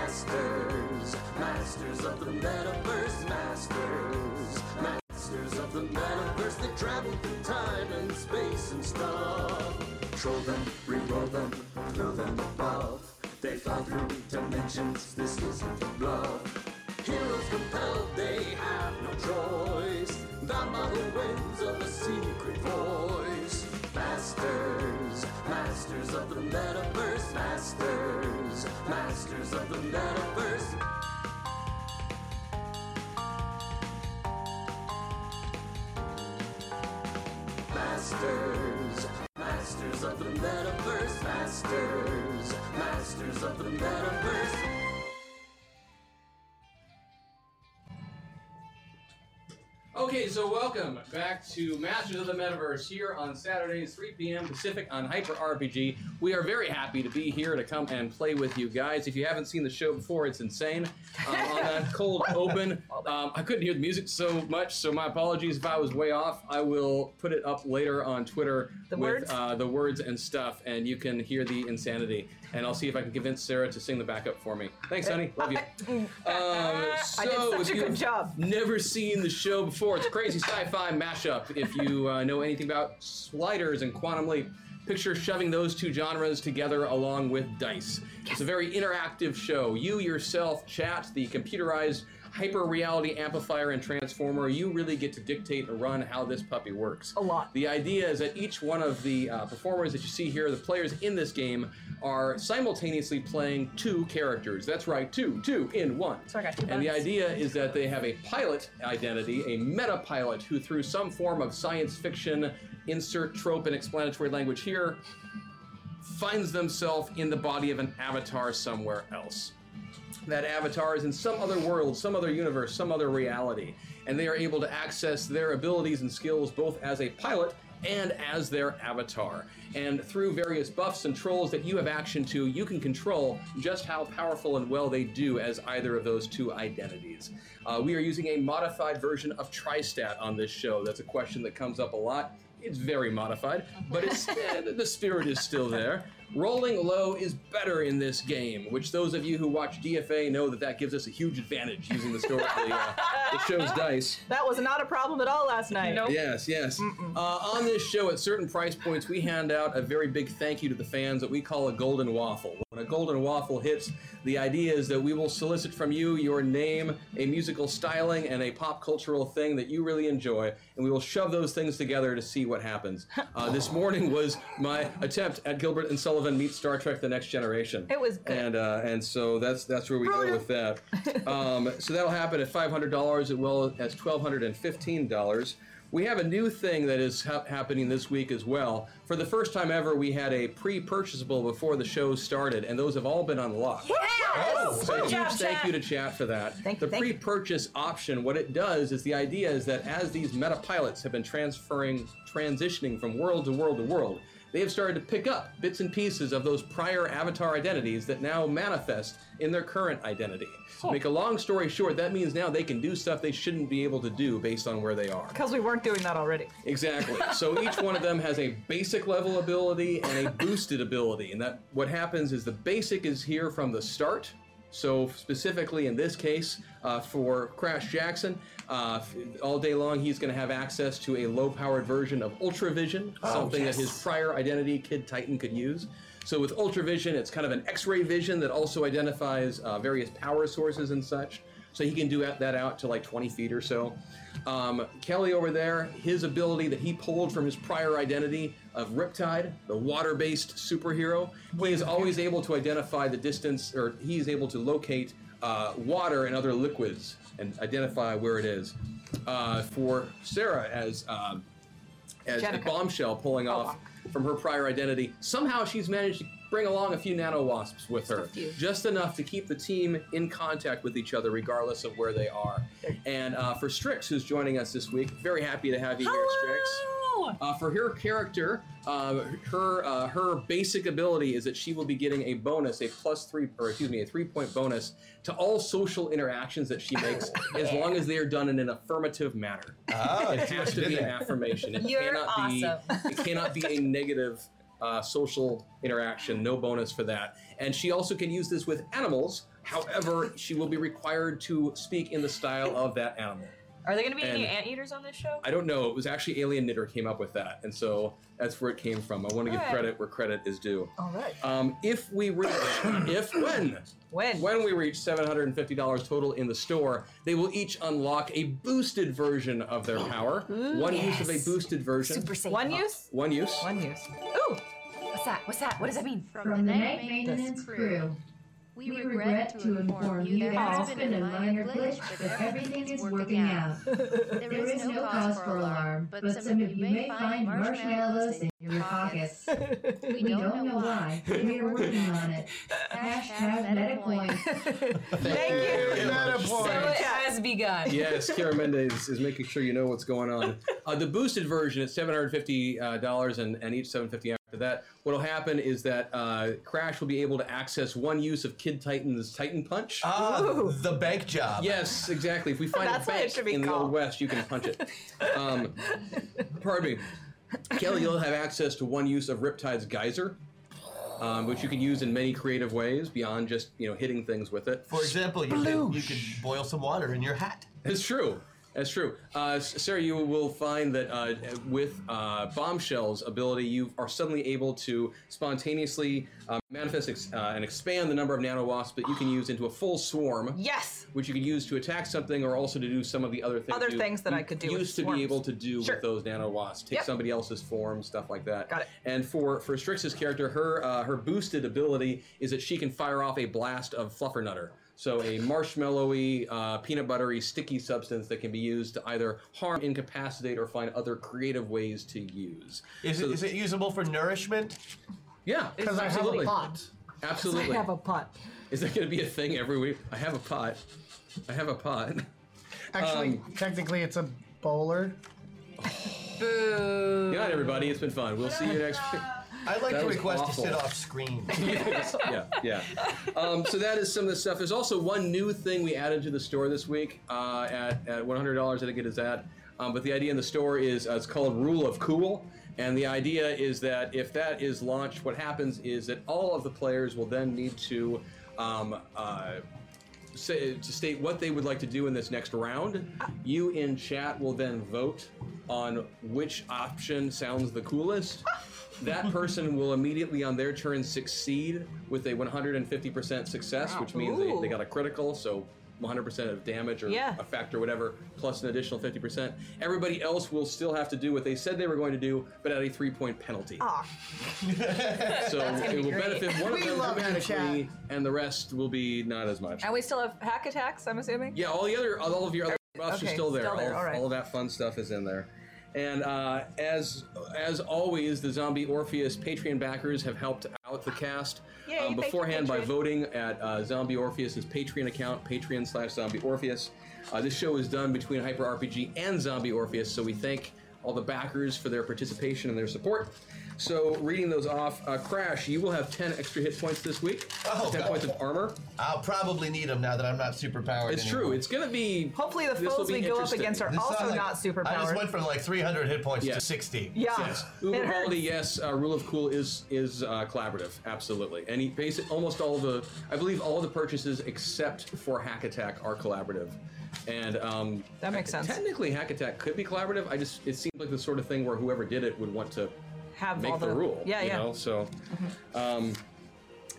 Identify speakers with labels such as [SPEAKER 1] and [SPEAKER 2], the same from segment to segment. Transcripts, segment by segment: [SPEAKER 1] Masters, masters of the metaverse, masters, masters of the metaverse. They travel through time and space and stuff. Troll them, re-roll them, throw them above. They fly through dimensions. This isn't a bluff. Heroes compelled, they have no choice. Dhamma who wins of a secret voice. Masters, masters of the metaverse, masters, masters of the metaverse. Masters, masters of the metaverse, masters, masters of the metaverse.
[SPEAKER 2] Okay, so welcome back to Masters of the Metaverse here on Saturdays, 3 p.m. Pacific on Hyper RPG. We are very happy to be here to come and play with you guys. If you haven't seen the show before, it's insane. Um, on that cold open, um, I couldn't hear the music so much, so my apologies if I was way off. I will put it up later on Twitter
[SPEAKER 3] The
[SPEAKER 2] with
[SPEAKER 3] words?
[SPEAKER 2] Uh, the words and stuff, and you can hear the insanity. And I'll see if I can convince Sarah to sing the backup for me. Thanks, honey. Love you. Um, so
[SPEAKER 3] I did such
[SPEAKER 2] if
[SPEAKER 3] a good
[SPEAKER 2] you've
[SPEAKER 3] job.
[SPEAKER 2] Never seen the show before. It's a crazy sci-fi mashup. If you uh, know anything about sliders and quantum leap, picture shoving those two genres together along with dice. It's a very interactive show. You yourself chat the computerized hyper reality amplifier and transformer. You really get to dictate and run how this puppy works.
[SPEAKER 3] A lot.
[SPEAKER 2] The idea is that each one of the uh, performers that you see here, the players in this game, are simultaneously playing two characters. That's right, two, two in one.
[SPEAKER 3] So I got two
[SPEAKER 2] And the
[SPEAKER 3] buttons.
[SPEAKER 2] idea is that they have a pilot identity, a meta pilot, who through some form of science fiction, insert trope and explanatory language here, finds themselves in the body of an avatar somewhere else that avatar is in some other world, some other universe, some other reality, and they are able to access their abilities and skills both as a pilot and as their avatar. And through various buffs and trolls that you have action to, you can control just how powerful and well they do as either of those two identities. Uh, we are using a modified version of Tristat on this show. That's a question that comes up a lot. It's very modified, but it's eh, the spirit is still there. Rolling low is better in this game, which those of you who watch DFA know that that gives us a huge advantage using the story, uh, the show's dice.
[SPEAKER 3] That was not a problem at all last night.
[SPEAKER 4] Nope.
[SPEAKER 2] Yes, yes. Uh, on this show, at certain price points, we hand out a very big thank you to the fans that we call a golden waffle. When a golden waffle hits, the idea is that we will solicit from you your name, a musical styling, and a pop cultural thing that you really enjoy, and we will shove those things together to see what happens. Uh, this morning was my attempt at Gilbert and Sullivan meet Star Trek: The Next Generation.
[SPEAKER 3] It was good.
[SPEAKER 2] And uh, and so that's that's where we go with that. Um, so that'll happen at five hundred dollars as well as twelve hundred and fifteen dollars. We have a new thing that is hap happening this week as well. For the first time ever, we had a pre-purchasable before the show started, and those have all been unlocked.
[SPEAKER 3] Yes!
[SPEAKER 2] So a
[SPEAKER 3] Good
[SPEAKER 2] huge
[SPEAKER 3] job,
[SPEAKER 2] Oh, thank
[SPEAKER 3] chat.
[SPEAKER 2] you to chat for that.
[SPEAKER 3] Thank you,
[SPEAKER 2] the
[SPEAKER 3] thank you.
[SPEAKER 2] pre-purchase option, what it does is the idea is that as these meta pilots have been transferring, transitioning from world to world to world, they have started to pick up bits and pieces of those prior avatar identities that now manifest in their current identity. Make a long story short, that means now they can do stuff they shouldn't be able to do based on where they are.
[SPEAKER 3] Because we weren't doing that already.
[SPEAKER 2] Exactly. So each one of them has a basic level ability and a boosted ability. And that what happens is the basic is here from the start. So specifically in this case, uh, for Crash Jackson, uh, f- all day long he's going to have access to a low-powered version of Ultravision, something that his prior identity Kid Titan could use. So with Ultravision, it's kind of an X-ray vision that also identifies uh, various power sources and such. So he can do that that out to like 20 feet or so. Um, Kelly over there, his ability that he pulled from his prior identity of Riptide, the water based superhero, he is always able to identify the distance, or he is able to locate uh, water and other liquids and identify where it is. Uh, for Sarah, as um, as
[SPEAKER 3] Jenica.
[SPEAKER 2] a bombshell pulling off from her prior identity. Somehow she's managed to bring along a few nano wasps with her, just enough to keep the team in contact with each other, regardless of where they are. And uh, for Strix, who's joining us this week, very happy to have you here, Strix. Uh, for her character, uh, her uh, her basic ability is that she will be getting a bonus, a plus three, or excuse me, a three point bonus to all social interactions that she makes, as long as they are done in an affirmative manner.
[SPEAKER 5] Oh,
[SPEAKER 2] It has to be an affirmation. It
[SPEAKER 4] You're
[SPEAKER 2] cannot be. It cannot be a negative uh, social interaction, no bonus for that. And she also can use this with animals. However, she will be required to speak in the style of that animal.
[SPEAKER 4] Are there going to be any
[SPEAKER 2] And-
[SPEAKER 4] anteaters on this show?
[SPEAKER 2] I don't know. It was actually Alien Knitter came up with that, and so that's where it came from. I want to give
[SPEAKER 4] Alright.
[SPEAKER 2] credit where credit is due.
[SPEAKER 3] All right.
[SPEAKER 2] Um, if we reach, if when
[SPEAKER 3] When?
[SPEAKER 2] when we reach seven hundred and fifty dollars total in the store, they will each unlock a boosted version of their power. one use of a
[SPEAKER 4] yes.
[SPEAKER 2] boosted version.
[SPEAKER 4] Super safe.
[SPEAKER 3] One use?
[SPEAKER 2] one use.
[SPEAKER 3] One use. Ooh!
[SPEAKER 4] What's that? What's that? What does that mean?
[SPEAKER 5] From the night maintenance crew, we regret to inform you there has been a minor glitch, but everything is working out. There is no cause for alarm, but some of you may find marshmallows in your pockets. We don't know why, but we are working on it. Hashtag MetaPoint.
[SPEAKER 3] Thank you.
[SPEAKER 2] Very
[SPEAKER 6] Meta
[SPEAKER 2] much.
[SPEAKER 6] point.
[SPEAKER 4] So it has begun.
[SPEAKER 2] yes, Kira Mendez is, is making sure you know what's going on. Uh, the boosted version at seven hundred fifty uh, dollars, and, and each seven fifty after that. What will happen is that uh, Crash will be able to access one use of Kid Titan's Titan Punch.
[SPEAKER 6] Ah,
[SPEAKER 3] Ooh.
[SPEAKER 6] the bank job.
[SPEAKER 2] Yes, exactly. If we find a
[SPEAKER 3] That's why it
[SPEAKER 2] bank
[SPEAKER 3] should be
[SPEAKER 2] in the Old
[SPEAKER 3] called.
[SPEAKER 2] West, you can punch it. Um, pardon me. Kelly, you'll have access to one use of Riptide's Geyser, um, which you can use in many creative ways beyond just you know hitting things with it.
[SPEAKER 6] For example, you could, you could boil some water in your hat.
[SPEAKER 2] It's true. That's true. Uh, S- Sarah, you will find that uh, with uh, Bombshell's ability, you are suddenly able to spontaneously uh, manifest ex- uh, and expand the number of nano wasps that you can use into a full swarm.
[SPEAKER 3] Yes!
[SPEAKER 2] Which you can use to attack something, or also to do some of the other things.
[SPEAKER 3] Other
[SPEAKER 2] you-
[SPEAKER 3] things that I
[SPEAKER 2] you
[SPEAKER 3] could do with
[SPEAKER 2] Used to
[SPEAKER 3] swarms.
[SPEAKER 2] be able to do
[SPEAKER 3] Sure.
[SPEAKER 2] with those nano wasps, take
[SPEAKER 3] Yep.
[SPEAKER 2] somebody else's form, stuff like that.
[SPEAKER 3] Got it.
[SPEAKER 2] And for for Strix's character, her uh, her boosted ability is that she can fire off a blast of fluffernutter. So a marshmallowy, uh, peanut buttery, sticky substance that can be used to either harm, incapacitate, or find other creative ways to use.
[SPEAKER 6] Is it, is it usable for nourishment?
[SPEAKER 2] Yeah, absolutely, absolutely.
[SPEAKER 3] I have a pot.
[SPEAKER 2] Is that going to be a thing every week? I have a pot. I have a pot.
[SPEAKER 7] Actually,
[SPEAKER 2] Um,
[SPEAKER 7] technically, it's a bowler.
[SPEAKER 4] Boo.
[SPEAKER 2] Good night, everybody. It's been fun. We'll see you next week.
[SPEAKER 6] I'd like
[SPEAKER 2] That
[SPEAKER 6] to
[SPEAKER 2] was
[SPEAKER 6] request
[SPEAKER 2] awful.
[SPEAKER 6] to sit off screen.
[SPEAKER 2] yeah, yeah. Um, so that is some of the stuff. There's also one new thing we added to the store this week uh, at, at $100, I think it is at. Um, but the idea in the store is uh, it's called Rule of Cool. And the idea is that if that is launched, what happens is that all of the players will then need to. Um, uh, say, to state what they would like to do in this next round. You in chat will then vote on which option sounds the coolest. That person will immediately on their turn succeed with a 150% success, which means they, they got a critical, so 100% of damage or
[SPEAKER 3] Yeah.
[SPEAKER 2] a fact or whatever, plus an additional 50%. Everybody else will still have to do what they said they were going to do, but at a three point penalty.
[SPEAKER 3] Ah,
[SPEAKER 2] so it will benefit one of
[SPEAKER 7] We
[SPEAKER 2] them
[SPEAKER 7] love you,
[SPEAKER 2] dramatically,
[SPEAKER 7] chat.
[SPEAKER 2] and the rest will be not as much.
[SPEAKER 3] and we still have hack attacks, I'm assuming?
[SPEAKER 2] Yeah, all the other, all of your other buffs are
[SPEAKER 3] okay,
[SPEAKER 2] still there.
[SPEAKER 3] still there,
[SPEAKER 2] All,
[SPEAKER 3] all right.
[SPEAKER 2] all of that fun stuff is in there. And uh, as as always, the Zombie Orpheus Patreon backers have helped out the cast um,
[SPEAKER 3] Yay, thank you,
[SPEAKER 2] beforehand by
[SPEAKER 3] Patreon.
[SPEAKER 2] voting at uh, Zombie Orpheus's Patreon account, Patreon slash Zombie Orpheus. Uh, this show is done between Hyper RPG and Zombie Orpheus, so we thank all the backers for their participation and their support. So, reading those off, uh, Crash, you will have ten extra hit points this week.
[SPEAKER 6] Oh,
[SPEAKER 2] ten
[SPEAKER 6] God.
[SPEAKER 2] points of armor.
[SPEAKER 6] I'll probably need them now that I'm not superpowered.
[SPEAKER 2] It's
[SPEAKER 6] anymore.
[SPEAKER 2] true. It's gonna be.
[SPEAKER 3] Hopefully the
[SPEAKER 2] this will
[SPEAKER 3] foes
[SPEAKER 2] be
[SPEAKER 3] we go up
[SPEAKER 2] interesting.
[SPEAKER 3] against are
[SPEAKER 6] This
[SPEAKER 3] also
[SPEAKER 6] sounds like-
[SPEAKER 3] not superpowered.
[SPEAKER 6] I just went from like 300 hit points
[SPEAKER 2] Yeah.
[SPEAKER 6] to 60.
[SPEAKER 3] yeah.
[SPEAKER 2] Yes.
[SPEAKER 3] It
[SPEAKER 2] Uber
[SPEAKER 3] hurts.
[SPEAKER 2] quality, yes. Uh, rule of cool is is uh, collaborative, absolutely. And he basic almost all the, I believe all the purchases except for Hack Attack are collaborative, and um,
[SPEAKER 3] That makes sense.
[SPEAKER 2] Technically, Hack Attack could be collaborative. I just it seemed like the sort of thing where whoever did it would want to
[SPEAKER 3] Have
[SPEAKER 2] make
[SPEAKER 3] all
[SPEAKER 2] the, rule.
[SPEAKER 3] Yeah,
[SPEAKER 2] you
[SPEAKER 3] yeah. Mm-hmm.
[SPEAKER 2] Know? So, um,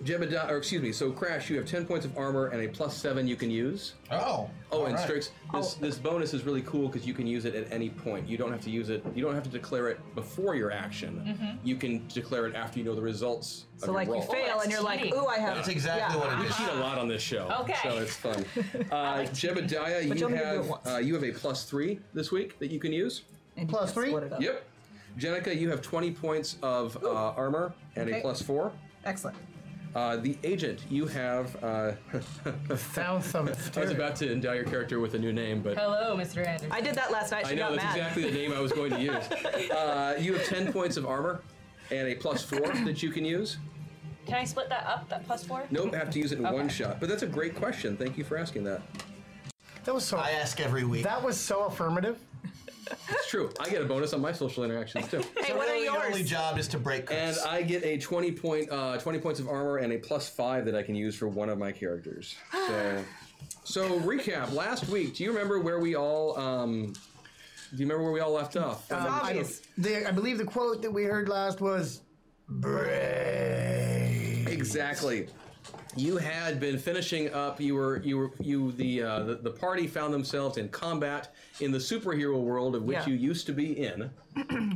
[SPEAKER 2] Jebediah, or excuse me. So Crash, you have ten points of armor and a plus seven you can use.
[SPEAKER 6] Oh.
[SPEAKER 2] Oh,
[SPEAKER 6] all
[SPEAKER 2] and
[SPEAKER 6] right.
[SPEAKER 2] Strix, this,
[SPEAKER 3] Oh.
[SPEAKER 2] this bonus is really cool because you can use it at any point. You don't have to use it. You don't have to declare it before your action. You can declare it after you know the results. of
[SPEAKER 3] Mm-hmm. So
[SPEAKER 2] your
[SPEAKER 3] like you
[SPEAKER 2] roll.
[SPEAKER 3] fail
[SPEAKER 4] that's
[SPEAKER 3] and you're like,
[SPEAKER 4] cheating.
[SPEAKER 3] ooh, I have.
[SPEAKER 6] That's exactly
[SPEAKER 3] yeah.
[SPEAKER 6] what
[SPEAKER 2] We
[SPEAKER 6] it is.
[SPEAKER 2] cheat a lot on this show,
[SPEAKER 4] Okay.
[SPEAKER 2] so it's fun. Uh, Jebediah, you
[SPEAKER 3] But you only do it
[SPEAKER 2] have
[SPEAKER 3] once.
[SPEAKER 2] uh, you have a plus three this week that you can use.
[SPEAKER 3] And you
[SPEAKER 7] Plus
[SPEAKER 3] just
[SPEAKER 7] three?
[SPEAKER 3] split it up.
[SPEAKER 2] Yep. Jenica, you have 20 points of uh, armor and a
[SPEAKER 3] Okay.
[SPEAKER 2] plus four.
[SPEAKER 3] Excellent.
[SPEAKER 2] Uh, the agent, you have. Uh,
[SPEAKER 7] Found some.
[SPEAKER 2] I was about to endow your character with a new name, but
[SPEAKER 4] Hello, Mr. Anderson.
[SPEAKER 3] I did that last night. She
[SPEAKER 2] I know
[SPEAKER 3] got
[SPEAKER 2] that's
[SPEAKER 3] mad.
[SPEAKER 2] exactly the name I was going to use. Uh, you have ten points of armor and a plus four that you can use.
[SPEAKER 4] Can I split that up? That plus four?
[SPEAKER 2] Nope, have to use it in one
[SPEAKER 4] Okay.
[SPEAKER 2] shot. But that's a great question. Thank you for asking that.
[SPEAKER 7] That was so.
[SPEAKER 6] I ask every week.
[SPEAKER 7] That was so affirmative.
[SPEAKER 2] It's true. I get a bonus on my social interactions too.
[SPEAKER 3] Hey, what are
[SPEAKER 6] Really, Your only
[SPEAKER 3] yours?
[SPEAKER 6] job is to break
[SPEAKER 2] And
[SPEAKER 6] curse.
[SPEAKER 2] I get a 20 point, uh, 20 points of armor and a plus five that I can use for one of my characters. So, so recap. Last week, do you remember where we all? Um, do you remember where we all left off? Um,
[SPEAKER 7] I,
[SPEAKER 3] Zombies.
[SPEAKER 7] the, I believe the quote that we heard last was, "Brave."
[SPEAKER 2] Exactly. You had been finishing up. You were you were you the uh, the, the party found themselves in combat in the superhero world of which
[SPEAKER 3] Yeah.
[SPEAKER 2] you used to be in.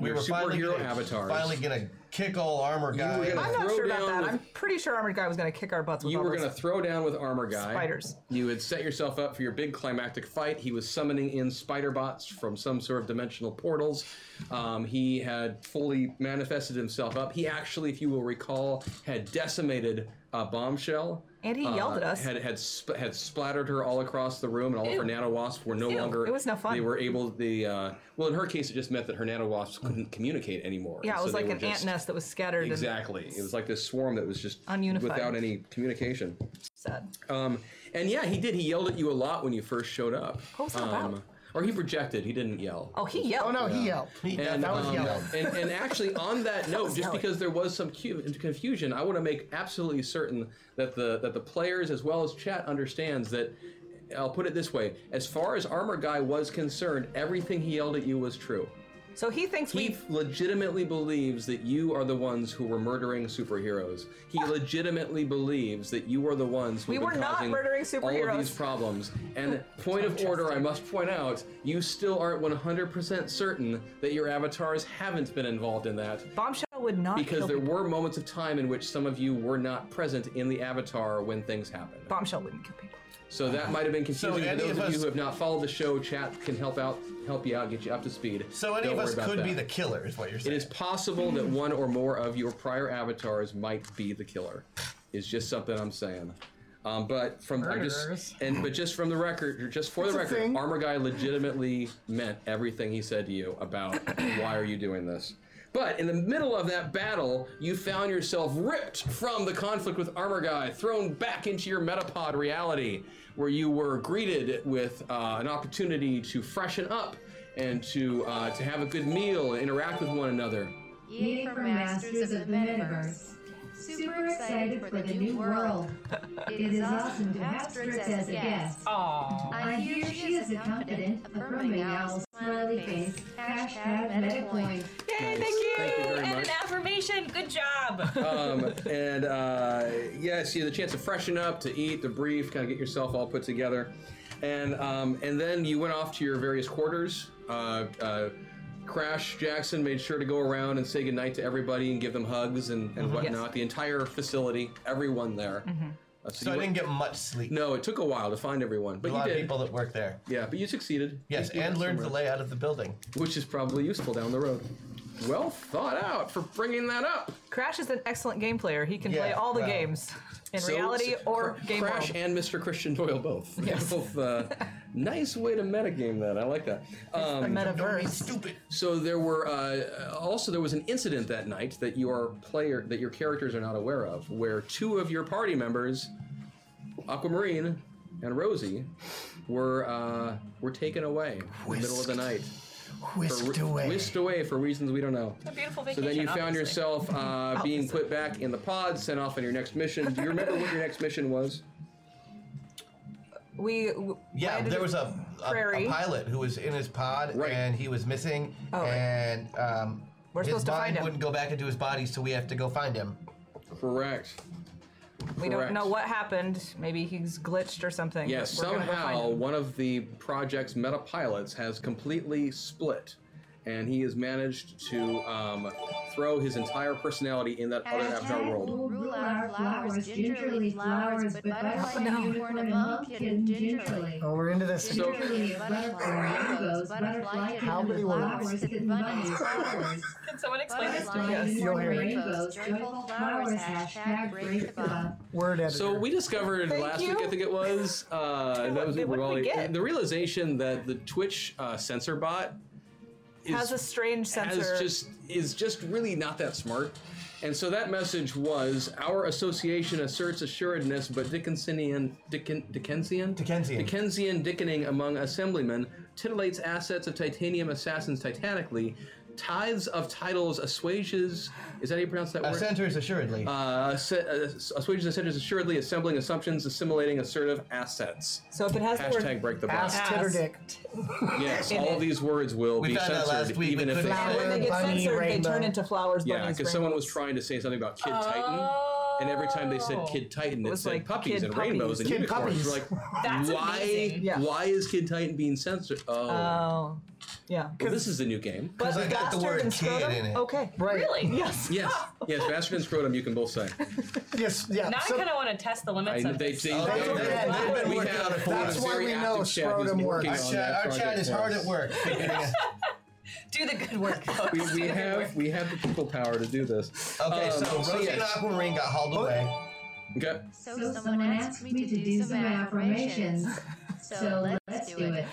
[SPEAKER 6] we
[SPEAKER 2] Your
[SPEAKER 6] were finally
[SPEAKER 2] superhero
[SPEAKER 6] gonna,
[SPEAKER 2] avatars.
[SPEAKER 6] Finally gonna kick all armor guy.
[SPEAKER 2] were gonna-
[SPEAKER 3] I'm not
[SPEAKER 2] Throw
[SPEAKER 3] sure about
[SPEAKER 2] down
[SPEAKER 3] that.
[SPEAKER 2] with-
[SPEAKER 3] I'm pretty sure Armored Guy was going to kick our butts with
[SPEAKER 2] You were
[SPEAKER 3] all
[SPEAKER 2] going to
[SPEAKER 3] those-
[SPEAKER 2] throw down with Armor Guy.
[SPEAKER 3] Spiders.
[SPEAKER 2] You had set yourself up for your big climactic fight. He was summoning in spider bots from some sort of dimensional portals. Um, he had fully manifested himself up. He actually, if you will recall, had decimated a bombshell.
[SPEAKER 3] And he yelled at us.
[SPEAKER 2] Uh, Had had sp- had splattered her all across the room, and all of her nano wasps were no
[SPEAKER 3] Ew,
[SPEAKER 2] longer.
[SPEAKER 3] it was no fun.
[SPEAKER 2] They were able. The uh, well, in her case, it just meant that her nano wasps couldn't communicate anymore.
[SPEAKER 3] Yeah,
[SPEAKER 2] and
[SPEAKER 3] it was
[SPEAKER 2] so they
[SPEAKER 3] like
[SPEAKER 2] were
[SPEAKER 3] an
[SPEAKER 2] just-
[SPEAKER 3] ant nest that was scattered. and
[SPEAKER 2] Exactly. It was like this swarm that was just
[SPEAKER 3] Ununified.
[SPEAKER 2] without any communication.
[SPEAKER 3] Sad.
[SPEAKER 2] Um, and yeah, he did. He yelled at you a lot when you first showed up.
[SPEAKER 3] What was that
[SPEAKER 2] um,
[SPEAKER 3] about?
[SPEAKER 2] Or he projected. He didn't yell.
[SPEAKER 3] Oh, he yelled.
[SPEAKER 7] Oh no, he yelled.
[SPEAKER 6] He
[SPEAKER 2] And,
[SPEAKER 7] that was
[SPEAKER 2] um,
[SPEAKER 7] yelling.
[SPEAKER 2] and, and actually, on that note, just
[SPEAKER 3] yelling.
[SPEAKER 2] because there was some cu- confusion, I want to make absolutely certain that the that the players as well as chat understands that. I'll put it this way: as far as Armor Guy was concerned, everything he yelled at you was true.
[SPEAKER 3] So he thinks
[SPEAKER 2] He
[SPEAKER 3] we.
[SPEAKER 2] legitimately believes that you are the ones who were murdering superheroes. He legitimately believes that you are the ones who
[SPEAKER 3] We
[SPEAKER 2] have
[SPEAKER 3] were
[SPEAKER 2] been
[SPEAKER 3] not
[SPEAKER 2] causing
[SPEAKER 3] murdering
[SPEAKER 2] All of
[SPEAKER 3] superheroes. Oh,
[SPEAKER 2] these problems. And point of order, I must point out, you still aren't 100% certain that your avatars haven't been involved in that.
[SPEAKER 3] Bombshell would not
[SPEAKER 2] Because
[SPEAKER 3] kill
[SPEAKER 2] there
[SPEAKER 3] people.
[SPEAKER 2] were moments of time in which some of you were not present in the avatar when things happened.
[SPEAKER 3] Bombshell wouldn't kill people.
[SPEAKER 2] So that might have been confusing
[SPEAKER 6] any
[SPEAKER 2] for those
[SPEAKER 6] of
[SPEAKER 2] of, you
[SPEAKER 6] us-
[SPEAKER 2] who have not followed the show. Chat can help out, help you out, get you up to speed.
[SPEAKER 6] so any
[SPEAKER 2] Don't
[SPEAKER 6] of
[SPEAKER 2] worry
[SPEAKER 6] us
[SPEAKER 2] about
[SPEAKER 6] could be
[SPEAKER 2] that.
[SPEAKER 6] the killer, is what you're
[SPEAKER 2] It
[SPEAKER 6] saying.
[SPEAKER 2] is possible that one or more of your prior avatars might be the killer. Is just something I'm saying. Um, but from I
[SPEAKER 7] Murderers.
[SPEAKER 2] just and but just from the record, or just for the
[SPEAKER 7] a
[SPEAKER 2] record,
[SPEAKER 7] thing.
[SPEAKER 2] Armor Guy legitimately meant everything he said to you about why are you doing this. But in the middle of that battle, you found yourself ripped from the conflict with Armor Guy, thrown back into your metapod reality, where you were greeted with uh, an opportunity to freshen up and to uh, to have a good meal and interact with one another.
[SPEAKER 5] Yay for Masters of the Metaverse. Super excited for the new world. It is awesome to have Strix as a guest.
[SPEAKER 4] Aww.
[SPEAKER 5] I hear she is a confident, affirming owl, smiley face, hashtag metacoin.
[SPEAKER 2] Yay, thank you! Thank you very
[SPEAKER 4] And
[SPEAKER 2] much.
[SPEAKER 4] an affirmation. Good job.
[SPEAKER 2] Um, and uh, yes, you had the chance to freshen up, to eat, to breathe, kind of get yourself all put together, and um, and then you went off to your various quarters. Uh, uh, Crash Jackson made sure to go around and say goodnight to everybody and give them hugs and,
[SPEAKER 6] Mm-hmm.
[SPEAKER 2] and whatnot. The entire facility, everyone there. Uh,
[SPEAKER 6] so I
[SPEAKER 2] you-
[SPEAKER 6] didn't get much sleep.
[SPEAKER 2] no, it took a while to find everyone, but
[SPEAKER 6] a lot
[SPEAKER 2] you
[SPEAKER 6] of
[SPEAKER 2] did.
[SPEAKER 6] people that work there.
[SPEAKER 2] Yeah, but you succeeded.
[SPEAKER 6] Yes,
[SPEAKER 2] You- you
[SPEAKER 6] and
[SPEAKER 2] got
[SPEAKER 6] learned the
[SPEAKER 2] somewhere
[SPEAKER 6] layout of the building.
[SPEAKER 2] which is probably useful down the road. Well thought out for bringing that up.
[SPEAKER 3] Crash is an excellent game player. He can
[SPEAKER 6] Yeah,
[SPEAKER 3] play all the
[SPEAKER 6] well.
[SPEAKER 3] games in
[SPEAKER 2] So-
[SPEAKER 3] reality
[SPEAKER 2] so
[SPEAKER 3] or
[SPEAKER 2] Cra-
[SPEAKER 3] game
[SPEAKER 2] Crash
[SPEAKER 3] world.
[SPEAKER 2] and Mr. Christian Doyle both. Yes. both uh, nice way to metagame that. I like that.
[SPEAKER 3] the
[SPEAKER 2] Um,
[SPEAKER 3] metaverse.
[SPEAKER 6] Stupid.
[SPEAKER 2] so there were uh, also there was an incident that night that your player that your characters are not aware of, where two of your party members, Aquamarine and Rosie, were uh, were taken away in the middle of the
[SPEAKER 7] Whisked.
[SPEAKER 2] night.
[SPEAKER 7] Whisked
[SPEAKER 2] Whi-
[SPEAKER 7] away.
[SPEAKER 2] Whisked away for reasons we don't know.
[SPEAKER 4] A beautiful
[SPEAKER 2] So
[SPEAKER 4] vacation.
[SPEAKER 2] then you found
[SPEAKER 4] obviously.
[SPEAKER 2] yourself uh, being put back in the pod, sent off on your next mission. Do you remember what your next mission was?
[SPEAKER 3] We w-
[SPEAKER 6] Yeah,
[SPEAKER 3] landed
[SPEAKER 6] there
[SPEAKER 3] in-
[SPEAKER 6] was a, a,
[SPEAKER 3] prairie.
[SPEAKER 6] a pilot who was in his pod
[SPEAKER 2] Right.
[SPEAKER 6] and he was missing,
[SPEAKER 3] Oh, right.
[SPEAKER 6] and um,
[SPEAKER 3] We're
[SPEAKER 6] his
[SPEAKER 3] supposed to
[SPEAKER 6] mind
[SPEAKER 3] find him.
[SPEAKER 6] wouldn't go back into his body, so we have to go find him.
[SPEAKER 2] Correct.
[SPEAKER 3] We don't
[SPEAKER 2] Correct.
[SPEAKER 3] know what happened. Maybe he's glitched or something.
[SPEAKER 2] Yeah,
[SPEAKER 3] but we're gonna go find
[SPEAKER 2] somehow
[SPEAKER 3] him.
[SPEAKER 2] one of the project's meta pilots has completely split, and he has managed to um, throw his entire personality in that other avatar
[SPEAKER 5] Hashtag
[SPEAKER 2] world.
[SPEAKER 5] will rule our flowers, gingerly flowers, but butterfly, unicorn, and pumpkin gingerly.
[SPEAKER 7] Oh, we're into this.
[SPEAKER 2] So-
[SPEAKER 5] Gingerly is butterfly, rainbows, butterfly,
[SPEAKER 7] How many words?
[SPEAKER 5] flowers, and bunnies, flowers.
[SPEAKER 4] Can someone explain this? to me?
[SPEAKER 5] Butterfly,
[SPEAKER 7] Yes. You'll
[SPEAKER 5] unicorn,
[SPEAKER 7] hear it.
[SPEAKER 5] rainbows, joyful flowers, hashtag break the bond.
[SPEAKER 7] Word editor.
[SPEAKER 2] So we discovered
[SPEAKER 3] Thank
[SPEAKER 2] last week,
[SPEAKER 3] you.
[SPEAKER 2] I think it was, uh, that was
[SPEAKER 3] What did we
[SPEAKER 2] Uberwally,
[SPEAKER 3] get?
[SPEAKER 2] the realization that the Twitch uh, censor bot is
[SPEAKER 3] has a strange
[SPEAKER 2] has
[SPEAKER 3] sensor.
[SPEAKER 2] just is just really not that smart. And so that message was our association asserts assuredness, but Dickensian, Dicken, Dickensian,
[SPEAKER 6] Dickensian.
[SPEAKER 2] Dickensian dickening among assemblymen titillates assets of titanium assassins titanically. Tithes of titles assuages. Is that how you pronounce that word?
[SPEAKER 6] Uh, Centers assuredly.
[SPEAKER 2] uh, se- uh, assuages assumptions assuredly assembling assumptions assimilating assertive assets
[SPEAKER 3] So if it has the
[SPEAKER 2] hashtag
[SPEAKER 3] word
[SPEAKER 2] break the
[SPEAKER 7] Ass,
[SPEAKER 2] box
[SPEAKER 7] titter,
[SPEAKER 3] Ass.
[SPEAKER 7] dick.
[SPEAKER 2] yes
[SPEAKER 3] in
[SPEAKER 2] all
[SPEAKER 3] it.
[SPEAKER 2] these words will
[SPEAKER 6] We
[SPEAKER 2] be
[SPEAKER 6] found out last
[SPEAKER 2] censored
[SPEAKER 6] week,
[SPEAKER 2] even
[SPEAKER 6] we
[SPEAKER 2] if
[SPEAKER 6] couldn't
[SPEAKER 3] flower,
[SPEAKER 6] say
[SPEAKER 3] when
[SPEAKER 6] it.
[SPEAKER 3] they get
[SPEAKER 7] Bunny,
[SPEAKER 3] censored, they
[SPEAKER 7] rainbow.
[SPEAKER 3] turn into flowers.
[SPEAKER 2] yeah
[SPEAKER 3] bunnies,
[SPEAKER 2] because someone was
[SPEAKER 3] rainbows.
[SPEAKER 2] trying to say something about kid titan and every time they
[SPEAKER 4] Oh.
[SPEAKER 2] said Kid Titan, it,
[SPEAKER 3] was
[SPEAKER 2] said
[SPEAKER 3] like
[SPEAKER 2] puppies
[SPEAKER 3] Kid
[SPEAKER 2] and rainbows
[SPEAKER 3] Puppies.
[SPEAKER 2] and
[SPEAKER 7] Kid
[SPEAKER 2] unicorns.
[SPEAKER 7] Puppies.
[SPEAKER 2] You're like,
[SPEAKER 4] That's
[SPEAKER 2] why?
[SPEAKER 4] amazing.
[SPEAKER 3] Yeah.
[SPEAKER 2] Why is Kid Titan being censored? Oh,
[SPEAKER 3] Oh, yeah.
[SPEAKER 2] well, this is a new game.
[SPEAKER 3] But
[SPEAKER 6] I got the
[SPEAKER 3] bastard
[SPEAKER 6] word
[SPEAKER 3] and
[SPEAKER 6] kid
[SPEAKER 3] scrotum?
[SPEAKER 6] in it.
[SPEAKER 3] Okay.
[SPEAKER 7] Right.
[SPEAKER 4] Really?
[SPEAKER 3] Yes.
[SPEAKER 2] Yes, yes, Bastard and Scrotum. You can both say.
[SPEAKER 7] Yes, yeah.
[SPEAKER 4] Now
[SPEAKER 7] so-
[SPEAKER 4] I kind of want to test the
[SPEAKER 2] I,
[SPEAKER 4] limits of
[SPEAKER 2] they,
[SPEAKER 4] this.
[SPEAKER 2] they,
[SPEAKER 6] Oh,
[SPEAKER 2] they-
[SPEAKER 6] that's what
[SPEAKER 2] they-
[SPEAKER 6] we had. They've been
[SPEAKER 2] we
[SPEAKER 6] working
[SPEAKER 2] have
[SPEAKER 6] on it for
[SPEAKER 2] a
[SPEAKER 6] us.
[SPEAKER 7] That's why
[SPEAKER 2] very
[SPEAKER 7] we know
[SPEAKER 2] active chat who's
[SPEAKER 7] Scrotum
[SPEAKER 2] been
[SPEAKER 7] works.
[SPEAKER 2] working
[SPEAKER 6] our
[SPEAKER 2] on
[SPEAKER 6] chat,
[SPEAKER 2] that
[SPEAKER 6] our chat
[SPEAKER 2] project
[SPEAKER 6] is
[SPEAKER 2] for
[SPEAKER 6] hard
[SPEAKER 2] us.
[SPEAKER 6] at work. figuring out-
[SPEAKER 4] Do the good work. folks.
[SPEAKER 2] We,
[SPEAKER 4] Do
[SPEAKER 2] we
[SPEAKER 4] the good work.
[SPEAKER 2] have we have the people power to do this.
[SPEAKER 6] Okay,
[SPEAKER 2] Um,
[SPEAKER 6] so Rosie and
[SPEAKER 2] yes.
[SPEAKER 6] Aquamarine got hauled away.
[SPEAKER 2] Okay.
[SPEAKER 5] So someone asked me to do some affirmations. So let's do it.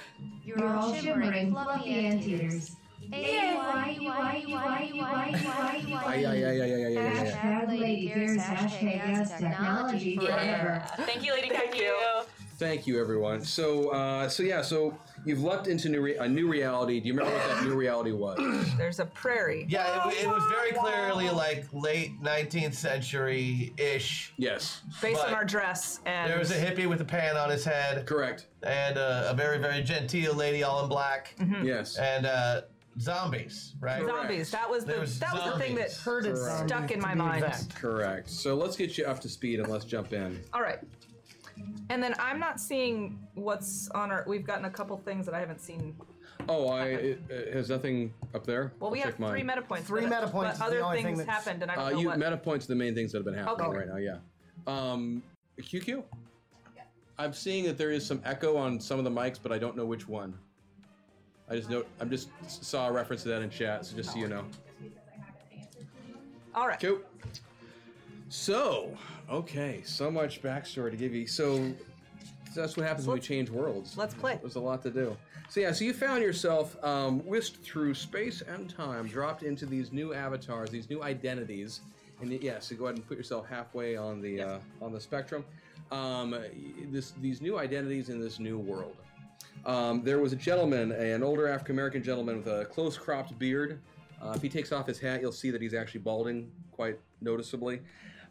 [SPEAKER 5] You're all shimmering, fluffy anteaters.
[SPEAKER 2] Ay, ay, ay,
[SPEAKER 5] A-Y-U-I-U-I-U-I-U-I-U-I.
[SPEAKER 2] ay, ay, ay, ay, ay.
[SPEAKER 5] Hashtag Lady Gears, hashtag ads technology forever.
[SPEAKER 4] Thank you, Lady Thank you.
[SPEAKER 2] Thank you, everyone. So, uh, so yeah, so you've leapt into new re- a new reality. Do you remember what that new reality was?
[SPEAKER 3] There's a prairie.
[SPEAKER 6] Yeah, it, it was very clearly like late 19th century ish.
[SPEAKER 2] Yes,
[SPEAKER 3] Based on
[SPEAKER 6] But
[SPEAKER 3] our dress and
[SPEAKER 6] There was a hippie with a pan on his head,
[SPEAKER 2] correct.
[SPEAKER 6] and uh, a very, very genteel lady all in black,
[SPEAKER 2] Yes.
[SPEAKER 6] and uh, zombies, right?
[SPEAKER 2] Correct.
[SPEAKER 3] zombies. That was the
[SPEAKER 6] There was
[SPEAKER 3] that was the thing that
[SPEAKER 6] zombies.
[SPEAKER 7] Herded
[SPEAKER 2] Correct.
[SPEAKER 3] stuck in
[SPEAKER 7] to
[SPEAKER 3] my
[SPEAKER 7] be
[SPEAKER 3] mind.
[SPEAKER 7] exact.
[SPEAKER 2] Correct. So let's get you up to speed and let's jump in.
[SPEAKER 3] All right. And then I'm not seeing what's on our. We've gotten a couple things that I haven't seen.
[SPEAKER 2] Oh, I it, it has nothing up there.
[SPEAKER 3] Well, we
[SPEAKER 2] I'll
[SPEAKER 3] have
[SPEAKER 2] check mine.
[SPEAKER 3] three meta points.
[SPEAKER 7] Three
[SPEAKER 3] but-
[SPEAKER 7] meta points is
[SPEAKER 3] But
[SPEAKER 7] the
[SPEAKER 3] other
[SPEAKER 7] only thing
[SPEAKER 3] things
[SPEAKER 7] that's-
[SPEAKER 3] happened, and I don't
[SPEAKER 2] Uh,
[SPEAKER 3] know
[SPEAKER 2] you
[SPEAKER 3] what.
[SPEAKER 2] meta points are the main things that have been happening
[SPEAKER 3] Okay.
[SPEAKER 2] right now. Yeah. Um, QQ. I'm seeing that there is some echo on some of the mics, but I don't know which one. I just know I'm just saw a reference to that in chat, so just so you
[SPEAKER 3] Oh.
[SPEAKER 2] know.
[SPEAKER 3] All right.
[SPEAKER 2] Cool. So, okay, so much backstory to give you. So, that's what happens when we change worlds.
[SPEAKER 3] let's play.
[SPEAKER 2] There's a lot to do. So yeah, so you found yourself um, whisked through space and time, dropped into these new avatars, these new identities, and y- yeah, so go ahead and put yourself halfway on the uh, on the spectrum. Um, y- this these new identities in this new world. Um, there was a gentleman, an older African American gentleman with a close cropped beard. Uh, if he takes off his hat, you'll see that he's actually balding quite noticeably.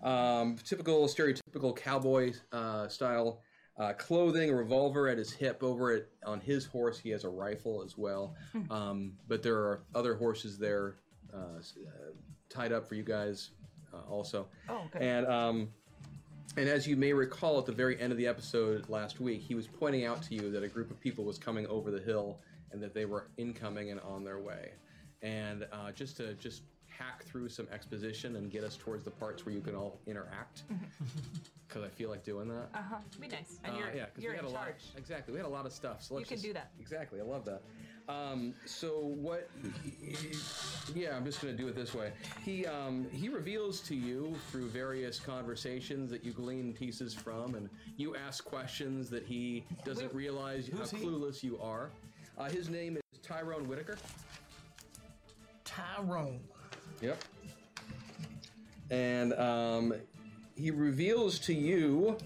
[SPEAKER 2] Um, typical, stereotypical cowboy uh, style uh, clothing, a revolver at his hip. Over it on his horse, he has a rifle as well. Um, but there are other horses there uh, s- uh, tied up for you guys uh, also.
[SPEAKER 3] Oh, okay.
[SPEAKER 2] And um, and as you may recall, at the very end of the episode last week, he was pointing out to you that a group of people was coming over the hill and that they were incoming and on their way. And uh, just to just hack through some exposition and get us towards the parts where you can all interact, because I feel like doing that.
[SPEAKER 4] Be nice.
[SPEAKER 3] And
[SPEAKER 2] Uh,
[SPEAKER 3] you're,
[SPEAKER 2] yeah, 'cause
[SPEAKER 3] you're
[SPEAKER 2] we had
[SPEAKER 3] in
[SPEAKER 2] a lot.
[SPEAKER 3] charge.
[SPEAKER 2] Exactly, we had a lot of stuff. So let's
[SPEAKER 3] can
[SPEAKER 2] just-
[SPEAKER 3] do that.
[SPEAKER 2] Exactly, I love that. Um, so what? Yeah, I'm just gonna do it this way. He um, he reveals to you through various conversations that you glean pieces from, and you ask questions that he doesn't realize how
[SPEAKER 6] who's he?
[SPEAKER 2] clueless you are. Uh, his name is Tyrone Whitaker.
[SPEAKER 7] Tyrone.
[SPEAKER 2] Yep. And um, he reveals to you,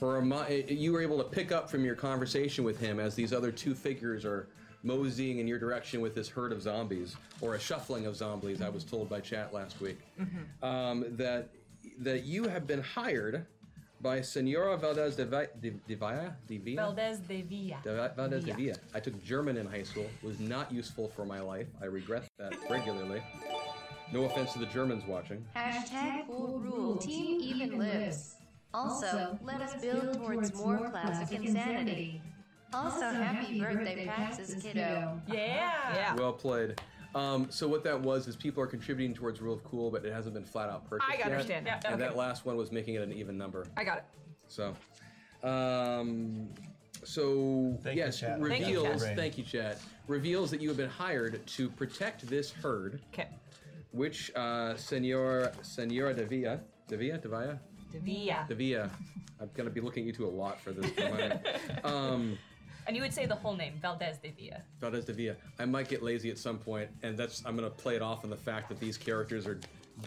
[SPEAKER 2] or am I- eh, you were able to pick up from your conversation with him as these other two figures are moseying in your direction with this herd of zombies, or a shuffling of zombies, I was told by chat last week, um, that that you have been hired by Senora Valdez de, Vi- de, de Villa? De Villa?
[SPEAKER 4] Valdez de Villa.
[SPEAKER 2] Val- Valdez de Villa. I took German in high school. Was not useful for my life. I regret that regularly. No offense to the Germans watching.
[SPEAKER 5] Hashtag cool rule. Team even lives. Also, let us build towards more classic insanity. Also, happy birthday, Pax's kiddo.
[SPEAKER 4] Yeah.
[SPEAKER 3] Yeah.
[SPEAKER 2] Well played. Um, so what that was is people are contributing towards rule of cool, but it hasn't been flat out purchased.
[SPEAKER 3] I
[SPEAKER 2] yet.
[SPEAKER 3] understand. Yeah,
[SPEAKER 2] And that
[SPEAKER 3] okay.
[SPEAKER 2] last one was making it an even number.
[SPEAKER 3] I got it.
[SPEAKER 2] So, um, so
[SPEAKER 6] Thank you,
[SPEAKER 2] yes,
[SPEAKER 6] chat.
[SPEAKER 2] reveals.
[SPEAKER 6] Thank
[SPEAKER 3] you,
[SPEAKER 6] chat.
[SPEAKER 2] thank you, chat. Reveals that you have been hired to protect this herd,
[SPEAKER 3] Okay.
[SPEAKER 2] which uh, Senor Senora Davia Davia Davia
[SPEAKER 4] Villa.
[SPEAKER 2] Davia. I'm gonna be looking at you two a lot for this. reminder. um,
[SPEAKER 4] And you would say the whole name, Valdez de Villa.
[SPEAKER 2] Valdez de Villa. I might get lazy at some point, and that's I'm gonna play it off on the fact that these characters are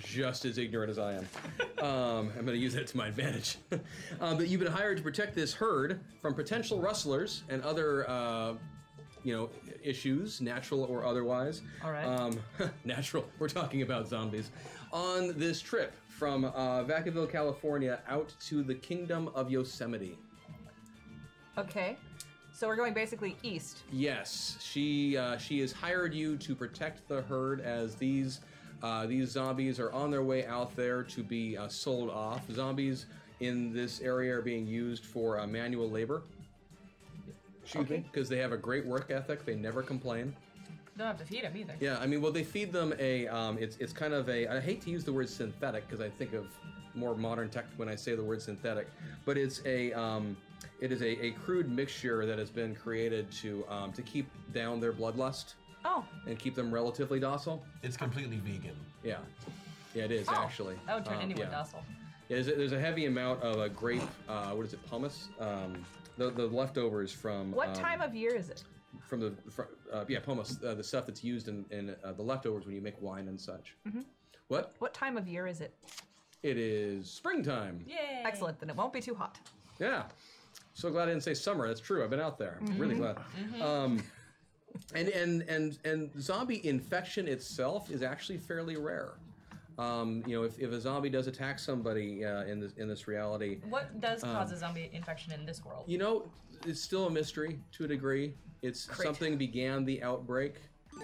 [SPEAKER 2] just as ignorant as I am. Um, I'm going to use that to my advantage. um, that you've been hired to protect this herd from potential rustlers and other, uh, you know, issues, natural or otherwise.
[SPEAKER 3] All right.
[SPEAKER 2] Um, natural. We're talking about zombies. On this trip from uh, Vacaville, California, out to the Kingdom of Yosemite.
[SPEAKER 3] Okay. So we're going basically east.
[SPEAKER 2] Yes, she uh, she has hired you to protect the herd as these uh, these zombies are on their way out there to be uh, sold off. Zombies in this area are being used for uh, manual labor. Excuse me, because they have a great work ethic. They never complain.
[SPEAKER 4] Don't have to feed him either.
[SPEAKER 2] Yeah, I mean, well, they feed them a. Um, it's it's kind of a. I hate to use the word synthetic because I think of more modern tech when I say the word synthetic, but it's a. Um, it is a, a crude mixture that has been created to um, to keep down their bloodlust
[SPEAKER 3] Oh,
[SPEAKER 2] and keep them relatively docile.
[SPEAKER 6] It's completely vegan.
[SPEAKER 2] Yeah, yeah, it is
[SPEAKER 4] Oh,
[SPEAKER 2] actually.
[SPEAKER 4] That would turn
[SPEAKER 2] Um,
[SPEAKER 4] anyone
[SPEAKER 2] yeah.
[SPEAKER 4] docile.
[SPEAKER 2] Yeah, there's, a, there's a heavy amount of a grape. Uh, what is it? Pumice. Um, the, the leftovers from
[SPEAKER 3] what
[SPEAKER 2] um,
[SPEAKER 3] time of year is it?
[SPEAKER 2] from the fr uh, yeah pumice uh, the stuff that's used in, in uh, the leftovers when you make wine and such. What?
[SPEAKER 3] What time of year is it?
[SPEAKER 2] It is springtime. Yeah.
[SPEAKER 4] Yay.
[SPEAKER 3] Excellent. Then it won't be too hot.
[SPEAKER 2] So glad I didn't say summer. That's true. I've been out there. I'm really glad. Um, and and and and zombie infection itself is actually fairly rare. Um, you know, if, if a zombie does attack somebody uh, in this in this reality,
[SPEAKER 4] What does
[SPEAKER 2] Um,
[SPEAKER 4] cause a zombie infection in this world?
[SPEAKER 2] You know, it's still a mystery to a degree. It's something began the outbreak.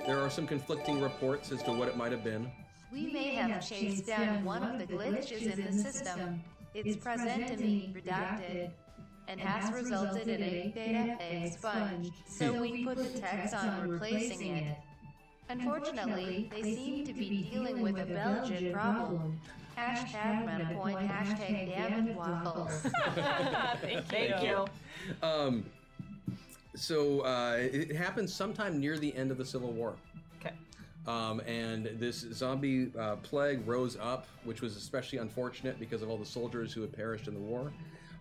[SPEAKER 2] There are some conflicting reports as to what it might have been.
[SPEAKER 5] We may have chased down one of the glitches in the system. It's present to be redacted and has resulted in a data egg sponge, so we put the text on replacing it. Unfortunately, they seem to be dealing with a Belgian problem. Hashtag meta point, hashtag damn it waffles.
[SPEAKER 3] Thank you.
[SPEAKER 2] So uh, it it happened sometime near the end of the Civil War.
[SPEAKER 3] Okay.
[SPEAKER 2] Um, and this zombie uh, plague rose up, which was especially unfortunate because of all the soldiers who had perished in the war.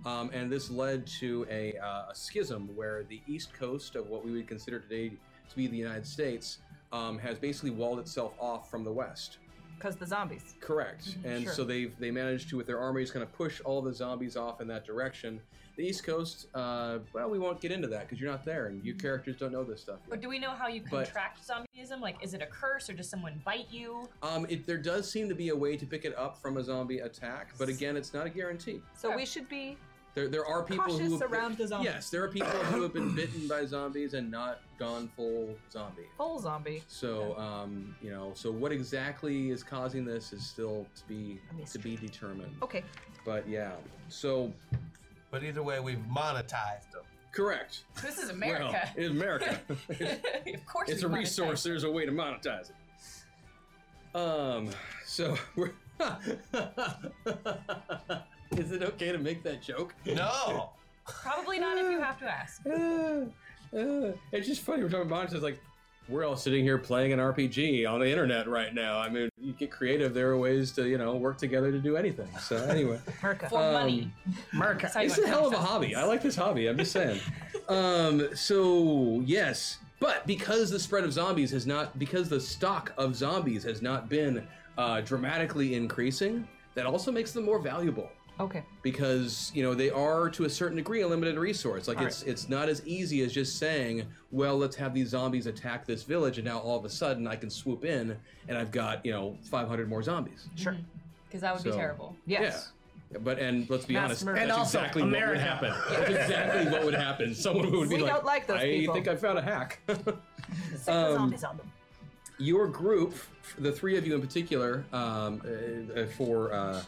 [SPEAKER 2] Um, and this led to a, uh, a schism where the east coast of what we would consider today to be the United States um, has basically walled itself off from the west.
[SPEAKER 3] Because the zombies.
[SPEAKER 2] Correct. And
[SPEAKER 3] Mm-hmm. sure.
[SPEAKER 2] so they've they managed to with their armies kind of push all the zombies off in that direction. The East Coast, uh, well, we won't get into that because you're not there and
[SPEAKER 3] Mm-hmm.
[SPEAKER 2] your characters don't know this stuff. yet.
[SPEAKER 4] But do we know how you
[SPEAKER 2] But-
[SPEAKER 4] contract zombieism? Like, is it a curse or does someone bite you?
[SPEAKER 2] Um, it, there does seem to be a way to pick it up from a zombie attack, but again, it's not a guarantee.
[SPEAKER 3] So we should be.
[SPEAKER 2] There, there are people
[SPEAKER 3] Cautious
[SPEAKER 2] who have,
[SPEAKER 3] around the zombies.
[SPEAKER 2] Yes, there are people who have been bitten by zombies and not gone full zombie.
[SPEAKER 3] Full zombie.
[SPEAKER 2] So, um, you know, so what exactly is causing this is still to be
[SPEAKER 3] A
[SPEAKER 2] to
[SPEAKER 3] mystery. Oh.
[SPEAKER 2] be determined.
[SPEAKER 3] Okay.
[SPEAKER 2] But yeah, so
[SPEAKER 6] But either way, we've monetized them.
[SPEAKER 2] correct.
[SPEAKER 4] This is
[SPEAKER 2] Well,
[SPEAKER 4] America.
[SPEAKER 2] it's America.
[SPEAKER 4] of course,
[SPEAKER 2] it's
[SPEAKER 4] we
[SPEAKER 2] a
[SPEAKER 4] monetize.
[SPEAKER 2] resource. There's a way to monetize it. Um, so we're. Is it okay to make that joke? Uh,
[SPEAKER 6] No!
[SPEAKER 4] Probably not if you have to ask.
[SPEAKER 2] it's just funny. We're talking about monetize. Like, we're all sitting here playing an RPG on the internet right now. I mean, you get creative. There are ways to, you know, work together to do anything. So anyway.
[SPEAKER 3] America.
[SPEAKER 4] For money.
[SPEAKER 7] Merca.
[SPEAKER 2] Um,
[SPEAKER 4] Sorry,
[SPEAKER 2] It's
[SPEAKER 4] you
[SPEAKER 2] a
[SPEAKER 4] want
[SPEAKER 2] hell of a
[SPEAKER 4] to-
[SPEAKER 2] hobby. I like this hobby. I'm just saying. um, so yes, but because the spread of zombies has not, because the stock of zombies has not been uh, dramatically increasing, that also makes them more valuable
[SPEAKER 3] Okay.
[SPEAKER 2] because you know they are to a certain degree a limited resource. Like
[SPEAKER 3] All
[SPEAKER 2] it's it's not as easy as just saying, well, let's have these zombies attack this village, and now all of a sudden I can swoop in and I've got you know 500 more zombies.
[SPEAKER 3] Sure.
[SPEAKER 4] Because that would be
[SPEAKER 2] So-
[SPEAKER 4] terrible.
[SPEAKER 3] Yes.
[SPEAKER 2] Yeah. But and let's be
[SPEAKER 3] Mass
[SPEAKER 2] honest,
[SPEAKER 3] murder.
[SPEAKER 2] that's
[SPEAKER 7] And also,
[SPEAKER 2] exactly
[SPEAKER 7] America.
[SPEAKER 2] what would happen. That's exactly what would happen. Someone would be
[SPEAKER 3] We
[SPEAKER 2] like,
[SPEAKER 3] don't like those
[SPEAKER 2] I
[SPEAKER 3] people."
[SPEAKER 2] think I found a hack.
[SPEAKER 3] Stick
[SPEAKER 2] Um,
[SPEAKER 3] the zombies on them.
[SPEAKER 2] Your group, the three of you in particular, um, uh, uh, for uh,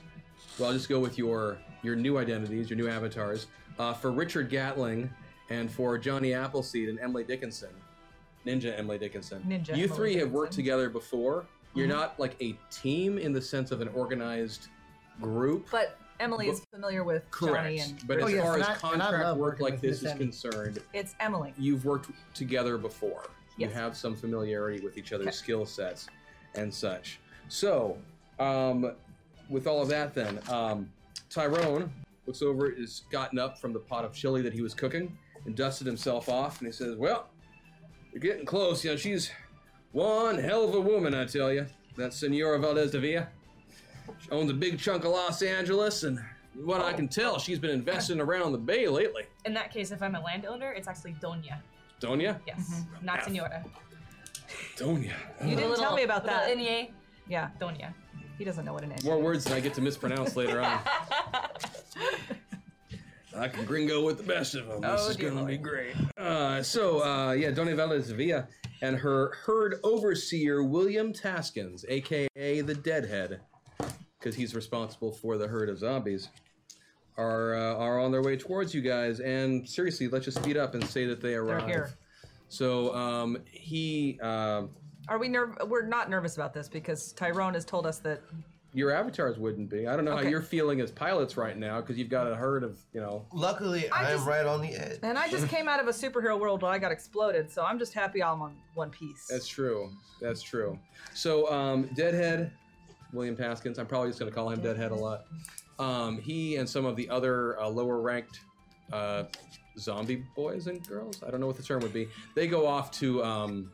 [SPEAKER 2] well, I'll just go with your your new identities, your new avatars. Uh, for Richard Gatling and for Johnny Appleseed and Emily Dickinson, Ninja Emily Dickinson.
[SPEAKER 3] Ninja
[SPEAKER 2] You
[SPEAKER 3] Emily
[SPEAKER 2] three have worked
[SPEAKER 3] Dickinson.
[SPEAKER 2] together
[SPEAKER 3] Mm-hmm.
[SPEAKER 2] before. You're not like a team in the sense of an organized group.
[SPEAKER 3] But Emily is familiar with Johnny
[SPEAKER 2] Correct.
[SPEAKER 3] and
[SPEAKER 2] But
[SPEAKER 7] Oh,
[SPEAKER 2] as
[SPEAKER 7] yes,
[SPEAKER 2] far
[SPEAKER 7] and
[SPEAKER 2] as
[SPEAKER 7] I- and I
[SPEAKER 2] contract
[SPEAKER 7] love
[SPEAKER 2] work
[SPEAKER 7] working
[SPEAKER 2] like
[SPEAKER 7] with
[SPEAKER 2] this is
[SPEAKER 7] Miss Emily.
[SPEAKER 2] concerned,
[SPEAKER 3] it's Emily.
[SPEAKER 2] you've worked together before. You
[SPEAKER 3] Yes.
[SPEAKER 2] have some familiarity with each other's skill sets and such. So, um, with all of that, then um, Tyrone looks over, has gotten up from the pot of chili that he was cooking, and dusted himself off, and he says, "Well, you're getting close. You know, she's one hell of a woman, I tell you. That Senora Valdez de Villa." She owns a big chunk of Los Angeles, and from what I can tell, she's been investing around the bay lately.
[SPEAKER 4] In that case, if I'm a landowner, it's actually Doña.
[SPEAKER 2] Donia?
[SPEAKER 4] Yes, not
[SPEAKER 2] F.
[SPEAKER 4] Senora.
[SPEAKER 2] Donia.
[SPEAKER 3] You Mm-hmm. didn't tell me about that.
[SPEAKER 4] Little E
[SPEAKER 3] Yeah,
[SPEAKER 4] Doña.
[SPEAKER 3] he doesn't know what an
[SPEAKER 2] More
[SPEAKER 3] engine.
[SPEAKER 2] words that I get to mispronounce later on. I can gringo with the best of them. This
[SPEAKER 3] Oh,
[SPEAKER 2] is
[SPEAKER 3] dear
[SPEAKER 2] going to
[SPEAKER 3] Lord.
[SPEAKER 2] be great. Uh, so, uh, yeah, Dona Valdez Villa and her herd overseer, William Taskins, a.k.a. the Deadhead, because he's responsible for the herd of zombies, are uh, are on their way towards you guys. And seriously, let's just speed up and say that they
[SPEAKER 3] They're
[SPEAKER 2] arrive.
[SPEAKER 3] here.
[SPEAKER 2] So um, he, uh,
[SPEAKER 3] Are we nerv? We're not nervous about this because Tyrone has told us that.
[SPEAKER 2] your avatars wouldn't be. I don't know how
[SPEAKER 3] Okay.
[SPEAKER 2] you're feeling as pilots right now because you've got a herd of, you know,
[SPEAKER 6] Luckily, I am
[SPEAKER 3] just-
[SPEAKER 6] right on the edge.
[SPEAKER 3] And I just came out of a superhero world where I got exploded, so I'm just happy I'm on one piece.
[SPEAKER 2] That's true. That's true. So, um, Deadhead, William Taskins, I'm probably just going to call him Deadhead a lot. Um, he and some of the other uh, lower ranked uh, zombie boys and girls, I don't know what the term would be, they go off to um,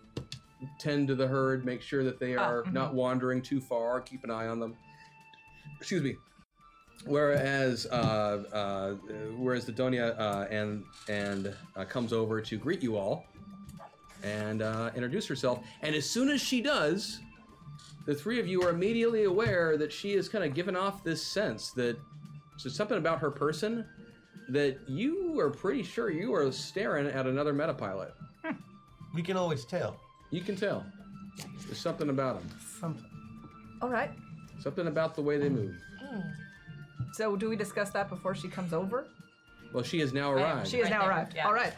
[SPEAKER 2] tend to the herd, make sure that they
[SPEAKER 3] Ah,
[SPEAKER 2] are
[SPEAKER 3] mhm.
[SPEAKER 2] not wandering too far, keep an eye on them. Excuse me. Whereas, uh, uh, whereas the Donia uh, and and uh, comes over to greet you all, and uh, introduce herself. And as soon as she does, the three of you are immediately aware that she is kind of giving off this sense that so something about her person that you are pretty sure you are staring at another metapilot.
[SPEAKER 6] We can always tell.
[SPEAKER 2] You can tell. There's something about them.
[SPEAKER 7] Something.
[SPEAKER 3] All right.
[SPEAKER 2] Something about the way they move.
[SPEAKER 3] So do we discuss that before she comes over?
[SPEAKER 2] Well, she has now arrived.
[SPEAKER 3] She has
[SPEAKER 4] Right
[SPEAKER 3] now
[SPEAKER 4] there,
[SPEAKER 3] arrived.
[SPEAKER 4] yeah.
[SPEAKER 3] All right.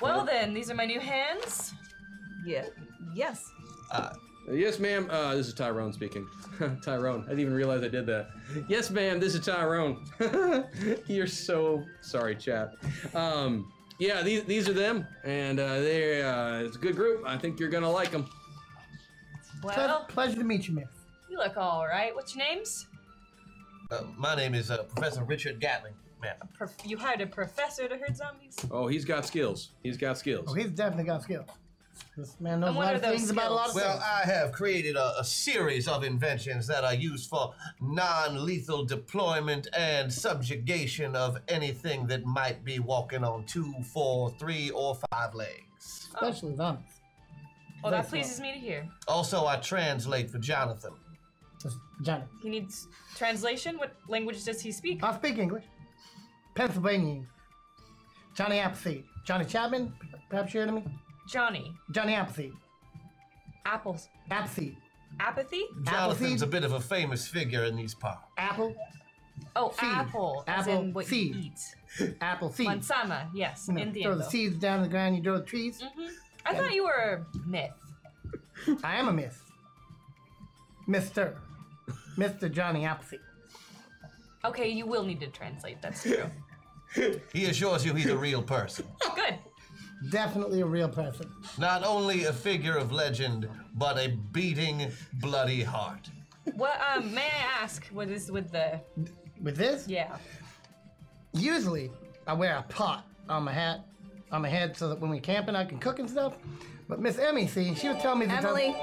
[SPEAKER 4] Well then, these are my new hands.
[SPEAKER 3] Yeah. Yes.
[SPEAKER 2] Yes, ma'am. Uh, this is Tyrone speaking. Tyrone. I didn't even realize I did that. Yes, ma'am. This is Tyrone. You're so sorry, chat. Um, yeah, these, these are them, and uh, they uh, it's a good group. I think you're gonna like them.
[SPEAKER 7] Ple-
[SPEAKER 4] Well,
[SPEAKER 7] pleasure to meet you, Miss.
[SPEAKER 4] you look all right. What's your names?
[SPEAKER 6] Uh, my name is uh, Professor Richard Gatling. Man,
[SPEAKER 4] Prof- you hired a professor to herd zombies.
[SPEAKER 2] Oh, he's got skills. He's got skills.
[SPEAKER 7] Oh, he's definitely got skills. This man knows
[SPEAKER 4] And
[SPEAKER 7] a
[SPEAKER 4] what
[SPEAKER 7] lot
[SPEAKER 4] are
[SPEAKER 7] of
[SPEAKER 4] those
[SPEAKER 7] things about a lot of
[SPEAKER 4] skills?
[SPEAKER 6] Well, I have created a, a series of inventions that are used for non lethal deployment and subjugation of anything that might be walking on two, four, three, or five legs.
[SPEAKER 7] things, especially zombies.
[SPEAKER 4] Oh, that
[SPEAKER 7] Thanks,
[SPEAKER 4] pleases me to hear.
[SPEAKER 6] Also, I translate for Jonathan.
[SPEAKER 7] Just Johnny.
[SPEAKER 4] He needs translation. What language does he speak?
[SPEAKER 7] I speak English. Pennsylvania English. Johnny Appleseed. Johnny Chapman, perhaps you're enemy?
[SPEAKER 4] Johnny.
[SPEAKER 7] Johnny Appleseed.
[SPEAKER 4] Apples.
[SPEAKER 7] Appleseed.
[SPEAKER 4] Apathy?
[SPEAKER 6] Jonathan's
[SPEAKER 7] Appleseed?
[SPEAKER 6] a bit of a famous figure in these parts.
[SPEAKER 7] Apple.
[SPEAKER 4] Oh,
[SPEAKER 7] Seed.
[SPEAKER 4] apple. as
[SPEAKER 7] Apple
[SPEAKER 4] in what
[SPEAKER 7] seed.
[SPEAKER 4] you eat.
[SPEAKER 7] Apple seed.
[SPEAKER 4] Manzana, yes,
[SPEAKER 7] You know, throw
[SPEAKER 4] Indian.
[SPEAKER 7] the
[SPEAKER 4] though. Mm-hmm.
[SPEAKER 7] seeds down the ground, you grow the trees.
[SPEAKER 4] I thought you were a myth.
[SPEAKER 7] I am a miss. Mister. Mr. Johnny Appleseed.
[SPEAKER 4] Okay, you will need to translate. That's true.
[SPEAKER 6] He assures you he's a real person.
[SPEAKER 4] Good.
[SPEAKER 7] Definitely a real person.
[SPEAKER 6] Not only a figure of legend, but a beating, bloody heart.
[SPEAKER 4] What um may I ask what is with the
[SPEAKER 7] With this,
[SPEAKER 4] yeah.
[SPEAKER 7] usually I wear a pot on my hat, on my head, so that when we're camping, I can cook and stuff. But Miss Emmy, see, she was telling me to tell-
[SPEAKER 3] Emily.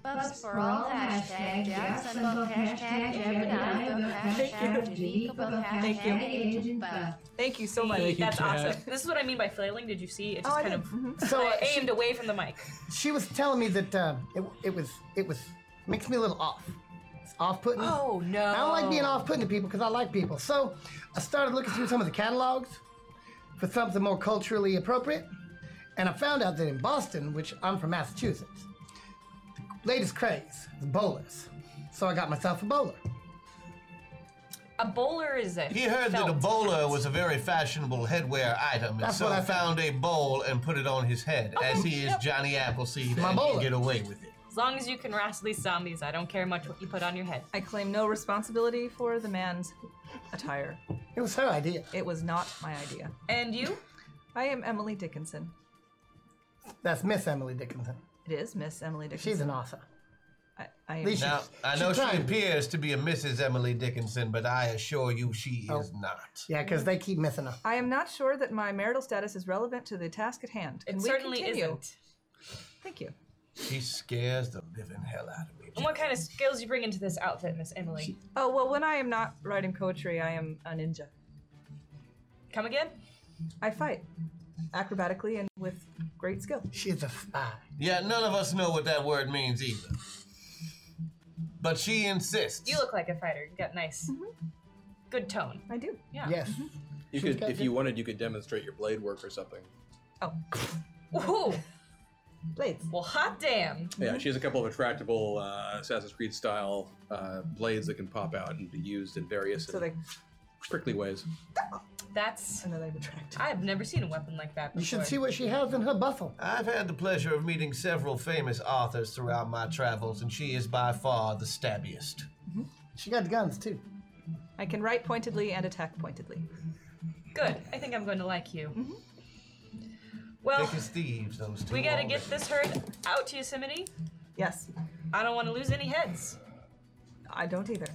[SPEAKER 5] Bubs for all hashtag Jackson Buff hashtag Jebediah Buff hashtag Janika Buff
[SPEAKER 3] Thank you.
[SPEAKER 5] hashtag Agent Buff.
[SPEAKER 3] Thank you so much.
[SPEAKER 2] Thank you,
[SPEAKER 4] That's
[SPEAKER 2] Chad.
[SPEAKER 4] awesome. This is what I mean by flailing. Did you see? It
[SPEAKER 3] Oh,
[SPEAKER 4] just
[SPEAKER 3] I
[SPEAKER 4] kind
[SPEAKER 3] did.
[SPEAKER 4] of mm-hmm.
[SPEAKER 7] So
[SPEAKER 4] I
[SPEAKER 7] uh, she,
[SPEAKER 4] aimed away from the mic.
[SPEAKER 7] she was telling me that uh, it, it was it was makes me a little off. It's off-putting.
[SPEAKER 4] Oh no.
[SPEAKER 7] I don't like being off-putting to people because I like people. So I started looking through some of the catalogs for something more culturally appropriate, and I found out that in Boston, which I'm from Massachusetts, the latest craze is bowlers. So I got myself a bowler.
[SPEAKER 4] A bowler is it?
[SPEAKER 6] He heard that a bowler was a very fashionable headwear item, and
[SPEAKER 7] That's
[SPEAKER 6] so
[SPEAKER 7] what I
[SPEAKER 6] found a bowl and put it on his head, as he
[SPEAKER 4] Oh,
[SPEAKER 6] is
[SPEAKER 4] yep.
[SPEAKER 6] Johnny Appleseed
[SPEAKER 7] My
[SPEAKER 6] and
[SPEAKER 7] bowler.
[SPEAKER 6] can get away with it.
[SPEAKER 4] As long as you can wrestle these zombies, I don't care much what you put on your head.
[SPEAKER 3] I claim no responsibility for the man's attire.
[SPEAKER 7] It was her idea.
[SPEAKER 3] It was not my idea.
[SPEAKER 4] And you?
[SPEAKER 3] I am Emily Dickinson.
[SPEAKER 7] That's Miss Emily Dickinson.
[SPEAKER 3] It is Miss Emily Dickinson.
[SPEAKER 7] She's an author.
[SPEAKER 3] I, I am.
[SPEAKER 7] Leash-
[SPEAKER 6] Now, I know she,
[SPEAKER 7] tried.
[SPEAKER 6] appears to be a Mrs. Emily Dickinson, but I assure you she
[SPEAKER 7] Oh.
[SPEAKER 6] is not.
[SPEAKER 7] Yeah, because they keep missing her.
[SPEAKER 3] I am not sure that my marital status is relevant to the task at hand. Can
[SPEAKER 4] It
[SPEAKER 3] we
[SPEAKER 4] certainly
[SPEAKER 3] continue?
[SPEAKER 4] isn't.
[SPEAKER 3] Thank you.
[SPEAKER 6] She scares the living hell out of me.
[SPEAKER 4] And what kind of skills you bring into this outfit, Miss Emily?
[SPEAKER 3] Oh well, when I am not writing poetry, I am a ninja.
[SPEAKER 4] Come again?
[SPEAKER 3] I fight acrobatically and with great skill.
[SPEAKER 7] She's a spy.
[SPEAKER 6] Yeah, none of us know what that word means either. But she insists.
[SPEAKER 4] You look like a fighter. You got nice,
[SPEAKER 3] Mm-hmm.
[SPEAKER 4] good tone.
[SPEAKER 3] I do.
[SPEAKER 4] Yeah.
[SPEAKER 7] Yes.
[SPEAKER 2] You
[SPEAKER 7] She's
[SPEAKER 2] could,
[SPEAKER 7] got
[SPEAKER 2] if you wanted, you could demonstrate your blade work or something.
[SPEAKER 3] Oh,
[SPEAKER 4] Ooh.
[SPEAKER 3] blades.
[SPEAKER 4] Well, hot damn.
[SPEAKER 2] Yeah, she has a couple of retractable uh, Assassin's Creed style uh, blades that can pop out and be used in various
[SPEAKER 3] So they
[SPEAKER 2] prickly ways.
[SPEAKER 4] That's.
[SPEAKER 3] and then they retract.
[SPEAKER 4] I have never seen a weapon like that before.
[SPEAKER 7] You should see what she has in her buffle.
[SPEAKER 6] I've had the pleasure of meeting several famous authors throughout my travels, and she is by far the stabbiest.
[SPEAKER 7] She got guns too.
[SPEAKER 3] I can write pointedly and attack pointedly.
[SPEAKER 4] Good. I think I'm going to like you. Well,
[SPEAKER 3] Mm-hmm.
[SPEAKER 6] Thick as thieves, those two.
[SPEAKER 4] we gotta
[SPEAKER 6] already.
[SPEAKER 4] get this herd out to Yosemite.
[SPEAKER 3] Yes,
[SPEAKER 4] I don't want to lose any heads.
[SPEAKER 3] I don't either.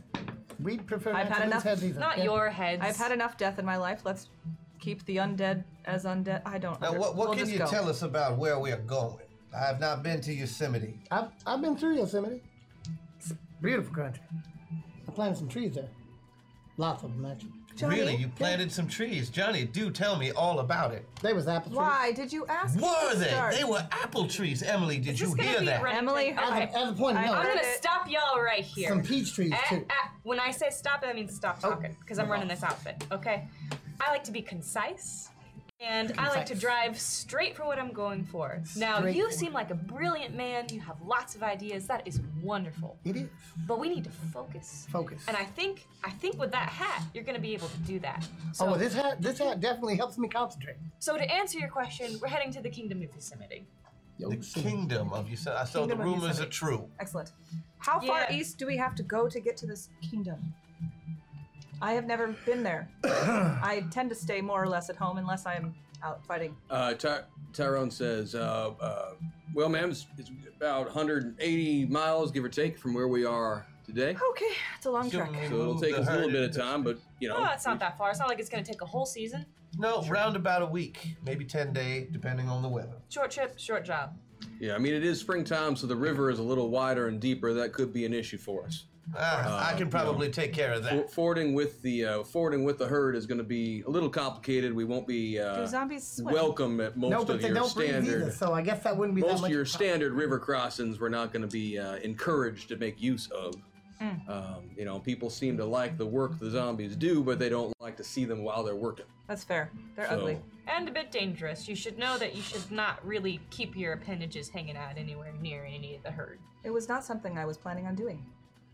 [SPEAKER 7] We'd prefer
[SPEAKER 3] I've had
[SPEAKER 7] not to
[SPEAKER 3] enough.
[SPEAKER 7] lose heads either.
[SPEAKER 4] Not
[SPEAKER 7] Yeah.
[SPEAKER 4] your heads.
[SPEAKER 3] I've had enough death in my life. Let's keep the undead as undead. I don't.
[SPEAKER 6] Now,
[SPEAKER 3] under-
[SPEAKER 6] what, what
[SPEAKER 3] we'll
[SPEAKER 6] can
[SPEAKER 3] just
[SPEAKER 6] you
[SPEAKER 3] go.
[SPEAKER 6] tell us about where we are going? I have not been to Yosemite.
[SPEAKER 7] I've, I've been through Yosemite. It's beautiful country. I planted some trees there. Lots of them, actually.
[SPEAKER 3] Johnny?
[SPEAKER 6] really, you planted some trees. Johnny, do tell me all about it.
[SPEAKER 7] They was apple trees.
[SPEAKER 3] Why did you ask? me
[SPEAKER 6] Were
[SPEAKER 3] to
[SPEAKER 6] they?
[SPEAKER 3] start?
[SPEAKER 6] They were apple trees. Emily, did you
[SPEAKER 4] this gonna
[SPEAKER 6] hear
[SPEAKER 4] be
[SPEAKER 6] that?
[SPEAKER 4] run-
[SPEAKER 3] Emily,
[SPEAKER 4] Okay.
[SPEAKER 7] As, a, as a point of
[SPEAKER 3] I-
[SPEAKER 7] note,
[SPEAKER 4] I'm gonna
[SPEAKER 3] Heard it.
[SPEAKER 4] stop y'all right here.
[SPEAKER 7] some peach trees
[SPEAKER 4] Ah,
[SPEAKER 7] too.
[SPEAKER 4] ah, when I say stop, that means stop
[SPEAKER 7] Oh.
[SPEAKER 4] talking because I'm running this outfit. Okay. I like to be concise. And I like to
[SPEAKER 7] Concise.
[SPEAKER 4] drive straight for what I'm going for. Now,
[SPEAKER 7] Straight
[SPEAKER 4] you
[SPEAKER 7] for
[SPEAKER 4] seem like a brilliant man. You have lots of ideas. That is wonderful.
[SPEAKER 7] It is.
[SPEAKER 4] But we need to focus.
[SPEAKER 7] Focus.
[SPEAKER 4] And I think, I think with that hat, you're going to be able to do that. So,
[SPEAKER 7] Oh, well, this hat, this hat definitely helps me concentrate.
[SPEAKER 4] so to answer your question, we're heading to the Kingdom of Yosemite.
[SPEAKER 6] The kingdom of Yosemite. I saw the
[SPEAKER 3] Kingdom of
[SPEAKER 6] rumors are
[SPEAKER 3] Yosemite.
[SPEAKER 6] true.
[SPEAKER 3] Excellent. How far
[SPEAKER 4] Yeah.
[SPEAKER 3] east do we have to go to get to this kingdom? I have never been there. I tend to stay more or less at home unless I'm out fighting.
[SPEAKER 2] Uh, Ty- Tyrone says, uh, uh, "Well, ma'am, it's, it's about 180 miles, give or take, from where we are today.
[SPEAKER 3] Okay, it's a long
[SPEAKER 6] Should
[SPEAKER 3] trek.
[SPEAKER 6] we
[SPEAKER 2] So it'll
[SPEAKER 6] move
[SPEAKER 2] take
[SPEAKER 6] the
[SPEAKER 2] us a little
[SPEAKER 6] herd
[SPEAKER 2] bit
[SPEAKER 6] in
[SPEAKER 2] of time, but you know,
[SPEAKER 4] Oh, it's not that far. It's not like it's going to take a whole season.
[SPEAKER 6] No, round about a week, maybe 10 day, depending on the weather.
[SPEAKER 4] Short trip, short job.
[SPEAKER 2] yeah. I mean, it is springtime, so the river is a little wider and deeper. That could be an issue for us.
[SPEAKER 6] Ah, I
[SPEAKER 2] Uh,
[SPEAKER 6] can probably take care of
[SPEAKER 2] For-
[SPEAKER 6] that.
[SPEAKER 2] Fording with the uh, fording with the herd is going to be a little complicated. We won't be
[SPEAKER 3] Do
[SPEAKER 2] uh,
[SPEAKER 3] zombies swim?
[SPEAKER 2] welcome at most
[SPEAKER 7] no, but
[SPEAKER 2] of
[SPEAKER 7] they
[SPEAKER 2] your
[SPEAKER 7] don't breathe either,
[SPEAKER 2] standard."
[SPEAKER 7] so I guess that wouldn't be that
[SPEAKER 2] Most
[SPEAKER 7] much.
[SPEAKER 2] of your
[SPEAKER 7] of a problem.
[SPEAKER 3] mm-hmm.
[SPEAKER 2] standard river crossings we're not going to be uh, encouraged to make use of.
[SPEAKER 3] Mm.
[SPEAKER 2] Um, you know, people seem to like the work the zombies do, but they don't like to see them while they're working.
[SPEAKER 3] That's fair. They're
[SPEAKER 2] So-
[SPEAKER 3] ugly.
[SPEAKER 4] And a bit dangerous. You should know that you should not really keep your appendages hanging out anywhere near any of the herd.
[SPEAKER 3] It was not something I was planning on doing.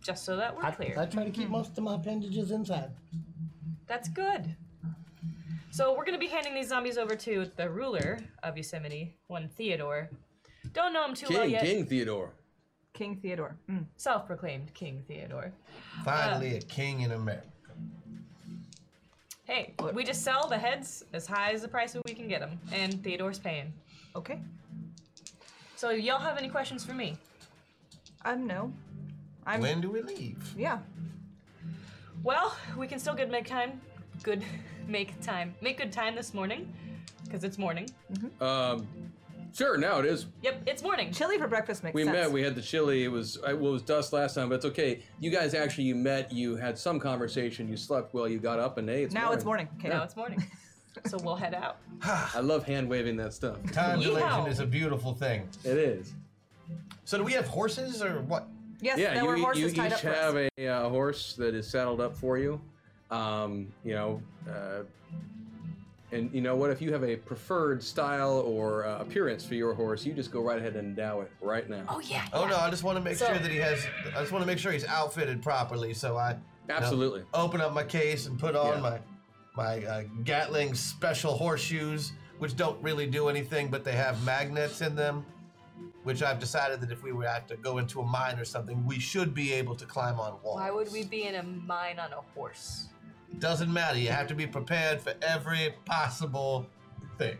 [SPEAKER 4] Just so that we're clear.
[SPEAKER 7] I, I try to keep most of my appendages inside.
[SPEAKER 4] That's good. So we're gonna be handing these zombies over to the ruler of Yosemite, one Theodore. Don't know him too well
[SPEAKER 2] King,
[SPEAKER 4] yet.
[SPEAKER 2] King Theodore.
[SPEAKER 3] King Theodore. Mm.
[SPEAKER 4] Self-proclaimed King Theodore.
[SPEAKER 6] Finally, a king in America.
[SPEAKER 4] Hey, we just sell the heads as high as the price that we can get them, and Theodore's paying.
[SPEAKER 3] Okay.
[SPEAKER 4] So y'all have any questions for me?
[SPEAKER 3] Um, no. I'm.
[SPEAKER 6] When do we leave?
[SPEAKER 3] Yeah.
[SPEAKER 4] Well, we can still good make time. Good make time. Make good time this morning, because it's morning.
[SPEAKER 2] Um, sure, now it is.
[SPEAKER 4] Yep, it's morning.
[SPEAKER 3] Chili for breakfast makes
[SPEAKER 2] We
[SPEAKER 3] sense.
[SPEAKER 2] met. We had the chili. It was I, well, it was dust last time, but it's okay. You guys actually you met. You had some conversation. You slept well. You got up, and hey, it's
[SPEAKER 3] now
[SPEAKER 2] morning.
[SPEAKER 3] it's morning. Okay.
[SPEAKER 4] Now it's morning. so we'll head out.
[SPEAKER 2] I love hand waving that stuff.
[SPEAKER 6] Time dilation
[SPEAKER 4] Yeehaw.
[SPEAKER 6] is a beautiful thing.
[SPEAKER 2] It is.
[SPEAKER 6] So, do we have horses or what?
[SPEAKER 3] Yes,
[SPEAKER 2] yeah,
[SPEAKER 3] there were
[SPEAKER 2] you, you
[SPEAKER 3] horses
[SPEAKER 2] each
[SPEAKER 3] tied up for us.
[SPEAKER 2] have a uh, horse that is saddled up for you. Um, you know, uh, and you know what? If you have a preferred style or uh, appearance for your horse, you just go right ahead and endow it right now.
[SPEAKER 4] Oh yeah.
[SPEAKER 6] Oh
[SPEAKER 4] yeah.
[SPEAKER 6] no, I just want to make
[SPEAKER 4] So-
[SPEAKER 6] sure that he has. I just want to make sure he's outfitted properly. So I you know,
[SPEAKER 2] Absolutely.
[SPEAKER 6] open up my case and put on
[SPEAKER 2] Yeah.
[SPEAKER 6] my my uh, Gatling special horseshoes, which don't really do anything, but they have magnets in them. Which I've decided that if we were to have to go into a mine or something, we should be able to climb on walls.
[SPEAKER 4] Why would we be in a mine on a horse?
[SPEAKER 6] It doesn't matter. You have to be prepared for every possible thing.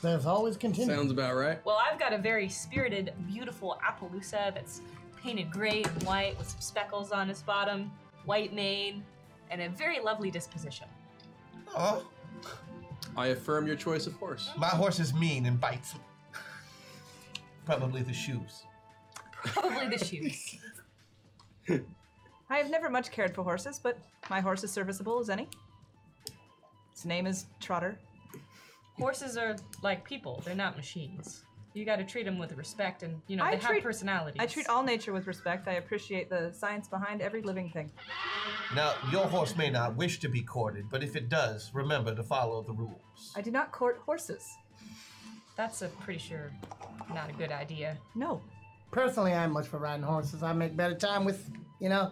[SPEAKER 7] There's always continued.
[SPEAKER 2] Sounds about right.
[SPEAKER 4] Well, I've got a very spirited, beautiful Appaloosa that's painted gray and white with some speckles on its bottom, white mane, and a very lovely disposition.
[SPEAKER 6] Oh,
[SPEAKER 2] I affirm your choice of horse.
[SPEAKER 6] my horse is mean and bites. Probably the shoes.
[SPEAKER 4] Probably the shoes.
[SPEAKER 3] I have never much cared for horses, but my horse is serviceable as any. His name is Trotter.
[SPEAKER 4] Horses are like people; they're not machines. You got to treat them with respect, and you know
[SPEAKER 3] I
[SPEAKER 4] they
[SPEAKER 3] treat-
[SPEAKER 4] have personalities.
[SPEAKER 3] I treat all nature with respect. I appreciate the science behind every living thing.
[SPEAKER 6] Now, your horse may not wish to be courted, but if it does, remember to follow the rules.
[SPEAKER 3] I do not court horses.
[SPEAKER 4] That's a pretty sure not a good idea.
[SPEAKER 3] No.
[SPEAKER 7] Personally, I ain't much for riding horses. I make better time with, you know,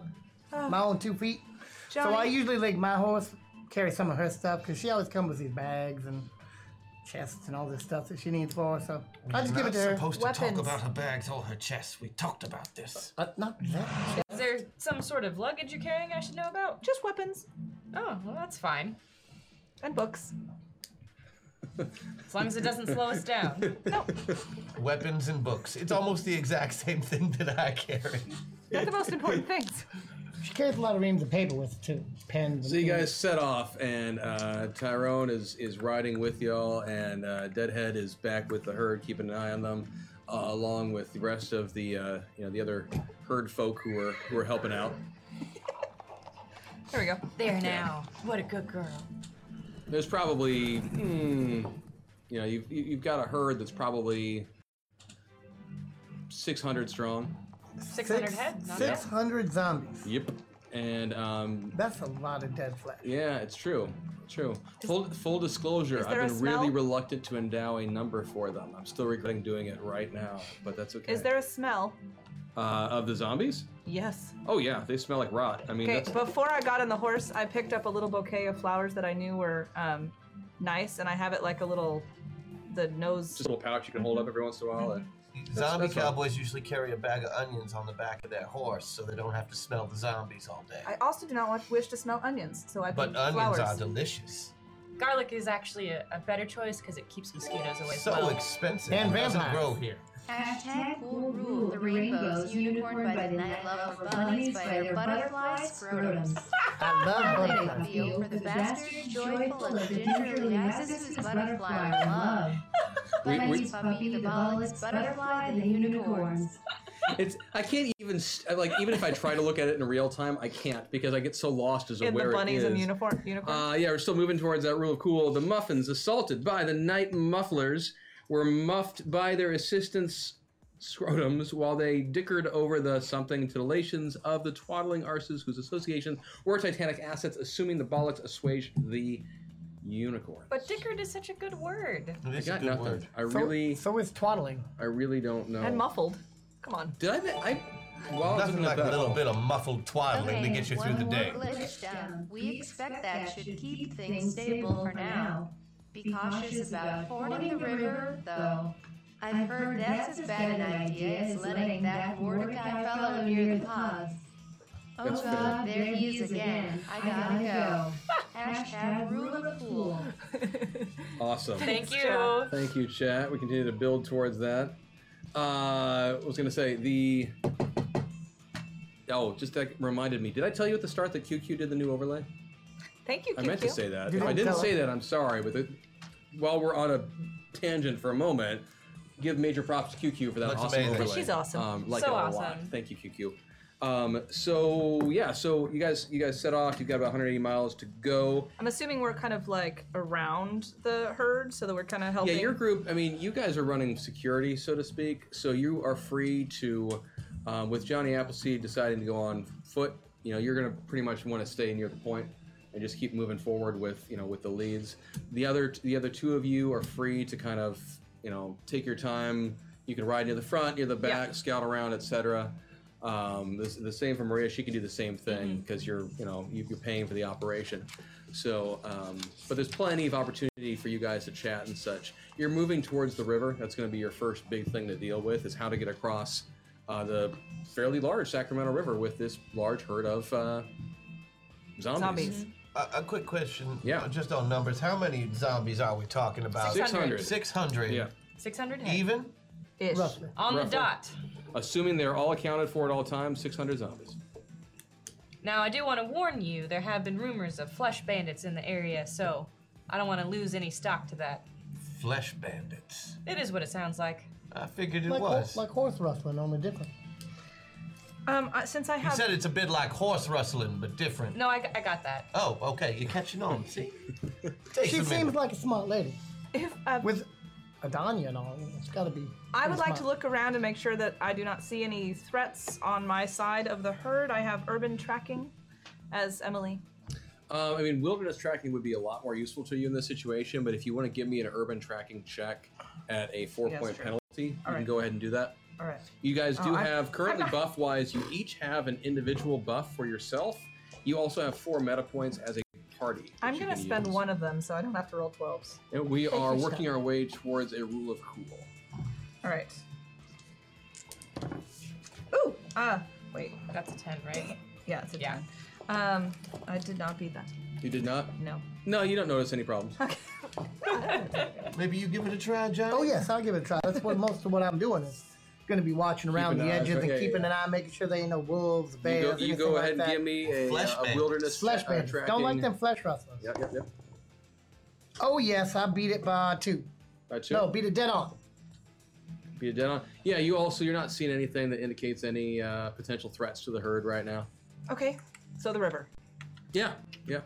[SPEAKER 7] my own two feet. So I
[SPEAKER 3] Johnny.
[SPEAKER 7] usually let my horse carry some of her stuff because she always comes with these bags and chests and all this stuff that she needs for her. So I just give it to her.
[SPEAKER 6] supposed to
[SPEAKER 3] Weapons.
[SPEAKER 6] talk about her bags or her chest. We talked about this.
[SPEAKER 7] Uh, not that.
[SPEAKER 4] Is there some sort of luggage you're carrying I should know about?
[SPEAKER 3] Just weapons
[SPEAKER 4] Oh, well, that's fine.
[SPEAKER 3] and books.
[SPEAKER 4] As long as it doesn't slow us down.
[SPEAKER 6] Weapons and books. It's almost the exact same thing that I carry.
[SPEAKER 3] They're the most important things.
[SPEAKER 7] She carries a lot of reams of paper with her too, pens.
[SPEAKER 2] So you guys set off, and uh, Tyrone is is riding with y'all, and uh, Deadhead is back with the herd, keeping an eye on them, uh, along with the rest of the uh, you know the other herd folk who are who are helping out.
[SPEAKER 3] There we go.
[SPEAKER 4] there now. What a good girl.
[SPEAKER 2] There's probably hmm, you know you've you- you've got a herd that's probably 600 strong.
[SPEAKER 4] 600 head? Not
[SPEAKER 7] Six
[SPEAKER 4] bad.
[SPEAKER 7] hundred zombies.
[SPEAKER 2] Yep. And um,
[SPEAKER 7] That's a lot of dead flesh.
[SPEAKER 2] Yeah, it's true. True. Full, full disclosure, I've
[SPEAKER 3] there a
[SPEAKER 2] been really
[SPEAKER 3] smell?
[SPEAKER 2] reluctant to endow a number for them. I'm still regretting doing it right now, but that's okay.
[SPEAKER 3] Is there a smell?
[SPEAKER 2] uh, of the zombies?
[SPEAKER 3] Yes.
[SPEAKER 2] Oh yeah, they smell like rot. I mean,
[SPEAKER 3] Okay,
[SPEAKER 2] that's,
[SPEAKER 3] before I got on the horse, I picked up a little bouquet of flowers that I knew were um, nice, and I have it like a little, the nose.
[SPEAKER 2] just a little pouch you can hold up every once in a while. And,
[SPEAKER 6] Zombie
[SPEAKER 2] that's fine.
[SPEAKER 6] cowboys usually carry a bag of onions on the back of their horse so they don't have to smell the zombies all day.
[SPEAKER 3] I also do not want, wish to smell onions, so I
[SPEAKER 6] but
[SPEAKER 3] picked
[SPEAKER 6] onions
[SPEAKER 3] flowers.
[SPEAKER 6] are delicious.
[SPEAKER 4] Garlic is actually a, a better choice because it keeps mosquitoes away. as
[SPEAKER 6] So
[SPEAKER 4] well.
[SPEAKER 6] expensive.
[SPEAKER 7] And
[SPEAKER 6] It doesn't
[SPEAKER 7] vampires.
[SPEAKER 6] grow here.
[SPEAKER 5] Hashtag cool rule. The rainbows, unicorn by the night, love for bunnies, by their butterflies, scrotums.
[SPEAKER 7] I love
[SPEAKER 5] Holiday
[SPEAKER 7] butterflies.
[SPEAKER 5] feel for the bastard, joyful of the gingerly asses whose butterfly I love.
[SPEAKER 2] We- we-
[SPEAKER 5] Bunnies, puppy, the ballast, butterfly, the unicorns.
[SPEAKER 2] it's I can't even st- like even if I try to look at it in real time, I can't because I get so lost as to
[SPEAKER 3] in the
[SPEAKER 2] where it
[SPEAKER 3] bunnies
[SPEAKER 2] is.
[SPEAKER 3] and uniform unicorns.
[SPEAKER 2] Uh, yeah, we're still moving towards that rule of cool. The muffins assaulted by the night mufflers were muffed by their assistants' scrotums while they dickered over the something to the lations of the twaddling arses whose associations were titanic assets, assuming the bollocks assuaged the unicorn.
[SPEAKER 4] But dickered is such a good word.
[SPEAKER 6] It
[SPEAKER 2] I
[SPEAKER 6] is a
[SPEAKER 2] got
[SPEAKER 6] good
[SPEAKER 2] nothing.
[SPEAKER 6] word.
[SPEAKER 2] I
[SPEAKER 7] So-
[SPEAKER 2] really,
[SPEAKER 7] So, is twaddling.
[SPEAKER 2] I really don't know.
[SPEAKER 3] and muffled. Come on.
[SPEAKER 2] Did I? ma- I while I was
[SPEAKER 6] Nothing
[SPEAKER 2] looking at
[SPEAKER 6] like a
[SPEAKER 2] that-
[SPEAKER 6] little bit of muffled twaddling
[SPEAKER 5] Okay,
[SPEAKER 6] to get you through
[SPEAKER 5] one
[SPEAKER 6] the
[SPEAKER 5] more
[SPEAKER 6] day.
[SPEAKER 5] glitch down. We expect that should keep things stable for now. Be cautious about fording the river, though. I've heard that's as bad an idea as letting that Mordecai fellow near the pods. Oh
[SPEAKER 2] That's fair.
[SPEAKER 5] god, there he is again. I gotta go. Hashtag rule of cool.
[SPEAKER 2] Awesome.
[SPEAKER 4] Thank you.
[SPEAKER 3] Jack.
[SPEAKER 2] Thank you, chat. We continue to build towards that. Uh, I was going to say the. Oh, just that reminded me. Did I tell you at the start that QQ did the new overlay?
[SPEAKER 3] Thank you, QQ.
[SPEAKER 2] I meant to say that.
[SPEAKER 7] You
[SPEAKER 2] If I
[SPEAKER 7] didn't
[SPEAKER 2] didn't
[SPEAKER 7] tell
[SPEAKER 2] say
[SPEAKER 7] us.
[SPEAKER 2] that, I'm sorry. But the, while we're on a tangent for a moment, give major props to QQ for that
[SPEAKER 6] Looks
[SPEAKER 2] awesome
[SPEAKER 6] amazing.
[SPEAKER 2] overlay.
[SPEAKER 3] She's awesome.
[SPEAKER 2] Um, like
[SPEAKER 4] So
[SPEAKER 2] it a lot.
[SPEAKER 4] awesome.
[SPEAKER 2] Thank you, QQ. Um, so yeah, so you guys, you guys set off. You've got about 180 miles to go.
[SPEAKER 3] I'm assuming we're kind of like around the herd, so that we're kind of helping.
[SPEAKER 2] Yeah, your group. I mean, you guys are running security, so to speak. So you are free to, um, with Johnny Appleseed deciding to go on foot. You know, you're going to pretty much want to stay near the point and just keep moving forward with you know with the leads. The other the other two of you are free to kind of you know take your time. You can ride near the front, near the back, scout around, etc. Um, this, the same for Maria. She can do the same thing because you're, you know, you, you're paying for the operation. So, um, but there's plenty of opportunity for you guys to chat and such. You're moving towards the river. That's going to be your first big thing to deal with is how to get across uh, the fairly large Sacramento River with this large herd of uh, zombies.
[SPEAKER 3] zombies.
[SPEAKER 6] A, a quick question. uh,
[SPEAKER 2] Yeah.
[SPEAKER 6] Just on numbers. How many zombies are we talking about?
[SPEAKER 2] 600.
[SPEAKER 6] 600.
[SPEAKER 2] Yeah.
[SPEAKER 4] 600 head.
[SPEAKER 6] Even?
[SPEAKER 3] Ish.
[SPEAKER 7] Roughly.
[SPEAKER 4] On
[SPEAKER 2] Roughly.
[SPEAKER 4] the dot.
[SPEAKER 2] Assuming they're all accounted for at all times, 600 zombies.
[SPEAKER 4] Now, I do want to warn you there have been rumors of flesh bandits in the area, so I don't want to lose any stock to that.
[SPEAKER 6] Flesh bandits.
[SPEAKER 4] It is what it sounds like.
[SPEAKER 6] I figured it
[SPEAKER 7] Like, hor-
[SPEAKER 6] was.
[SPEAKER 7] like horse rustling, only different.
[SPEAKER 3] Um, uh, since I
[SPEAKER 6] you
[SPEAKER 3] have
[SPEAKER 6] said it's a bit like horse rustling, but different.
[SPEAKER 4] No, I, I got that.
[SPEAKER 6] Oh, okay. You're catching on. See? Takes
[SPEAKER 7] She
[SPEAKER 6] a
[SPEAKER 7] seems
[SPEAKER 6] minute.
[SPEAKER 7] like a smart lady.
[SPEAKER 3] if uh,
[SPEAKER 7] With Adania and all, it's gotta be.
[SPEAKER 3] I would
[SPEAKER 7] pretty
[SPEAKER 3] like to
[SPEAKER 7] smart.
[SPEAKER 3] look around and make sure that I do not see any threats on my side of the herd. I have urban tracking as Emily.
[SPEAKER 2] Um, I mean, wilderness tracking would be a lot more useful to you in this situation, but if you want to give me an urban tracking check at a four
[SPEAKER 3] Yeah, that's
[SPEAKER 2] point
[SPEAKER 3] true.
[SPEAKER 2] penalty, you can
[SPEAKER 3] right.
[SPEAKER 2] go ahead and do that.
[SPEAKER 3] All right.
[SPEAKER 2] You guys do
[SPEAKER 3] Oh, I-
[SPEAKER 2] have, currently
[SPEAKER 3] I'm not-
[SPEAKER 2] buff wise, you each have an individual buff for yourself. You also have four meta points as a party. that
[SPEAKER 3] I'm
[SPEAKER 2] you
[SPEAKER 3] going to
[SPEAKER 2] can
[SPEAKER 3] spend
[SPEAKER 2] use.
[SPEAKER 3] one of them so I don't have to roll 12s.
[SPEAKER 2] And we are
[SPEAKER 7] you,
[SPEAKER 2] working our way towards a rule of cool.
[SPEAKER 3] All right. Ooh, ah, wait.
[SPEAKER 4] That's a 10, right?
[SPEAKER 3] Yeah, it's a
[SPEAKER 4] Yeah.
[SPEAKER 3] 10. Um, I did not beat that.
[SPEAKER 2] You did not?
[SPEAKER 3] No.
[SPEAKER 2] No, you don't notice any problems.
[SPEAKER 6] Maybe you give it a try, John.
[SPEAKER 7] Oh, yes, I'll give it a try. That's what most of what I'm doing is gonna be watching around
[SPEAKER 2] an
[SPEAKER 7] the
[SPEAKER 2] eye,
[SPEAKER 7] edges
[SPEAKER 2] right?
[SPEAKER 7] and
[SPEAKER 2] Yeah,
[SPEAKER 7] keeping
[SPEAKER 2] yeah.
[SPEAKER 7] an eye, making sure there ain't no wolves,
[SPEAKER 2] You
[SPEAKER 7] bears,
[SPEAKER 2] go, you
[SPEAKER 7] anything
[SPEAKER 2] go
[SPEAKER 7] like
[SPEAKER 2] ahead
[SPEAKER 7] that.
[SPEAKER 2] and give me a,
[SPEAKER 6] Flesh
[SPEAKER 2] uh, a
[SPEAKER 6] bangs.
[SPEAKER 2] wilderness
[SPEAKER 7] Flesh
[SPEAKER 2] uh,
[SPEAKER 7] bears. Don't like
[SPEAKER 2] tracking-
[SPEAKER 7] them flesh rustlers.
[SPEAKER 2] Yep, yep, yep.
[SPEAKER 7] Oh, yes, I beat it by two.
[SPEAKER 2] By two.
[SPEAKER 7] No, beat it dead on.
[SPEAKER 2] Be dead on. Yeah, you also you're not seeing anything that indicates any uh, potential threats to the herd right now.
[SPEAKER 3] Okay, so the river.
[SPEAKER 2] Yeah, yeah.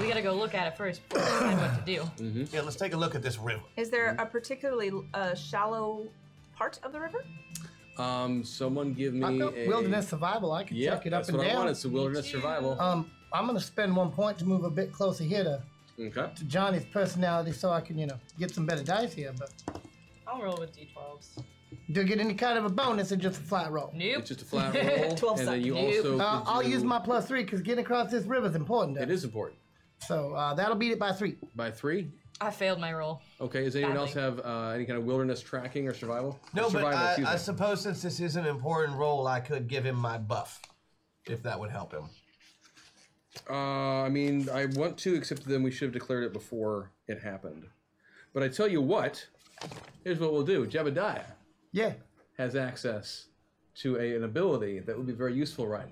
[SPEAKER 4] We gotta go look at it first before we decide what to do.
[SPEAKER 6] Yeah, let's take a look at this river.
[SPEAKER 3] Is there
[SPEAKER 2] Mm-hmm.
[SPEAKER 3] a particularly uh, shallow part of the river?
[SPEAKER 2] Um, someone give me
[SPEAKER 7] I've got
[SPEAKER 2] a
[SPEAKER 7] wilderness survival. I can
[SPEAKER 2] Yeah,
[SPEAKER 7] check it up
[SPEAKER 2] that's
[SPEAKER 7] and
[SPEAKER 2] what I
[SPEAKER 7] down.
[SPEAKER 2] wanted. So wilderness survival.
[SPEAKER 7] Um, I'm gonna spend one point to move a bit closer here to,
[SPEAKER 2] okay.
[SPEAKER 7] to Johnny's personality, so I can you know get some better dice here. But
[SPEAKER 4] I'll roll with d12s.
[SPEAKER 7] do I get any kind of a bonus or just a flat roll?
[SPEAKER 4] Nope.
[SPEAKER 2] It's just a flat roll,
[SPEAKER 3] 12
[SPEAKER 2] and then you
[SPEAKER 4] suck.
[SPEAKER 2] also.
[SPEAKER 7] Uh,
[SPEAKER 2] could
[SPEAKER 7] I'll
[SPEAKER 2] do-
[SPEAKER 7] use my plus three because getting across this river is important. to
[SPEAKER 2] It
[SPEAKER 7] us.
[SPEAKER 2] is important
[SPEAKER 7] So uh, that'll beat it by three.
[SPEAKER 2] by three.
[SPEAKER 4] I failed my roll.
[SPEAKER 2] Okay. Does anyone
[SPEAKER 4] Badly.
[SPEAKER 2] else have uh, any kind of wilderness tracking or survival?
[SPEAKER 6] No,
[SPEAKER 2] Or
[SPEAKER 6] but
[SPEAKER 2] survival,
[SPEAKER 6] I,
[SPEAKER 2] excuse
[SPEAKER 6] I
[SPEAKER 2] me.
[SPEAKER 6] suppose since this is an important role, I could give him my buff, if that would help him.
[SPEAKER 2] Uh, I mean, I want to, except then we should have declared it before it happened. But I tell you what, here's what we'll do. Jebediah
[SPEAKER 7] Yeah.
[SPEAKER 2] has access to a, an ability that would be very useful right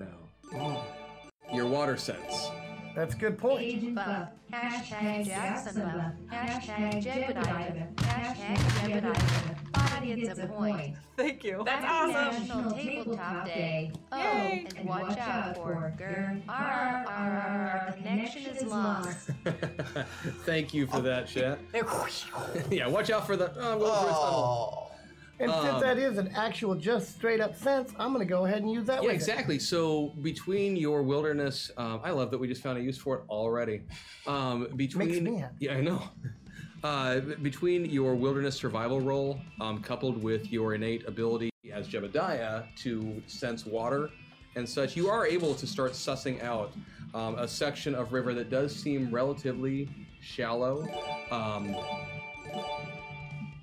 [SPEAKER 2] now. Your water sense.
[SPEAKER 7] That's a good point.
[SPEAKER 5] Agent Buff. Hashtag Jackson Buff. Hashtag Jebediah. Hashtag Jebediah. Body gets a point.
[SPEAKER 3] Thank you.
[SPEAKER 4] That's awesome.
[SPEAKER 5] National Tabletop Day. Oh,
[SPEAKER 3] Yay.
[SPEAKER 5] and watch out for Gur. Our connection is lost.
[SPEAKER 2] Thank you for that, chat. yeah, watch out for the. Oh, I'm going through a tunnel.
[SPEAKER 6] Oh,
[SPEAKER 7] And
[SPEAKER 2] Um,
[SPEAKER 7] since that is an actual, just straight up sense, I'm gonna go ahead and use that.
[SPEAKER 2] Yeah,
[SPEAKER 7] with it.
[SPEAKER 2] exactly. So between your wilderness, um, I love that we just found a use for it already. Um, between
[SPEAKER 7] me happy.
[SPEAKER 2] yeah, I know. Uh, b- between your wilderness survival role, um, coupled with your innate ability as Jebediah to sense water and such, you are able to start sussing out um, a section of river that does seem relatively shallow. Um,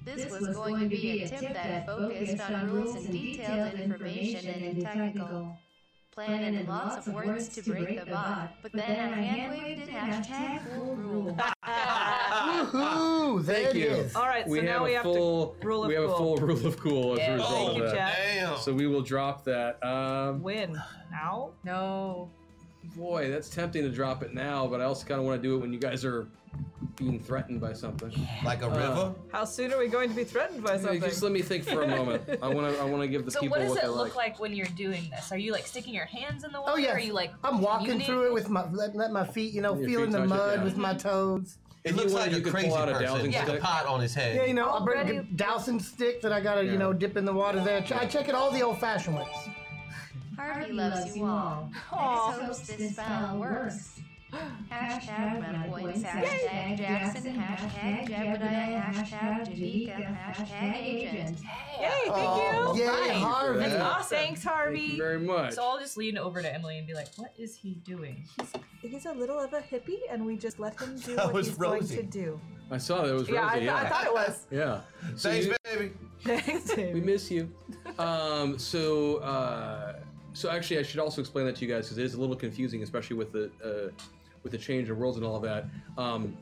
[SPEAKER 5] This was going to be a tip that focused on rules and detailed information and technical. Plan and lots of words to break the bot, but then I hand waved it hashtag cool rule.
[SPEAKER 7] Woohoo! There
[SPEAKER 2] Thank
[SPEAKER 7] it
[SPEAKER 2] you.
[SPEAKER 7] is.
[SPEAKER 3] All right, so
[SPEAKER 2] we
[SPEAKER 3] now
[SPEAKER 2] have
[SPEAKER 3] we
[SPEAKER 2] a
[SPEAKER 3] have
[SPEAKER 2] full
[SPEAKER 3] to rule of
[SPEAKER 2] we have a full
[SPEAKER 3] cool.
[SPEAKER 2] rule of cool as
[SPEAKER 4] Yeah.
[SPEAKER 2] a result
[SPEAKER 3] Thank
[SPEAKER 2] of
[SPEAKER 3] you,
[SPEAKER 2] that.
[SPEAKER 3] Jack.
[SPEAKER 6] damn.
[SPEAKER 2] So we will drop that. Um,
[SPEAKER 3] Win now.
[SPEAKER 4] No.
[SPEAKER 2] Boy, that's tempting to drop it now, but I also kind of want to do it when you guys are being threatened by something.
[SPEAKER 6] like a
[SPEAKER 2] uh,
[SPEAKER 6] river?
[SPEAKER 3] How soon are we going to be threatened by
[SPEAKER 2] Hey,
[SPEAKER 3] something?
[SPEAKER 2] Just let me think for a moment. I want to. I want to give the
[SPEAKER 4] So
[SPEAKER 2] people
[SPEAKER 4] what does
[SPEAKER 2] what
[SPEAKER 4] it
[SPEAKER 2] they
[SPEAKER 4] look
[SPEAKER 2] like.
[SPEAKER 4] like when you're doing this? Are you like sticking your hands in the water?
[SPEAKER 7] Oh yes.
[SPEAKER 4] Are you like
[SPEAKER 7] I'm walking
[SPEAKER 4] communing?
[SPEAKER 7] through it with my let, let my feet, you know,
[SPEAKER 2] Your
[SPEAKER 7] feeling
[SPEAKER 2] feet
[SPEAKER 7] the
[SPEAKER 2] touch it,
[SPEAKER 7] mud
[SPEAKER 2] yeah.
[SPEAKER 7] with my toes.
[SPEAKER 6] It
[SPEAKER 2] If you
[SPEAKER 6] looks
[SPEAKER 2] wanted,
[SPEAKER 6] like
[SPEAKER 2] you
[SPEAKER 6] a
[SPEAKER 2] could
[SPEAKER 6] crazy
[SPEAKER 2] pull out a
[SPEAKER 6] person
[SPEAKER 2] dowsing
[SPEAKER 6] with a
[SPEAKER 2] stick.
[SPEAKER 6] pot on his head.
[SPEAKER 7] Yeah, you know, I bring a
[SPEAKER 3] Already-
[SPEAKER 7] dowsing stick that I gotta, you
[SPEAKER 2] Yeah.
[SPEAKER 7] know, dip in the water there. I check it all the old fashioned ways.
[SPEAKER 5] Harvey loves you all. Let's hope this spell works. Hashtag Melboins, hashtag Jackson, hashtag Jebediah, hashtag Janika, hashtag agent.
[SPEAKER 3] Yay, thank
[SPEAKER 2] Oh,
[SPEAKER 3] you.
[SPEAKER 7] Yay,
[SPEAKER 2] Thank you for
[SPEAKER 7] Oh, Harvey!
[SPEAKER 2] that.
[SPEAKER 3] Thanks,
[SPEAKER 2] Thank you
[SPEAKER 3] Harvey.
[SPEAKER 2] very much.
[SPEAKER 4] So I'll just lean over to Emily and be like, "What is he doing?"
[SPEAKER 3] He's a little of a hippie, and we just let him do
[SPEAKER 6] That
[SPEAKER 3] what
[SPEAKER 6] was
[SPEAKER 3] he's
[SPEAKER 6] Rosie.
[SPEAKER 3] going to do.
[SPEAKER 2] I saw that it was
[SPEAKER 3] yeah, I,
[SPEAKER 2] Rosie.
[SPEAKER 3] th-
[SPEAKER 2] yeah.
[SPEAKER 3] I thought it was.
[SPEAKER 2] yeah. So
[SPEAKER 6] Thanks,
[SPEAKER 2] you-
[SPEAKER 6] baby.
[SPEAKER 3] Thanks,
[SPEAKER 2] We
[SPEAKER 3] David.
[SPEAKER 2] miss you. Um, so, uh, so actually, I should also explain that to you guys because it is a little confusing, especially with the uh, with the change in worlds and all of that. Um,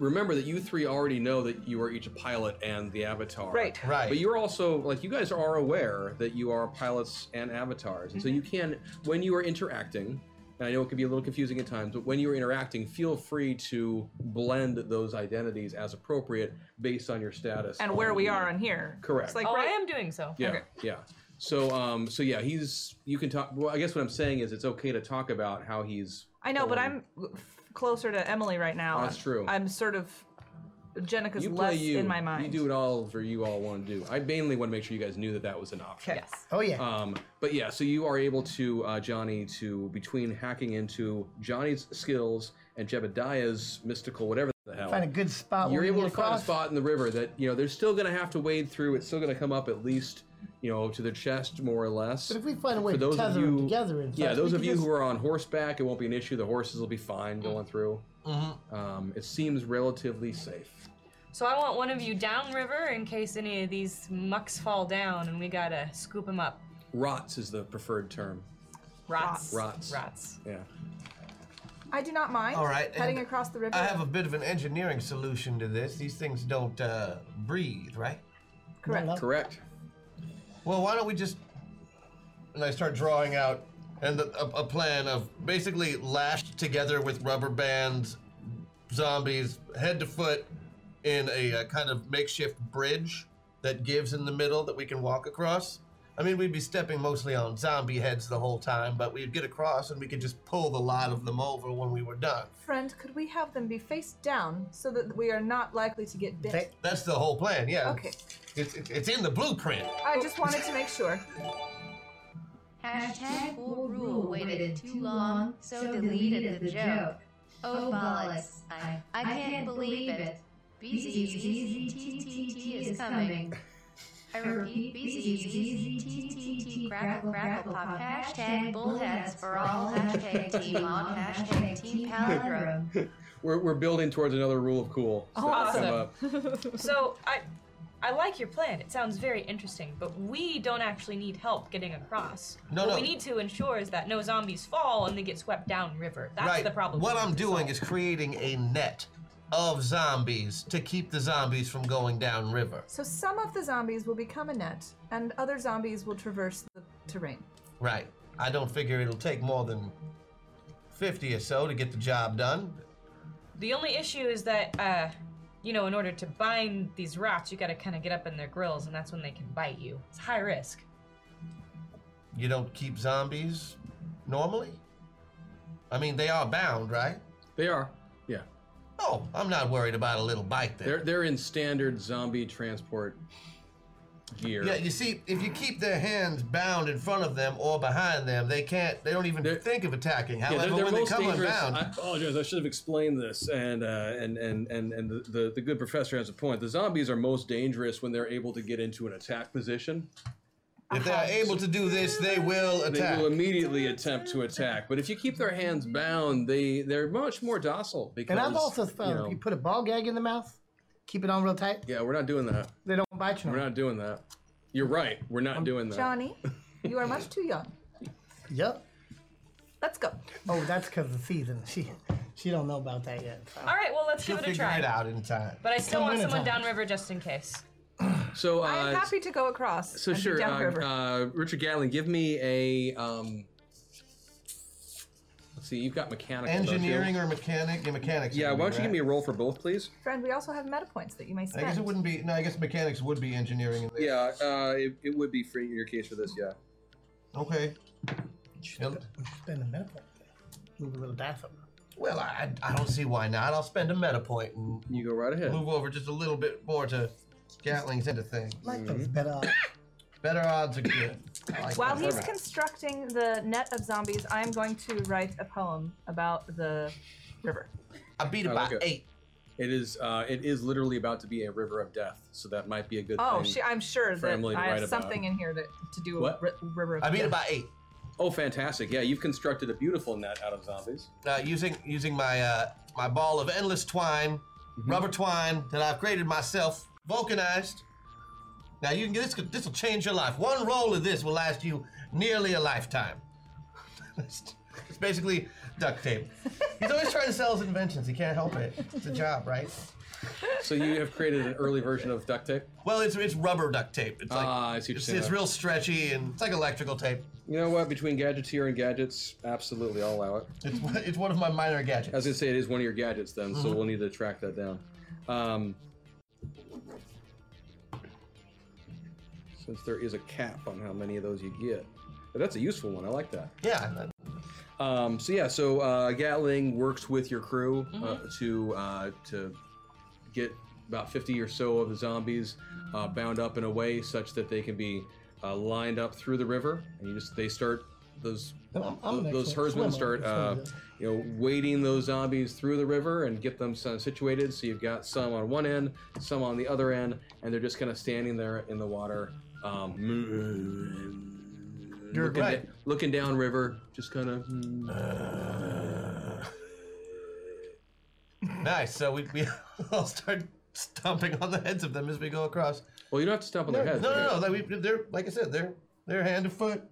[SPEAKER 2] remember that you three already know that you are each a pilot and the avatar,
[SPEAKER 3] Right.
[SPEAKER 6] Right.
[SPEAKER 2] But you're also like you guys
[SPEAKER 3] Mm-hmm.
[SPEAKER 2] are aware that you are pilots and avatars, and so you can when you are interacting. And I know it can be a little confusing at times, but when you're interacting, feel free to blend those identities as appropriate based on your status.
[SPEAKER 3] and where we are on here.
[SPEAKER 2] Correct.
[SPEAKER 3] It's like
[SPEAKER 4] Oh,
[SPEAKER 3] right.
[SPEAKER 4] I am doing so.
[SPEAKER 2] Yeah,
[SPEAKER 3] Okay.
[SPEAKER 2] yeah. So, um, so yeah, he's. You can talk. Well, I guess what I'm saying is it's okay to talk about how he's.
[SPEAKER 3] I know, but
[SPEAKER 2] Oh.
[SPEAKER 3] I'm f- closer to Emily right now.
[SPEAKER 2] That's true.
[SPEAKER 3] I'm sort of Jenica's
[SPEAKER 2] You play
[SPEAKER 3] less
[SPEAKER 2] you.
[SPEAKER 3] in my mind.
[SPEAKER 2] You do it all for you all want to do. I mainly want to make sure you guys knew that that was an option.
[SPEAKER 3] Okay.
[SPEAKER 4] Yes.
[SPEAKER 7] Oh yeah.
[SPEAKER 2] Um, but yeah, so you are able to uh, Johnny to between hacking into Johnny's skills and Jebediah's mystical whatever the hell.
[SPEAKER 7] find a good spot.
[SPEAKER 2] Uh, you're
[SPEAKER 7] where we
[SPEAKER 2] able to
[SPEAKER 7] can
[SPEAKER 2] find a
[SPEAKER 7] cross.
[SPEAKER 2] spot in the river that you know they're still going to have to wade through. It's still going to come up at least you know to their chest more or less.
[SPEAKER 7] But if we find a way
[SPEAKER 2] For
[SPEAKER 7] to
[SPEAKER 2] those of
[SPEAKER 7] tether them
[SPEAKER 2] you,
[SPEAKER 7] together, in
[SPEAKER 2] yeah,
[SPEAKER 7] fact,
[SPEAKER 2] those
[SPEAKER 7] we
[SPEAKER 2] of
[SPEAKER 7] could
[SPEAKER 2] you
[SPEAKER 7] just- Mm-hmm.
[SPEAKER 2] who are on horseback, it won't be an issue. The horses will be fine going through. Um, it seems relatively safe.
[SPEAKER 4] So I want one of you downriver in case any of these mucks fall down and we gotta scoop them up.
[SPEAKER 2] Rots is the preferred term.
[SPEAKER 4] Rots.
[SPEAKER 2] Rots.
[SPEAKER 4] Rots.
[SPEAKER 2] Yeah.
[SPEAKER 3] I do not mind
[SPEAKER 6] All right,
[SPEAKER 3] heading
[SPEAKER 6] and
[SPEAKER 3] across the river.
[SPEAKER 6] I have a bit of an engineering solution to this. These things don't uh, breathe, right?
[SPEAKER 3] correct.
[SPEAKER 2] Correct.
[SPEAKER 6] Well, why don't we just? And I start drawing out and the, a, a plan of basically lashed together with rubber bands, zombies head to foot in a, uh kind of makeshift bridge that gives in the middle that we can walk across. I mean, we'd be stepping mostly on zombie heads the whole time, but we'd get across and we could just pull the lot of them over when we were done.
[SPEAKER 3] Friend, could we have them be face down so that we are not likely to get bit?
[SPEAKER 7] They-
[SPEAKER 6] That's the whole plan, yeah.
[SPEAKER 3] Okay.
[SPEAKER 6] It's, it's, it's in the blueprint.
[SPEAKER 3] I just wanted to make sure.
[SPEAKER 5] Hashtag old rule waited too long, so deleted the joke. Oh bollocks, I, I can't believe it. BZZZTTT is coming. I repeat, BZZZTTT crackle crackle pop, hashtag bullheads for all, hashtag team on, hashtag team palindrome.
[SPEAKER 2] We're, we're building towards another rule of cool. So uh, that'll come
[SPEAKER 4] Awesome.
[SPEAKER 2] up.
[SPEAKER 4] So I I like your plan. It sounds very interesting, but we don't actually need help getting across.
[SPEAKER 6] No,
[SPEAKER 4] what
[SPEAKER 6] no.
[SPEAKER 4] we need to ensure is that no zombies fall and they get swept downriver. That's
[SPEAKER 6] right.
[SPEAKER 4] the problem.
[SPEAKER 6] What I'm doing is creating a net of zombies to keep the zombies from going downriver.
[SPEAKER 3] So some of the zombies will become a net, and other zombies will traverse the terrain.
[SPEAKER 6] Right. I don't figure it'll take more than 50 or so to get the job done.
[SPEAKER 4] The only issue is that, uh, you know, in order to bind these rats, you gotta kind of get up in their grills, and that's when they can bite you. It's high risk.
[SPEAKER 6] You don't keep zombies normally? I mean, they are bound, right?
[SPEAKER 2] They are. Yeah.
[SPEAKER 6] Oh, I'm not worried about a little bite there.
[SPEAKER 2] They're they're in standard zombie transport gear.
[SPEAKER 6] yeah, you see, if you keep their hands bound in front of them or behind them, they can't, they don't even
[SPEAKER 2] They're-
[SPEAKER 6] think of attacking.
[SPEAKER 2] Yeah,
[SPEAKER 6] However,
[SPEAKER 2] they're, they're
[SPEAKER 6] when they
[SPEAKER 2] most
[SPEAKER 6] come
[SPEAKER 2] dangerous.
[SPEAKER 6] unbound,
[SPEAKER 2] I apologize. Oh, I should have explained this, and uh, and and and and the, the the good professor has a point. The zombies are most dangerous when they're able to get into an attack position.
[SPEAKER 6] if they are able to do this, they will
[SPEAKER 2] They
[SPEAKER 6] attack.
[SPEAKER 2] will immediately attempt to attack, but if you keep their hands bound, they they're much more docile. Because
[SPEAKER 7] And I've also
[SPEAKER 2] you
[SPEAKER 7] found
[SPEAKER 2] know,
[SPEAKER 7] if you put a ball gag in the mouth, keep it on real tight,
[SPEAKER 2] yeah, we're not doing that.
[SPEAKER 7] they don't bite you.
[SPEAKER 2] We're
[SPEAKER 7] no more.
[SPEAKER 2] not doing that. You're right. We're
[SPEAKER 6] Um,
[SPEAKER 2] not doing that.
[SPEAKER 3] Johnny, you are much too young.
[SPEAKER 7] Yep.
[SPEAKER 3] Let's go.
[SPEAKER 7] Oh, that's because of the season. She she don't know about that yet.
[SPEAKER 4] All right, well, let's
[SPEAKER 6] You'll
[SPEAKER 4] give it a
[SPEAKER 6] figure
[SPEAKER 4] try.
[SPEAKER 6] it out in time.
[SPEAKER 4] But I still
[SPEAKER 7] Come
[SPEAKER 4] want
[SPEAKER 7] in and
[SPEAKER 4] someone
[SPEAKER 7] talk.
[SPEAKER 4] downriver just in case.
[SPEAKER 2] So uh,
[SPEAKER 3] I'm happy to go across.
[SPEAKER 2] So
[SPEAKER 3] and be
[SPEAKER 2] sure, uh,
[SPEAKER 3] downriver.
[SPEAKER 2] uh, Richard Gatlin, give me a. Um, let's see, you've got mechanical. don't you?
[SPEAKER 6] Engineering or mechanic? Yeah, mechanics.
[SPEAKER 2] Yeah,
[SPEAKER 6] would
[SPEAKER 2] why
[SPEAKER 6] be,
[SPEAKER 2] don't you give me a
[SPEAKER 6] right?
[SPEAKER 2] roll for both, please?
[SPEAKER 3] Friend, we also have meta points that you may
[SPEAKER 6] I
[SPEAKER 3] spend.
[SPEAKER 6] guess it wouldn't be. No, I guess mechanics would be engineering. In there.
[SPEAKER 2] Yeah, uh, it, it would be free in your case for this. Yeah.
[SPEAKER 6] Okay. Yep.
[SPEAKER 7] Spend a minute. Move a little dice over.
[SPEAKER 6] Well, I, I don't see why not. I'll spend a meta point and
[SPEAKER 2] You go right ahead.
[SPEAKER 6] move over just a little bit more to Gatling's end of things.
[SPEAKER 7] Like
[SPEAKER 2] Mm-hmm.
[SPEAKER 7] those better.
[SPEAKER 6] Better odds are good. I like
[SPEAKER 3] While
[SPEAKER 6] that
[SPEAKER 3] he's
[SPEAKER 6] format.
[SPEAKER 3] constructing the net of zombies, I'm going to write a poem about the river.
[SPEAKER 6] I beat it
[SPEAKER 2] I
[SPEAKER 6] by
[SPEAKER 2] like it.
[SPEAKER 6] eight.
[SPEAKER 2] It is. Uh, it is literally about to be a river of death, so that might be a good
[SPEAKER 3] Oh,
[SPEAKER 2] thing.
[SPEAKER 3] she, I'm sure
[SPEAKER 2] For
[SPEAKER 3] that
[SPEAKER 2] Emily to
[SPEAKER 3] I
[SPEAKER 2] write
[SPEAKER 3] have
[SPEAKER 2] about.
[SPEAKER 3] something in here that, to do with
[SPEAKER 2] What?
[SPEAKER 3] ri- river. of
[SPEAKER 6] I beat
[SPEAKER 3] Death.
[SPEAKER 6] it by eight.
[SPEAKER 2] Oh, fantastic! Yeah, you've constructed a beautiful net out of zombies.
[SPEAKER 6] Uh, using using my uh, my ball of endless twine,
[SPEAKER 2] Mm-hmm.
[SPEAKER 6] rubber twine that I've created myself, vulcanized. Now you can this could- this will change your life. One roll of this will last you nearly a lifetime. it's basically duct tape. He's always trying to sell his inventions. He can't help it. It's a job, right?
[SPEAKER 2] So you have created an early version of duct tape.
[SPEAKER 6] Well, it's it's rubber duct tape. It's like
[SPEAKER 2] Ah, I see what you're
[SPEAKER 6] it's,
[SPEAKER 2] saying
[SPEAKER 6] it's
[SPEAKER 2] now.
[SPEAKER 6] real stretchy and it's like electrical tape.
[SPEAKER 2] You know what? Between gadgeteer and gadgets, absolutely, I'll allow it.
[SPEAKER 6] It's one- it's one of my minor gadgets.
[SPEAKER 2] I was gonna say it is one of your gadgets then, so we'll need to track that down. Um, since there is a cap on how many of those you get, but that's a useful one. I like that.
[SPEAKER 6] yeah. that-
[SPEAKER 2] Um, so yeah, so uh, Gatling works with your crew uh, to uh, to get about 50 or so of the zombies uh, bound up in a way such that they can be uh, lined up through the river, and you just they start those
[SPEAKER 7] I'm- I'm an
[SPEAKER 2] th- those
[SPEAKER 7] excellent
[SPEAKER 2] herdsmen
[SPEAKER 7] swimmer.
[SPEAKER 2] start uh,
[SPEAKER 7] That's what
[SPEAKER 2] you know wading those zombies through the river and get them some situated. So you've got some on one end, some on the other end, and they're just kind of standing there in the water. Um,
[SPEAKER 6] You're
[SPEAKER 2] looking,
[SPEAKER 6] right.
[SPEAKER 2] da- looking down river, just hmm. kind of.
[SPEAKER 6] Nice. So we we all start stomping on the heads of them as we go across.
[SPEAKER 2] Well, you don't have to stomp on their
[SPEAKER 6] No,
[SPEAKER 2] heads. okay?
[SPEAKER 6] no, no. Like we, they're like I said, they're they're hand and foot.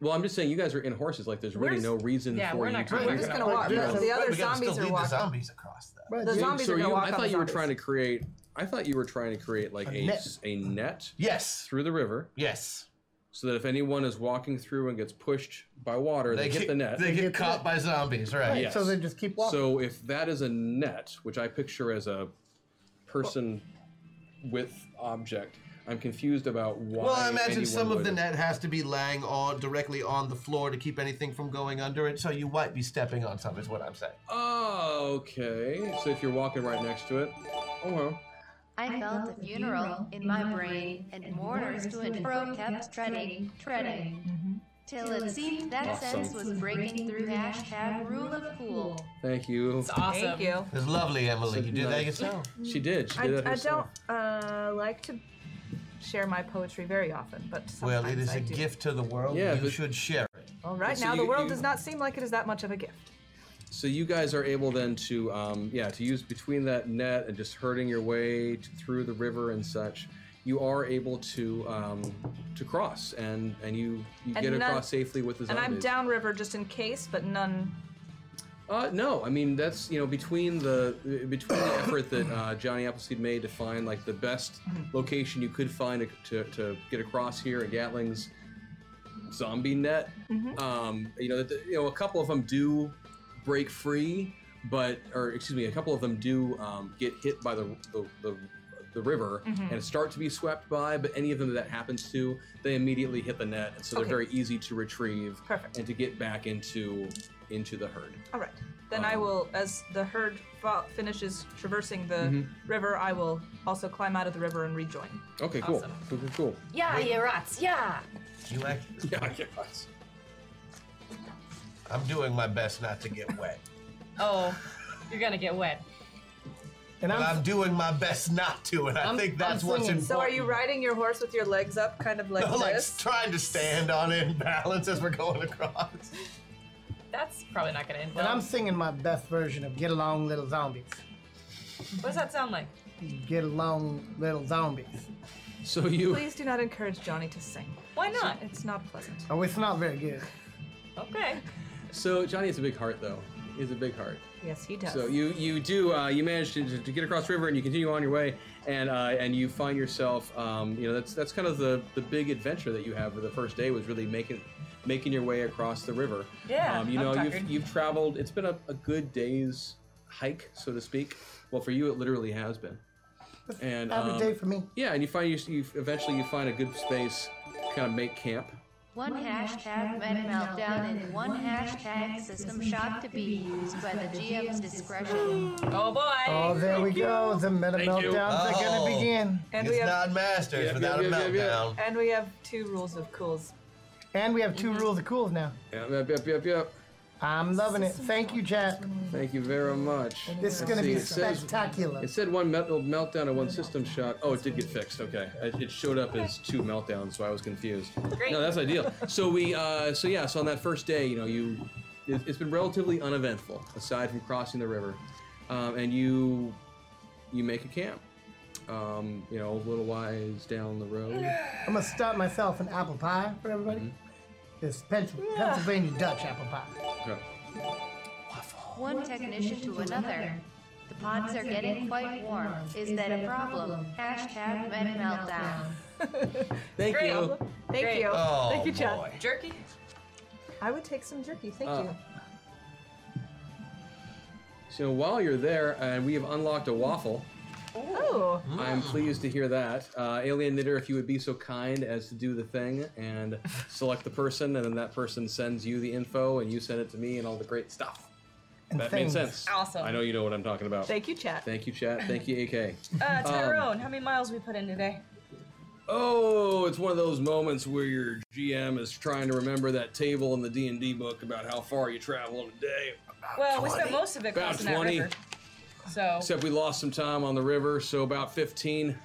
[SPEAKER 2] Well, I'm just saying you guys are in horses. Like, there's really
[SPEAKER 4] Where's-
[SPEAKER 2] no reason
[SPEAKER 4] Yeah,
[SPEAKER 2] for
[SPEAKER 4] we're
[SPEAKER 2] you
[SPEAKER 4] not
[SPEAKER 2] to.
[SPEAKER 4] gonna-
[SPEAKER 2] be-
[SPEAKER 3] We're just gonna
[SPEAKER 6] But
[SPEAKER 3] walk.
[SPEAKER 6] dude,
[SPEAKER 3] The, the
[SPEAKER 6] but
[SPEAKER 3] other
[SPEAKER 6] we gotta
[SPEAKER 3] zombies
[SPEAKER 6] still
[SPEAKER 3] are
[SPEAKER 6] lead the
[SPEAKER 3] walking.
[SPEAKER 6] zombies across though.
[SPEAKER 7] Right,
[SPEAKER 3] The
[SPEAKER 7] dude.
[SPEAKER 3] zombies
[SPEAKER 2] So
[SPEAKER 3] are gonna
[SPEAKER 2] you,
[SPEAKER 3] walk
[SPEAKER 2] I
[SPEAKER 3] on
[SPEAKER 2] thought
[SPEAKER 3] the
[SPEAKER 2] you were
[SPEAKER 3] zombies.
[SPEAKER 2] trying to create. I thought you were trying to create like a
[SPEAKER 6] net.
[SPEAKER 2] s- a net
[SPEAKER 6] Yes.
[SPEAKER 2] through the river,
[SPEAKER 6] Yes.
[SPEAKER 2] so that if anyone is walking through and gets pushed by water, they, hit the net.
[SPEAKER 6] They get
[SPEAKER 7] get the
[SPEAKER 6] caught by zombies, right?
[SPEAKER 7] Right,
[SPEAKER 2] yes.
[SPEAKER 7] So they just keep walking.
[SPEAKER 2] So if that is a net, which I picture as a person with object, I'm confused about why.
[SPEAKER 6] Well, I imagine
[SPEAKER 2] anyone
[SPEAKER 6] some of
[SPEAKER 2] would-
[SPEAKER 6] the net has to be lying on directly on the floor to keep anything from going under it, so you might be stepping on some. Is what I'm saying.
[SPEAKER 2] Oh, okay. So if you're walking right next to it, oh,
[SPEAKER 5] I felt a funeral in my brain, and mourners to and fro kept treading, treading, till it seemed that
[SPEAKER 2] Awesome.
[SPEAKER 5] sense was breaking through the hashtag rule of cool.
[SPEAKER 2] thank you.
[SPEAKER 4] It's awesome.
[SPEAKER 3] Thank you.
[SPEAKER 6] It's lovely, Emily.
[SPEAKER 2] So
[SPEAKER 6] You did that
[SPEAKER 2] nice.
[SPEAKER 6] yourself.
[SPEAKER 2] She did. She
[SPEAKER 3] I,
[SPEAKER 2] did that
[SPEAKER 3] I
[SPEAKER 2] herself.
[SPEAKER 3] don't uh, like to share my poetry very often, but sometimes
[SPEAKER 6] Well, it is
[SPEAKER 3] I
[SPEAKER 6] a
[SPEAKER 3] do.
[SPEAKER 6] gift to the world.
[SPEAKER 2] Yeah,
[SPEAKER 6] you
[SPEAKER 2] but-
[SPEAKER 6] should share it.
[SPEAKER 3] Well, right
[SPEAKER 2] So
[SPEAKER 3] now,
[SPEAKER 2] you-
[SPEAKER 3] the world
[SPEAKER 2] you-
[SPEAKER 3] does not seem like it is that much of a gift.
[SPEAKER 2] So you guys are able then to, um, yeah, to use between that net and just herding your way t- through the river and such. You are able to um, to cross and and you, you
[SPEAKER 3] And
[SPEAKER 2] get
[SPEAKER 3] none-
[SPEAKER 2] across safely with the
[SPEAKER 3] And
[SPEAKER 2] zombies.
[SPEAKER 3] I'm downriver just in case, but none.
[SPEAKER 2] Uh, no, I mean that's you know between the between the effort that uh, Johnny Appleseed made to find like the best location you could find to, to get across here at Gatling's zombie net. Um, you know, th- you know, a couple of them do break free, but or excuse me, a couple of them do um, get hit by the the, the, the river and start to be swept by. But any of them that happens to, they immediately hit the net, and so
[SPEAKER 3] Okay.
[SPEAKER 2] they're very easy to retrieve
[SPEAKER 3] Perfect.
[SPEAKER 2] and to get back into into the herd.
[SPEAKER 3] All right. Then I
[SPEAKER 2] Um,
[SPEAKER 3] will, as the herd fo- finishes traversing the
[SPEAKER 2] Mm-hmm.
[SPEAKER 3] river, I will also climb out of the river and rejoin.
[SPEAKER 2] Okay, cool.
[SPEAKER 4] Awesome.
[SPEAKER 2] Cool, cool, cool.
[SPEAKER 4] Yeah, yeah, rats. Yeah.
[SPEAKER 6] You act.
[SPEAKER 2] Yeah,
[SPEAKER 6] I'm doing my best not to get wet.
[SPEAKER 4] Oh, you're gonna get wet.
[SPEAKER 7] and
[SPEAKER 6] But
[SPEAKER 7] I'm,
[SPEAKER 6] I'm doing my best not to, and I
[SPEAKER 7] I'm-
[SPEAKER 6] think that's
[SPEAKER 7] I'm
[SPEAKER 6] what's
[SPEAKER 7] singing.
[SPEAKER 6] important.
[SPEAKER 3] So, are you riding your horse with your legs up, kind of like
[SPEAKER 6] like
[SPEAKER 3] this?
[SPEAKER 6] trying to stand on it and balance as we're going across.
[SPEAKER 4] That's probably not gonna end well.
[SPEAKER 7] and I'm singing my best version of "Get Along, Little Zombies."
[SPEAKER 4] What does that sound like?
[SPEAKER 7] Get along, little zombies.
[SPEAKER 2] So you
[SPEAKER 3] Please do not encourage Johnny to sing.
[SPEAKER 4] Why not?
[SPEAKER 3] It's not pleasant.
[SPEAKER 7] Oh, it's not very good.
[SPEAKER 4] Okay.
[SPEAKER 2] so Johnny has a big heart though. He has a big heart.
[SPEAKER 3] Yes, he does.
[SPEAKER 2] So you you do uh, you manage to, to get across the river and you continue on your way and uh, and you find yourself um, you know that's that's kind of the the big adventure that you have for the first day was really making making your way across the river.
[SPEAKER 4] Yeah,
[SPEAKER 2] Um, you
[SPEAKER 4] I'm
[SPEAKER 2] know
[SPEAKER 4] tired.
[SPEAKER 2] you've you've traveled. It's been a, a good day's hike so to speak. Well, for you it literally has been. And
[SPEAKER 7] Average
[SPEAKER 2] um,
[SPEAKER 7] day for me.
[SPEAKER 2] Yeah, and you find you, you eventually you find a good space, kind of make camp.
[SPEAKER 5] One hashtag med meltdown and one hashtag system shock to be used by the GM's discretion.
[SPEAKER 4] Oh boy.
[SPEAKER 7] Oh, there we go. The meta
[SPEAKER 2] Thank you.
[SPEAKER 7] meltdowns are
[SPEAKER 6] Oh.
[SPEAKER 7] gonna begin.
[SPEAKER 3] and
[SPEAKER 6] it's
[SPEAKER 3] we have
[SPEAKER 6] not masters
[SPEAKER 2] Yeah,
[SPEAKER 6] without
[SPEAKER 2] yeah,
[SPEAKER 6] a
[SPEAKER 2] yeah,
[SPEAKER 6] meltdown.
[SPEAKER 2] yeah.
[SPEAKER 3] and we have two rules of cools.
[SPEAKER 7] And we have two rules of cools now.
[SPEAKER 2] Yep, yep, yep, yep, yep.
[SPEAKER 7] I'm loving it. Thank you, chat.
[SPEAKER 2] Thank you very much.
[SPEAKER 7] This is
[SPEAKER 2] Let's
[SPEAKER 7] gonna
[SPEAKER 2] see,
[SPEAKER 7] be
[SPEAKER 2] it says-
[SPEAKER 7] spectacular.
[SPEAKER 2] It said one melt- uh, meltdown and one system shot. Oh, it did get fixed. Okay, it it showed up as two meltdowns, so I was confused.
[SPEAKER 4] Great.
[SPEAKER 2] No, that's ideal. So we, uh, so yeah, so on that first day, you know, you, it, it's been relatively uneventful aside from crossing the river, um, and you, you make a camp. Um, you know, a little ways down the road.
[SPEAKER 7] I'm gonna start
[SPEAKER 3] Mm-hmm.
[SPEAKER 7] myself an apple pie for everybody. This Pens- Pennsylvania Dutch apple pie.
[SPEAKER 2] Okay.
[SPEAKER 5] One technician to another. The pods are getting quite warm. Is that a problem? Hashtag Med Meltdown.
[SPEAKER 2] Thank
[SPEAKER 4] Great.
[SPEAKER 2] you.
[SPEAKER 3] Thank
[SPEAKER 4] Great.
[SPEAKER 3] you.
[SPEAKER 6] Oh,
[SPEAKER 3] Thank you, Chad.
[SPEAKER 6] boy.
[SPEAKER 4] Jerky?
[SPEAKER 3] I would take some jerky. Thank
[SPEAKER 2] Uh,
[SPEAKER 3] you.
[SPEAKER 2] So while you're there, and we have unlocked a waffle.
[SPEAKER 3] Oh,
[SPEAKER 2] I'm pleased to hear that. Uh, Alien Knitter, if you would be so kind as to do the thing and select the person, and then that person sends you the info, and you send it to me, and all the great stuff.
[SPEAKER 7] And
[SPEAKER 2] That made
[SPEAKER 7] things.
[SPEAKER 2] sense.
[SPEAKER 4] Awesome.
[SPEAKER 2] I know you know what I'm talking about.
[SPEAKER 3] thank you, Chat.
[SPEAKER 2] Thank you, chat. Thank you, AK.
[SPEAKER 4] Uh, Tyrone, how many miles we put in today?
[SPEAKER 2] Oh, it's one of those moments where your GM is trying to remember that table in the D and D book about how far you travel in a day.
[SPEAKER 4] Well, we spent most of it
[SPEAKER 2] About
[SPEAKER 4] crossing that
[SPEAKER 2] 20.
[SPEAKER 4] river. So
[SPEAKER 2] Except we lost some time on the river, so about 15,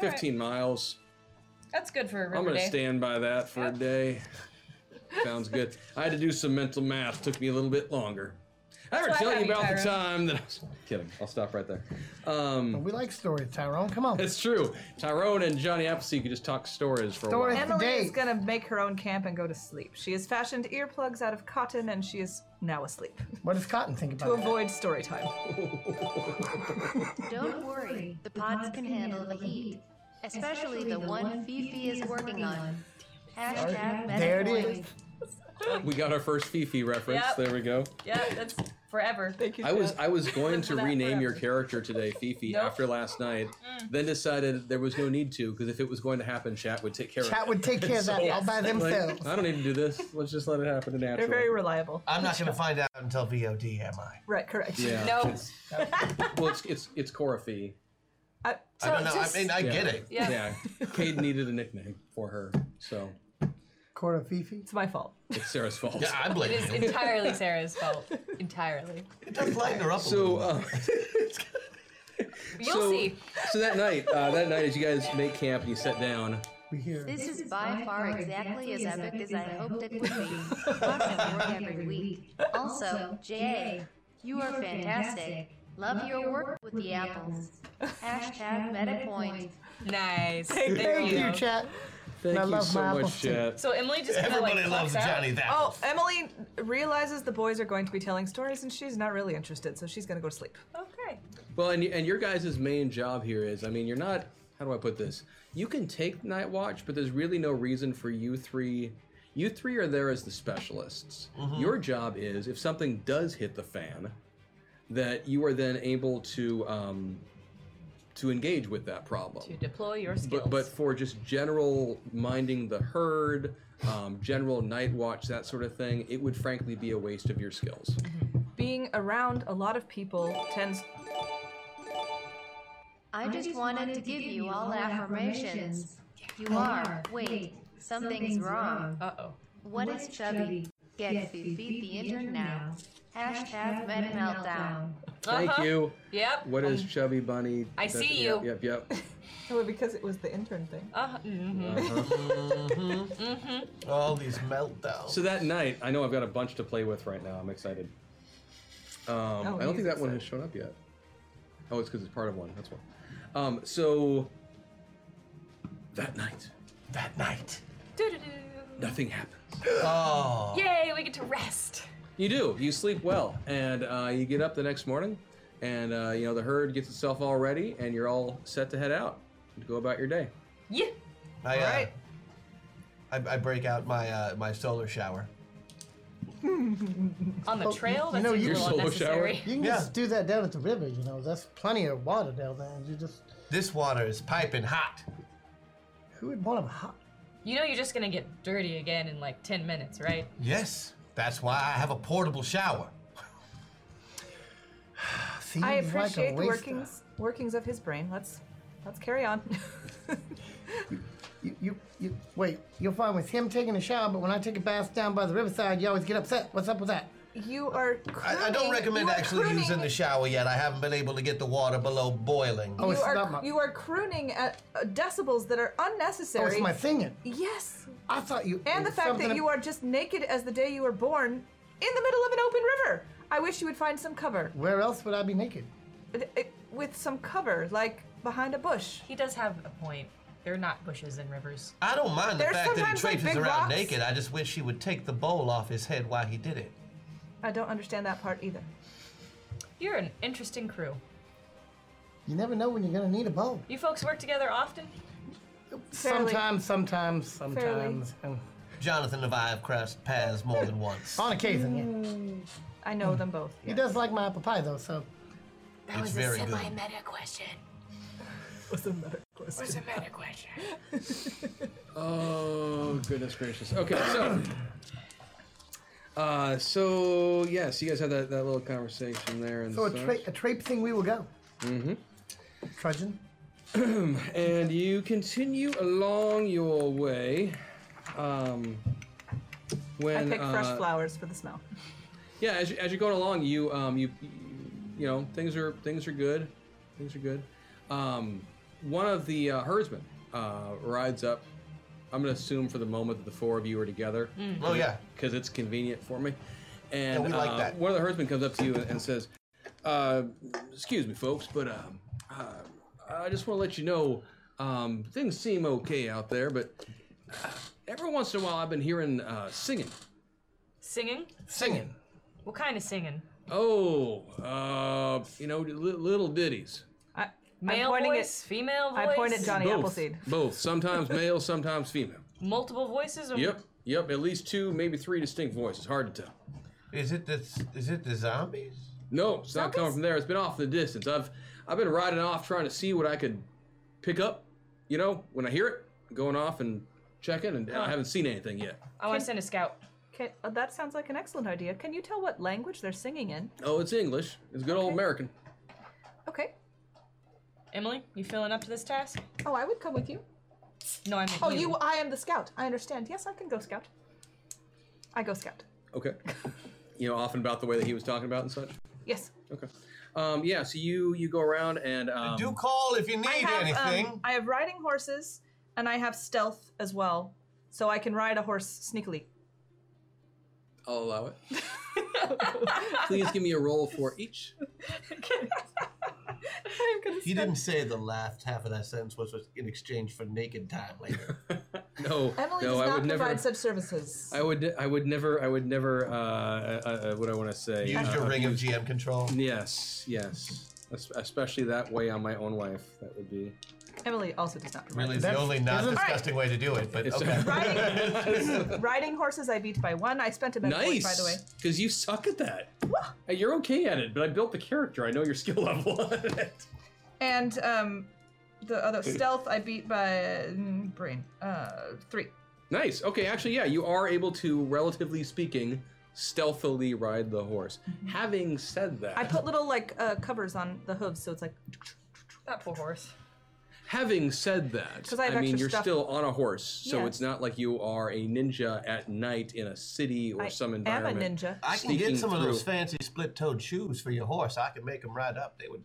[SPEAKER 2] 15 miles.
[SPEAKER 4] that's good for a river
[SPEAKER 2] I'm gonna
[SPEAKER 4] day.
[SPEAKER 2] stand by that for a day. Sounds good. I had to do some mental math. Took me a little bit longer. I ever
[SPEAKER 4] why I
[SPEAKER 2] tell
[SPEAKER 4] have
[SPEAKER 2] you
[SPEAKER 4] you,
[SPEAKER 2] about the
[SPEAKER 4] Tyrone.
[SPEAKER 2] time that I was kidding. I'll stop right there.
[SPEAKER 7] We like stories, Tyrone. Come on.
[SPEAKER 2] It's true. Tyrone and Johnny Appleseed could just talk stories for a
[SPEAKER 7] Stories.
[SPEAKER 2] while.
[SPEAKER 3] Emily
[SPEAKER 7] Today-
[SPEAKER 3] is going to make her own camp and go to sleep. She has fashioned earplugs out of cotton and she is now asleep
[SPEAKER 7] What does Cotton think
[SPEAKER 3] to
[SPEAKER 7] about it?
[SPEAKER 3] avoid story time.
[SPEAKER 5] Don't worry, the pods can handle the heat, especially the one Fifi is working on. Hashtag Med
[SPEAKER 7] There it
[SPEAKER 5] Points.
[SPEAKER 7] is.
[SPEAKER 2] We got our first Fifi reference.
[SPEAKER 4] Yep.
[SPEAKER 2] There we go.
[SPEAKER 4] yeah, that's forever.
[SPEAKER 3] Thank you.
[SPEAKER 2] I was I was going to
[SPEAKER 4] For that
[SPEAKER 2] rename your
[SPEAKER 4] forever.
[SPEAKER 2] character today, Fifi,
[SPEAKER 4] Nope.
[SPEAKER 2] after last night. Then decided there was no need to because if it was going to happen, Chat would take care of
[SPEAKER 7] Chat
[SPEAKER 2] it.
[SPEAKER 7] would take care of that all by
[SPEAKER 2] Like,
[SPEAKER 7] themselves.
[SPEAKER 2] I don't need to do this. Let's just let it happen naturally.
[SPEAKER 3] They're very reliable.
[SPEAKER 6] I'm not going to find out until VOD, am I?
[SPEAKER 3] Right, correct.
[SPEAKER 2] yeah.
[SPEAKER 4] No.
[SPEAKER 2] it's- well, it's it's it's Cora Fee.
[SPEAKER 3] I,
[SPEAKER 6] I don't know.
[SPEAKER 3] just-
[SPEAKER 6] I mean, I
[SPEAKER 2] Yeah.
[SPEAKER 6] get it.
[SPEAKER 4] Yeah.
[SPEAKER 2] Cade needed a nickname for her, so
[SPEAKER 7] Cora Fifi.
[SPEAKER 3] it's my fault.
[SPEAKER 2] it's Sarah's fault.
[SPEAKER 6] Yeah, I blame
[SPEAKER 4] It is
[SPEAKER 6] you.
[SPEAKER 4] entirely Sarah's fault. Entirely.
[SPEAKER 6] It does lighten her up a
[SPEAKER 2] So.
[SPEAKER 6] little. bit.
[SPEAKER 2] Uh,
[SPEAKER 4] You'll
[SPEAKER 2] so,
[SPEAKER 4] see.
[SPEAKER 2] So that night, uh, that night, as you guys make camp and you sit down,
[SPEAKER 7] We hear.
[SPEAKER 5] This is by far exactly as epic as I hoped it would be. Awesome work every week. Also, Jay, you are fantastic. Love your work with the apples. Hashtag MetaPoint.
[SPEAKER 4] Nice.
[SPEAKER 7] Thank you,
[SPEAKER 4] Chad.
[SPEAKER 7] Chat.
[SPEAKER 2] thank
[SPEAKER 7] I
[SPEAKER 2] you
[SPEAKER 7] love
[SPEAKER 2] so
[SPEAKER 7] my
[SPEAKER 2] much,
[SPEAKER 7] apples too.
[SPEAKER 2] Chat.
[SPEAKER 4] So Emily just kind of like
[SPEAKER 6] Everybody loves
[SPEAKER 4] clocks out.
[SPEAKER 6] Johnny that.
[SPEAKER 3] Oh, Emily realizes the boys are going to be telling stories and she's not really interested, so she's going to go to sleep.
[SPEAKER 4] Okay.
[SPEAKER 2] Well, and, and your guys' main job here is, I mean, you're not, how do I put this? You can take night watch, but there's really no reason for you three. You three are there as the specialists.
[SPEAKER 6] Mm-hmm.
[SPEAKER 2] Your job is, if something does hit the fan, that you are then able to um, to engage with that problem.
[SPEAKER 4] To deploy your skills.
[SPEAKER 2] But, but for just general minding the herd, um, general night watch, that sort of thing, it would frankly be a waste of your skills.
[SPEAKER 4] Uh-huh.
[SPEAKER 3] Being around a lot of people tends.
[SPEAKER 5] I just wanted to give you all affirmations. You are. Wait, something's wrong.
[SPEAKER 4] Uh-oh.
[SPEAKER 5] What is chubby? Get feed the intern now. Hashtag Meta Meltdown.
[SPEAKER 2] Thank
[SPEAKER 4] Uh-huh.
[SPEAKER 2] you.
[SPEAKER 4] Yep.
[SPEAKER 2] What is Chubby Bunny?
[SPEAKER 4] Um, I
[SPEAKER 2] That's-
[SPEAKER 4] see
[SPEAKER 2] yep,
[SPEAKER 4] you.
[SPEAKER 2] Yep, yep.
[SPEAKER 3] Oh, because it was the intern thing.
[SPEAKER 4] Uh-huh. mhm.
[SPEAKER 6] All these meltdowns.
[SPEAKER 2] Uh-huh. So that night, I know I've got a bunch to play with right now. I'm excited. Um,
[SPEAKER 4] Oh,
[SPEAKER 2] I don't
[SPEAKER 3] he's
[SPEAKER 2] think that one has shown up yet. Oh, it's because it's part of one. That's why. Um, so that night,
[SPEAKER 6] that night.
[SPEAKER 4] Doo-doo-doo.
[SPEAKER 2] nothing happens.
[SPEAKER 6] Oh.
[SPEAKER 4] Yay, we get to rest.
[SPEAKER 2] You do. You sleep well, and uh, you get up the next morning, and uh, you know the herd gets itself all ready, and you're all set to head out and go about your day.
[SPEAKER 4] Yeah.
[SPEAKER 6] I, uh,
[SPEAKER 3] Alright.
[SPEAKER 6] I, I break out my uh, my solar shower.
[SPEAKER 4] On the trail,
[SPEAKER 7] Oh,
[SPEAKER 4] that
[SPEAKER 7] you know,
[SPEAKER 4] seems a little
[SPEAKER 7] you-
[SPEAKER 2] Your solo
[SPEAKER 4] unnecessary.
[SPEAKER 2] shower?
[SPEAKER 7] You can
[SPEAKER 6] Yeah.
[SPEAKER 7] just do that down at the river, you know. That's plenty of water down there. You just,
[SPEAKER 6] This water is piping hot.
[SPEAKER 7] who would want a hot?
[SPEAKER 4] You know you're just gonna get dirty again in like 10 minutes, right?
[SPEAKER 6] Yes, that's why I have a portable shower.
[SPEAKER 7] Seems
[SPEAKER 3] I
[SPEAKER 7] like a
[SPEAKER 3] appreciate the
[SPEAKER 7] waster.
[SPEAKER 3] workings workings of his brain. Let's let's carry on.
[SPEAKER 7] You, you, you, wait. You're fine with him taking a shower, but when I take a bath down by the riverside, you always get upset. What's up with that?
[SPEAKER 3] you are.
[SPEAKER 6] I, I don't
[SPEAKER 3] crooning-
[SPEAKER 6] recommend
[SPEAKER 3] you are
[SPEAKER 6] actually
[SPEAKER 3] crooning-
[SPEAKER 6] using the shower yet. I haven't been able to get the water below boiling.
[SPEAKER 7] Oh,
[SPEAKER 3] You
[SPEAKER 7] it's
[SPEAKER 3] are,
[SPEAKER 7] not my.
[SPEAKER 3] you are crooning at uh, decibels that are
[SPEAKER 7] oh,
[SPEAKER 3] unnecessary.
[SPEAKER 7] it's my singing.
[SPEAKER 3] Yes,
[SPEAKER 7] I thought you.
[SPEAKER 3] e- and the fact that you are just naked as the day you were born, in the middle of an open river. I wish you would find some cover,
[SPEAKER 7] Where else would I be naked?
[SPEAKER 3] It- it- with some cover, like behind a bush.
[SPEAKER 4] He does have a point. They're not bushes and rivers.
[SPEAKER 6] I don't mind the
[SPEAKER 3] There's
[SPEAKER 6] fact that he
[SPEAKER 3] sometimes, like,
[SPEAKER 6] traipses
[SPEAKER 3] big
[SPEAKER 6] around
[SPEAKER 3] rocks.
[SPEAKER 6] naked. I just wish he would take the bowl off his head while he did it.
[SPEAKER 3] I don't understand that part either.
[SPEAKER 4] You're an interesting crew.
[SPEAKER 7] You never know when you're going to need a bow.
[SPEAKER 4] You folks work together often?
[SPEAKER 3] Fairly.
[SPEAKER 7] Sometimes, sometimes, sometimes. and
[SPEAKER 6] Jonathan and I have crossed paths more than once.
[SPEAKER 7] on occasion, yeah.
[SPEAKER 3] I know them both.
[SPEAKER 7] Hmm. He does like my apple pie, though, so.
[SPEAKER 6] That it's was very a good.
[SPEAKER 3] What's the matter? What's the matter?
[SPEAKER 2] Oh goodness gracious. Okay, so uh, so yes, you guys had that, that little conversation there, and
[SPEAKER 7] So a,
[SPEAKER 2] such.
[SPEAKER 7] tra- a trape thing, we will go. Mm-hmm. Trudging.
[SPEAKER 2] and you continue along your way. Um,
[SPEAKER 3] I
[SPEAKER 2] when
[SPEAKER 3] pick fresh
[SPEAKER 2] uh,
[SPEAKER 3] flowers for the smell.
[SPEAKER 2] yeah, as, you- as you're going along, you um, you you know things are things are good, things are good. Um, one of the uh, herdsmen uh, rides up. I'm gonna assume for the moment that the four of you are together
[SPEAKER 6] Oh, yeah.
[SPEAKER 2] because it's convenient for me. And
[SPEAKER 6] Yeah, we like
[SPEAKER 2] uh,
[SPEAKER 6] that.
[SPEAKER 2] one of the herdsmen comes up to you and, and says, uh, "Excuse me, folks, but um, uh, I just want to let you know um, things seem okay out there, but uh, every once in a while I've been hearing uh, singing,
[SPEAKER 4] Singing?
[SPEAKER 2] singing."
[SPEAKER 4] What kind of singing?
[SPEAKER 2] Oh, uh, you know, li- little ditties.
[SPEAKER 3] I, I'm
[SPEAKER 4] Male
[SPEAKER 3] pointing
[SPEAKER 4] voice,
[SPEAKER 3] at.
[SPEAKER 4] female voice.
[SPEAKER 3] I point at Johnny
[SPEAKER 2] both,
[SPEAKER 3] Appleseed.
[SPEAKER 2] Both. Sometimes male, sometimes female.
[SPEAKER 4] Multiple voices. Or
[SPEAKER 2] Yep, yep. At least two, maybe three distinct voices. Hard to tell.
[SPEAKER 6] Is it the is it the zombies?
[SPEAKER 2] No, it's not coming from there. It's been off in the distance. I've I've been riding off trying to see what I could pick up. You know, when I hear it, going off and checking, and I haven't seen anything yet.
[SPEAKER 4] I want to send a scout.
[SPEAKER 3] Can, uh, that sounds like an excellent idea. Can you tell what language they're singing in?
[SPEAKER 2] Oh, it's English. It's good old American.
[SPEAKER 3] Okay.
[SPEAKER 4] Emily, you feeling up to this task?
[SPEAKER 3] Oh, I would come with you.
[SPEAKER 4] No, I mean.
[SPEAKER 3] Oh, you. I am the scout. I understand. Yes, I can go scout. I go scout.
[SPEAKER 2] Okay. You know, often about the way that he was talking about and such.
[SPEAKER 3] Yes.
[SPEAKER 2] Okay. Um, yeah. So you you go around and um,
[SPEAKER 6] Do call if you need
[SPEAKER 3] I have.
[SPEAKER 6] anything.
[SPEAKER 3] Um, I have riding horses, and I have stealth as well, so I can ride a horse sneakily.
[SPEAKER 2] I'll allow it. Please give me a roll for each.
[SPEAKER 3] I'm gonna
[SPEAKER 6] He didn't say the last half of that sentence was was in exchange for naked time later.
[SPEAKER 2] No,
[SPEAKER 3] Emily
[SPEAKER 2] no,
[SPEAKER 3] does
[SPEAKER 2] I
[SPEAKER 3] not
[SPEAKER 2] would
[SPEAKER 3] provide
[SPEAKER 2] never.
[SPEAKER 3] such services.
[SPEAKER 2] I would, I would never, I would never. Uh, uh, uh, what I want to say.
[SPEAKER 6] Use your
[SPEAKER 2] uh,
[SPEAKER 6] ring of GM control.
[SPEAKER 2] Yes, yes. Es- Especially that way on my own wife. That would be.
[SPEAKER 3] Emily also does not provide.
[SPEAKER 6] Really, the
[SPEAKER 7] That's-
[SPEAKER 6] only not
[SPEAKER 7] isn't-
[SPEAKER 6] disgusting way to do it, but
[SPEAKER 2] It's-
[SPEAKER 6] okay.
[SPEAKER 3] Riding, riding horses, I beat by one. I spent a meta point, by the way.
[SPEAKER 2] Nice, because you suck at that. Hey, You're okay at it, but I built the character. I know your skill level on it.
[SPEAKER 3] And um, the other stealth, I beat by mm, brain uh, three.
[SPEAKER 2] Nice. Okay, actually, yeah, you are able to, relatively speaking, stealthily ride the horse. Having said that,
[SPEAKER 3] Mm-hmm. I put little like uh, covers on the hooves, so it's like
[SPEAKER 4] That poor horse.
[SPEAKER 2] Having said that,
[SPEAKER 3] 'Cause I
[SPEAKER 2] I,
[SPEAKER 3] have
[SPEAKER 2] mean,
[SPEAKER 3] extra
[SPEAKER 2] you're
[SPEAKER 3] stuff.
[SPEAKER 2] still on a horse, so
[SPEAKER 3] Yeah.
[SPEAKER 2] it's not like you are a ninja at night in a city or
[SPEAKER 3] I
[SPEAKER 2] some
[SPEAKER 3] am a
[SPEAKER 2] environment.
[SPEAKER 3] ninja.
[SPEAKER 6] I can get
[SPEAKER 2] sneaking
[SPEAKER 6] some of those
[SPEAKER 2] through.
[SPEAKER 6] fancy split-toed shoes for your horse. I can make them ride up. They would.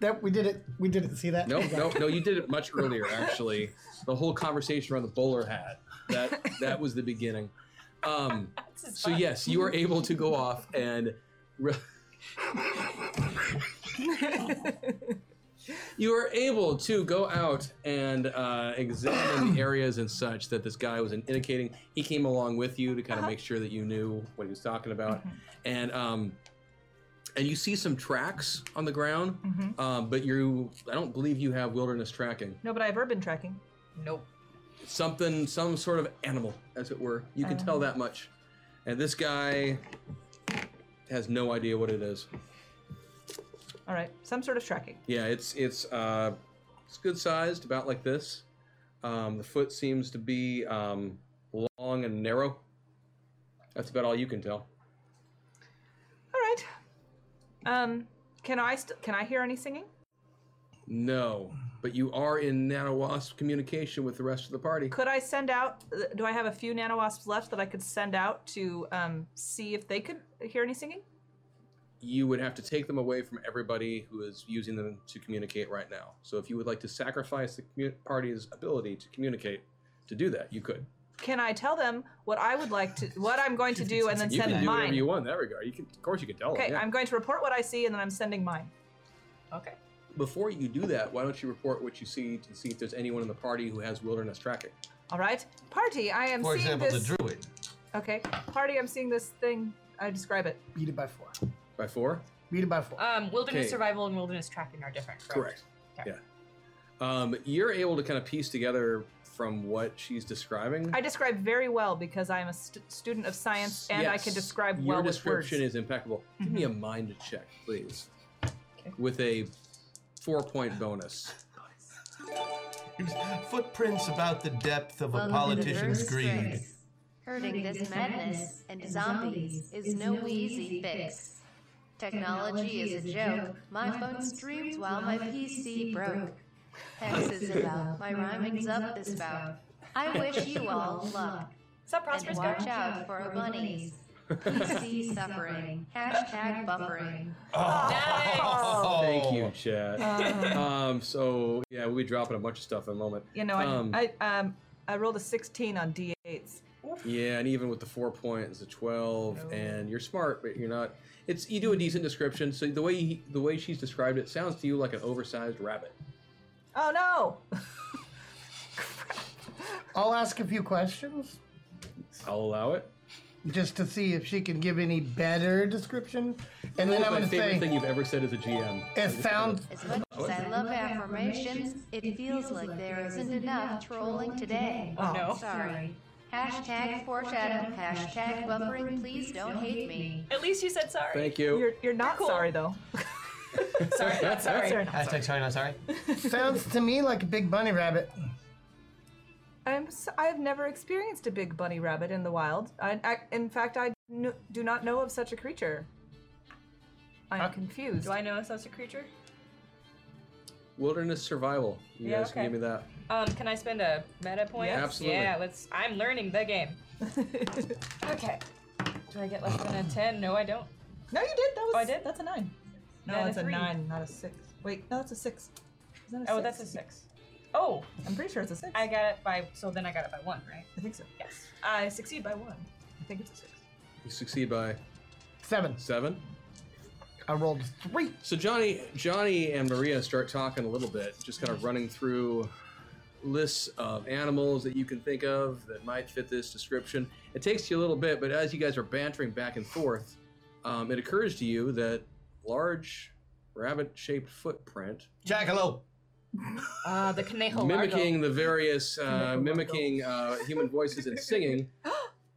[SPEAKER 7] That we did it. We didn't see that.
[SPEAKER 2] No, no, no! You did it much earlier, actually. The whole conversation around the bowler hat—that—that was the beginning. Um, so yes, you are able to go off and re- you are able to go out and uh, examine the areas and such that this guy was indicating. He came along with you to kind of make sure that you knew what he was talking about, and um, and you see some tracks on the ground, um, but you—I don't believe you have wilderness tracking
[SPEAKER 3] No, but I have urban tracking.
[SPEAKER 4] Nope.
[SPEAKER 2] something, some sort of animal, as it were. You can tell that much. And this guy has no idea what it is.
[SPEAKER 3] All right, some sort of tracking.
[SPEAKER 2] Yeah, it's it's uh, it's good sized, about like this. Um, the foot seems to be um, long and narrow. That's about all you can tell.
[SPEAKER 3] All right. Um, can I st- can I hear any singing?
[SPEAKER 2] No, but you are in nanowasp communication with the rest of the party.
[SPEAKER 3] Could I send out? uh, Do I have a few nanowasps left that I could send out to um, see if they could hear any singing?
[SPEAKER 2] You would have to take them away from everybody who is using them to communicate right now. So if you would like to sacrifice the commu- party's ability to communicate to do that, you could.
[SPEAKER 3] Can I tell them what I would like to, what I'm going to do, and then
[SPEAKER 2] You
[SPEAKER 3] send
[SPEAKER 2] can do
[SPEAKER 3] mine?
[SPEAKER 2] whatever you want in that regard. You can, of course, you can tell
[SPEAKER 3] okay,
[SPEAKER 2] them. yeah.
[SPEAKER 3] I'm going to report what I see, and then I'm sending mine.
[SPEAKER 4] Okay.
[SPEAKER 2] Before you do that, why don't you report what you see to see if there's anyone in the party who has wilderness tracking?
[SPEAKER 3] All right, party. I am
[SPEAKER 6] For
[SPEAKER 3] seeing
[SPEAKER 6] example,
[SPEAKER 3] this.
[SPEAKER 6] the druid.
[SPEAKER 3] Okay. Party, I'm seeing this thing. I describe it.
[SPEAKER 7] Beat it by four.
[SPEAKER 2] By four?
[SPEAKER 7] Beat it by four.
[SPEAKER 4] Um, wilderness
[SPEAKER 2] Okay.
[SPEAKER 4] survival and wilderness tracking are different. Correct.
[SPEAKER 2] Yeah. Um, you're able to kind of piece together from what she's describing.
[SPEAKER 3] I describe very well because I'm a st- student of science and I
[SPEAKER 2] Yes.
[SPEAKER 3] can describe
[SPEAKER 2] Your
[SPEAKER 3] well with words. Mm-hmm.
[SPEAKER 2] description is impeccable. Give me a mind check, please. With a four point bonus.
[SPEAKER 6] Footprints about the depth of a politician's greed.
[SPEAKER 5] Hurting this madness and zombies is no easy fix. Technology is a joke. My phone streams while my PC broke. Hex is about. My rhyming's up this bout. I wish you all luck.
[SPEAKER 4] What's up,
[SPEAKER 5] And
[SPEAKER 4] Prosperous
[SPEAKER 5] watch
[SPEAKER 4] Guy?
[SPEAKER 5] out for bunnies. PC suffering. Hashtag buffering.
[SPEAKER 6] Oh.
[SPEAKER 4] Nice.
[SPEAKER 2] Thank you, Chad. um, so yeah, we'll be dropping a bunch of stuff in a moment.
[SPEAKER 3] You know, I,
[SPEAKER 2] Um,
[SPEAKER 3] I um I rolled a 16 on d8s.
[SPEAKER 2] Yeah, and even with the four points, the twelve, and you're smart, but you're not. It's you do a decent description. So the way he, the way she's described it sounds to you like an oversized rabbit.
[SPEAKER 3] Oh no!
[SPEAKER 7] I'll ask a few questions
[SPEAKER 2] I'll allow it.
[SPEAKER 7] just to see if she can give any better description, and then
[SPEAKER 2] It's
[SPEAKER 7] I'm
[SPEAKER 2] my
[SPEAKER 7] gonna
[SPEAKER 2] favorite
[SPEAKER 7] say
[SPEAKER 2] thing you've ever said as a GM.
[SPEAKER 7] it sounds.
[SPEAKER 5] As much as I love affirmations, it feels like there isn't enough trolling today.
[SPEAKER 4] Oh, no.
[SPEAKER 5] Sorry. Hashtag foreshadow. Hashtag buffering. Please don't hate me.
[SPEAKER 4] At least you said sorry.
[SPEAKER 2] Thank you.
[SPEAKER 3] You're you're not
[SPEAKER 4] cool.
[SPEAKER 3] sorry though.
[SPEAKER 4] sorry, not sorry.
[SPEAKER 3] Sorry, not sorry.
[SPEAKER 6] Hashtag sorry, not sorry.
[SPEAKER 7] Sounds to me like a big bunny rabbit.
[SPEAKER 3] I'm so, I've never experienced a big bunny rabbit in the wild. I, I in fact I kn- do not know of such a creature. I'm
[SPEAKER 7] Uh,
[SPEAKER 3] confused.
[SPEAKER 4] Do I know a such a creature?
[SPEAKER 2] Wilderness survival. You
[SPEAKER 4] Yeah,
[SPEAKER 2] guys
[SPEAKER 4] okay.
[SPEAKER 2] can give me that.
[SPEAKER 4] Um, can I spend a meta point?
[SPEAKER 2] Yeah, absolutely.
[SPEAKER 4] Yeah, let's. I'm learning the game. okay. Do I get less than a ten? No, I don't.
[SPEAKER 3] no, you did. That was
[SPEAKER 4] Oh, I did?
[SPEAKER 3] That's a nine. No,
[SPEAKER 4] Then a
[SPEAKER 3] that's a,
[SPEAKER 4] three.
[SPEAKER 3] nine, not a six. Wait, no, that's a six. Isn't that
[SPEAKER 4] Oh, that's a six. Oh,
[SPEAKER 3] i I'm pretty sure it's a six.
[SPEAKER 4] I got it by. So then I got it by one, right?
[SPEAKER 3] I think so.
[SPEAKER 4] Yes. I succeed by one.
[SPEAKER 3] I think it's a six.
[SPEAKER 2] You succeed by
[SPEAKER 7] Seven.
[SPEAKER 2] seven.
[SPEAKER 7] I rolled three.
[SPEAKER 2] So Johnny, Johnny and Maria start talking a little bit, just kind of running through lists of animals that you can think of that might fit this description. It takes you a little bit, but as you guys are bantering back and forth, um, it occurs to you that large rabbit-shaped footprint,
[SPEAKER 6] Jackalope.
[SPEAKER 4] Uh, the Conejo
[SPEAKER 2] mimicking the various, uh, Oh, mimicking uh, human voices and singing,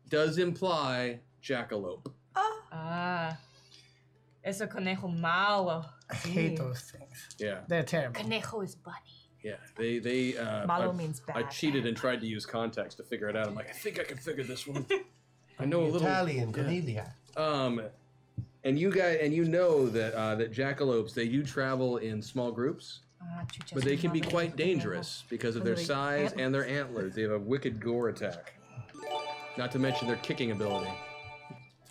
[SPEAKER 2] does imply jackalope.
[SPEAKER 3] Oh,
[SPEAKER 4] Ah. Es el Conejo Malo.
[SPEAKER 7] I hate those things.
[SPEAKER 2] Yeah,
[SPEAKER 7] They're terrible.
[SPEAKER 4] Conejo is bunny.
[SPEAKER 2] yeah. They they. Uh,
[SPEAKER 3] Malo
[SPEAKER 2] I-
[SPEAKER 3] means bad.
[SPEAKER 2] I cheated and tried to use context to figure it out. I'm like, I think I can figure this one. I know a Oh, little.
[SPEAKER 6] Italian Cornelia.
[SPEAKER 2] Um, and you guys, and you know that uh, that jackalopes they do travel in small groups,
[SPEAKER 4] Ah, chucha,
[SPEAKER 2] but
[SPEAKER 4] su
[SPEAKER 2] they can be
[SPEAKER 4] madre.
[SPEAKER 2] quite dangerous because of their
[SPEAKER 3] Really?
[SPEAKER 2] size and their antlers. They have a wicked gore attack. Not to mention their kicking ability.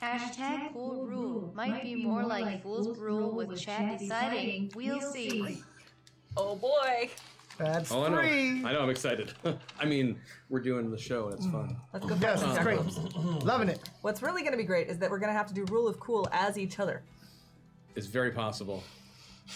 [SPEAKER 5] Hashtag cool rule might be more like fool's rule with chat deciding. We'll see.
[SPEAKER 4] Oh boy.
[SPEAKER 7] That's
[SPEAKER 2] Oh, I know.
[SPEAKER 7] three.
[SPEAKER 2] I know. I'm excited. I mean, we're doing the show and it's fun.
[SPEAKER 3] Mm. let's go.
[SPEAKER 7] Yes,
[SPEAKER 3] back
[SPEAKER 7] it's
[SPEAKER 3] to
[SPEAKER 7] great.
[SPEAKER 3] Jackalopes.
[SPEAKER 7] Loving it.
[SPEAKER 3] What's really going to be great is that we're going to have to do rule of cool as each other.
[SPEAKER 2] It's very possible,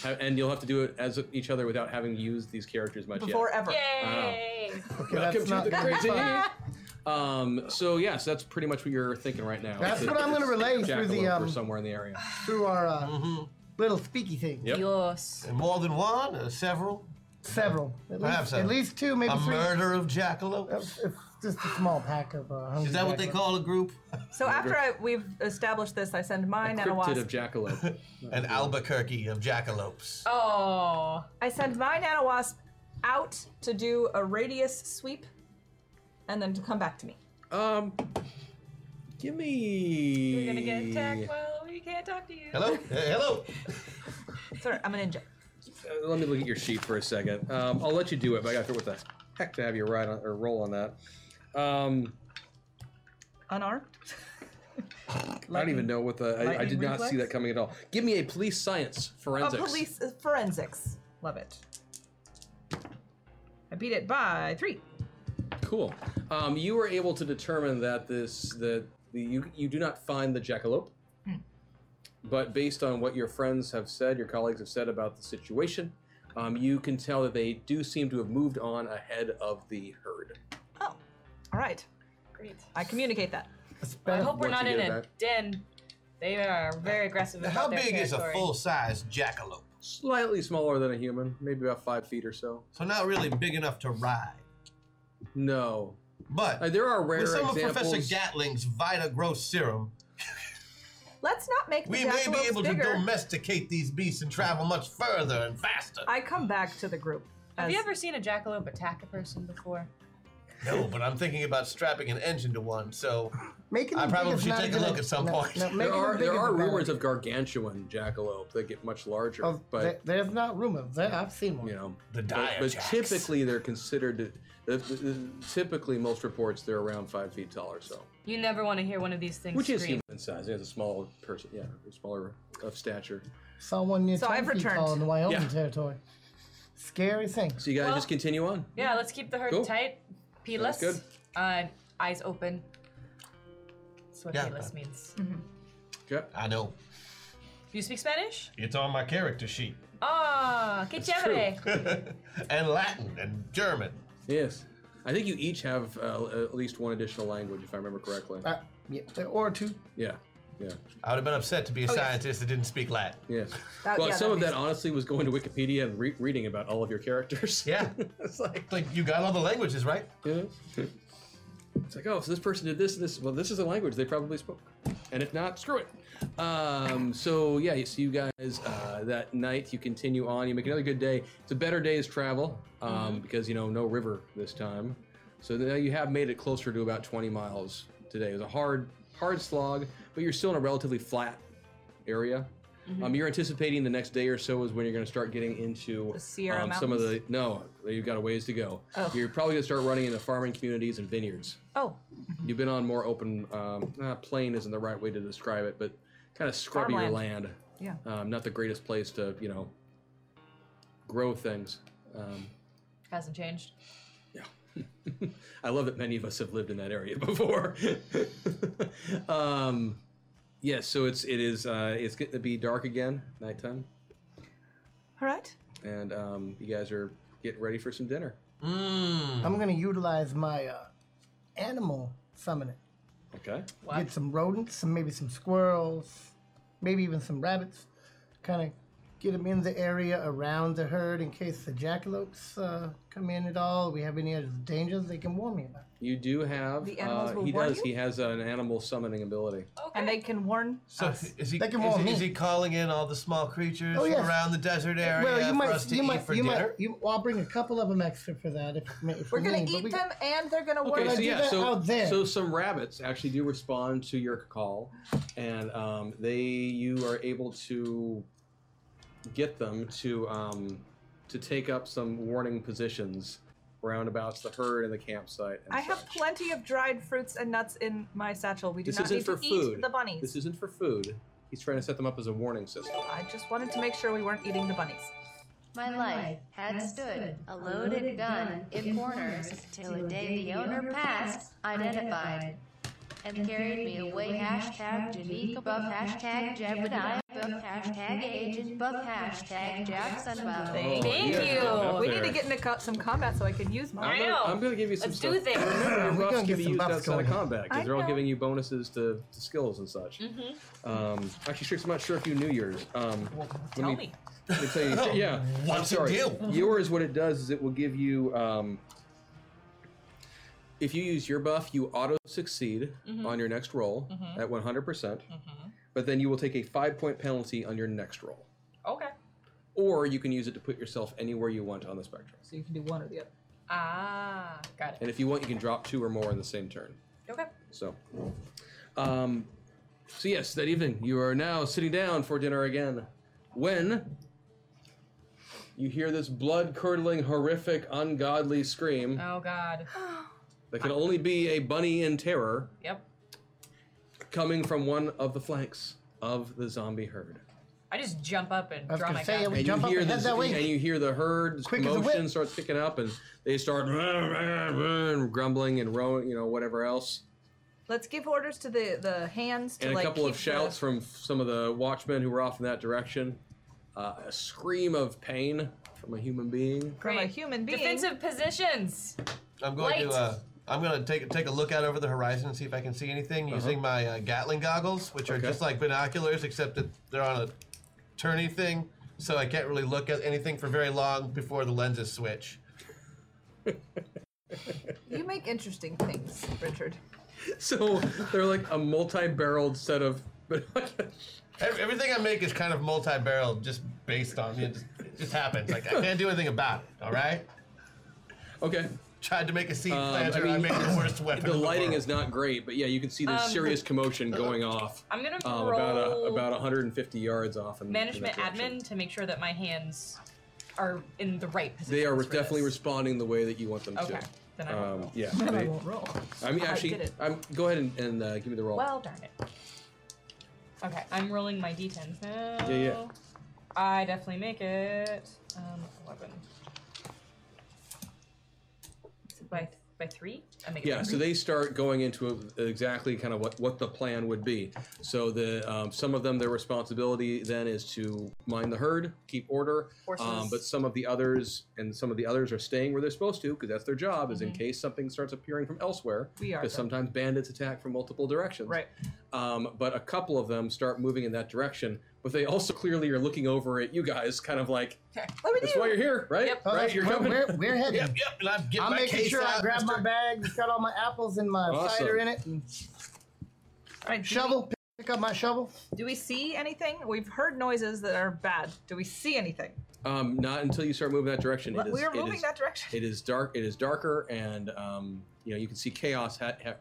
[SPEAKER 2] Ha- and you'll have to do it as each other without having used these characters much yet.
[SPEAKER 3] Before ever.
[SPEAKER 4] Yay.
[SPEAKER 7] Okay, that's not good.
[SPEAKER 2] Um, so yes, that's pretty much what you're thinking right now.
[SPEAKER 7] That's
[SPEAKER 2] It's a-
[SPEAKER 7] what I'm gonna
[SPEAKER 2] it's
[SPEAKER 7] relay through the,
[SPEAKER 2] jackalope
[SPEAKER 7] um,
[SPEAKER 2] or somewhere in the area.
[SPEAKER 7] through our uh,
[SPEAKER 6] Mm-hmm.
[SPEAKER 7] little speaky thing.
[SPEAKER 2] Yep.
[SPEAKER 4] Dios.
[SPEAKER 6] And more than one, or several.
[SPEAKER 7] Several. At least,
[SPEAKER 6] Perhaps seven.
[SPEAKER 7] at least two, maybe
[SPEAKER 6] A
[SPEAKER 7] three.
[SPEAKER 6] murder of jackalopes.
[SPEAKER 7] That's- It's just a small pack of. Uh, hungry
[SPEAKER 6] Is that what they
[SPEAKER 7] jackalopes.
[SPEAKER 6] call a group?
[SPEAKER 3] So after I, we've established this, I send mine and a
[SPEAKER 2] Cryptid
[SPEAKER 3] wasp.
[SPEAKER 2] of jackalope.
[SPEAKER 6] An Albuquerque of jackalopes.
[SPEAKER 4] Oh.
[SPEAKER 3] I send my nano wasp out to do a radius sweep and then to come back to me.
[SPEAKER 2] Um, give me.
[SPEAKER 4] We're gonna get attacked while we can't talk to you.
[SPEAKER 6] Hello? Hey, hello?
[SPEAKER 3] Sorry, I'm a ninja.
[SPEAKER 2] Uh, let me look at your sheet for a second. Um, I'll let you do it, but I got to with the heck to have you ride on, or roll on that. Um,
[SPEAKER 3] Unarmed?
[SPEAKER 2] I don't even know what the. I, I
[SPEAKER 3] lightning
[SPEAKER 2] did not see
[SPEAKER 3] reflex?
[SPEAKER 2] that coming at all. Give me a police science
[SPEAKER 3] A
[SPEAKER 2] forensics.
[SPEAKER 3] police uh, forensics. Love it. I beat it by three.
[SPEAKER 2] Cool. Um, you were able to determine that this that the, you you do not find the jackalope, but based on what your friends have said, your colleagues have said about the situation, um, you can tell that they do seem to have moved on ahead of the herd.
[SPEAKER 3] Oh, all right.
[SPEAKER 4] Great.
[SPEAKER 3] I communicate that.
[SPEAKER 7] A spell-
[SPEAKER 4] I hope we're
[SPEAKER 2] Once
[SPEAKER 4] not
[SPEAKER 2] you
[SPEAKER 4] in
[SPEAKER 2] get
[SPEAKER 4] a
[SPEAKER 2] back.
[SPEAKER 4] den. They are very aggressive.
[SPEAKER 6] How
[SPEAKER 4] about their
[SPEAKER 6] big is a
[SPEAKER 4] territory.
[SPEAKER 6] full size jackalope?
[SPEAKER 2] Slightly smaller than a human, maybe about five feet or so.
[SPEAKER 6] So not really big enough to ride.
[SPEAKER 2] No,
[SPEAKER 6] But
[SPEAKER 2] Uh, there are rare
[SPEAKER 6] with some of
[SPEAKER 2] examples.
[SPEAKER 6] Professor Gatling's Vita Grow serum,
[SPEAKER 3] Let's not make the
[SPEAKER 6] we may be
[SPEAKER 3] jackalopes
[SPEAKER 6] able
[SPEAKER 3] bigger.
[SPEAKER 6] to domesticate these beasts and travel much further and faster.
[SPEAKER 3] I come back to the group.
[SPEAKER 4] Have you
[SPEAKER 3] as-
[SPEAKER 4] ever seen a jackalope attack a person before?
[SPEAKER 6] No, but I'm thinking about strapping an engine to one, so
[SPEAKER 7] Making
[SPEAKER 6] I
[SPEAKER 7] them big
[SPEAKER 6] probably
[SPEAKER 7] is
[SPEAKER 6] should
[SPEAKER 7] not
[SPEAKER 6] take a
[SPEAKER 7] gonna-
[SPEAKER 6] look at some
[SPEAKER 7] no,
[SPEAKER 6] point.
[SPEAKER 7] no,
[SPEAKER 6] There
[SPEAKER 7] making
[SPEAKER 2] There
[SPEAKER 7] them
[SPEAKER 2] are
[SPEAKER 7] big
[SPEAKER 2] there
[SPEAKER 7] is
[SPEAKER 2] are
[SPEAKER 7] a bad
[SPEAKER 2] rumors
[SPEAKER 7] idea.
[SPEAKER 2] of gargantuan jackalope that get much larger,
[SPEAKER 7] Oh,
[SPEAKER 2] but
[SPEAKER 7] there- there's not rumor. There, I've seen one.
[SPEAKER 2] you know,
[SPEAKER 6] The
[SPEAKER 2] but,
[SPEAKER 6] dire
[SPEAKER 2] but
[SPEAKER 6] jacks.
[SPEAKER 2] typically they're considered. To, the- the- the- typically, most reports they're around five feet tall or so,
[SPEAKER 4] You never want to hear one of these things
[SPEAKER 2] which is
[SPEAKER 4] scream.
[SPEAKER 2] human size. It's a small person, yeah, smaller of stature.
[SPEAKER 7] Saw one near
[SPEAKER 3] So
[SPEAKER 7] 10
[SPEAKER 3] I've
[SPEAKER 7] feet
[SPEAKER 3] returned.
[SPEAKER 7] tall in the Wyoming
[SPEAKER 2] Yeah.
[SPEAKER 7] territory. Scary thing.
[SPEAKER 2] So you guys
[SPEAKER 4] Well-
[SPEAKER 2] just continue on.
[SPEAKER 4] Yeah, let's keep the herd
[SPEAKER 2] Cool.
[SPEAKER 4] tight. Peeless.
[SPEAKER 2] good.
[SPEAKER 4] Uh, eyes open. That's what
[SPEAKER 6] Yeah.
[SPEAKER 4] peeless means.
[SPEAKER 2] Okay.
[SPEAKER 6] I know.
[SPEAKER 4] Do you speak Spanish?
[SPEAKER 6] It's on my character sheet.
[SPEAKER 4] Ah, que chévere.
[SPEAKER 6] and Latin and German.
[SPEAKER 2] Yes, I think you each have uh, at least one additional language, if I remember correctly.
[SPEAKER 7] Uh, yeah, or two.
[SPEAKER 2] Yeah, yeah.
[SPEAKER 6] I would have been upset to be a
[SPEAKER 3] Oh,
[SPEAKER 6] scientist that didn't speak Latin.
[SPEAKER 2] Yes.
[SPEAKER 3] That-
[SPEAKER 2] well,
[SPEAKER 3] yeah,
[SPEAKER 2] some
[SPEAKER 3] that
[SPEAKER 2] of that
[SPEAKER 3] makes-
[SPEAKER 2] honestly was going to Wikipedia and re- reading about all of your characters.
[SPEAKER 6] Yeah.
[SPEAKER 2] it's like,
[SPEAKER 6] Like, you got all the languages, right?
[SPEAKER 2] you know? It's like, oh, so this person did this, this. Well, this is a language they probably spoke. And if not, screw it. Um, so, yeah, so you guys, uh, that night, you continue on. You make another good day. It's a better day's travel
[SPEAKER 3] Mm-hmm.
[SPEAKER 2] um, because, you know, no river this time. So now you have made it closer to about 20 miles today. It was a hard, hard slog, but you're still in a relatively flat area.
[SPEAKER 3] Mm-hmm.
[SPEAKER 2] Um, you're anticipating the next day or so is when you're going to start getting into
[SPEAKER 3] The Sierra
[SPEAKER 2] um, some of the
[SPEAKER 3] Mountains?
[SPEAKER 2] no, you've got a ways to go.
[SPEAKER 3] Oh.
[SPEAKER 2] You're probably going to start running into farming communities and vineyards.
[SPEAKER 3] Oh,
[SPEAKER 2] You've been on more open, um, ah, plain isn't the right way to describe it, but kind of scrubbier land.
[SPEAKER 3] Yeah.
[SPEAKER 2] Um, not the greatest place to you know grow things. Um,
[SPEAKER 4] Hasn't changed.
[SPEAKER 2] I love that many of us have lived in that area before. um, yes, so it's it is uh, it's getting to be dark again, nighttime,
[SPEAKER 3] all right.
[SPEAKER 2] and um, you guys are getting ready for some dinner.
[SPEAKER 6] Mmm.
[SPEAKER 7] I'm gonna utilize my uh, animal summoning.
[SPEAKER 2] Okay.
[SPEAKER 4] What?
[SPEAKER 7] Get some rodents, some maybe some squirrels, maybe even some rabbits. Kind of get them in the area around the herd in case the jackalopes uh, come in at all. We have any other dangers they can warn me about.
[SPEAKER 2] You do have.
[SPEAKER 3] The animals
[SPEAKER 2] uh,
[SPEAKER 3] will
[SPEAKER 2] he
[SPEAKER 3] warn
[SPEAKER 2] does.
[SPEAKER 3] you?
[SPEAKER 2] He has an animal summoning ability.
[SPEAKER 4] Okay.
[SPEAKER 3] And they can warn
[SPEAKER 6] So
[SPEAKER 3] us.
[SPEAKER 6] is he,
[SPEAKER 7] They can
[SPEAKER 6] is,
[SPEAKER 7] warn
[SPEAKER 6] he, is
[SPEAKER 7] me.
[SPEAKER 6] he calling in all the small creatures
[SPEAKER 7] Oh, yes.
[SPEAKER 6] from around the desert area
[SPEAKER 7] well, you
[SPEAKER 6] for
[SPEAKER 7] might,
[SPEAKER 6] us to
[SPEAKER 7] you
[SPEAKER 6] eat
[SPEAKER 7] might,
[SPEAKER 6] for
[SPEAKER 7] you
[SPEAKER 6] dinner?
[SPEAKER 7] might, you, well, I'll bring a couple of them extra for that. If, if
[SPEAKER 3] We're
[SPEAKER 7] we
[SPEAKER 3] gonna
[SPEAKER 7] need, but
[SPEAKER 3] eat
[SPEAKER 7] we-
[SPEAKER 3] them, and they're gonna
[SPEAKER 2] Okay,
[SPEAKER 3] warn
[SPEAKER 7] I
[SPEAKER 3] us.
[SPEAKER 2] so
[SPEAKER 7] do
[SPEAKER 2] yeah,
[SPEAKER 7] that
[SPEAKER 2] so,
[SPEAKER 7] out there?
[SPEAKER 2] so some rabbits actually do respond to your call, and um, they you are able to get them to um, to take up some warning positions roundabouts the herd and the campsite. And
[SPEAKER 3] I have
[SPEAKER 2] such.
[SPEAKER 3] plenty of dried fruits and nuts in my satchel. We do
[SPEAKER 2] This
[SPEAKER 3] not
[SPEAKER 2] isn't
[SPEAKER 3] need
[SPEAKER 2] for
[SPEAKER 3] to eat
[SPEAKER 2] food.
[SPEAKER 3] the bunnies.
[SPEAKER 2] This isn't for food. He's trying to set them up as a warning system.
[SPEAKER 3] I just wanted to make sure we weren't eating the bunnies.
[SPEAKER 5] My life had stood a loaded gun in corners till a day the owner passed, identified, and carried me away. Hashtag Janik above hashtag Jebediah above hashtag agent above hashtag Jackson above.
[SPEAKER 3] Thank
[SPEAKER 4] Thank
[SPEAKER 2] Oh, yeah,
[SPEAKER 4] you.
[SPEAKER 2] up
[SPEAKER 3] We
[SPEAKER 2] there.
[SPEAKER 3] need to get into co- some combat so I can use
[SPEAKER 2] I'm
[SPEAKER 4] I
[SPEAKER 3] mine.
[SPEAKER 2] gonna,
[SPEAKER 4] know.
[SPEAKER 2] I'm gonna give you some
[SPEAKER 4] Let's
[SPEAKER 2] stuff.
[SPEAKER 4] do this.
[SPEAKER 2] Remember,
[SPEAKER 7] We're
[SPEAKER 2] buffs
[SPEAKER 7] gonna
[SPEAKER 2] can
[SPEAKER 7] get
[SPEAKER 2] be
[SPEAKER 7] some
[SPEAKER 2] used
[SPEAKER 7] buffs
[SPEAKER 2] outside of
[SPEAKER 7] going.
[SPEAKER 2] combat
[SPEAKER 3] I
[SPEAKER 2] because they're all
[SPEAKER 3] know. Mm-hmm.
[SPEAKER 2] giving you bonuses to, to skills and such. Um, actually, Strix, I'm not sure if you knew yours. Um, let
[SPEAKER 4] Tell me. Oh,
[SPEAKER 2] let me tell you- so- yeah.
[SPEAKER 6] What's
[SPEAKER 2] I'm sorry.
[SPEAKER 6] the deal?
[SPEAKER 2] Yours, what it does is it will give you. Um, if you use your buff, you auto succeed
[SPEAKER 3] Mm-hmm.
[SPEAKER 2] on your next roll at 100%, percent but then you will take a five point penalty on your next roll.
[SPEAKER 4] Okay.
[SPEAKER 2] Or you can use it to put yourself anywhere you want on the spectrum.
[SPEAKER 3] So you can do one or the other.
[SPEAKER 4] Ah, got it.
[SPEAKER 2] And if you want, you can drop two or more in the same turn.
[SPEAKER 4] Okay.
[SPEAKER 2] So, um, so yes, that evening you are now sitting down for dinner again, when you hear this blood-curdling, horrific, ungodly scream
[SPEAKER 4] Oh God.
[SPEAKER 2] that can only be a bunny in terror
[SPEAKER 4] Yep.
[SPEAKER 2] coming from one of the flanks of the zombie herd.
[SPEAKER 4] I just jump up and
[SPEAKER 7] I was
[SPEAKER 4] draw
[SPEAKER 7] gonna
[SPEAKER 4] my
[SPEAKER 7] say,
[SPEAKER 4] gun.
[SPEAKER 7] it was-
[SPEAKER 2] And
[SPEAKER 7] Jump
[SPEAKER 2] you
[SPEAKER 7] up
[SPEAKER 2] hear
[SPEAKER 7] and head
[SPEAKER 2] this,
[SPEAKER 7] that way.
[SPEAKER 2] and you hear the herd's
[SPEAKER 7] Quick as a
[SPEAKER 2] commotion
[SPEAKER 7] whip.
[SPEAKER 2] starts picking up, and they start grumbling and rowing, you know, whatever else.
[SPEAKER 3] Let's give orders to the the hands to
[SPEAKER 2] and
[SPEAKER 3] like
[SPEAKER 2] a couple
[SPEAKER 3] keep
[SPEAKER 2] of shouts
[SPEAKER 3] the,
[SPEAKER 2] from f- some of the watchmen who were off in that direction. Uh, a scream of pain from a human being.
[SPEAKER 3] from a
[SPEAKER 4] Great.
[SPEAKER 3] human being.
[SPEAKER 4] Defensive positions.
[SPEAKER 6] I'm going
[SPEAKER 4] Light.
[SPEAKER 6] to. Uh, I'm gonna take take a look out over the horizon and see if I can see anything using my uh, Gatling goggles, which are
[SPEAKER 2] Uh-huh. Okay.
[SPEAKER 6] just like binoculars except that they're on a turny thing, so I can't really look at anything for very long before the lenses switch.
[SPEAKER 3] You make interesting things, Richard.
[SPEAKER 2] So they're like a multi-barreled set of.
[SPEAKER 6] Ev- Everything I make is kind of multi-barreled, just based on it. Just, it just happens. Like I can't do anything about it. All right.
[SPEAKER 2] okay.
[SPEAKER 6] Tried to make a seed
[SPEAKER 2] Um,
[SPEAKER 6] planter. I,
[SPEAKER 2] I mean,
[SPEAKER 6] make the worst weapon.
[SPEAKER 2] The
[SPEAKER 6] in
[SPEAKER 2] lighting
[SPEAKER 6] world.
[SPEAKER 2] is not great, but yeah, you can see there's serious commotion going off.
[SPEAKER 4] I'm gonna
[SPEAKER 2] um,
[SPEAKER 4] roll
[SPEAKER 2] about a, about 150 yards off. In, in that
[SPEAKER 4] management
[SPEAKER 2] direction.
[SPEAKER 4] admin to make sure that my hands are in the right position.
[SPEAKER 2] They are definitely responding the way that you want them
[SPEAKER 4] Okay,
[SPEAKER 2] to.
[SPEAKER 4] then I won't
[SPEAKER 2] Um,
[SPEAKER 4] roll.
[SPEAKER 2] yeah.
[SPEAKER 3] Then I
[SPEAKER 2] they-
[SPEAKER 3] won't roll.
[SPEAKER 2] I mean,
[SPEAKER 3] I
[SPEAKER 2] actually,
[SPEAKER 3] did it.
[SPEAKER 2] I'm, go ahead and, and uh, give me the roll.
[SPEAKER 4] Well, darn it. Okay, I'm rolling my d10s now.
[SPEAKER 2] Yeah, yeah.
[SPEAKER 4] I definitely make it. Um, 11. Is it by, by three? I make it
[SPEAKER 2] Yeah,
[SPEAKER 4] by
[SPEAKER 2] so
[SPEAKER 4] three.
[SPEAKER 2] they start going into exactly kind of what, what the plan would be. So the um, some of them, their responsibility then is to mind the herd, keep order. Um,
[SPEAKER 4] Horses.
[SPEAKER 2] but some of the others, and some of the others are staying where they're supposed to because that's their job. Is in case something starts appearing from elsewhere.
[SPEAKER 3] Mm-hmm. We are
[SPEAKER 2] because
[SPEAKER 3] them.
[SPEAKER 2] sometimes bandits attack from multiple directions.
[SPEAKER 3] Right.
[SPEAKER 2] Um, but a couple of them start moving in that direction, but they also clearly are looking over at you guys, kind of like
[SPEAKER 3] Let me
[SPEAKER 2] that's
[SPEAKER 3] do-
[SPEAKER 2] why you're here, right?
[SPEAKER 4] Yep.
[SPEAKER 7] Oh,
[SPEAKER 2] Right,
[SPEAKER 7] that's-
[SPEAKER 2] you're
[SPEAKER 7] we're,
[SPEAKER 2] coming.
[SPEAKER 7] we're, we're heading.
[SPEAKER 6] Yep, yep. And I'm getting
[SPEAKER 7] I'm
[SPEAKER 6] my
[SPEAKER 7] making
[SPEAKER 6] case
[SPEAKER 7] sure I
[SPEAKER 6] out,
[SPEAKER 7] grab my
[SPEAKER 6] Mr.
[SPEAKER 7] bag, that's got all my apples and my
[SPEAKER 2] Awesome.
[SPEAKER 7] cider in it, and
[SPEAKER 3] All right, do
[SPEAKER 7] shovel. Pick up my shovel.
[SPEAKER 3] we- Do we see anything? We've heard noises that are bad. Do we see anything?
[SPEAKER 2] Um, not until you start moving that direction.
[SPEAKER 3] But
[SPEAKER 2] it is,
[SPEAKER 3] we are
[SPEAKER 2] it
[SPEAKER 3] moving
[SPEAKER 2] is-
[SPEAKER 3] that direction.
[SPEAKER 2] It is dark. It is darker, and um, you know you can see chaos ha- ha-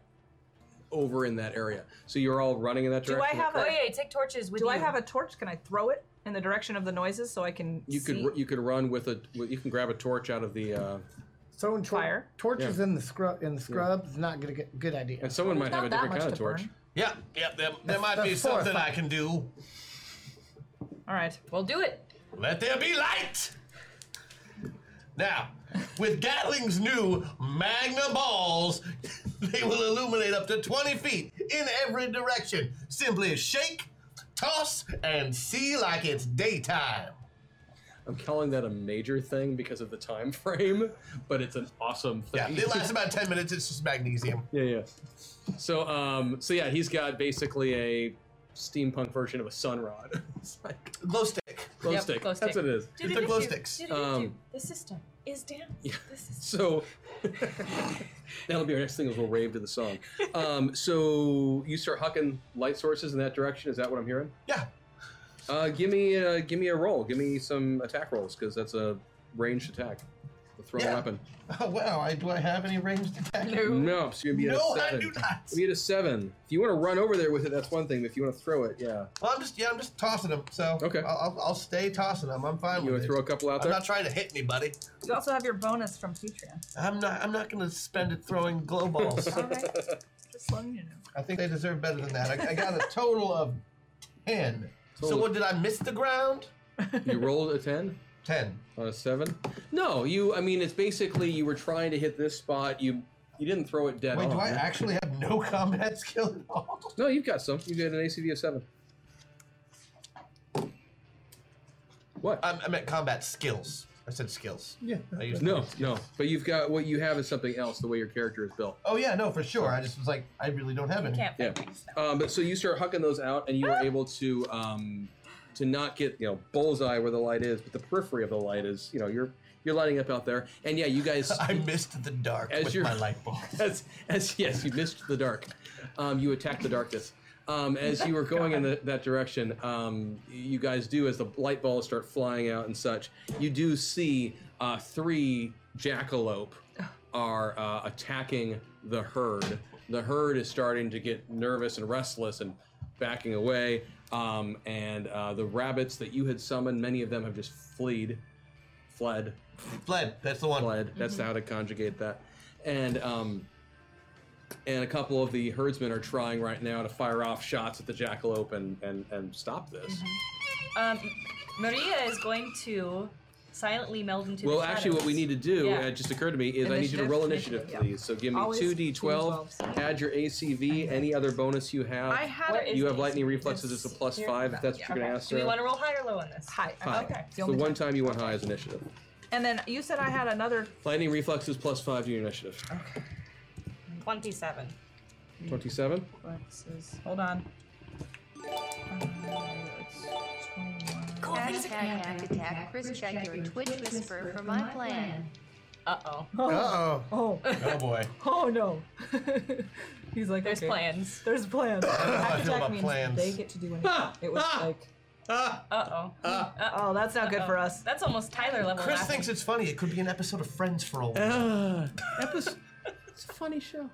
[SPEAKER 2] over in that area. So you're all running in that
[SPEAKER 3] Do I
[SPEAKER 2] direction.
[SPEAKER 3] have a-
[SPEAKER 4] Oh, yeah, you take torches with
[SPEAKER 3] Do
[SPEAKER 4] you.
[SPEAKER 3] I have a torch? Can I throw it in the direction of the noises so I can
[SPEAKER 2] You
[SPEAKER 3] see?
[SPEAKER 2] could ru- you could run with a you can grab a torch out of the uh,
[SPEAKER 7] Throwing tor-
[SPEAKER 3] Fire.
[SPEAKER 7] torches in the scrub in the scrub is not good, good, good idea.
[SPEAKER 2] and someone might
[SPEAKER 3] There's
[SPEAKER 2] have a
[SPEAKER 3] not that
[SPEAKER 2] different
[SPEAKER 3] much
[SPEAKER 2] kind of
[SPEAKER 3] to
[SPEAKER 2] torch.
[SPEAKER 3] burn.
[SPEAKER 6] Yep, yep. There, there
[SPEAKER 7] That's-
[SPEAKER 6] might be
[SPEAKER 7] that's four or
[SPEAKER 6] something I
[SPEAKER 7] five.
[SPEAKER 6] can do.
[SPEAKER 3] All right.
[SPEAKER 4] We'll do it.
[SPEAKER 6] Let there be light! Now, with Gatling's new Magna Balls, they will illuminate up to 20 feet in every direction. Simply shake, toss, and see like it's daytime.
[SPEAKER 2] I'm calling that a major thing because of the time frame, but it's an awesome
[SPEAKER 6] Yeah,
[SPEAKER 2] thing.
[SPEAKER 6] it lasts about 10 minutes. It's just magnesium.
[SPEAKER 2] yeah, yeah. So um so yeah, he's got basically a steampunk version of a sun rod. it's like
[SPEAKER 6] Glow stick.
[SPEAKER 2] glow
[SPEAKER 4] Yep,
[SPEAKER 2] stick.
[SPEAKER 4] glow
[SPEAKER 2] That's
[SPEAKER 4] stick.
[SPEAKER 2] what it is.
[SPEAKER 6] It's the glow sticks.
[SPEAKER 2] Um,
[SPEAKER 4] The system is down. The system.
[SPEAKER 2] So that'll be our next thing is we'll rave to the song. Um, so you start hucking light sources in that direction. Is that what I'm hearing?
[SPEAKER 6] Yeah.
[SPEAKER 2] Uh, give me a, give me a roll. Give me some attack rolls because that's a ranged attack. The throw
[SPEAKER 6] Yeah.
[SPEAKER 2] weapon.
[SPEAKER 6] Oh, wow. I, do I have any ranged attack?
[SPEAKER 2] No, so you're gonna be at a
[SPEAKER 6] No, I
[SPEAKER 2] seven.
[SPEAKER 6] do not.
[SPEAKER 2] Be at a seven. If you want to run over there with it, that's one thing. But if you want to throw it, yeah,
[SPEAKER 6] Well, I'm just, yeah, I'm just tossing them. So
[SPEAKER 2] Okay.
[SPEAKER 6] I'll, I'll, I'll stay tossing them. I'm fine
[SPEAKER 2] you want
[SPEAKER 6] with
[SPEAKER 2] to
[SPEAKER 6] it.
[SPEAKER 2] throw a couple out
[SPEAKER 6] I'm
[SPEAKER 2] there.
[SPEAKER 6] not trying to hit anybody.
[SPEAKER 3] You also have your bonus from Patreon.
[SPEAKER 6] I'm not. I'm not going to spend it throwing glow balls.
[SPEAKER 3] All right. Just letting you know.
[SPEAKER 6] I think they deserve better than that. I, I got a total of ten. So
[SPEAKER 2] Total.
[SPEAKER 6] what did I miss the ground?
[SPEAKER 2] you rolled a ten.
[SPEAKER 6] Ten.
[SPEAKER 2] On a seven? No, you. I mean, it's basically you were trying to hit this spot. You you didn't throw it dead
[SPEAKER 6] Wait,
[SPEAKER 2] on.
[SPEAKER 6] do I actually have no combat skill at all?
[SPEAKER 2] No, you've got some. You got an ACV of seven. What?
[SPEAKER 6] I, I meant combat skills. I said skills.
[SPEAKER 7] Yeah.
[SPEAKER 6] I used
[SPEAKER 2] no, no. But you've got what you have is something else. The way your character is built.
[SPEAKER 6] Oh yeah, no, for sure. I just was like, I really don't have any.
[SPEAKER 4] Can't
[SPEAKER 2] Yeah.
[SPEAKER 4] find these.
[SPEAKER 2] Um, but so you start hucking those out, and you are able to um, to not get you know bullseye where the light is, but the periphery of the light is. You know, you're you're lighting up out there, and yeah, you guys.
[SPEAKER 6] I missed the dark
[SPEAKER 2] As
[SPEAKER 6] with
[SPEAKER 2] you're-
[SPEAKER 6] my light bulb.
[SPEAKER 2] as, as yes, you missed the dark. Um, you attacked the darkness. Um, as you were going in the, that direction, um, you guys do as the light balls start flying out and such. You do see uh, three jackalope are uh, attacking the herd. The herd is starting to get nervous and restless and backing away. Um, and uh, the rabbits that you had summoned, many of them have just fleed, fled,
[SPEAKER 6] Fled. That's the one.
[SPEAKER 2] fled. That's
[SPEAKER 3] Mm-hmm.
[SPEAKER 2] how to conjugate that. And um, and a couple of the herdsmen are trying right now to fire off shots at the jackalope and and, and stop this.
[SPEAKER 3] Mm-hmm.
[SPEAKER 4] Um, Maria is going to silently meld into
[SPEAKER 2] Well,
[SPEAKER 4] the
[SPEAKER 2] actually, what we need to do,
[SPEAKER 4] Yeah.
[SPEAKER 2] it just occurred to me, is I need you to
[SPEAKER 3] Initiative?
[SPEAKER 2] roll initiative,
[SPEAKER 3] Initiative, yeah.
[SPEAKER 2] please. So give me
[SPEAKER 3] Always
[SPEAKER 2] two d12,
[SPEAKER 3] D12s.
[SPEAKER 2] add your ACV, any other bonus you have.
[SPEAKER 3] I had
[SPEAKER 4] Where
[SPEAKER 3] it.
[SPEAKER 4] is
[SPEAKER 2] you
[SPEAKER 4] the
[SPEAKER 2] have lightning
[SPEAKER 4] ACV?
[SPEAKER 2] reflexes, it's a plus five, if that's what you're
[SPEAKER 4] Okay.
[SPEAKER 2] going to ask
[SPEAKER 4] Do we
[SPEAKER 2] Sarah.
[SPEAKER 4] want to roll high or low on this?
[SPEAKER 3] Hi.
[SPEAKER 2] High.
[SPEAKER 3] Okay.
[SPEAKER 2] The, one time you want high is initiative.
[SPEAKER 3] And then you said I had another.
[SPEAKER 2] Lightning reflexes plus five to your initiative.
[SPEAKER 4] Twenty-seven.
[SPEAKER 2] 27?
[SPEAKER 4] What is this? Hold on. Uh, it's 21.
[SPEAKER 5] Hashtag hack attack. Chris, check your Twitch whisper for my plan.
[SPEAKER 4] Uh-oh.
[SPEAKER 7] Uh oh.
[SPEAKER 3] Oh,
[SPEAKER 6] Oh boy.
[SPEAKER 3] oh no. He's like,
[SPEAKER 4] There's
[SPEAKER 3] okay.
[SPEAKER 4] plans.
[SPEAKER 3] There's plans.
[SPEAKER 6] I
[SPEAKER 3] Hack
[SPEAKER 6] feel
[SPEAKER 3] attack
[SPEAKER 6] about
[SPEAKER 3] means
[SPEAKER 6] plans.
[SPEAKER 3] they get to do anything. It was
[SPEAKER 2] Ah!
[SPEAKER 3] like,
[SPEAKER 6] Ah,
[SPEAKER 4] Uh-oh.
[SPEAKER 2] Uh,
[SPEAKER 3] oh, that's not good for us.
[SPEAKER 4] That's almost Tyler level.
[SPEAKER 6] Chris
[SPEAKER 4] laughing.
[SPEAKER 6] thinks it's funny. It could be an episode of Friends for all.
[SPEAKER 4] Ah,
[SPEAKER 2] Uh, episode. It's a funny show.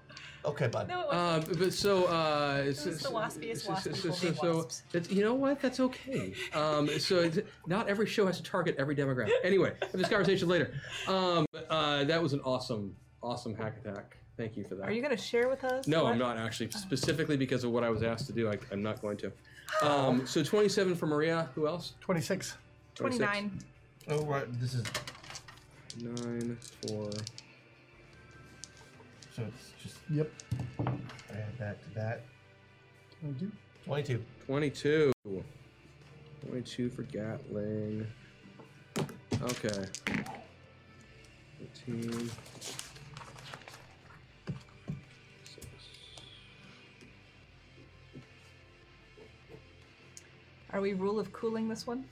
[SPEAKER 2] Oh.
[SPEAKER 6] Okay, bud.
[SPEAKER 4] No, it wasn't.
[SPEAKER 2] Uh, but so, uh, it's,
[SPEAKER 4] Who's the waspiest wasp people named wasps?
[SPEAKER 2] it's- you know what? That's okay. Um, so, it's, not every show has to target every demographic. Anyway, have this conversation later. Um, uh, that was an awesome, awesome hack attack. Thank you for that.
[SPEAKER 3] Are you going to share with us?
[SPEAKER 2] No,
[SPEAKER 3] what-
[SPEAKER 2] I'm not actually.
[SPEAKER 4] Oh.
[SPEAKER 2] Specifically because of what I was asked to do, I, I'm not going to. Um, so 27 for Maria. Who else?
[SPEAKER 7] 26.
[SPEAKER 2] 26.
[SPEAKER 3] 29.
[SPEAKER 6] Oh, right. This is
[SPEAKER 2] Nine for
[SPEAKER 6] so it's just
[SPEAKER 7] Yep.
[SPEAKER 6] add that to that.
[SPEAKER 7] I do.
[SPEAKER 6] Twenty-two.
[SPEAKER 2] 22. 22 for Gatling. Okay. 18.
[SPEAKER 3] Are we rule of cooling this one?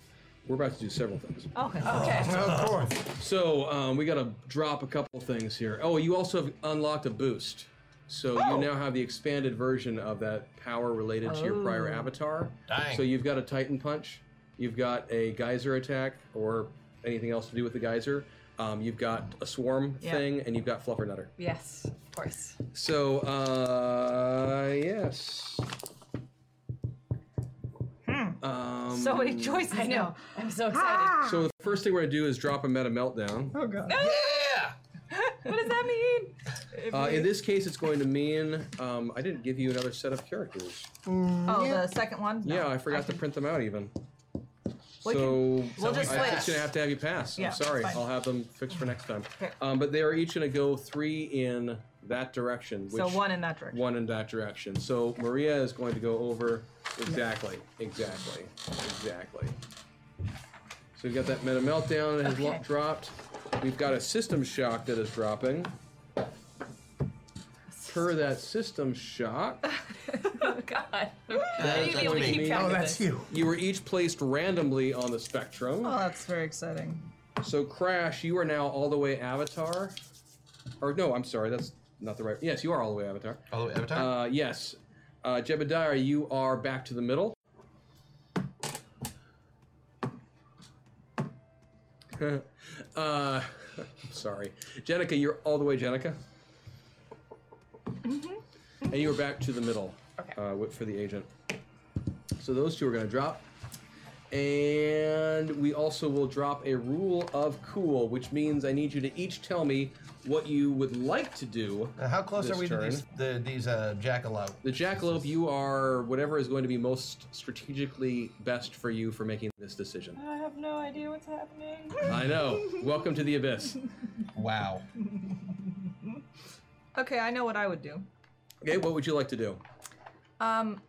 [SPEAKER 2] We're about to do several things.
[SPEAKER 3] Okay.
[SPEAKER 2] Uh-huh.
[SPEAKER 7] Of course.
[SPEAKER 2] So um, we got to drop a couple things here. Oh, you also have unlocked a boost. So
[SPEAKER 3] Oh.
[SPEAKER 2] you now have the expanded version of that power related to your prior
[SPEAKER 3] Oh.
[SPEAKER 2] avatar.
[SPEAKER 6] Dang.
[SPEAKER 2] So you've got a Titan Punch, you've got a Geyser attack, or anything else to do with the Geyser. Um, you've got a Swarm
[SPEAKER 3] Yeah.
[SPEAKER 2] thing, and you've got Fluffer Nutter.
[SPEAKER 4] Yes, of course.
[SPEAKER 2] So, uh, yes.
[SPEAKER 3] Hmm.
[SPEAKER 2] Um,
[SPEAKER 3] So many choices. I know.
[SPEAKER 4] I'm so excited.
[SPEAKER 3] Hmm.
[SPEAKER 2] So the first thing we're gonna do is drop a meta meltdown.
[SPEAKER 7] Oh god.
[SPEAKER 6] Yeah.
[SPEAKER 4] what does that mean?
[SPEAKER 2] Uh, in this case, it's going to mean um, I didn't give you another set of characters.
[SPEAKER 3] Oh, the second one? No.
[SPEAKER 2] yeah, I forgot to print them out even.
[SPEAKER 3] We
[SPEAKER 2] so
[SPEAKER 3] we'll just
[SPEAKER 2] I'm just
[SPEAKER 3] switch.
[SPEAKER 2] gonna have to have you pass.
[SPEAKER 3] Yeah,
[SPEAKER 2] I'm sorry.
[SPEAKER 3] fine.
[SPEAKER 2] I'll have them fixed for next time.
[SPEAKER 3] Okay.
[SPEAKER 2] Um, but they are each gonna go three in that direction. Which
[SPEAKER 3] So one in that direction.
[SPEAKER 2] one in that direction. So Maria is going to go over exactly, exactly, exactly. So we've got that meta meltdown that has lo-
[SPEAKER 4] Okay.
[SPEAKER 2] dropped. We've got a system shock that is dropping. Per that system shock,
[SPEAKER 4] Oh God. I need to be able to
[SPEAKER 6] that's
[SPEAKER 4] keep
[SPEAKER 2] me.
[SPEAKER 4] track
[SPEAKER 7] Oh,
[SPEAKER 4] of
[SPEAKER 7] that's
[SPEAKER 4] this.
[SPEAKER 7] you.
[SPEAKER 2] you were each placed randomly on the spectrum.
[SPEAKER 3] Oh, that's very exciting.
[SPEAKER 2] So Crash, you are now all the way Avatar. Or no, I'm sorry, that's not the right. Yes, you are all the way Avatar.
[SPEAKER 6] Follow
[SPEAKER 2] Uh,
[SPEAKER 6] Avatar.
[SPEAKER 2] yes. Uh, Jebediah, you are back to the middle. uh, sorry. Jenica, you're all the way Jenica. And you are back to the middle
[SPEAKER 4] Okay.
[SPEAKER 2] uh, wi- for the agent. So those two are going to drop. And we also will drop a rule of cool, which means I need you to each tell me what you would like to do.
[SPEAKER 6] Now, how close
[SPEAKER 2] this
[SPEAKER 6] are we
[SPEAKER 2] turn.
[SPEAKER 6] to these the, these uh, jackalope?
[SPEAKER 2] The jackalope, you are whatever is going to be most strategically best for you for making this decision.
[SPEAKER 4] I have no idea what's happening.
[SPEAKER 2] I know. Welcome to the abyss.
[SPEAKER 6] Wow.
[SPEAKER 3] Okay, I know what I would do.
[SPEAKER 2] Okay, what would you like to do?
[SPEAKER 3] Um,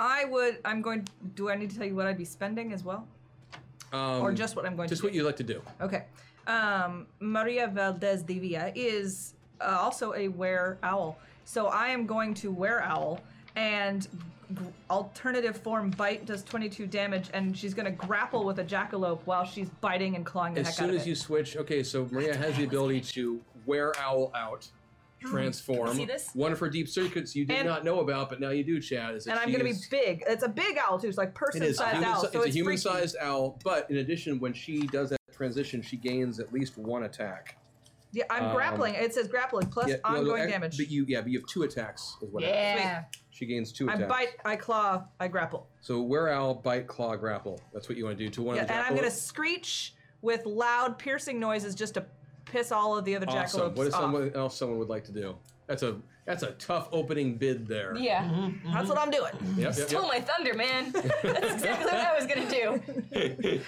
[SPEAKER 3] I would. I'm going. Do I need to tell you what I'd be spending as well,
[SPEAKER 2] Um,
[SPEAKER 3] or just what I'm going
[SPEAKER 2] just
[SPEAKER 3] to?
[SPEAKER 2] what you'd like to do.
[SPEAKER 3] do? Okay. Um, Maria Valdez de Villa is uh, also a wear owl, so I am going to wear owl and gr- alternative form bite does 22 damage, and she's going to grapple with a jackalope while she's biting and clawing the
[SPEAKER 2] As
[SPEAKER 3] heck
[SPEAKER 2] soon
[SPEAKER 3] out of
[SPEAKER 2] as
[SPEAKER 3] it.
[SPEAKER 2] you switch, okay, so Maria has the ability to wear owl out, transform.
[SPEAKER 4] see this?
[SPEAKER 2] One of her deep circuits you did
[SPEAKER 3] And-
[SPEAKER 2] not know about, but now you do, Chad. Is that
[SPEAKER 3] and I'm
[SPEAKER 2] she
[SPEAKER 3] going to be
[SPEAKER 2] is-
[SPEAKER 3] big. It's a big owl too. It's like
[SPEAKER 2] It is.
[SPEAKER 3] person-sized
[SPEAKER 2] human, si-
[SPEAKER 3] owl. so
[SPEAKER 2] it's a
[SPEAKER 3] it's freaky.
[SPEAKER 2] human-sized owl, but in addition, when she does that transition, she gains at least one attack.
[SPEAKER 3] Yeah, I'm
[SPEAKER 2] um,
[SPEAKER 3] grappling. It says grappling plus
[SPEAKER 2] Yeah, no, no,
[SPEAKER 3] ongoing
[SPEAKER 2] ac-
[SPEAKER 3] damage.
[SPEAKER 2] But you, yeah, but you have two attacks. Is what happens.
[SPEAKER 4] Yeah.
[SPEAKER 2] She gains two
[SPEAKER 3] I
[SPEAKER 2] attacks.
[SPEAKER 3] bite, I claw, I grapple.
[SPEAKER 2] So wear owl, bite, claw, grapple. That's what you want to do to one
[SPEAKER 3] Yeah,
[SPEAKER 2] of the
[SPEAKER 3] and
[SPEAKER 2] jackalope.
[SPEAKER 3] I'm gonna screech with loud piercing noises just to piss all of the other
[SPEAKER 2] awesome.
[SPEAKER 3] jackalopes
[SPEAKER 2] What is
[SPEAKER 3] off.
[SPEAKER 2] someone else someone would like to do? That's a that's a tough opening bid there.
[SPEAKER 4] Yeah.
[SPEAKER 3] That's what I'm doing.
[SPEAKER 2] Mm-hmm. Yep, yep,
[SPEAKER 4] Stole
[SPEAKER 2] yep.
[SPEAKER 4] my thunder, man. That's exactly what I was gonna do.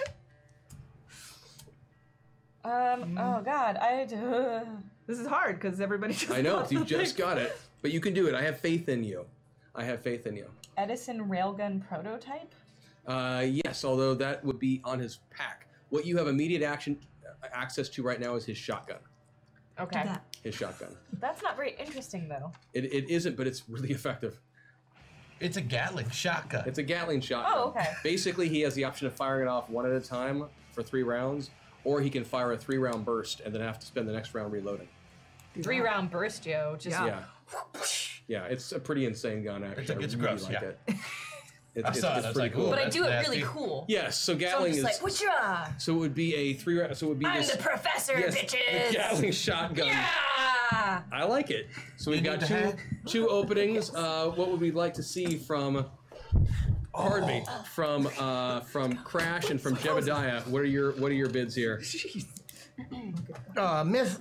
[SPEAKER 4] um. Oh God. I. uh,
[SPEAKER 3] This is hard because everybody just.
[SPEAKER 2] I know
[SPEAKER 3] loves
[SPEAKER 2] you
[SPEAKER 3] the
[SPEAKER 2] just
[SPEAKER 3] thing.
[SPEAKER 2] got it, but you can do it. I have faith in you. I have faith in you.
[SPEAKER 4] Edison railgun prototype.
[SPEAKER 2] Uh, yes, although that uh, would be on his pack. What you have immediate action access to right now is his shotgun.
[SPEAKER 4] Okay.
[SPEAKER 3] that.
[SPEAKER 2] his shotgun.
[SPEAKER 4] That's not very interesting, though.
[SPEAKER 2] It, it isn't, but it's really effective.
[SPEAKER 6] It's a Gatling shotgun.
[SPEAKER 2] It's a Gatling shotgun.
[SPEAKER 4] Oh, okay.
[SPEAKER 2] Basically, he has the option of firing it off one at a time for three rounds, or he can fire a three round burst and then have to spend the next round reloading.
[SPEAKER 4] Three round burst, yo. Just
[SPEAKER 3] Yeah.
[SPEAKER 2] Yeah. Yeah, it's a pretty insane gun, actually.
[SPEAKER 6] Ah. It's- it's
[SPEAKER 2] I
[SPEAKER 6] gross,
[SPEAKER 2] like
[SPEAKER 6] yeah.
[SPEAKER 2] it. It's-
[SPEAKER 6] I saw it, I was
[SPEAKER 2] pretty
[SPEAKER 6] like, ooh.
[SPEAKER 4] But I
[SPEAKER 6] That's
[SPEAKER 4] do it
[SPEAKER 6] nasty.
[SPEAKER 4] really cool.
[SPEAKER 2] Yes, so
[SPEAKER 4] So I'm
[SPEAKER 2] Gatling
[SPEAKER 4] just
[SPEAKER 2] is.
[SPEAKER 4] like, what you uh,
[SPEAKER 2] so it would be a three round. So it would be
[SPEAKER 4] I'm
[SPEAKER 2] this.
[SPEAKER 4] the professor,
[SPEAKER 2] yes,
[SPEAKER 4] bitches.
[SPEAKER 2] The Gatling shotgun.
[SPEAKER 4] Yeah.
[SPEAKER 2] I like it. So we've
[SPEAKER 6] You
[SPEAKER 2] got
[SPEAKER 6] need
[SPEAKER 2] two
[SPEAKER 6] to have-
[SPEAKER 2] two openings. Uh, what would we like to see from? Pardon me,
[SPEAKER 6] Oh.
[SPEAKER 2] from uh, from Crash and from Jebediah. What are your what are your bids here?
[SPEAKER 7] Uh, Miss,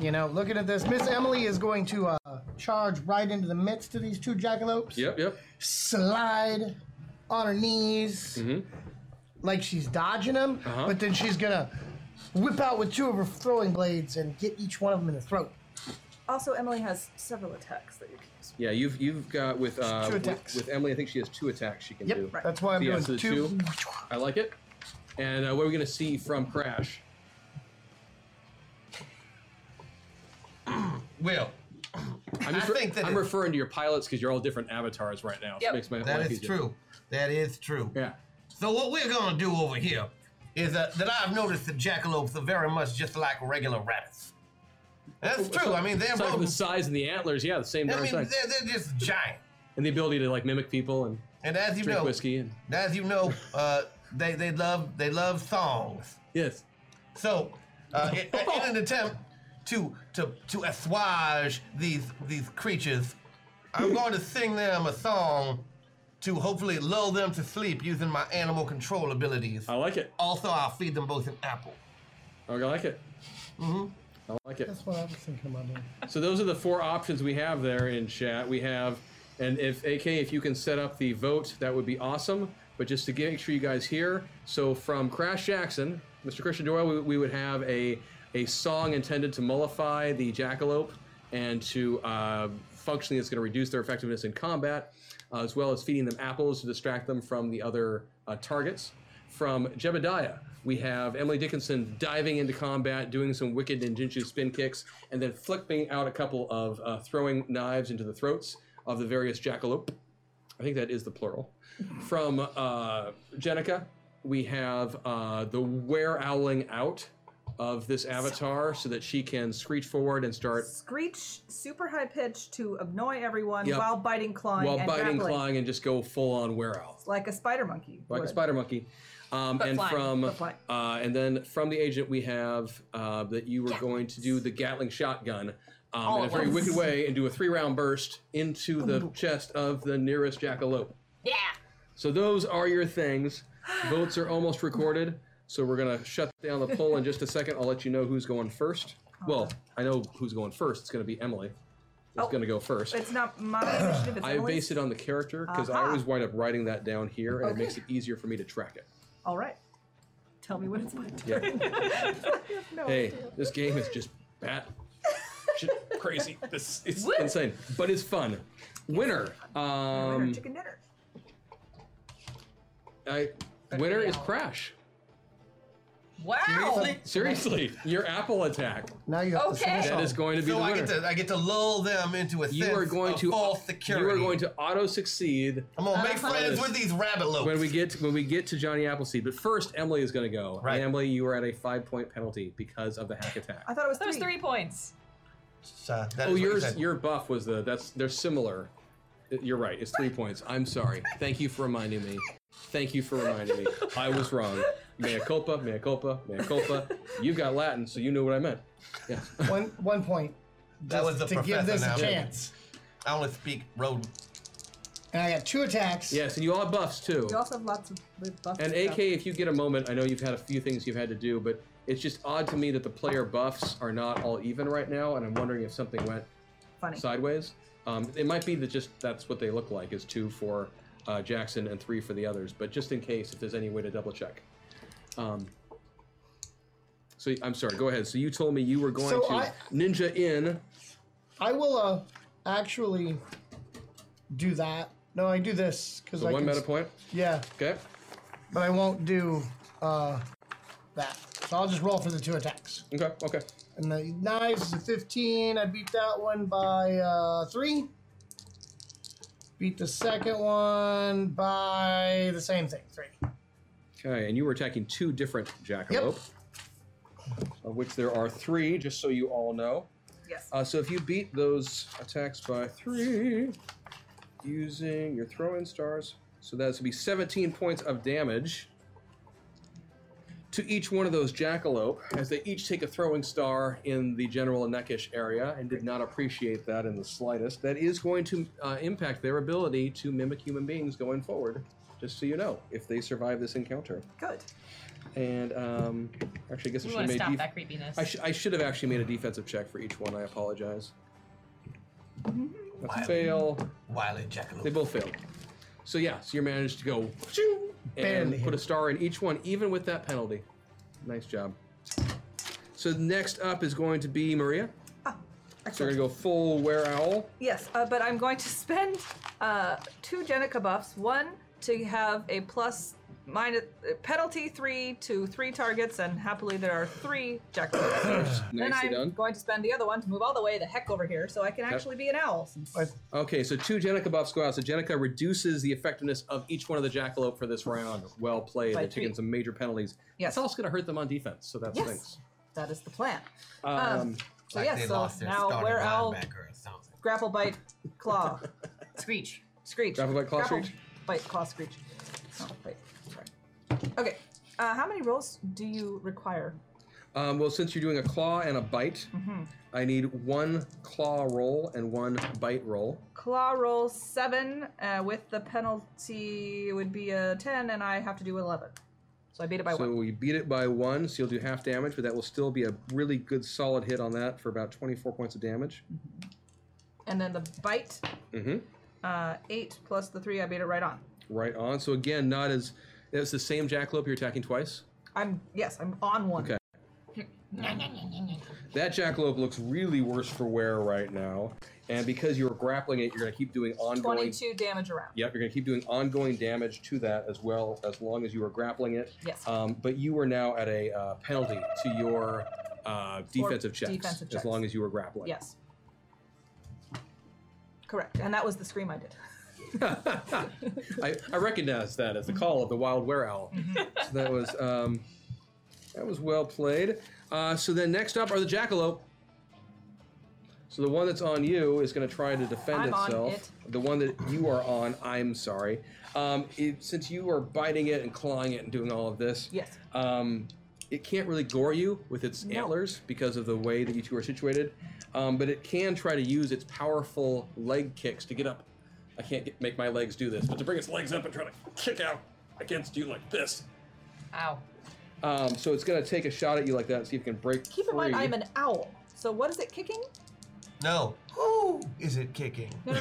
[SPEAKER 7] you know, looking at this, Miss Emily is going to uh, charge right into the midst of these two jackalopes.
[SPEAKER 2] Yep, yep.
[SPEAKER 7] Slide on her knees, like she's dodging them,
[SPEAKER 2] Mm-hmm. Uh-huh.
[SPEAKER 7] but then she's gonna whip out with two of her throwing blades and get each one of them in the throat.
[SPEAKER 3] Also, Emily has several attacks that you can use.
[SPEAKER 2] Yeah, you've you've got with uh,
[SPEAKER 7] Two
[SPEAKER 2] with-
[SPEAKER 7] attacks.
[SPEAKER 2] With, Emily. I think she has two attacks she can
[SPEAKER 7] Yep,
[SPEAKER 2] do.
[SPEAKER 7] right. that's why I'm
[SPEAKER 2] So yeah,
[SPEAKER 7] doing
[SPEAKER 2] so the
[SPEAKER 7] two.
[SPEAKER 2] two. I like it. And uh, what are we gonna see from Crash?
[SPEAKER 6] Will.
[SPEAKER 2] I'm just
[SPEAKER 6] I think that
[SPEAKER 2] I'm
[SPEAKER 6] it-
[SPEAKER 2] referring to your pilots because you're all different avatars right now. so
[SPEAKER 4] Yep.
[SPEAKER 2] it makes my
[SPEAKER 6] That
[SPEAKER 2] life
[SPEAKER 6] is
[SPEAKER 2] easier.
[SPEAKER 6] true. That is true.
[SPEAKER 2] Yeah.
[SPEAKER 6] So what we're gonna do over here is that, that I've noticed that jackalopes are very much just like regular rabbits. That's true. I mean, they're
[SPEAKER 2] Aside from the
[SPEAKER 6] rodents.
[SPEAKER 2] size and the antlers, yeah, the same
[SPEAKER 6] I
[SPEAKER 2] darn
[SPEAKER 6] mean, they're,
[SPEAKER 2] size.
[SPEAKER 6] they're just giant.
[SPEAKER 2] And the ability to like mimic people and
[SPEAKER 6] And as you
[SPEAKER 2] drink
[SPEAKER 6] know,
[SPEAKER 2] whiskey and
[SPEAKER 6] as you know, uh, they they love they love songs.
[SPEAKER 2] yes.
[SPEAKER 6] So, uh, in, in an attempt to to to assuage these these creatures, I'm going to sing them a song to hopefully lull them to sleep using my animal control abilities.
[SPEAKER 2] I like it.
[SPEAKER 6] Also, I'll feed them both an apple.
[SPEAKER 2] Oh, I like it. Mm-hmm. I like it.
[SPEAKER 7] That's what I was thinking about doing.
[SPEAKER 2] So those are the four options we have there in chat. We have, and if AK, if you can set up the vote, that would be awesome. But just to get- make sure you guys hear, so from Crash Jackson, Mr. Christian Doyle, we, we would have a a song intended to mollify the jackalope and to uh, functionally it's going to reduce their effectiveness in combat, uh, as well as feeding them apples to distract them from the other uh, targets. From Jebediah, we have Emily Dickinson diving into combat, doing some wicked ninjutsu spin kicks, and then flipping out a couple of uh, throwing knives into the throats of the various jackalope. I think that is the plural. From uh, Jenica, we have uh, the were owling out of this avatar so that she can screech forward and start
[SPEAKER 3] Screech super high pitch to annoy everyone
[SPEAKER 2] Yep.
[SPEAKER 3] while biting, clawing,
[SPEAKER 2] while
[SPEAKER 3] and
[SPEAKER 2] biting,
[SPEAKER 3] grappling.
[SPEAKER 2] clawing, and just go full on were owl.
[SPEAKER 3] like a spider monkey.
[SPEAKER 2] like a
[SPEAKER 3] would.
[SPEAKER 2] spider monkey. Um,
[SPEAKER 4] But
[SPEAKER 2] and
[SPEAKER 4] flying,
[SPEAKER 2] from
[SPEAKER 3] but flying.
[SPEAKER 2] uh, and then from the agent we have uh, that you were going to do the Gatling shotgun um, in a
[SPEAKER 4] at
[SPEAKER 2] very
[SPEAKER 4] once.
[SPEAKER 2] wicked way and do a three round burst into the chest of the nearest jackalope.
[SPEAKER 4] Yeah.
[SPEAKER 2] So those are your things. Votes are almost recorded, so we're gonna shut down the poll in just a second. I'll let you know who's going first.
[SPEAKER 3] Oh,
[SPEAKER 2] Well, I know who's going first. It's gonna be Emily. It's
[SPEAKER 3] Oh.
[SPEAKER 2] gonna go first.
[SPEAKER 3] It's not my initiative. It's
[SPEAKER 2] I
[SPEAKER 3] Emily's.
[SPEAKER 2] base it on the character because I
[SPEAKER 3] Aha.
[SPEAKER 2] always wind up writing that down here, and
[SPEAKER 3] Okay.
[SPEAKER 2] it makes it easier for me to track it.
[SPEAKER 3] All right. Tell me when it's my turn.
[SPEAKER 2] Hey, this game is just bat shit crazy. This it's
[SPEAKER 4] Woo!
[SPEAKER 2] insane, but it's fun. Winner. Um,
[SPEAKER 3] Dinner, chicken dinner.
[SPEAKER 2] I, winner is Crash.
[SPEAKER 4] Wow.
[SPEAKER 2] Seriously, your Apple attack.
[SPEAKER 7] Now you have to sing a
[SPEAKER 4] Okay.
[SPEAKER 2] That
[SPEAKER 7] song.
[SPEAKER 2] is going to be
[SPEAKER 6] So
[SPEAKER 2] the
[SPEAKER 6] I
[SPEAKER 2] winner.
[SPEAKER 6] get to I get to lull them into a sense
[SPEAKER 2] you are going
[SPEAKER 6] of
[SPEAKER 2] to uh,
[SPEAKER 6] false security.
[SPEAKER 2] you are going to auto succeed
[SPEAKER 6] I'm gonna make friends
[SPEAKER 2] Yes.
[SPEAKER 6] with these rabbit lopes.
[SPEAKER 2] when we get when we get to Johnny Appleseed. But first, Emily is going to go.
[SPEAKER 6] Right.
[SPEAKER 2] And Emily, you are at a five point penalty because of the hack attack.
[SPEAKER 3] I thought it was
[SPEAKER 4] That was
[SPEAKER 3] three.
[SPEAKER 4] three points.
[SPEAKER 6] Uh, that is
[SPEAKER 2] Oh,
[SPEAKER 6] what you
[SPEAKER 2] yours,
[SPEAKER 6] said.
[SPEAKER 2] your buff was the. That's they're similar. You're right. It's three points. I'm sorry. Thank you for reminding me. Thank you for reminding me. I was wrong. Mea culpa. Mea culpa. Mea culpa. You've got Latin, so you know what I meant. Yeah.
[SPEAKER 7] One, one point.
[SPEAKER 6] That was the
[SPEAKER 7] to give
[SPEAKER 6] professor
[SPEAKER 7] this
[SPEAKER 6] now.
[SPEAKER 7] a chance.
[SPEAKER 6] I only speak rodent.
[SPEAKER 7] And I got two attacks.
[SPEAKER 2] Yes, and you all have buffs too.
[SPEAKER 3] You also have lots of with buffs.
[SPEAKER 2] And
[SPEAKER 3] stuff.
[SPEAKER 2] AK, if you get a moment, I know you've had a few things you've had to do, but it's just odd to me that the player buffs are not all even right now, and I'm wondering if something went
[SPEAKER 3] Funny.
[SPEAKER 2] sideways. Um, it might be that just that's what they look like is two for uh, Jackson and three for the others, but just in case, if there's any way to double check. Um, so I'm sorry. Go ahead. So you told me you were going
[SPEAKER 7] So
[SPEAKER 2] to
[SPEAKER 7] I-
[SPEAKER 2] ninja in.
[SPEAKER 7] I will uh, actually do that. No, I do this because
[SPEAKER 2] So
[SPEAKER 7] I
[SPEAKER 2] one
[SPEAKER 7] can
[SPEAKER 2] meta
[SPEAKER 7] s-
[SPEAKER 2] point.
[SPEAKER 7] Yeah,
[SPEAKER 2] Okay.
[SPEAKER 7] but I won't do uh, that. So I'll just roll for the two attacks.
[SPEAKER 2] Okay. Okay.
[SPEAKER 7] And the knives is a 15. I beat that one by uh, three. Beat the second one by the same thing, three.
[SPEAKER 2] Okay, and you were attacking two different jackalope, of which there are three, just so you all know.
[SPEAKER 3] Yes.
[SPEAKER 2] Uh, so if you beat those attacks by three using your throw in stars, so that's going to be 17 points of damage to each one of those jackalope as they each take a throwing star in the general Nekish area and did not appreciate that in the slightest. That is going to uh, impact their ability to mimic human beings going forward, just so you know, if they survive this encounter.
[SPEAKER 3] Good.
[SPEAKER 2] And um, actually, I guess I
[SPEAKER 4] We
[SPEAKER 2] should
[SPEAKER 4] want
[SPEAKER 2] have
[SPEAKER 4] to
[SPEAKER 2] made
[SPEAKER 4] stop
[SPEAKER 2] def-
[SPEAKER 4] that creepiness.
[SPEAKER 2] I, sh- I should have actually made a defensive check for each one. I apologize. That's a
[SPEAKER 6] Wow.
[SPEAKER 2] fail.
[SPEAKER 6] Wily
[SPEAKER 2] They
[SPEAKER 6] jackalope.
[SPEAKER 2] both failed. So yeah, so you managed to go choo, and
[SPEAKER 7] Barely
[SPEAKER 2] put a
[SPEAKER 7] hit.
[SPEAKER 2] star in each one, even with that penalty. Nice job. So next up is going to be Maria. So we're
[SPEAKER 3] Excellent.
[SPEAKER 2] gonna go full wear owl.
[SPEAKER 3] Yes, uh, but I'm going to spend uh, two Jenica buffs. One to have a plus minus uh, penalty three to three targets, and happily there are three jackalops. then
[SPEAKER 2] Nicely
[SPEAKER 3] I'm
[SPEAKER 2] done.
[SPEAKER 3] going to spend the other one to move all the way the heck over here, so I can actually be an owl. Since
[SPEAKER 7] But
[SPEAKER 2] Okay, so two Jenica buffs go out. So Jenica reduces the effectiveness of each one of the jackalope for this round. Well played.
[SPEAKER 3] By
[SPEAKER 2] They're taking
[SPEAKER 3] three.
[SPEAKER 2] some major penalties.
[SPEAKER 3] Yes.
[SPEAKER 2] It's also gonna hurt them on defense. So that's
[SPEAKER 3] Yes. Uh.
[SPEAKER 2] thanks.
[SPEAKER 3] that is the plan.
[SPEAKER 2] Um,
[SPEAKER 3] So yes, so now we're owl,
[SPEAKER 6] linebacker or something.
[SPEAKER 3] grapple bite, claw,
[SPEAKER 4] Screech.
[SPEAKER 3] screech.
[SPEAKER 2] Grapple bite, claw,
[SPEAKER 3] Grapple
[SPEAKER 2] screech?
[SPEAKER 3] Bite claw screech. Oh, wait, sorry. Okay, uh, how many rolls do you require?
[SPEAKER 2] Um, well, since you're doing a claw and a bite,
[SPEAKER 3] Mm-hmm.
[SPEAKER 2] I need one claw roll and one bite roll.
[SPEAKER 3] Claw roll seven uh, with the penalty would be a ten, and I have to do eleven. So I beat it by
[SPEAKER 2] so
[SPEAKER 3] one.
[SPEAKER 2] you beat it by one, so you'll do half damage, but that will still be a really good solid hit on that for about 24 points of damage.
[SPEAKER 3] Mm. And then the bite,
[SPEAKER 2] Mm-hmm.
[SPEAKER 3] uh, eight plus the three, I beat it right on.
[SPEAKER 2] Right on. So again, not as it's the same jackalope you're attacking twice.
[SPEAKER 3] I'm yes, I'm on one.
[SPEAKER 2] Okay. That jackalope looks really worse for wear right now, and because you're grappling it, you're going to keep doing ongoing.
[SPEAKER 3] Twenty-two damage around.
[SPEAKER 2] Yep, you're going to keep doing ongoing damage to that as well as long as you are grappling it.
[SPEAKER 3] Yes.
[SPEAKER 2] Um, but you were now at a uh, penalty to your uh, defensive checks,
[SPEAKER 3] defensive
[SPEAKER 2] as
[SPEAKER 3] checks.
[SPEAKER 2] long as you were grappling.
[SPEAKER 3] Yes. Correct, and that was the scream I did.
[SPEAKER 2] I, I recognize that as the
[SPEAKER 3] Mm-hmm.
[SPEAKER 2] call of the wild were owl. so that was um, that was well played. Uh, so then next up are the jackalope. So the one that's on you is going to try to defend
[SPEAKER 3] I'm on
[SPEAKER 2] itself.
[SPEAKER 3] it.
[SPEAKER 2] The one that you are on, I'm sorry. Um, it, since you are biting it and clawing it and doing all of this,
[SPEAKER 3] Yes.
[SPEAKER 2] um, it can't really gore you with its antlers because of the way that you two are situated, um, but it can try to use its powerful leg kicks to get up. I can't get, make my legs do this, but to bring its legs up and try to kick out against you like this.
[SPEAKER 4] Ow.
[SPEAKER 2] Um, so it's going to take a shot at you like that and see if it can break.
[SPEAKER 3] Keep in mind,
[SPEAKER 2] free.
[SPEAKER 3] I'm an owl. So what is it kicking?
[SPEAKER 6] No. Who is it kicking?
[SPEAKER 4] Whoa,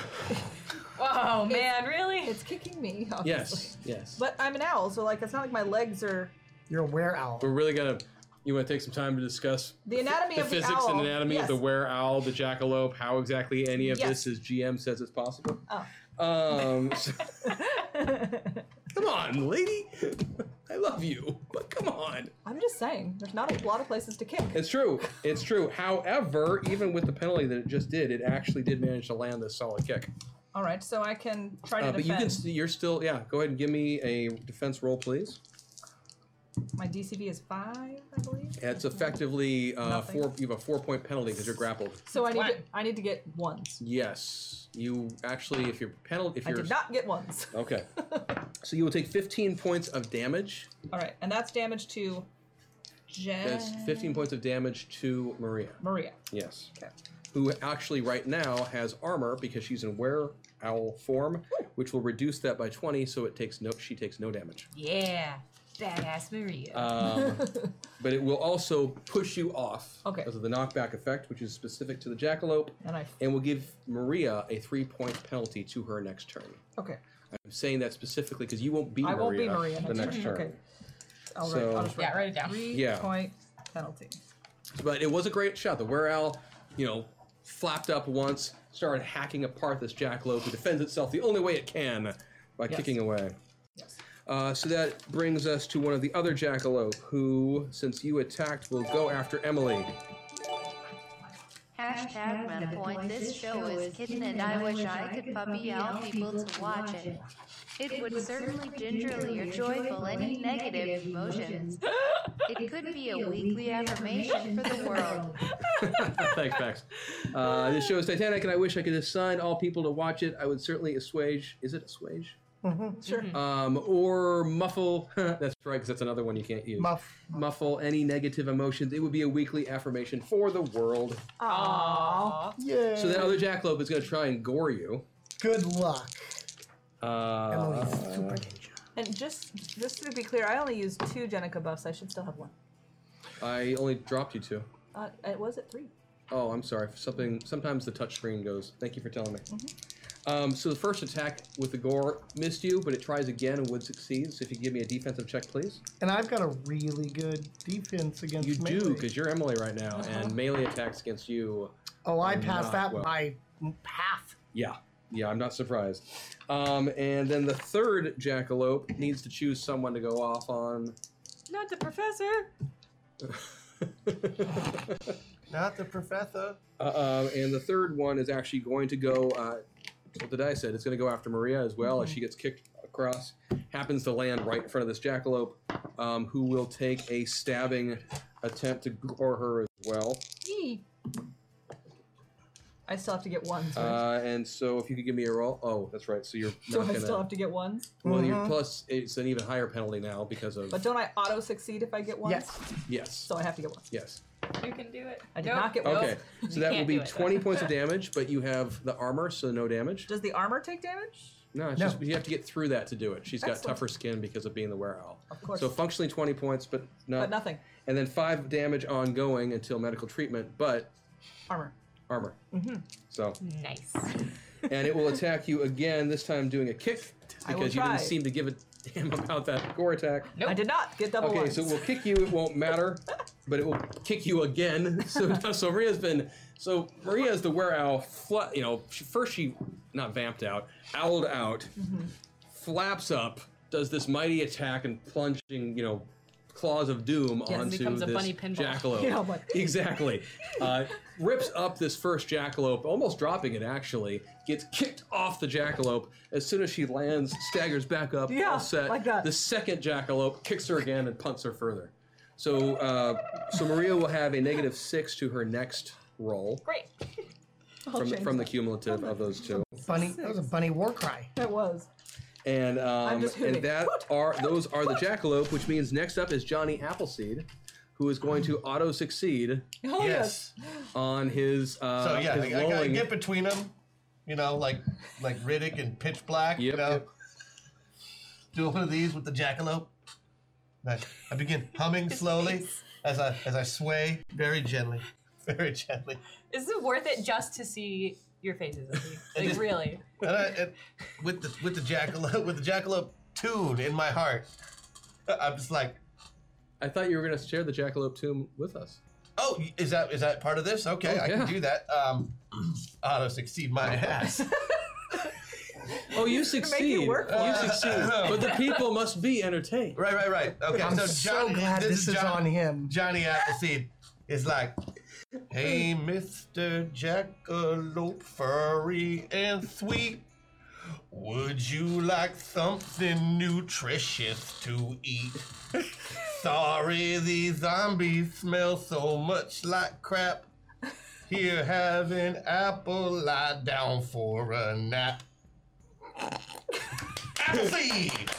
[SPEAKER 4] Oh, man, really?
[SPEAKER 3] It's kicking me. Obviously.
[SPEAKER 2] Yes, yes.
[SPEAKER 3] But I'm an owl, so like it's not like my legs are
[SPEAKER 7] you're a were owl.
[SPEAKER 8] We're really gonna. You want to take some time to discuss
[SPEAKER 3] the anatomy
[SPEAKER 8] the
[SPEAKER 3] of the owl.
[SPEAKER 8] physics and anatomy
[SPEAKER 3] yes.
[SPEAKER 8] of the were owl, the jackalope, how exactly any of
[SPEAKER 3] Yes.
[SPEAKER 8] this is GM says it's possible.
[SPEAKER 2] Oh. Um, so- come on, lady. I love you, but come on.
[SPEAKER 3] I'm just saying, there's not a lot of places to kick.
[SPEAKER 2] It's true. It's true. However, even with the penalty that it just did, it actually did manage to land this solid kick.
[SPEAKER 3] All right, so I can try to
[SPEAKER 2] Uh, but you
[SPEAKER 3] defend.
[SPEAKER 2] can, st- you're still, yeah. Go ahead and give me a defense roll, please.
[SPEAKER 3] My DCB is five, I believe.
[SPEAKER 2] It's effectively uh,
[SPEAKER 3] Nothing.
[SPEAKER 2] four. You have a four-point penalty because you're grappled.
[SPEAKER 3] So I need
[SPEAKER 4] One.
[SPEAKER 3] to, I need to get ones.
[SPEAKER 2] Yes, you actually, if you're penal, if
[SPEAKER 3] I
[SPEAKER 2] you're
[SPEAKER 3] did not get ones.
[SPEAKER 2] okay, so you will take 15 points of damage.
[SPEAKER 3] All right, and that's damage to Jen
[SPEAKER 2] That's 15 points of damage to Maria.
[SPEAKER 3] Maria.
[SPEAKER 2] Yes.
[SPEAKER 3] Okay.
[SPEAKER 2] Who actually right now has armor because she's in were owl form, which will reduce that by 20, so it takes no. She takes no damage.
[SPEAKER 4] Yeah. Badass Maria.
[SPEAKER 2] Um, but it will also push you off
[SPEAKER 3] Okay.
[SPEAKER 2] because of the knockback effect, which is specific to the jackalope,
[SPEAKER 3] And I
[SPEAKER 2] and will give Maria a three-point penalty to her next turn.
[SPEAKER 3] okay.
[SPEAKER 2] I'm saying that specifically because you won't be
[SPEAKER 3] I
[SPEAKER 2] Maria
[SPEAKER 3] won't be Maria
[SPEAKER 2] the next turn.
[SPEAKER 3] Okay. I'll write.
[SPEAKER 2] So-
[SPEAKER 3] I'll just write
[SPEAKER 4] yeah, write it down.
[SPEAKER 3] Three
[SPEAKER 2] Yeah.
[SPEAKER 3] point penalty.
[SPEAKER 2] But it was a great shot. The were owl, you know, flapped up once, started hacking apart this jackalope, who defends itself the only way it can by kicking away.
[SPEAKER 3] Yes.
[SPEAKER 2] Uh, so that brings us to one of the other jackalope, who, since you attacked, will go after Emily.
[SPEAKER 5] hashtag MetaPoint. This show is Kitten and I wish I could puppy out people to watch it. It would certainly gingerly or joyful any negative emotions. It could be a weekly affirmation for the world.
[SPEAKER 2] Thanks, Max. Uh, this show is Titanic, and I wish I could assign all people to watch it. I would certainly assuage. Is it assuage?
[SPEAKER 7] sure.
[SPEAKER 2] Um, or muffle. that's right, because that's another one you can't use.
[SPEAKER 7] Muff.
[SPEAKER 2] muffle any negative emotions. It would be a weekly affirmation for the world.
[SPEAKER 3] Aww.
[SPEAKER 7] Yeah.
[SPEAKER 2] So that other jackalope is going to try and gore you.
[SPEAKER 7] Good luck.
[SPEAKER 2] Uh,
[SPEAKER 7] Emily's super ninja.
[SPEAKER 3] And just just to be clear, I only used two Jenica buffs. I should still have one.
[SPEAKER 2] I only dropped you two.
[SPEAKER 3] Uh, it was at three.
[SPEAKER 2] Oh, I'm sorry. Something. Sometimes the touch screen goes. Thank you for telling me. Um, so the first attack with the gore missed you, but it tries again and would succeed. So if you give me a defensive check, please.
[SPEAKER 7] And I've got a really good defense against
[SPEAKER 2] You
[SPEAKER 7] melee.
[SPEAKER 2] do because you're Emily right now, and melee attacks against you.
[SPEAKER 7] Oh, I
[SPEAKER 2] I'm
[SPEAKER 7] passed
[SPEAKER 2] not
[SPEAKER 7] that
[SPEAKER 2] well.
[SPEAKER 7] by half.
[SPEAKER 2] Yeah, yeah, I'm not surprised. Um, and then the third jackalope needs to choose someone to go off on.
[SPEAKER 4] Not the professor.
[SPEAKER 6] Not the professor.
[SPEAKER 2] Uh, um, and the third one is actually going to go. Uh, what did I said? It's going to go after Maria as well as she gets kicked across. Happens to land right in front of this jackalope, um, who will take a stabbing attempt to gore her as well.
[SPEAKER 3] Yee. I still have to get ones. Right?
[SPEAKER 2] Uh, and so, if you could give me a roll. Oh, that's right. So you're
[SPEAKER 3] so
[SPEAKER 2] not
[SPEAKER 3] I
[SPEAKER 2] going
[SPEAKER 3] still have to get ones.
[SPEAKER 2] Well, you're plus. It's an even higher penalty now because of.
[SPEAKER 3] But don't I auto succeed if I get ones?
[SPEAKER 7] Yes.
[SPEAKER 2] Yes.
[SPEAKER 3] So I have to get ones.
[SPEAKER 2] Yes.
[SPEAKER 4] You can do it.
[SPEAKER 3] I did not get ones.
[SPEAKER 2] Okay. So that will
[SPEAKER 4] can't
[SPEAKER 2] be
[SPEAKER 4] do it, though.
[SPEAKER 2] 20 points of damage, but you have the armor, so no damage.
[SPEAKER 3] Does the armor take damage?
[SPEAKER 2] No, it's
[SPEAKER 7] No.
[SPEAKER 2] just you have to get through that to do it. She's got
[SPEAKER 3] Excellent.
[SPEAKER 2] tougher skin because of being the were owl.
[SPEAKER 3] Of course.
[SPEAKER 2] So functionally 20 points, but not.
[SPEAKER 3] but nothing.
[SPEAKER 2] And then five damage ongoing until medical treatment, but
[SPEAKER 3] Armor.
[SPEAKER 2] armor. Mm-hmm. So,
[SPEAKER 4] Nice.
[SPEAKER 2] and it will attack you again. This time doing a kick
[SPEAKER 3] I will
[SPEAKER 2] because you
[SPEAKER 3] try.
[SPEAKER 2] didn't seem to give a damn about that gore attack.
[SPEAKER 4] Nope.
[SPEAKER 3] I did not get double
[SPEAKER 2] Okay,
[SPEAKER 3] ones.
[SPEAKER 2] so we'll kick you. It won't matter, but it will kick you again. So, so Maria's been. So Maria's the were owl. Fla- you know, she, first she not vamped out, owled out, flaps up, does this mighty attack and plunging. You know, claws of doom
[SPEAKER 3] Yes,
[SPEAKER 2] onto
[SPEAKER 4] becomes a
[SPEAKER 2] this
[SPEAKER 4] bunny pinball.
[SPEAKER 2] jackalope.
[SPEAKER 3] Yeah, I'm like-
[SPEAKER 2] exactly. Uh, rips up this first jackalope, almost dropping it. Actually, gets kicked off the jackalope as soon as she lands. Staggers back up.
[SPEAKER 3] Yeah,
[SPEAKER 2] all set.
[SPEAKER 3] like that.
[SPEAKER 2] The second jackalope kicks her again and punts her further. So, uh, so Maria will have a negative six to her next roll
[SPEAKER 4] Great.
[SPEAKER 2] from,
[SPEAKER 3] change
[SPEAKER 2] from the cumulative of those two,
[SPEAKER 7] Bunny. That was a bunny war cry.
[SPEAKER 3] It was.
[SPEAKER 2] and um,
[SPEAKER 3] just
[SPEAKER 2] and
[SPEAKER 3] hooting.
[SPEAKER 2] that are those are the jackalope, which means next up is Johnny Appleseed, who is going to auto succeed
[SPEAKER 3] Oh,
[SPEAKER 6] yes.
[SPEAKER 2] on his uh,
[SPEAKER 6] So yeah, I,
[SPEAKER 2] his
[SPEAKER 6] I gotta
[SPEAKER 2] rolling.
[SPEAKER 6] get between them. You know, like like Riddick and Pitch Black.
[SPEAKER 2] Yep,
[SPEAKER 6] you know,
[SPEAKER 2] yep.
[SPEAKER 6] do one of these with the jackalope. I, I begin humming slowly as I as I sway very gently, very gently.
[SPEAKER 4] Is it worth it just to see your faces? Izzy? Like really?
[SPEAKER 6] And I, and with the with the jackalope with the jackalope tune in my heart, I'm just like,
[SPEAKER 2] I thought you were going to share the jackalope tomb with us.
[SPEAKER 6] oh, is that is that part of this? Okay,
[SPEAKER 2] Oh,
[SPEAKER 6] I
[SPEAKER 2] yeah.
[SPEAKER 6] can do that. Um, auto succeed my ass.
[SPEAKER 2] Oh, you succeed!
[SPEAKER 3] work
[SPEAKER 2] You succeed, but the people must be entertained.
[SPEAKER 6] Right, right, right. Okay,
[SPEAKER 7] I'm
[SPEAKER 6] so,
[SPEAKER 7] so,
[SPEAKER 6] Johnny,
[SPEAKER 7] glad this, is,
[SPEAKER 6] Johnny,
[SPEAKER 7] on him.
[SPEAKER 6] Johnny Appleseed is like, hey, Mr. Jackalope, furry and sweet. Would you like something nutritious to eat? Sorry, these zombies smell so much like crap. Here, have an apple, lie down for a nap. Appleseed!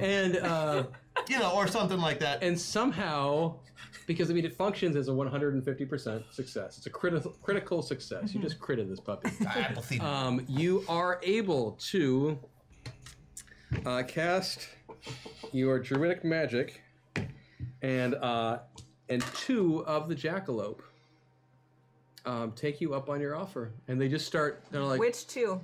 [SPEAKER 2] And uh,
[SPEAKER 6] You know, or something like that.
[SPEAKER 2] and somehow because i mean it functions as a 150% success it's a critical critical success you just critted this puppy
[SPEAKER 6] Appleseed.
[SPEAKER 2] um, you are able to uh, cast your druidic magic and uh, and two of the jackalope um, take you up on your offer and they just start they're like
[SPEAKER 3] Which two?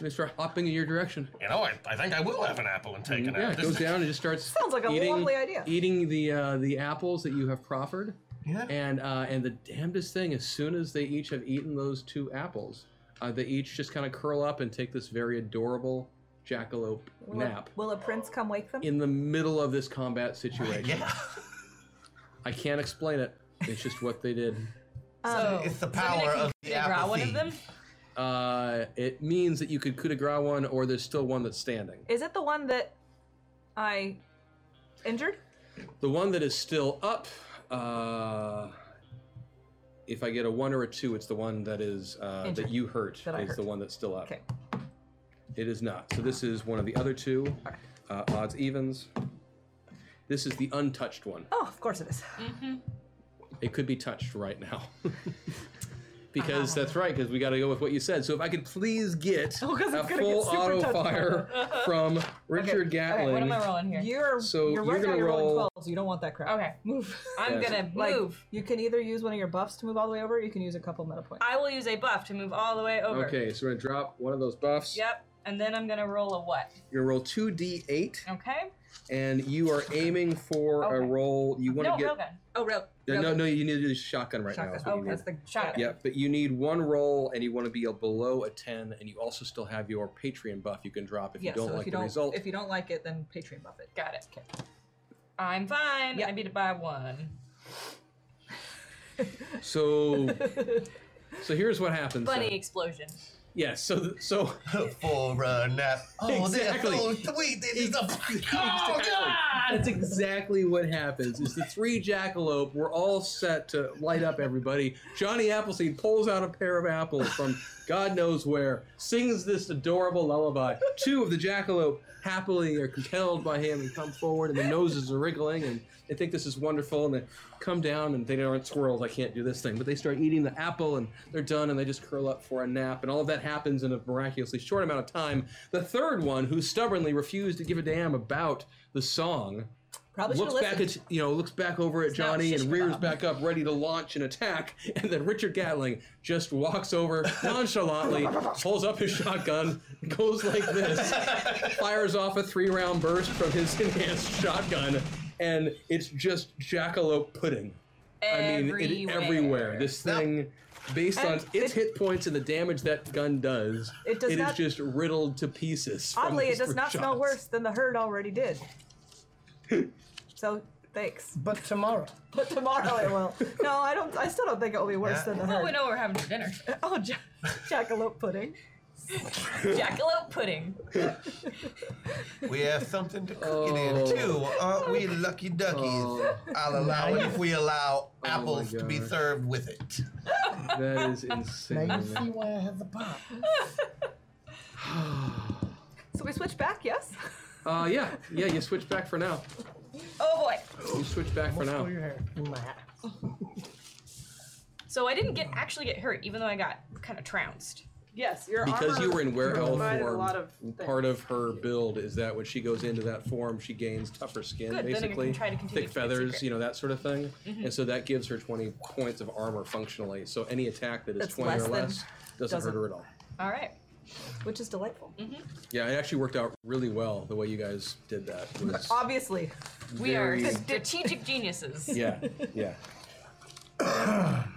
[SPEAKER 2] they start hopping in your direction
[SPEAKER 6] You know, I, I think I will have an apple and take an
[SPEAKER 2] Mm-hmm. yeah it
[SPEAKER 6] apple.
[SPEAKER 2] goes down and just starts
[SPEAKER 3] Sounds like a
[SPEAKER 2] eating,
[SPEAKER 3] lovely idea.
[SPEAKER 2] eating the uh, the apples that you have proffered
[SPEAKER 6] Yeah.
[SPEAKER 2] And uh, and the damnedest thing, as soon as they each have eaten those two apples, uh, they each just kind of curl up and take this very adorable jackalope
[SPEAKER 3] Will a-
[SPEAKER 2] nap
[SPEAKER 3] Will a prince come wake them?
[SPEAKER 2] in the middle of this combat situation.
[SPEAKER 6] Yeah.
[SPEAKER 2] I can't explain it. It's just what they did.
[SPEAKER 4] So
[SPEAKER 6] It's the
[SPEAKER 4] we're gonna
[SPEAKER 6] power of the
[SPEAKER 4] coup de grace one
[SPEAKER 6] apathy.
[SPEAKER 4] of them.
[SPEAKER 2] Uh, it means that you could coup de grace one, or there's still one that's standing.
[SPEAKER 3] Is it the one that I injured?
[SPEAKER 2] The one that is still up, uh, if I get a one or a two, it's the one that is uh,
[SPEAKER 3] Injured.
[SPEAKER 2] that you hurt.
[SPEAKER 3] That I
[SPEAKER 2] is
[SPEAKER 3] hurt.
[SPEAKER 2] the one that's still up.
[SPEAKER 3] Okay.
[SPEAKER 2] It is not. So this is one of the other two. Uh, odds evens. This is the untouched one.
[SPEAKER 3] Oh, of course it is.
[SPEAKER 4] Mm-hmm.
[SPEAKER 2] It could be touched right now. because
[SPEAKER 3] Uh-huh.
[SPEAKER 2] that's right, because we got to go with what you said. So if I could please get
[SPEAKER 3] Oh, 'cause
[SPEAKER 2] a
[SPEAKER 3] it's gonna get
[SPEAKER 2] full
[SPEAKER 3] super
[SPEAKER 2] auto
[SPEAKER 3] touched.
[SPEAKER 2] fire from Richard
[SPEAKER 4] All
[SPEAKER 2] Gatling.
[SPEAKER 4] right, what am I rolling here?
[SPEAKER 3] You're
[SPEAKER 2] So
[SPEAKER 3] you're
[SPEAKER 2] you're
[SPEAKER 3] right now
[SPEAKER 2] gonna
[SPEAKER 3] you're
[SPEAKER 2] roll-
[SPEAKER 3] rolling 12, so you don't want that crap.
[SPEAKER 4] Okay.
[SPEAKER 3] Move.
[SPEAKER 4] I'm
[SPEAKER 2] Yes.
[SPEAKER 4] gonna
[SPEAKER 3] Like,
[SPEAKER 4] move.
[SPEAKER 3] you can either use one of your buffs to move all the way over, or you can use a couple meta points.
[SPEAKER 4] I will use a buff to move all the way over.
[SPEAKER 2] Okay, so we're going to drop one of those buffs.
[SPEAKER 4] Yep. And then I'm gonna roll a what?
[SPEAKER 2] You're going to roll 2d8.
[SPEAKER 4] Okay.
[SPEAKER 2] and you are aiming for a
[SPEAKER 4] Okay.
[SPEAKER 2] roll. You want
[SPEAKER 4] No,
[SPEAKER 2] to get
[SPEAKER 4] railgun.
[SPEAKER 3] Oh, real.
[SPEAKER 2] no, no, no, You need to do shotgun right now.
[SPEAKER 3] Shotgun.
[SPEAKER 2] is what
[SPEAKER 3] oh,
[SPEAKER 2] you need.
[SPEAKER 3] that's the
[SPEAKER 4] Shotgun.
[SPEAKER 3] shotgun.
[SPEAKER 2] Yeah, but you need one roll, and you want to be a below a ten, and you also still have your Patreon buff you can drop if
[SPEAKER 3] Yeah,
[SPEAKER 2] you don't
[SPEAKER 3] so
[SPEAKER 2] like
[SPEAKER 3] if you
[SPEAKER 2] the
[SPEAKER 3] don't
[SPEAKER 2] result.
[SPEAKER 3] if you don't like it, then Patreon buff it.
[SPEAKER 4] Got it. I'm fine.
[SPEAKER 3] Yep.
[SPEAKER 4] I beat it by one.
[SPEAKER 2] So, so here's what happens. then.
[SPEAKER 4] Bunny explosion.
[SPEAKER 2] Yes. So, th- so
[SPEAKER 6] for a nap. Oh,
[SPEAKER 2] Exactly.
[SPEAKER 6] there. Oh, wait, there is a. Oh,
[SPEAKER 2] Exactly. That's exactly what happens. Is the three jackalope We're all set to light up everybody. Johnny Appleseed pulls out a pair of apples from God knows where, sings this adorable lullaby. Two of the jackalope happily are compelled by him and come forward, and their noses are wriggling, and they think this is wonderful, and they come down and they aren't squirrels. I can't do this thing, but they start eating the apple, and they're done, and they just curl up for a nap, and all of that happens in a miraculously short amount of time. The third one, who stubbornly refused to give a damn about the song
[SPEAKER 3] Probably should
[SPEAKER 2] looks back
[SPEAKER 3] listen.
[SPEAKER 2] at you know looks back over at
[SPEAKER 3] now
[SPEAKER 2] Johnny and
[SPEAKER 3] shish
[SPEAKER 2] rears
[SPEAKER 3] kebab.
[SPEAKER 2] back up, ready to launch an attack, and then Richard Gatling just walks over nonchalantly, pulls up his shotgun, goes like this, fires off a three-round burst from his enhanced shotgun, and it's just jackalope pudding. I mean, it, everywhere. This thing. Based on
[SPEAKER 3] And
[SPEAKER 2] its
[SPEAKER 3] it-
[SPEAKER 2] hit points and the damage that gun does,
[SPEAKER 3] It does
[SPEAKER 2] is
[SPEAKER 3] not-
[SPEAKER 2] just riddled to pieces. from
[SPEAKER 3] Oddly, it
[SPEAKER 2] these
[SPEAKER 3] does
[SPEAKER 2] three
[SPEAKER 3] not smell
[SPEAKER 2] shots.
[SPEAKER 3] worse than the herd already did. so thanks.
[SPEAKER 7] But tomorrow.
[SPEAKER 3] But tomorrow it will. No, I don't. I still don't think it will be worse than the
[SPEAKER 4] Oh, we
[SPEAKER 3] herd.
[SPEAKER 4] know what we're having for dinner.
[SPEAKER 3] Oh, ja- jackalope pudding.
[SPEAKER 4] Jackalope pudding.
[SPEAKER 6] We have something to cook it in too,
[SPEAKER 2] Oh.
[SPEAKER 6] aren't we, lucky duckies? I'll allow it if we allow apples to be
[SPEAKER 2] Oh, gosh.
[SPEAKER 6] served with it.
[SPEAKER 2] That is
[SPEAKER 7] Now you
[SPEAKER 2] insane.
[SPEAKER 7] see why I have the pop.
[SPEAKER 3] So we switch back, yes?
[SPEAKER 2] Uh, yeah, yeah. You switch back for now.
[SPEAKER 4] Oh boy.
[SPEAKER 2] You switch back for now.
[SPEAKER 7] Pull your hair. Mwah.
[SPEAKER 4] Oh, So I didn't get actually get hurt, even though I got kind of trounced.
[SPEAKER 3] Yes, your
[SPEAKER 2] Because
[SPEAKER 3] armor
[SPEAKER 2] you were in werewolf
[SPEAKER 3] provided
[SPEAKER 2] form,
[SPEAKER 3] A lot of things.
[SPEAKER 2] part of her build is that when she goes into that form, she gains tougher skin,
[SPEAKER 4] Good, then I can
[SPEAKER 2] basically
[SPEAKER 4] try to continue
[SPEAKER 2] thick
[SPEAKER 4] to keep it
[SPEAKER 2] feathers,
[SPEAKER 4] secret.
[SPEAKER 2] you know that sort of thing,
[SPEAKER 3] Mm-hmm.
[SPEAKER 2] and so that gives her 20 points of armor functionally. So any attack that is
[SPEAKER 3] That's
[SPEAKER 2] 20
[SPEAKER 3] less
[SPEAKER 2] or
[SPEAKER 3] than-
[SPEAKER 2] less doesn't,
[SPEAKER 3] doesn't-
[SPEAKER 2] hurt her at all.
[SPEAKER 4] All right.
[SPEAKER 3] which is delightful.
[SPEAKER 2] Yeah, it actually worked out really well the way you guys did that. It was
[SPEAKER 3] Obviously,
[SPEAKER 4] We are
[SPEAKER 2] very-
[SPEAKER 4] strategic geniuses.
[SPEAKER 2] yeah, yeah.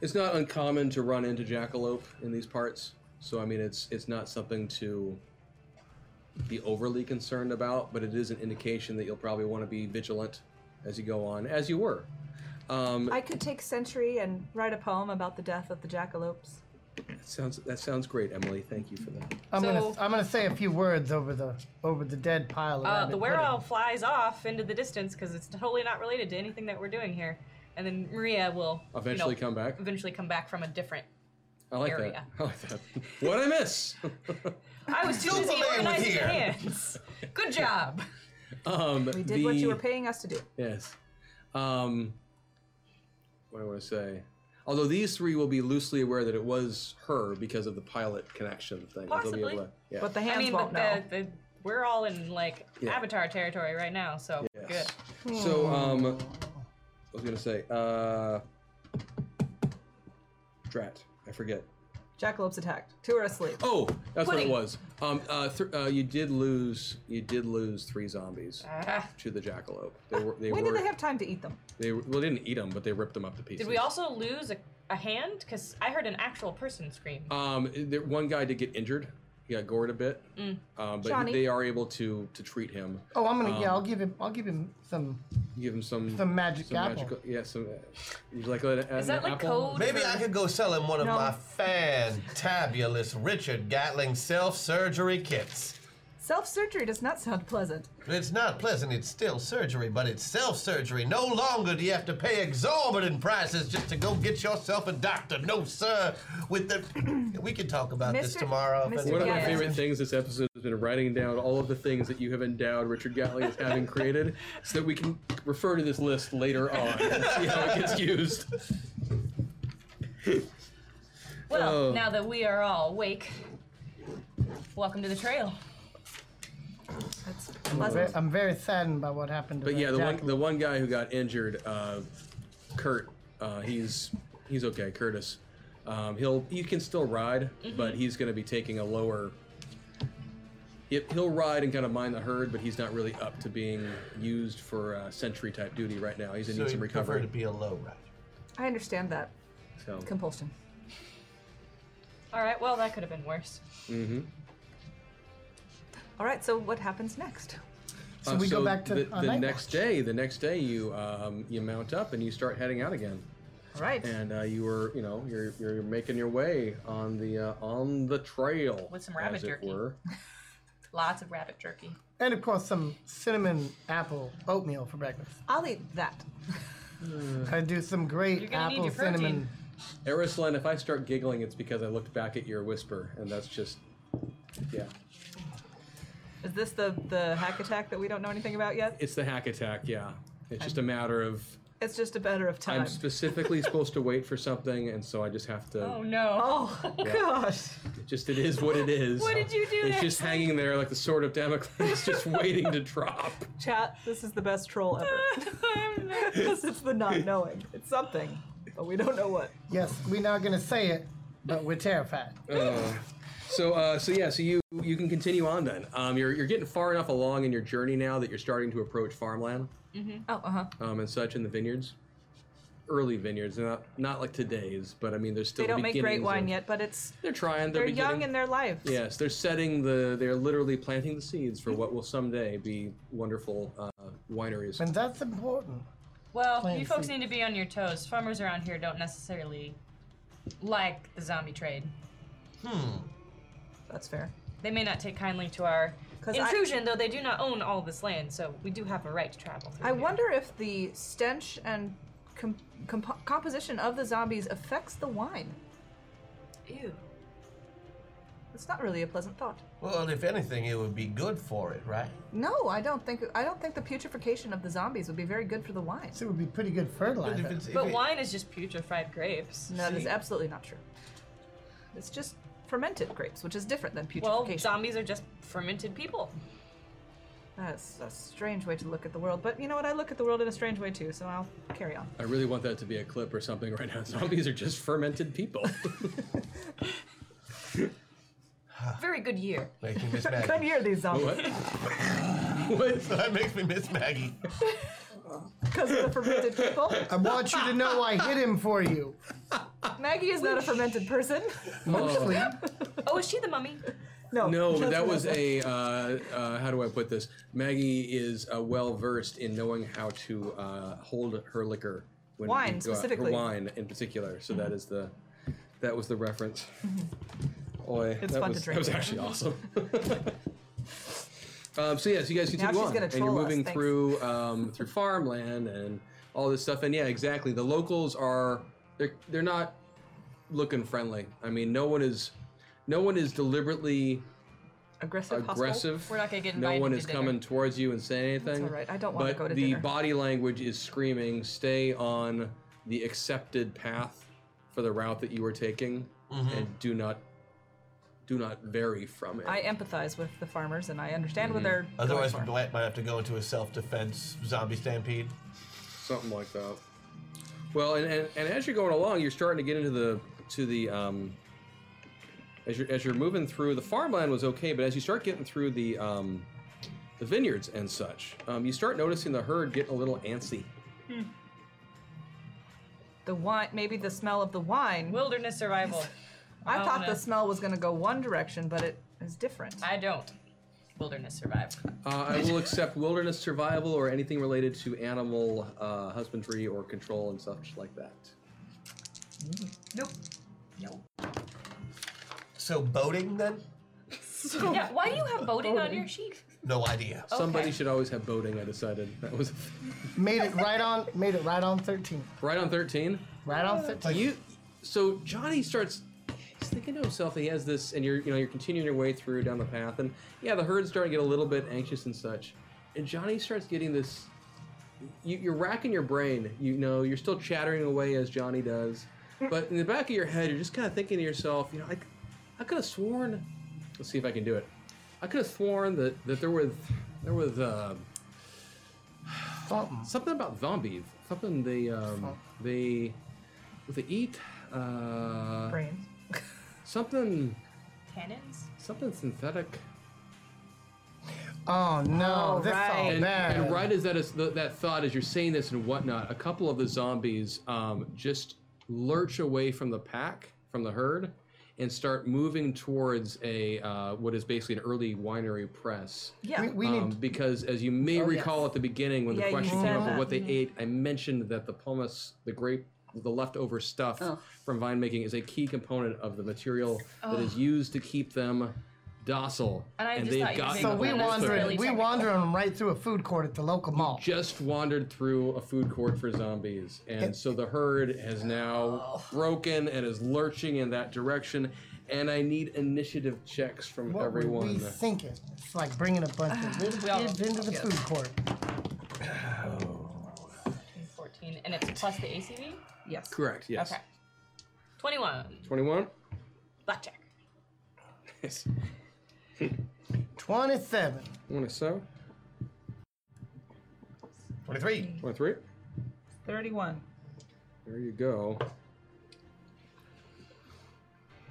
[SPEAKER 2] it's not uncommon to run into jackalope in these parts, so I mean, it's it's not something to be overly concerned about, but it is an indication that you'll probably want to be vigilant as you go on, as you were. Um,
[SPEAKER 3] I could take Sentry and write a poem about the death of the jackalopes.
[SPEAKER 2] that sounds that sounds great, Emily. Thank you for that.
[SPEAKER 7] I'm
[SPEAKER 4] So-
[SPEAKER 7] gonna I'm gonna say a few words over the over the dead pile. Of
[SPEAKER 4] Uh,
[SPEAKER 7] rabbit
[SPEAKER 4] the
[SPEAKER 7] pudding.
[SPEAKER 4] werewolf flies off into the distance because it's totally not related to anything that we're doing here. And then Maria will you know,
[SPEAKER 2] Eventually come back.
[SPEAKER 4] Eventually come back from a different.
[SPEAKER 2] I like
[SPEAKER 4] Area.
[SPEAKER 2] that. I like that. What I miss?
[SPEAKER 4] I was too
[SPEAKER 6] Superman
[SPEAKER 4] busy
[SPEAKER 6] was
[SPEAKER 4] organizing
[SPEAKER 6] here.
[SPEAKER 4] hands. Good job.
[SPEAKER 2] um,
[SPEAKER 3] We did what you were paying us to do.
[SPEAKER 2] Yes. Um, what do I want to say? Although these three will be loosely aware that it was her because of the pilot connection thing. They'll be able
[SPEAKER 4] Possibly.
[SPEAKER 2] to- yeah.
[SPEAKER 3] But the hands
[SPEAKER 4] I mean,
[SPEAKER 3] won't
[SPEAKER 4] but
[SPEAKER 3] know.
[SPEAKER 4] the, the, we're all in like
[SPEAKER 2] Yeah.
[SPEAKER 4] Avatar territory right now, so we're
[SPEAKER 2] Yes.
[SPEAKER 4] good.
[SPEAKER 2] So, um, I was going to say, uh, Drat. I forget.
[SPEAKER 3] Jackalopes attacked. Two are asleep.
[SPEAKER 2] Oh, that's
[SPEAKER 4] Pudding.
[SPEAKER 2] what it was. Um, uh, th- uh, you did lose. You did lose three zombies
[SPEAKER 4] Ah.
[SPEAKER 2] to the jackalope. They were. They
[SPEAKER 3] when
[SPEAKER 2] were.
[SPEAKER 3] did they have time to eat them?
[SPEAKER 2] they were- well, they didn't eat them, but they ripped them up to pieces.
[SPEAKER 4] Did we also lose a, a hand? Because I heard an actual person scream.
[SPEAKER 3] Uh,
[SPEAKER 2] Um, there, one guy did get injured. He got gored a bit,
[SPEAKER 4] Mm.
[SPEAKER 2] um, but
[SPEAKER 3] Johnny.
[SPEAKER 2] they are able to to treat him. Um,
[SPEAKER 7] Oh, I'm gonna yeah. I'll give him I'll give him some
[SPEAKER 2] give him some
[SPEAKER 7] Some magic
[SPEAKER 2] some
[SPEAKER 7] apple.
[SPEAKER 2] magical- yeah, some. Uh, you'd like an,
[SPEAKER 4] Is that like code?
[SPEAKER 6] Maybe
[SPEAKER 4] for-
[SPEAKER 6] I could go sell him one of
[SPEAKER 3] No.
[SPEAKER 6] my fantabulous Richard Gatling self surgery kits.
[SPEAKER 3] Self surgery does not sound pleasant.
[SPEAKER 6] It's not pleasant, it's still surgery, but it's self surgery. No longer do you have to pay exorbitant prices just to go get yourself a doctor. No, sir. With the. we can talk about this
[SPEAKER 3] Mr.
[SPEAKER 6] tomorrow. if
[SPEAKER 3] Mr.
[SPEAKER 2] One of my
[SPEAKER 3] Yeah.
[SPEAKER 2] favorite things this episode has been writing down all of the things that you have endowed Richard Gatley as having created, so that we can refer to this list later on and see how it gets used.
[SPEAKER 4] Well,
[SPEAKER 2] Oh.
[SPEAKER 4] now that we are all awake, welcome to the trail.
[SPEAKER 3] That's
[SPEAKER 7] I'm very,
[SPEAKER 3] pleasant.
[SPEAKER 7] I'm very saddened by what happened. To
[SPEAKER 2] But yeah, the one
[SPEAKER 7] Jack.
[SPEAKER 2] the one guy who got injured, uh, Kurt, uh, he's he's okay. Curtis, um, he'll he can still ride,
[SPEAKER 7] Mm-hmm.
[SPEAKER 2] but he's going to be taking a lower. he- He'll ride and kind of mind the herd, but he's not really up to being used for uh, sentry type duty right now. He's in
[SPEAKER 6] So
[SPEAKER 2] need some
[SPEAKER 6] you prefer to
[SPEAKER 2] recovery.
[SPEAKER 6] be a low rider.
[SPEAKER 3] I understand that
[SPEAKER 2] So.
[SPEAKER 3] compulsion.
[SPEAKER 4] All right, well, that could have been worse.
[SPEAKER 3] All right, so what happens next?
[SPEAKER 7] So we go back to
[SPEAKER 2] uh, the,
[SPEAKER 7] our
[SPEAKER 2] the
[SPEAKER 7] night
[SPEAKER 2] next
[SPEAKER 7] watch.
[SPEAKER 2] day. The next day, you um, you mount up and you start heading out again.
[SPEAKER 3] All right.
[SPEAKER 2] And uh, you were, you know, you're you're making your way on the uh, on the trail
[SPEAKER 4] With some rabbit
[SPEAKER 2] as it
[SPEAKER 4] jerky.
[SPEAKER 2] were.
[SPEAKER 4] Lots of rabbit jerky.
[SPEAKER 7] and of course some cinnamon apple oatmeal for breakfast.
[SPEAKER 3] I'll eat that.
[SPEAKER 7] I do some
[SPEAKER 4] You're
[SPEAKER 7] great
[SPEAKER 4] gonna need
[SPEAKER 7] apple
[SPEAKER 4] your protein.
[SPEAKER 7] cinnamon.
[SPEAKER 2] Erislen, if I start giggling, it's because I looked back at your whisper, and that's just, yeah,
[SPEAKER 3] Is this the the hack attack that we don't know anything about yet?
[SPEAKER 2] it's the hack attack. Yeah, it's just a matter of
[SPEAKER 3] It's just a matter of time.
[SPEAKER 2] I'm specifically supposed to wait for something, and so I just have to.
[SPEAKER 4] Oh no.
[SPEAKER 3] oh gosh.
[SPEAKER 2] Just it is what it is.
[SPEAKER 4] What did you do
[SPEAKER 2] It's
[SPEAKER 4] next?
[SPEAKER 2] just hanging there like the sword of Damocles, just waiting to drop.
[SPEAKER 3] Chat, this is the best troll ever.
[SPEAKER 4] Oh,
[SPEAKER 3] Because it's the not knowing. It's something, but we don't know what.
[SPEAKER 7] Yes, we're not gonna say it, but we're terrified.
[SPEAKER 2] So, uh, so yeah, so you you can continue on then. Um, you're you're getting far enough along in your journey now that you're starting to approach farmland
[SPEAKER 3] Oh, uh huh.
[SPEAKER 2] um, and such in the vineyards, early vineyards, not not like today's, but I mean there's still
[SPEAKER 3] They don't make great
[SPEAKER 2] beginnings
[SPEAKER 3] wine
[SPEAKER 2] of-
[SPEAKER 3] yet, but it's
[SPEAKER 2] They're trying. They're,
[SPEAKER 3] they're young
[SPEAKER 2] beginning-
[SPEAKER 3] in their life.
[SPEAKER 2] Yes, they're setting the. They're literally planting the seeds for what will someday be wonderful uh, wineries.
[SPEAKER 7] And that's important.
[SPEAKER 4] Well,
[SPEAKER 7] Plant
[SPEAKER 4] you folks
[SPEAKER 7] seed.
[SPEAKER 4] need to be on your toes. Farmers around here don't necessarily like the zombie trade.
[SPEAKER 3] That's fair.
[SPEAKER 4] They may not take kindly to our
[SPEAKER 3] 'Cause I-
[SPEAKER 4] intrusion, though they do not own all this land, so we do have a right to travel. Through
[SPEAKER 3] I
[SPEAKER 4] here.
[SPEAKER 3] wonder if the stench and com- comp- composition of the zombies affects the wine.
[SPEAKER 4] Ew.
[SPEAKER 3] It's not really a pleasant thought.
[SPEAKER 6] Well, if anything, it would be good for it, right?
[SPEAKER 3] No, I don't think I don't think the putrefaction of the zombies would be very good for the wine.
[SPEAKER 7] So it would be pretty good
[SPEAKER 6] But if
[SPEAKER 7] fertilizer.
[SPEAKER 6] it's- if
[SPEAKER 4] But
[SPEAKER 6] it-
[SPEAKER 4] wine is just putrefied grapes.
[SPEAKER 3] No, that is
[SPEAKER 6] See.
[SPEAKER 3] absolutely not true. It's just fermented grapes, which is different than
[SPEAKER 4] Well,
[SPEAKER 3] putrefaction.
[SPEAKER 4] zombies are just fermented people.
[SPEAKER 3] That's a strange way to look at the world, but you know what? I look at the world in a strange way too, so I'll carry on.
[SPEAKER 2] I really want that to be a clip or something right now. Zombies are just fermented people.
[SPEAKER 4] Very good year.
[SPEAKER 6] Make me miss
[SPEAKER 3] Good
[SPEAKER 6] Maggie.
[SPEAKER 3] year, these zombies,
[SPEAKER 2] what? what?
[SPEAKER 6] that makes me miss Maggie.
[SPEAKER 3] because of the fermented people.
[SPEAKER 7] I want you to know I hit him for you.
[SPEAKER 3] Maggie is not a fermented person.
[SPEAKER 7] Mostly.
[SPEAKER 4] Oh, is she the mummy?
[SPEAKER 3] No,
[SPEAKER 2] No, but
[SPEAKER 3] that's
[SPEAKER 2] that
[SPEAKER 3] what
[SPEAKER 2] was
[SPEAKER 3] I
[SPEAKER 2] a. Uh, uh, how do I put this? Maggie is uh, well versed in knowing how to uh, hold her liquor. When
[SPEAKER 3] Wine,
[SPEAKER 2] we go out-
[SPEAKER 3] specifically. Mm-hmm.
[SPEAKER 2] Her wine in particular. So that is the. That was the reference. Oy,
[SPEAKER 3] Mm-hmm. It's
[SPEAKER 2] that
[SPEAKER 3] fun to
[SPEAKER 2] was,
[SPEAKER 3] drink.
[SPEAKER 2] That was actually awesome. um, so yeah, so you guys continue
[SPEAKER 3] she's
[SPEAKER 2] on,
[SPEAKER 3] gonna
[SPEAKER 2] and you're
[SPEAKER 3] troll us,
[SPEAKER 2] moving
[SPEAKER 3] thanks.
[SPEAKER 2] through um, through farmland and all this stuff. And yeah, exactly. The locals are they're they're not looking friendly. I mean, no one is no one is deliberately
[SPEAKER 3] aggressive. hostile.
[SPEAKER 2] aggressive.
[SPEAKER 4] We're not gonna get
[SPEAKER 2] No
[SPEAKER 4] invited
[SPEAKER 2] one
[SPEAKER 4] to
[SPEAKER 2] is
[SPEAKER 4] dinner.
[SPEAKER 2] coming towards you and saying anything.
[SPEAKER 3] all right. I don't wanna
[SPEAKER 2] But
[SPEAKER 3] go to
[SPEAKER 2] the
[SPEAKER 3] dinner.
[SPEAKER 2] body language is screaming, "Stay on the accepted path for the route that you are taking, and do not, do not vary from it."
[SPEAKER 3] I empathize with the farmers, and I understand
[SPEAKER 2] Mm-hmm.
[SPEAKER 3] what they're.
[SPEAKER 6] Otherwise,
[SPEAKER 3] going for.
[SPEAKER 6] Dwight might have to go into a self-defense zombie stampede.
[SPEAKER 2] Something like that. Well, and, and, and as you're going along, you're starting to get into the to the um, as you're as you're moving through the farmland was okay, but as you start getting through the um, the vineyards and such, um, you start noticing the herd getting a little antsy.
[SPEAKER 3] the wine, maybe the smell of the wine.
[SPEAKER 4] Wilderness survival.
[SPEAKER 3] I
[SPEAKER 4] I
[SPEAKER 3] thought
[SPEAKER 4] wanna-
[SPEAKER 3] the smell was going to go one direction, but it is different.
[SPEAKER 4] I don't. wilderness survive.
[SPEAKER 2] Uh, I will accept wilderness survival or anything related to animal uh, husbandry or control and such like that.
[SPEAKER 4] Nope. No.
[SPEAKER 6] So boating then?
[SPEAKER 4] Yeah, why do you have boating on your sheet?
[SPEAKER 6] No idea.
[SPEAKER 2] Somebody
[SPEAKER 4] Okay.
[SPEAKER 2] should always have boating. I decided that was
[SPEAKER 7] Made it right on. Made it right on 13.
[SPEAKER 2] right on thirteen.
[SPEAKER 7] Right on 13.
[SPEAKER 2] You, so Johnny starts. He's thinking to himself, he has this, and you're, you know, you're continuing your way through down the path, and yeah, the herd's starting to get a little bit anxious and such. And Johnny starts getting this. You, you're racking your brain. You know, you're still chattering away as Johnny does, but in the back of your head, you're just kind of thinking to yourself, you know, I, I could have sworn. Let's see if I can do it. I could have sworn that that there was there was. Uh,
[SPEAKER 7] Something.
[SPEAKER 2] Something about zombies. Something they um, they what they eat. Uh,
[SPEAKER 3] Brains.
[SPEAKER 2] something
[SPEAKER 4] Cannons?
[SPEAKER 2] something synthetic.
[SPEAKER 7] Oh no,
[SPEAKER 3] Oh,
[SPEAKER 7] this
[SPEAKER 3] right.
[SPEAKER 7] all
[SPEAKER 2] And,
[SPEAKER 7] bad.
[SPEAKER 2] and right as that is th- that thought, as you're saying this and whatnot, a couple of the zombies um, just lurch away from the pack, from the herd, and start moving towards a uh, what is basically an early winery press.
[SPEAKER 3] Yeah.
[SPEAKER 7] we, we
[SPEAKER 2] Um,
[SPEAKER 7] need.
[SPEAKER 2] because, as you may
[SPEAKER 3] Oh,
[SPEAKER 2] recall
[SPEAKER 3] yes.
[SPEAKER 2] at the beginning, when
[SPEAKER 3] Yeah,
[SPEAKER 2] the
[SPEAKER 3] you
[SPEAKER 2] question
[SPEAKER 3] said
[SPEAKER 2] came up of
[SPEAKER 3] that.
[SPEAKER 2] what they ate, I mentioned that the pomace, the grape, the leftover stuff
[SPEAKER 9] Oh.
[SPEAKER 2] from vine making is a key component of the material that is used to keep them docile.
[SPEAKER 4] And I just thought
[SPEAKER 2] they've
[SPEAKER 4] you were
[SPEAKER 2] gotten
[SPEAKER 4] making
[SPEAKER 7] so
[SPEAKER 4] fun
[SPEAKER 7] we
[SPEAKER 4] of us
[SPEAKER 2] one
[SPEAKER 4] wander-
[SPEAKER 7] wandered.
[SPEAKER 4] for really
[SPEAKER 7] we
[SPEAKER 4] technical.
[SPEAKER 7] wandered 'em right through a food court at the local mall.
[SPEAKER 2] just wandered through a food court for zombies. And so the herd has now broken and is lurching in that direction. And I need initiative checks from
[SPEAKER 7] What were we
[SPEAKER 2] everyone.
[SPEAKER 7] thinking? It's like bringing a bunch of little kids into the food court.
[SPEAKER 4] 14. And it's plus the ACV?
[SPEAKER 3] Yes.
[SPEAKER 2] Correct, yes.
[SPEAKER 4] Okay. 21.
[SPEAKER 2] 21?
[SPEAKER 4] Blackjack.
[SPEAKER 2] Yes.
[SPEAKER 7] Twenty-seven.
[SPEAKER 2] One or so?
[SPEAKER 6] 23.
[SPEAKER 2] 23?
[SPEAKER 3] 31.
[SPEAKER 2] There you go.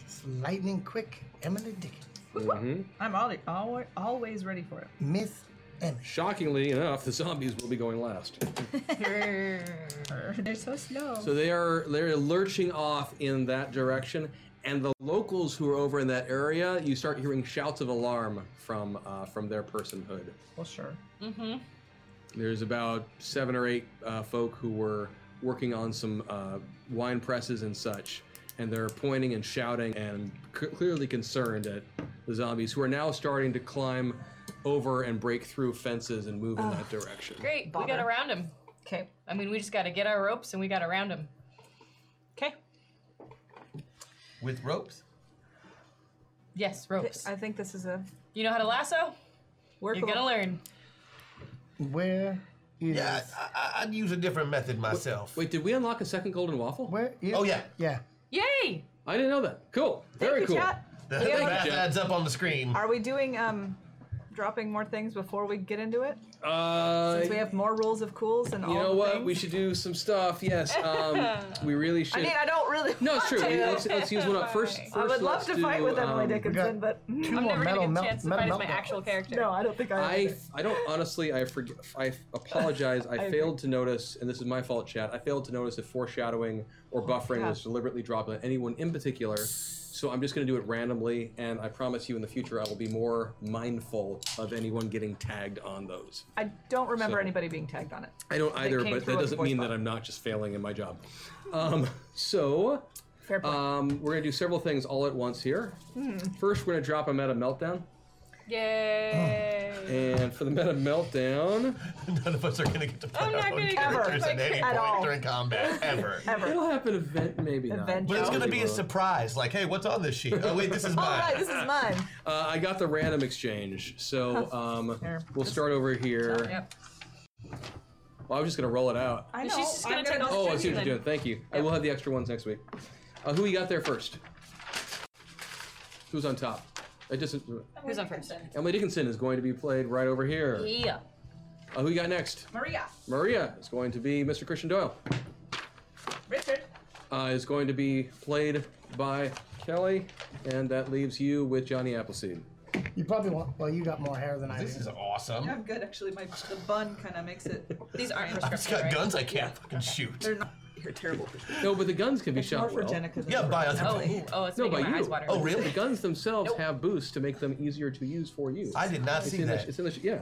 [SPEAKER 7] It's lightning quick. Emily Dickens.
[SPEAKER 2] Mm-hmm.
[SPEAKER 3] I'm always, always ready for it.
[SPEAKER 7] Miss Emily.
[SPEAKER 2] Shockingly enough, the zombies will be going last.
[SPEAKER 3] They're so slow.
[SPEAKER 2] So they are they're lurching off in that direction, and the locals who are over in that area, you start hearing shouts of alarm from uh, from their personhood.
[SPEAKER 3] well, sure.
[SPEAKER 2] There's about seven or eight uh, folk who were working on some uh, wine presses and such, and they're pointing and shouting and c- clearly concerned at the zombies who are now starting to climb over and break through fences and move in that direction.
[SPEAKER 4] Great. We
[SPEAKER 3] Bother.
[SPEAKER 4] got around him.
[SPEAKER 3] Okay.
[SPEAKER 4] I mean, we just got to get our ropes and we got around him. Okay.
[SPEAKER 6] With ropes?
[SPEAKER 4] Yes, ropes.
[SPEAKER 3] I think this is a
[SPEAKER 4] You know how to lasso?
[SPEAKER 3] work.
[SPEAKER 4] You're gonna learn.
[SPEAKER 7] Where is?
[SPEAKER 6] Yeah, I, I, I'd use a different method myself.
[SPEAKER 2] Wait, did we unlock a second golden waffle?
[SPEAKER 7] Where is?
[SPEAKER 6] Oh, yeah.
[SPEAKER 7] Yeah.
[SPEAKER 4] Yay!
[SPEAKER 2] I didn't know that. Cool. Very
[SPEAKER 3] Thank you,
[SPEAKER 2] cool.
[SPEAKER 3] chat.
[SPEAKER 6] The
[SPEAKER 3] We have-
[SPEAKER 6] math
[SPEAKER 2] Jeff.
[SPEAKER 6] adds up on the screen.
[SPEAKER 3] Are we doing um, dropping more things before we get into it?
[SPEAKER 2] Uh,
[SPEAKER 3] Since we have more rules of cools and all.
[SPEAKER 2] you know
[SPEAKER 3] the
[SPEAKER 2] what?
[SPEAKER 3] Things?
[SPEAKER 2] We should do some stuff. Yes. Um, we really should.
[SPEAKER 3] I mean, I don't really.
[SPEAKER 2] no, it's true.
[SPEAKER 3] want
[SPEAKER 2] We-
[SPEAKER 3] to.
[SPEAKER 2] let's, let's use one up first. first
[SPEAKER 3] I would love
[SPEAKER 2] let's
[SPEAKER 3] to
[SPEAKER 2] do,
[SPEAKER 3] fight with Emily
[SPEAKER 2] um,
[SPEAKER 3] Dickinson, but
[SPEAKER 7] Two
[SPEAKER 4] I'm
[SPEAKER 7] more
[SPEAKER 4] never
[SPEAKER 7] metal
[SPEAKER 4] gonna get a
[SPEAKER 7] melt.
[SPEAKER 4] chance to
[SPEAKER 7] metal
[SPEAKER 4] fight as
[SPEAKER 7] melt.
[SPEAKER 4] my actual character.
[SPEAKER 3] no, I don't think I.
[SPEAKER 2] I, I don't honestly. I forg I apologize. I, failed to notice, and this is my fault, chat. I failed to notice if foreshadowing or
[SPEAKER 3] Oh,
[SPEAKER 2] buffering was deliberately dropped on anyone in particular. So I'm just going to do it randomly, and I promise you, in the future, I will be more mindful of anyone getting tagged on those.
[SPEAKER 3] I don't remember
[SPEAKER 2] So-
[SPEAKER 3] anybody being tagged on it.
[SPEAKER 2] I don't either,
[SPEAKER 3] came
[SPEAKER 2] but
[SPEAKER 3] through
[SPEAKER 2] that
[SPEAKER 3] as a
[SPEAKER 2] doesn't
[SPEAKER 3] voice
[SPEAKER 2] mean
[SPEAKER 3] bot.
[SPEAKER 2] that I'm not just failing in my job. Um, so,
[SPEAKER 3] Fair point.
[SPEAKER 2] um, we're gonna do several things all at once here.
[SPEAKER 3] Hmm.
[SPEAKER 2] First, we're gonna drop a meta meltdown,
[SPEAKER 4] Yay!
[SPEAKER 2] and for the meta meltdown,
[SPEAKER 6] None of us are going to get to play
[SPEAKER 4] I'm
[SPEAKER 6] our
[SPEAKER 4] not
[SPEAKER 6] own
[SPEAKER 4] gonna get to
[SPEAKER 6] characters
[SPEAKER 4] play
[SPEAKER 6] at any
[SPEAKER 4] at
[SPEAKER 6] point
[SPEAKER 3] all.
[SPEAKER 6] during combat, ever.
[SPEAKER 3] Ever.
[SPEAKER 2] it'll happen event maybe
[SPEAKER 3] Event.
[SPEAKER 6] But it's going to be a
[SPEAKER 2] Well.
[SPEAKER 6] surprise. Like, hey, what's on this sheet? Oh, wait, this is
[SPEAKER 3] All
[SPEAKER 6] mine.
[SPEAKER 3] right, this is mine.
[SPEAKER 2] not. Uh, I got the random exchange, so um,
[SPEAKER 3] Here.
[SPEAKER 2] we'll start over here.
[SPEAKER 4] Yep.
[SPEAKER 2] Well, I was just gonna roll it out.
[SPEAKER 3] I
[SPEAKER 4] She's
[SPEAKER 3] know.
[SPEAKER 4] just gonna
[SPEAKER 3] I'm
[SPEAKER 4] take
[SPEAKER 2] Oh,
[SPEAKER 4] all-
[SPEAKER 2] I see what
[SPEAKER 4] Then-
[SPEAKER 2] you're doing. Thank you. I will have the extra ones next week. Uh, who you got there first? Who's on top? I just
[SPEAKER 4] Who's on first?
[SPEAKER 2] Emily Dickinson is going to be played right over here.
[SPEAKER 4] Yeah.
[SPEAKER 2] Uh, who you got next?
[SPEAKER 3] Maria,
[SPEAKER 2] Maria is going to be Mr. Christian Doyle.
[SPEAKER 3] Richard,
[SPEAKER 2] Uh, is going to be played by Kelly, and that leaves you with Johnny Appleseed.
[SPEAKER 7] You probably want. Well, you got more hair than I
[SPEAKER 6] This
[SPEAKER 7] do.
[SPEAKER 6] is awesome.
[SPEAKER 3] I'm good actually. My the bun kind of makes it.
[SPEAKER 4] These aren't
[SPEAKER 6] I've just got
[SPEAKER 4] prescriptive. right?
[SPEAKER 6] guns I can't fucking shoot.
[SPEAKER 3] They're not. You're a terrible person.
[SPEAKER 2] No, but the guns can be
[SPEAKER 10] It's
[SPEAKER 2] shot
[SPEAKER 3] More for
[SPEAKER 2] well.
[SPEAKER 3] Jenica than
[SPEAKER 6] Yeah,
[SPEAKER 3] for
[SPEAKER 6] by
[SPEAKER 3] me.
[SPEAKER 6] other
[SPEAKER 4] Oh,
[SPEAKER 6] people.
[SPEAKER 4] oh, it's
[SPEAKER 2] No, by
[SPEAKER 4] making my
[SPEAKER 2] you.
[SPEAKER 4] eyes water.
[SPEAKER 6] Oh,
[SPEAKER 2] The
[SPEAKER 6] really?
[SPEAKER 2] guns themselves have boosts to make them easier to use for you.
[SPEAKER 6] I did not
[SPEAKER 2] it's
[SPEAKER 6] see
[SPEAKER 2] in
[SPEAKER 6] that.
[SPEAKER 2] The, it's in the, yeah.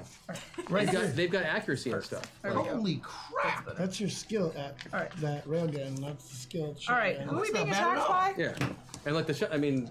[SPEAKER 7] Right
[SPEAKER 2] They've
[SPEAKER 7] here.
[SPEAKER 2] got, they've got accuracy and stuff.
[SPEAKER 6] Holy crap!
[SPEAKER 11] That's your skill at
[SPEAKER 3] Alright.
[SPEAKER 11] that railgun, not the skill. at
[SPEAKER 3] All right,
[SPEAKER 11] shotgun.
[SPEAKER 3] who are we
[SPEAKER 6] not
[SPEAKER 3] being
[SPEAKER 6] bad at
[SPEAKER 3] attacked
[SPEAKER 6] all.
[SPEAKER 3] by?
[SPEAKER 2] Yeah, and like the shot. I mean,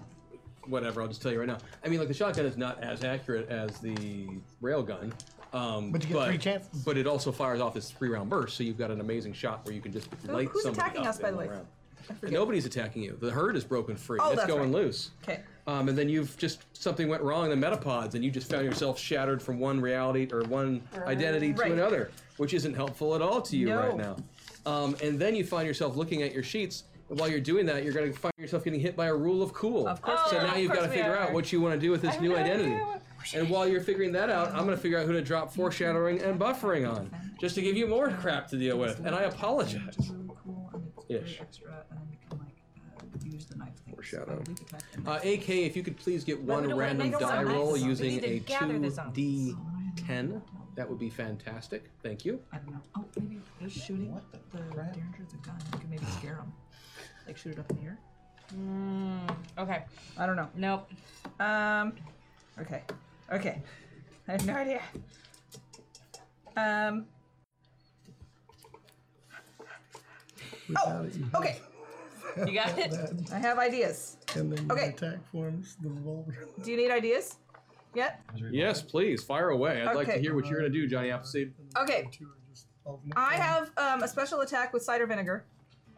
[SPEAKER 2] whatever. I'll just tell you right now. I mean, like the shotgun is not as accurate as the railgun. Um,
[SPEAKER 7] But you get three chances.
[SPEAKER 2] But it also fires off this three-round burst, so you've got an amazing shot where you can just light
[SPEAKER 3] who's
[SPEAKER 2] somebody
[SPEAKER 3] attacking
[SPEAKER 2] up
[SPEAKER 3] us, by
[SPEAKER 2] in
[SPEAKER 3] the
[SPEAKER 2] one
[SPEAKER 3] way?
[SPEAKER 2] round.
[SPEAKER 3] forget.
[SPEAKER 2] Nobody's attacking you. The herd is broken free.
[SPEAKER 3] Oh,
[SPEAKER 2] it's
[SPEAKER 3] that's
[SPEAKER 2] going
[SPEAKER 3] right.
[SPEAKER 2] loose.
[SPEAKER 3] Okay.
[SPEAKER 2] Um, and then you've just something went wrong in the metapods, and you just found yourself shattered from one reality or one identity
[SPEAKER 3] Right.
[SPEAKER 2] to another, which isn't helpful at all to you right
[SPEAKER 3] No.
[SPEAKER 2] now. Um, and then you find yourself looking at your sheets. And while you're doing that, you're going to find yourself getting hit by a rule of cool.
[SPEAKER 3] Of course we
[SPEAKER 2] so
[SPEAKER 3] are.
[SPEAKER 2] now
[SPEAKER 4] Of
[SPEAKER 2] you've got to
[SPEAKER 4] course we
[SPEAKER 2] figure
[SPEAKER 4] are.
[SPEAKER 2] out what you want to do with this
[SPEAKER 4] have
[SPEAKER 2] new
[SPEAKER 4] no idea
[SPEAKER 2] identity.
[SPEAKER 4] what-
[SPEAKER 2] And while you're figuring that out, I'm going to figure out who to drop foreshadowing and buffering on, just to give you more crap to deal with. And I apologize.
[SPEAKER 12] Which is really cool, and it's very
[SPEAKER 2] Ish.
[SPEAKER 12] extra, and you can like uh, use the knife thing.
[SPEAKER 2] Foreshadow.
[SPEAKER 12] So we could attack them.
[SPEAKER 2] Uh, AK, if you could please get
[SPEAKER 4] we
[SPEAKER 2] one
[SPEAKER 4] don't wanna
[SPEAKER 2] random
[SPEAKER 4] make them
[SPEAKER 2] die
[SPEAKER 4] zombies.
[SPEAKER 2] roll
[SPEAKER 4] We need
[SPEAKER 2] using
[SPEAKER 4] to
[SPEAKER 2] a
[SPEAKER 4] gather the zombies.
[SPEAKER 2] 2d10, that would be fantastic. Thank you.
[SPEAKER 12] I don't know. Oh, maybe they're shooting the, Derringer with a gun. You can maybe scare them. Like shoot it up in the air.
[SPEAKER 4] Okay.
[SPEAKER 3] I don't know.
[SPEAKER 4] Nope.
[SPEAKER 3] Um, okay, okay. I have no idea. Um. Oh, okay.
[SPEAKER 4] You got it?
[SPEAKER 3] I have ideas.
[SPEAKER 11] And then your
[SPEAKER 3] Okay.
[SPEAKER 11] attack forms the revolver.
[SPEAKER 3] Do you need ideas? Yet?
[SPEAKER 2] Yes, please, fire away. I'd like to
[SPEAKER 3] Okay.
[SPEAKER 2] hear what you're going to do, Johnny Appleseed.
[SPEAKER 3] Okay.
[SPEAKER 11] Two are just alternate
[SPEAKER 3] I have um, a special attack with cider vinegar.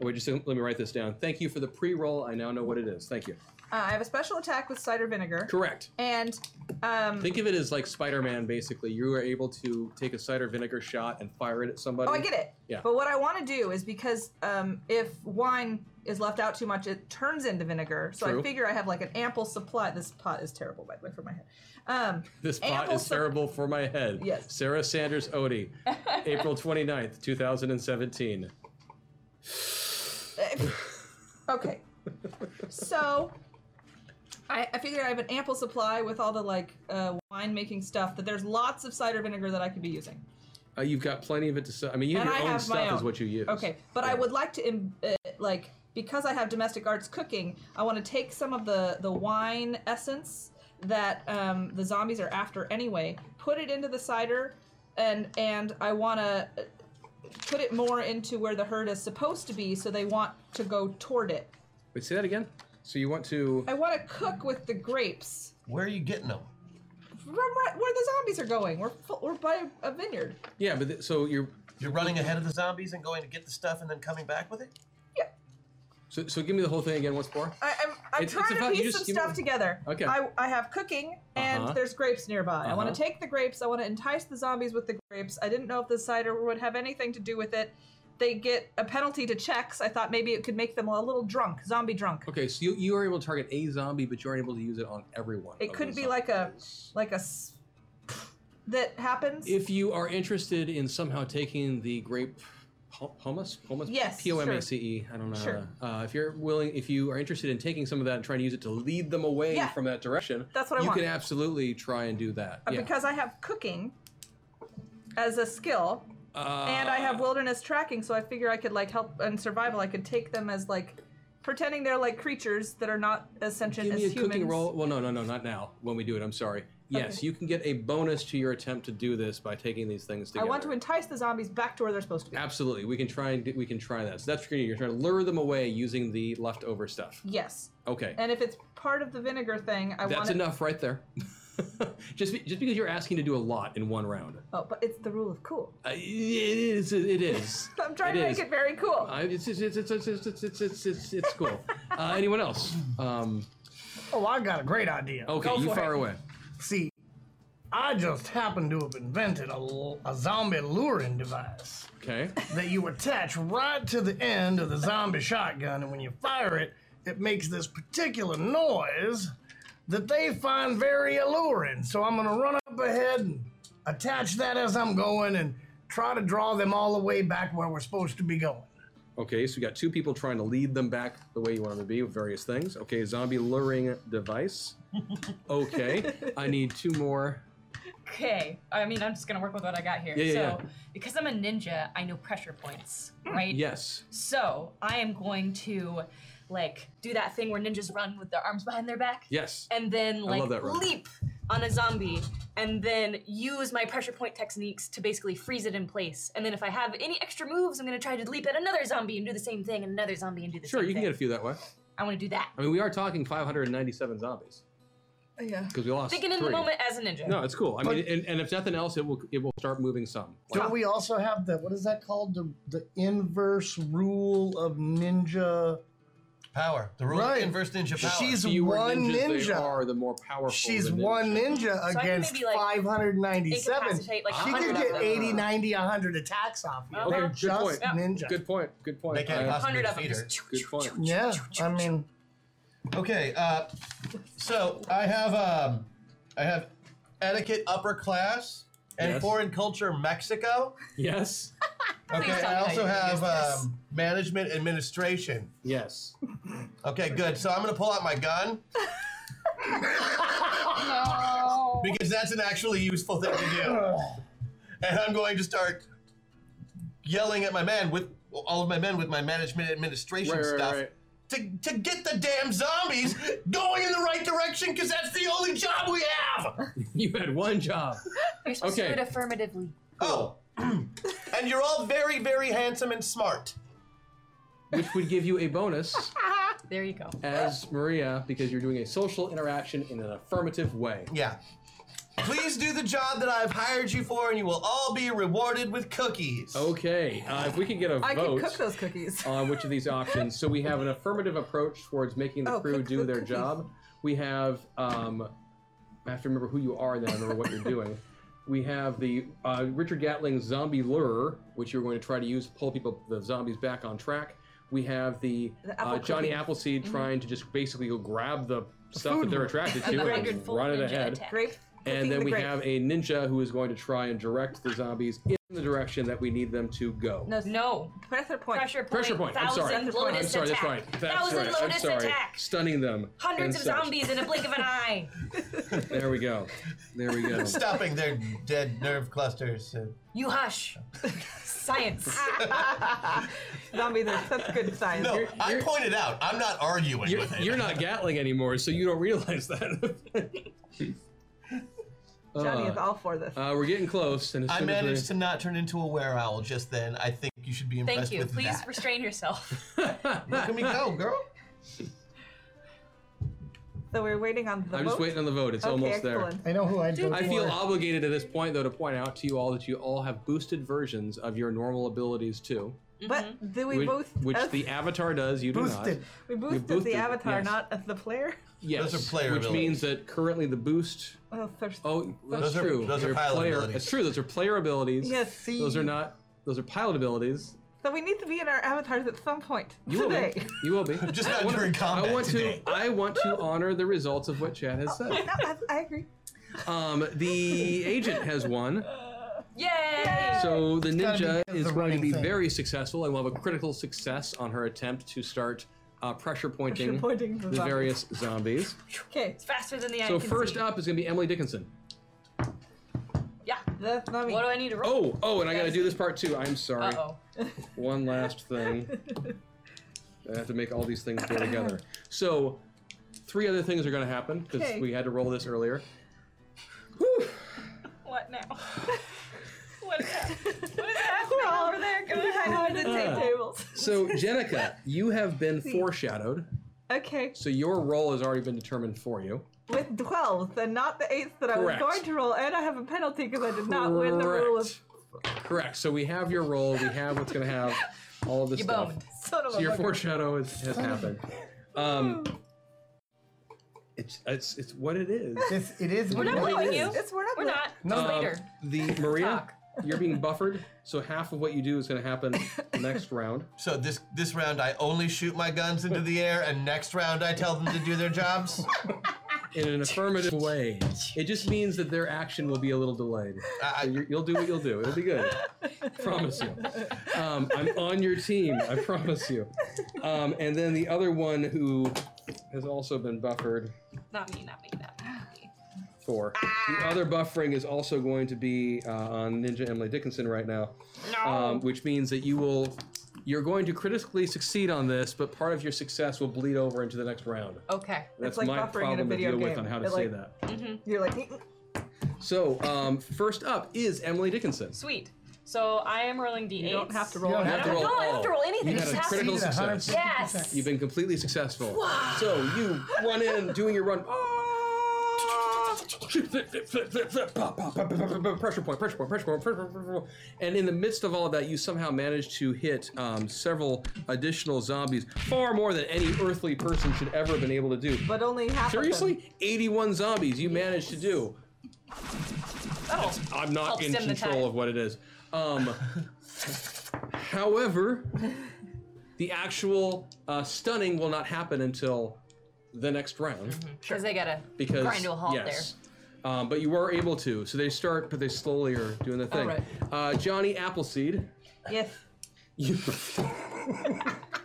[SPEAKER 2] Oh, wait, just let me write this down. Thank you for the pre roll. I now know what it is. Thank you.
[SPEAKER 3] Uh, I have a special attack with cider vinegar.
[SPEAKER 2] Correct.
[SPEAKER 3] And um,
[SPEAKER 2] Think of it as like Spider Man, basically. You are able to take a cider vinegar shot and fire it at somebody.
[SPEAKER 3] Oh, I get it.
[SPEAKER 2] Yeah.
[SPEAKER 3] But what I want to do is because um, if wine is left out too much, it turns into vinegar. So I
[SPEAKER 2] True.
[SPEAKER 3] figure I have like an ample supply. This pot is terrible, by the way, for my head. Um,
[SPEAKER 2] This pot
[SPEAKER 3] ample
[SPEAKER 2] is
[SPEAKER 3] sup-
[SPEAKER 2] terrible for my head.
[SPEAKER 3] Yes.
[SPEAKER 2] Sarah Sanders Odie, April 29th, 2017.
[SPEAKER 3] okay. So I, I figure I have an ample supply with all the like uh, wine making stuff that there's lots of cider vinegar that I could be using.
[SPEAKER 2] Uh, you've got plenty of it to sell. I mean, you have
[SPEAKER 3] And
[SPEAKER 2] your
[SPEAKER 3] I
[SPEAKER 2] own
[SPEAKER 3] have my
[SPEAKER 2] stuff is
[SPEAKER 3] own.
[SPEAKER 2] what you use.
[SPEAKER 3] Okay, but I would like to im- uh, like because I have domestic arts cooking, I want to take some of the the wine essence that um, the zombies are after anyway, put it into the cider, and and I want to put it more into where the herd is supposed to be, so they want to go toward it.
[SPEAKER 2] Wait, say that again. So you want to?
[SPEAKER 3] I want to cook with the grapes.
[SPEAKER 6] Where are you getting them?
[SPEAKER 3] From right where the zombies are going. We're full, we're by a vineyard.
[SPEAKER 2] Yeah, but th- so you're.
[SPEAKER 6] You're running ahead of the zombies and going to get the stuff and then coming back with it?
[SPEAKER 2] So, so give me the whole thing again once more.
[SPEAKER 3] I, I'm, I'm
[SPEAKER 2] It's-
[SPEAKER 3] trying
[SPEAKER 2] it's
[SPEAKER 3] to
[SPEAKER 2] about- you
[SPEAKER 3] piece
[SPEAKER 2] just-
[SPEAKER 3] some
[SPEAKER 2] you-
[SPEAKER 3] stuff together.
[SPEAKER 2] Okay.
[SPEAKER 3] I, I have cooking and
[SPEAKER 2] Uh-huh.
[SPEAKER 3] there's grapes nearby. I want
[SPEAKER 2] Uh-huh.
[SPEAKER 3] to take the grapes. I want to entice the zombies with the grapes. I didn't know if the cider would have anything to do with it. They get a penalty to checks. I thought maybe it could make them a little drunk, zombie drunk.
[SPEAKER 2] Okay, so you, you are able to target a zombie, but you aren't able to use it on everyone.
[SPEAKER 3] It
[SPEAKER 2] of
[SPEAKER 3] couldn't
[SPEAKER 2] those
[SPEAKER 3] be like a-
[SPEAKER 2] zombies.
[SPEAKER 3] Like a s- that happens.
[SPEAKER 2] If you are interested in somehow taking the grape hu- hummus, hummus,
[SPEAKER 3] Yes,
[SPEAKER 2] P O M A C E. I don't know. how
[SPEAKER 3] Sure.
[SPEAKER 2] to- uh, if you're willing, if you are interested in taking some of that and trying to use it to lead them away
[SPEAKER 3] Yeah.
[SPEAKER 2] from that direction,
[SPEAKER 3] That's what I
[SPEAKER 2] you
[SPEAKER 3] want.
[SPEAKER 2] can absolutely try and do that.
[SPEAKER 3] Uh,
[SPEAKER 2] yeah.
[SPEAKER 3] Because I have cooking as a skill
[SPEAKER 2] uh,
[SPEAKER 3] and I have wilderness tracking, so I figure I could like help and survival. I could take them as like pretending they're like creatures that are not as sentient
[SPEAKER 2] Give
[SPEAKER 3] as
[SPEAKER 2] me a
[SPEAKER 3] humans.
[SPEAKER 2] cooking roll. Well, no, no, no, not now. When we do it, I'm sorry. Yes,
[SPEAKER 3] Okay.
[SPEAKER 2] you can get a bonus to your attempt to do this by taking these things
[SPEAKER 3] I
[SPEAKER 2] together.
[SPEAKER 3] want to entice the zombies back to where they're supposed to be.
[SPEAKER 2] Absolutely, we can try and do, we can try that. So that's what you're, gonna do. you're trying to lure them away using the leftover stuff.
[SPEAKER 3] Yes,
[SPEAKER 2] Okay,
[SPEAKER 3] and if it's part of the vinegar thing, I want
[SPEAKER 2] that's
[SPEAKER 3] it.
[SPEAKER 2] enough right there. just be, just because you're asking to do a lot in one round,
[SPEAKER 3] Oh, but it's the rule of cool.
[SPEAKER 2] uh, it is it is.
[SPEAKER 3] I'm trying to make
[SPEAKER 2] is.
[SPEAKER 3] it very cool.
[SPEAKER 2] I, it's, it's, it's, it's, it's, it's, it's, it's, it's, it's cool. Uh, anyone else? Um,
[SPEAKER 7] Oh, I got a great idea.
[SPEAKER 6] Oh.
[SPEAKER 2] okay,
[SPEAKER 7] Go
[SPEAKER 2] you
[SPEAKER 7] for it.
[SPEAKER 2] fire away.
[SPEAKER 7] See, I just happen to have invented a, l- a zombie luring device
[SPEAKER 2] Okay.
[SPEAKER 7] that you attach right to the end of the zombie shotgun, and when you fire it, it makes this particular noise that they find very alluring. So I'm gonna run up ahead and attach that as I'm going and try to draw them all the way back where we're supposed to be going.
[SPEAKER 2] Okay, so you got two people trying to lead them back the way you want them to be with various things. Okay, zombie luring device. Okay, I need two more
[SPEAKER 4] Okay. I mean, I'm just gonna work with what I got here.
[SPEAKER 2] Yeah, yeah,
[SPEAKER 4] so,
[SPEAKER 2] yeah.
[SPEAKER 4] because I'm a ninja, I know pressure points,
[SPEAKER 7] Hmm.
[SPEAKER 4] right?
[SPEAKER 2] Yes.
[SPEAKER 4] So I am going to, like, do that thing where ninjas run with their arms behind their back.
[SPEAKER 2] Yes.
[SPEAKER 4] And then like
[SPEAKER 2] love that run.
[SPEAKER 4] leap on a zombie, and then use my pressure point techniques to basically freeze it in place. And then if I have any extra moves, I'm gonna try to leap at another zombie and do the same thing, and another zombie and do the
[SPEAKER 2] Sure,
[SPEAKER 4] same
[SPEAKER 2] you can
[SPEAKER 4] thing.
[SPEAKER 2] get a few that way.
[SPEAKER 4] I want to do that.
[SPEAKER 2] I mean, we are talking 597 zombies
[SPEAKER 7] Oh,
[SPEAKER 13] Yeah.
[SPEAKER 2] because we lost
[SPEAKER 4] Thinking in
[SPEAKER 2] three.
[SPEAKER 4] the moment as a ninja.
[SPEAKER 2] No, it's cool. I mean, and, and if nothing else, it will it will start moving some.
[SPEAKER 7] Don't we also have the what is that called? The the inverse rule of ninja.
[SPEAKER 6] Power. The rule
[SPEAKER 7] Right.
[SPEAKER 6] of inverse ninja power.
[SPEAKER 7] She's
[SPEAKER 2] Fewer
[SPEAKER 7] one
[SPEAKER 2] ninjas
[SPEAKER 7] ninja.
[SPEAKER 2] they are, the more powerful.
[SPEAKER 7] She's
[SPEAKER 2] the ninja.
[SPEAKER 7] one ninja
[SPEAKER 4] So I can
[SPEAKER 7] against
[SPEAKER 4] maybe, like,
[SPEAKER 7] 597.
[SPEAKER 4] incapacitate, like,
[SPEAKER 7] she
[SPEAKER 4] 100
[SPEAKER 7] could
[SPEAKER 4] of
[SPEAKER 7] get
[SPEAKER 4] them.
[SPEAKER 7] 80, 90, 100 attacks off you.
[SPEAKER 4] Okay,
[SPEAKER 7] They're
[SPEAKER 2] good
[SPEAKER 7] just
[SPEAKER 2] point.
[SPEAKER 4] Yeah.
[SPEAKER 7] ninja.
[SPEAKER 2] Good point. Good point.
[SPEAKER 6] They can't
[SPEAKER 2] I-
[SPEAKER 6] possibly
[SPEAKER 4] Hundred of them.
[SPEAKER 6] defeat her.
[SPEAKER 4] Just
[SPEAKER 2] good point.
[SPEAKER 7] Yeah, I mean,
[SPEAKER 6] Okay, uh, so I have um, I have etiquette upper class and
[SPEAKER 2] Yes.
[SPEAKER 6] foreign culture Mexico.
[SPEAKER 2] Yes.
[SPEAKER 6] Okay,
[SPEAKER 4] tell me
[SPEAKER 6] I
[SPEAKER 4] how
[SPEAKER 6] also
[SPEAKER 4] you're gonna
[SPEAKER 6] have
[SPEAKER 4] use this.
[SPEAKER 6] um, management administration.
[SPEAKER 2] Yes.
[SPEAKER 6] Okay, good. So I'm gonna pull out my gun
[SPEAKER 4] No.
[SPEAKER 6] because that's an actually useful thing to do, and I'm going to start yelling at my men with all of my men with my management administration
[SPEAKER 2] Right, right,
[SPEAKER 6] stuff.
[SPEAKER 2] right.
[SPEAKER 6] To, to get the damn zombies going in the right direction because that's the only job we have!
[SPEAKER 2] You had one job.
[SPEAKER 4] You're supposed
[SPEAKER 2] Okay.
[SPEAKER 4] to do it affirmatively.
[SPEAKER 6] Oh. and you're all very, very handsome and smart.
[SPEAKER 2] which would give you a bonus
[SPEAKER 4] There you go.
[SPEAKER 2] as Maria because you're doing a social interaction in an affirmative way.
[SPEAKER 6] Yeah. Please do the job that I've hired you for, and you will all be rewarded with cookies.
[SPEAKER 2] Okay, uh, if we could get a
[SPEAKER 13] I
[SPEAKER 2] vote
[SPEAKER 13] can
[SPEAKER 2] Uh,
[SPEAKER 13] cook those cookies.
[SPEAKER 2] on which of these options. So we have an affirmative approach towards making the
[SPEAKER 13] Oh,
[SPEAKER 2] crew
[SPEAKER 13] cook
[SPEAKER 2] do
[SPEAKER 13] the
[SPEAKER 2] their
[SPEAKER 13] cookies.
[SPEAKER 2] job. We have, um, I have to remember who you are, then I remember what you're doing. We have the uh, Richard Gatling zombie lure, which you're going to try to use to pull people, the zombies, back on track. We have the,
[SPEAKER 13] The apple
[SPEAKER 2] uh, Johnny
[SPEAKER 13] cookie. Mm-hmm.
[SPEAKER 2] Appleseed trying to just basically go grab the stuff that they're attracted to
[SPEAKER 4] Like
[SPEAKER 2] and
[SPEAKER 4] full
[SPEAKER 2] run it
[SPEAKER 4] ninja
[SPEAKER 2] ahead.
[SPEAKER 4] attack.
[SPEAKER 13] Grape.
[SPEAKER 2] And then we have a ninja who is going to try and direct the zombies in the direction that we need them to go.
[SPEAKER 13] No,
[SPEAKER 4] No.
[SPEAKER 13] pressure point.
[SPEAKER 4] Pressure point.
[SPEAKER 2] Pressure point. I'm sorry.
[SPEAKER 4] Thousand
[SPEAKER 13] point.
[SPEAKER 4] lotus
[SPEAKER 2] I'm sorry,
[SPEAKER 4] attack.
[SPEAKER 2] that's right. That's
[SPEAKER 4] thousand
[SPEAKER 2] right.
[SPEAKER 4] lotus
[SPEAKER 2] I'm sorry.
[SPEAKER 4] attack.
[SPEAKER 2] Stunning them. and
[SPEAKER 4] Hundreds of
[SPEAKER 2] such.
[SPEAKER 4] zombies in a blink of an eye.
[SPEAKER 2] There we go. There we go.
[SPEAKER 6] Stopping their dead nerve clusters. uh,
[SPEAKER 4] You hush. Science.
[SPEAKER 13] Ah, Zombie, there's such good science.
[SPEAKER 6] No,
[SPEAKER 13] You're-
[SPEAKER 6] I
[SPEAKER 2] you're-
[SPEAKER 6] pointed out. I'm not arguing
[SPEAKER 2] You're,
[SPEAKER 6] with it.
[SPEAKER 2] you're not Gatling anymore, so you don't realize that.
[SPEAKER 13] Johnny is
[SPEAKER 2] uh,
[SPEAKER 13] all for this.
[SPEAKER 2] uh, we're getting close, and as
[SPEAKER 6] I
[SPEAKER 2] soon as we-
[SPEAKER 6] managed to not turn into a were owl just then. I think you should be impressed
[SPEAKER 4] Thank you.
[SPEAKER 6] with
[SPEAKER 4] Please
[SPEAKER 6] that.
[SPEAKER 4] restrain yourself.
[SPEAKER 6] Look at me go, girl.
[SPEAKER 13] so we're waiting on the
[SPEAKER 2] I'm just
[SPEAKER 13] vote?
[SPEAKER 2] waiting on the vote. It's
[SPEAKER 13] Okay,
[SPEAKER 2] almost there.
[SPEAKER 13] excellent.
[SPEAKER 7] I know who I'd vote
[SPEAKER 2] I feel
[SPEAKER 7] for.
[SPEAKER 2] obligated at this point, though, to point out to you all that you all have boosted versions of your normal abilities too,
[SPEAKER 13] But do we
[SPEAKER 2] which,
[SPEAKER 13] both
[SPEAKER 2] which
[SPEAKER 13] us-
[SPEAKER 2] the avatar does. You do
[SPEAKER 7] Boosted.
[SPEAKER 2] not.
[SPEAKER 13] we boosted,
[SPEAKER 2] boosted,
[SPEAKER 13] the avatar,
[SPEAKER 2] yes.
[SPEAKER 13] not as the player?
[SPEAKER 2] Yes,
[SPEAKER 6] Those are player
[SPEAKER 2] which
[SPEAKER 6] abilities.
[SPEAKER 2] means that currently the boost.
[SPEAKER 13] Oh, first.
[SPEAKER 2] Oh, that's
[SPEAKER 6] Those are-
[SPEAKER 2] true.
[SPEAKER 6] those are
[SPEAKER 2] They're
[SPEAKER 6] pilot
[SPEAKER 2] player.
[SPEAKER 6] abilities.
[SPEAKER 2] It's true. Those are player abilities.
[SPEAKER 13] Yes, see.
[SPEAKER 2] Those are not. Those are pilot abilities.
[SPEAKER 13] So we need to be in our avatars at some point
[SPEAKER 2] You will
[SPEAKER 13] today.
[SPEAKER 2] be. You will be.
[SPEAKER 6] Just not
[SPEAKER 2] I want-
[SPEAKER 6] during combat
[SPEAKER 2] I want
[SPEAKER 6] today.
[SPEAKER 2] to. I want to honor the results of what Chad has said.
[SPEAKER 13] no, I, I agree.
[SPEAKER 2] Um, the agent has won,
[SPEAKER 4] Yay!
[SPEAKER 2] so the ninja
[SPEAKER 7] because
[SPEAKER 2] is
[SPEAKER 7] of the
[SPEAKER 2] going to be
[SPEAKER 7] running thing.
[SPEAKER 2] very successful and will have a critical success on her attempt to start uh, pressure pointing,
[SPEAKER 13] Pressure pointing the
[SPEAKER 2] the
[SPEAKER 13] zombies.
[SPEAKER 2] various zombies.
[SPEAKER 13] Okay,
[SPEAKER 4] It's faster than the eye
[SPEAKER 2] So
[SPEAKER 4] can
[SPEAKER 2] first
[SPEAKER 4] see.
[SPEAKER 2] up is going to be Emily Dickinson.
[SPEAKER 4] Yeah.
[SPEAKER 13] that's not me.
[SPEAKER 4] What do I need to roll?
[SPEAKER 2] Oh, oh, and I got to do this part too. I'm
[SPEAKER 4] Uh
[SPEAKER 2] sorry.
[SPEAKER 4] oh.
[SPEAKER 2] One last thing. I have to make all these things go together. So, three other things are going to happen because
[SPEAKER 13] Okay.
[SPEAKER 2] we had to roll this earlier.
[SPEAKER 4] What now? what is that? What is happening
[SPEAKER 13] We're all
[SPEAKER 4] over there? Go
[SPEAKER 13] behind the
[SPEAKER 2] Ah.
[SPEAKER 13] tables.
[SPEAKER 2] So, Jenica, you have been foreshadowed.
[SPEAKER 13] Okay,
[SPEAKER 2] So your role has already been determined for you.
[SPEAKER 13] with 12, and not the 8th that I was
[SPEAKER 2] Correct.
[SPEAKER 13] going to roll, and I have a penalty because I did not win the rule of.
[SPEAKER 2] Correct. So we have your role. We have what's going to have all of this
[SPEAKER 4] You
[SPEAKER 2] stuff.
[SPEAKER 4] boned.
[SPEAKER 13] Son of
[SPEAKER 2] So
[SPEAKER 13] a
[SPEAKER 2] your
[SPEAKER 13] bugger.
[SPEAKER 2] foreshadow has, has happened. Um, it's it's it's what it is.
[SPEAKER 7] It's, it is
[SPEAKER 4] We're
[SPEAKER 7] what
[SPEAKER 4] not
[SPEAKER 7] it
[SPEAKER 4] blaming
[SPEAKER 7] is.
[SPEAKER 4] you.
[SPEAKER 13] It's, we're not.
[SPEAKER 4] We're not.
[SPEAKER 7] No.
[SPEAKER 4] It's
[SPEAKER 2] Um,
[SPEAKER 4] later.
[SPEAKER 2] the Maria,
[SPEAKER 4] Talk.
[SPEAKER 2] you're being buffered. So half of what you do is going to happen next round.
[SPEAKER 6] So this this round, I only shoot my guns into the air, and next round, I tell them to do their jobs.
[SPEAKER 2] in an affirmative way. It just means that their action will be a little delayed.
[SPEAKER 6] I- I-
[SPEAKER 2] So you- you'll do what you'll do. It'll be good. promise you. Um, I'm on your team. I promise you. Um, and then the other one who has also been buffered
[SPEAKER 4] Not me. Not me. Not me.
[SPEAKER 2] Four. The other buff ring is also going to be uh, on Ninja Emily Dickinson right now,
[SPEAKER 13] Oh.
[SPEAKER 2] um, which means that you will, you're going to critically succeed on this, but part of your success will bleed over into the next round.
[SPEAKER 3] Okay.
[SPEAKER 2] That's
[SPEAKER 13] like
[SPEAKER 2] my
[SPEAKER 13] buffering in a
[SPEAKER 2] problem to
[SPEAKER 13] video
[SPEAKER 2] deal with
[SPEAKER 13] game.
[SPEAKER 2] on how to
[SPEAKER 13] It,
[SPEAKER 2] say
[SPEAKER 13] like-
[SPEAKER 2] that.
[SPEAKER 13] You're like, "Mm-mm."
[SPEAKER 2] So, um, first up is Emily Dickinson.
[SPEAKER 4] Sweet. So I am rolling d8.
[SPEAKER 13] you don't have to roll.
[SPEAKER 7] You don't
[SPEAKER 13] it.
[SPEAKER 7] have
[SPEAKER 2] to
[SPEAKER 4] No,
[SPEAKER 2] roll
[SPEAKER 4] I don't have to roll
[SPEAKER 2] all. oh,
[SPEAKER 4] anything.
[SPEAKER 2] You
[SPEAKER 4] It
[SPEAKER 2] had a
[SPEAKER 4] just has to
[SPEAKER 2] critical
[SPEAKER 4] be-
[SPEAKER 7] succeed at
[SPEAKER 2] success.
[SPEAKER 7] 100%.
[SPEAKER 4] Yes.
[SPEAKER 2] You've been completely successful. So you run in, doing your run. Ah! Shoot, flip, flip, flip, flip, flip, pop, pop, pop, pop, pop, pop, Pressure point, pressure point, pressure point, pressure point, pressure point. And in the midst of all of that, you somehow manage to hit um, several additional zombies, far more than any earthly person should ever have been able to do.
[SPEAKER 13] But only half of
[SPEAKER 2] Seriously, 81 zombies you managed to do.
[SPEAKER 4] That'll
[SPEAKER 2] I'm not
[SPEAKER 4] help
[SPEAKER 2] in
[SPEAKER 4] stem the
[SPEAKER 2] control
[SPEAKER 4] tide.
[SPEAKER 2] of what it is. Um, however, the actual uh, stunning will not happen until the next round
[SPEAKER 4] Because they gotta
[SPEAKER 2] because
[SPEAKER 4] Mm-hmm. grind to a halt
[SPEAKER 2] yes. Um, but you were able to, so they start, but they slowly are doing the thing.
[SPEAKER 13] right.
[SPEAKER 2] uh, Johnny Appleseed,
[SPEAKER 13] them. If
[SPEAKER 2] you.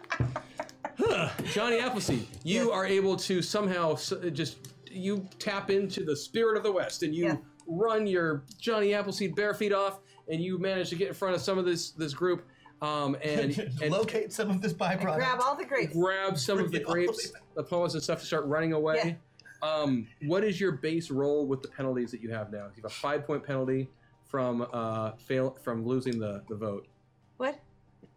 [SPEAKER 2] Huh, Johnny Appleseed, you are able to somehow s- uh, just you tap into the spirit of the West and you
[SPEAKER 13] Yeah.
[SPEAKER 2] run your Johnny Appleseed bare feet off, and you manage to get in front of some of this this group, um, and and
[SPEAKER 6] Locate some of this byproduct.
[SPEAKER 13] grab all the grapes.
[SPEAKER 2] grab some of the
[SPEAKER 6] Bring it all the
[SPEAKER 2] grapes,
[SPEAKER 6] way
[SPEAKER 2] the poems and stuff, to start running away. Um, what is your base roll with the penalties that you have now? You have a five point penalty from uh, fail from losing the, the vote.
[SPEAKER 13] What?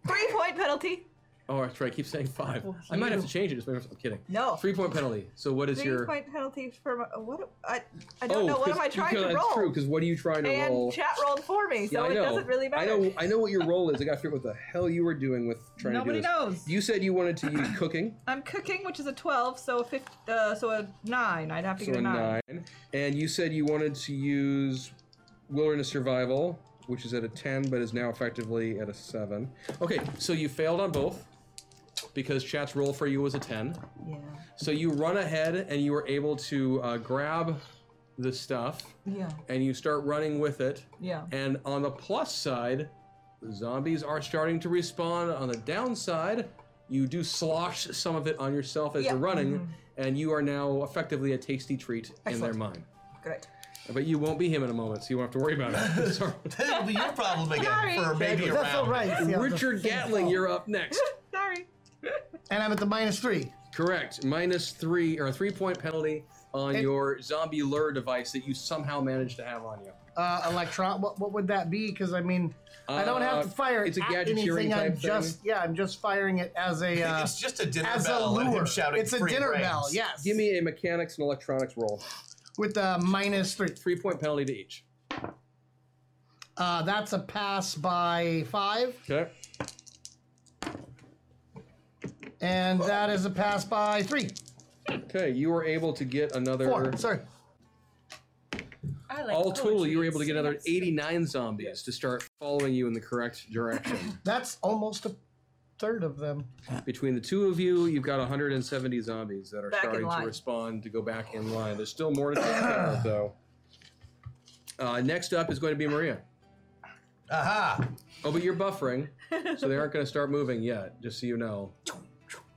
[SPEAKER 13] Three point penalty.
[SPEAKER 2] Oh, that's right. I keep saying five. I might have to change it. Just I'm kidding.
[SPEAKER 13] Oh, No.
[SPEAKER 2] Three point penalty. So what is
[SPEAKER 13] Three
[SPEAKER 2] your?
[SPEAKER 13] point penalty for my, what? I I
[SPEAKER 2] oh,
[SPEAKER 13] don't know. What
[SPEAKER 2] 'cause-
[SPEAKER 13] am I trying
[SPEAKER 2] because
[SPEAKER 13] to
[SPEAKER 2] That's
[SPEAKER 13] roll?
[SPEAKER 2] true. Because what are you trying to
[SPEAKER 13] and
[SPEAKER 2] roll?
[SPEAKER 13] chat rolled for me,
[SPEAKER 2] Yeah,
[SPEAKER 13] so
[SPEAKER 2] I
[SPEAKER 13] it
[SPEAKER 2] know.
[SPEAKER 13] doesn't really matter.
[SPEAKER 2] I know. I know what your role is. I got to figure out what the hell you were doing with trying
[SPEAKER 3] Nobody
[SPEAKER 2] to do this.
[SPEAKER 3] knows.
[SPEAKER 2] You said you wanted to use cooking,
[SPEAKER 13] I'm cooking, which is a 12, so a fif- uh, so a 9. I'd have to
[SPEAKER 2] so
[SPEAKER 13] get
[SPEAKER 2] a
[SPEAKER 13] a 9.
[SPEAKER 2] nine, and you said you wanted to use wilderness survival, which is at a ten, but is now effectively at a seven. Okay, so you failed on both because chat's roll for you was a ten.
[SPEAKER 13] Yeah.
[SPEAKER 2] So you run ahead and you are able to uh, grab the stuff
[SPEAKER 13] Yeah.
[SPEAKER 2] and you start running with it.
[SPEAKER 13] Yeah.
[SPEAKER 2] And on the plus side, zombies are starting to respawn. On the downside, you do slosh some of it on yourself as
[SPEAKER 13] Yeah. Mm-hmm.
[SPEAKER 2] you're running, and you are now effectively a tasty treat in their
[SPEAKER 13] Excellent.
[SPEAKER 2] mind.
[SPEAKER 13] Great.
[SPEAKER 2] But you won't be him in a moment, so you won't have to worry about it. Sorry.
[SPEAKER 6] That'll be your problem again for maybe a
[SPEAKER 7] That's all
[SPEAKER 6] round.
[SPEAKER 7] right. see, I'll just
[SPEAKER 2] Richard
[SPEAKER 7] think
[SPEAKER 2] Gatling,
[SPEAKER 7] so.
[SPEAKER 2] you're up next.
[SPEAKER 13] Sorry.
[SPEAKER 7] And I'm at the minus three.
[SPEAKER 2] Correct. Minus three or a three point penalty on
[SPEAKER 7] And-
[SPEAKER 2] your zombie lure device that you somehow managed to have on you.
[SPEAKER 7] Uh, electron. What, what would that be? Because I mean, I don't have
[SPEAKER 2] Uh,
[SPEAKER 7] to fire
[SPEAKER 2] it's a
[SPEAKER 7] at
[SPEAKER 2] gadgeteering
[SPEAKER 7] anything. I'm
[SPEAKER 2] type
[SPEAKER 7] just yeah, I'm just firing it as a uh,
[SPEAKER 6] it's just a dinner
[SPEAKER 7] as a
[SPEAKER 6] bell and
[SPEAKER 7] lure.
[SPEAKER 6] him shouting
[SPEAKER 7] It's a
[SPEAKER 6] free
[SPEAKER 7] dinner
[SPEAKER 6] brains.
[SPEAKER 7] bell. Yes.
[SPEAKER 2] Give me a mechanics and electronics roll.
[SPEAKER 7] with the minus three.
[SPEAKER 2] Three point penalty to each.
[SPEAKER 7] Uh, that's a pass by five,
[SPEAKER 2] Okay.
[SPEAKER 7] and that is a pass by three.
[SPEAKER 2] Okay, you were able to get another.
[SPEAKER 7] Four. Sorry.
[SPEAKER 4] I like
[SPEAKER 2] All total,
[SPEAKER 4] poetry.
[SPEAKER 2] you were able to get
[SPEAKER 4] See,
[SPEAKER 2] another
[SPEAKER 4] that's-
[SPEAKER 2] 89 zombies to start following you in the correct direction.
[SPEAKER 7] That's almost a third of them.
[SPEAKER 2] Between the two of you, you've got 170 zombies that are
[SPEAKER 13] Back in
[SPEAKER 2] starting to
[SPEAKER 13] line.
[SPEAKER 2] respond to go back in line. There's still more to take care of, though. Uh, next up is going to be Maria.
[SPEAKER 6] Aha!
[SPEAKER 2] Oh, but you're buffering, so they aren't going to start moving yet. Just so you know,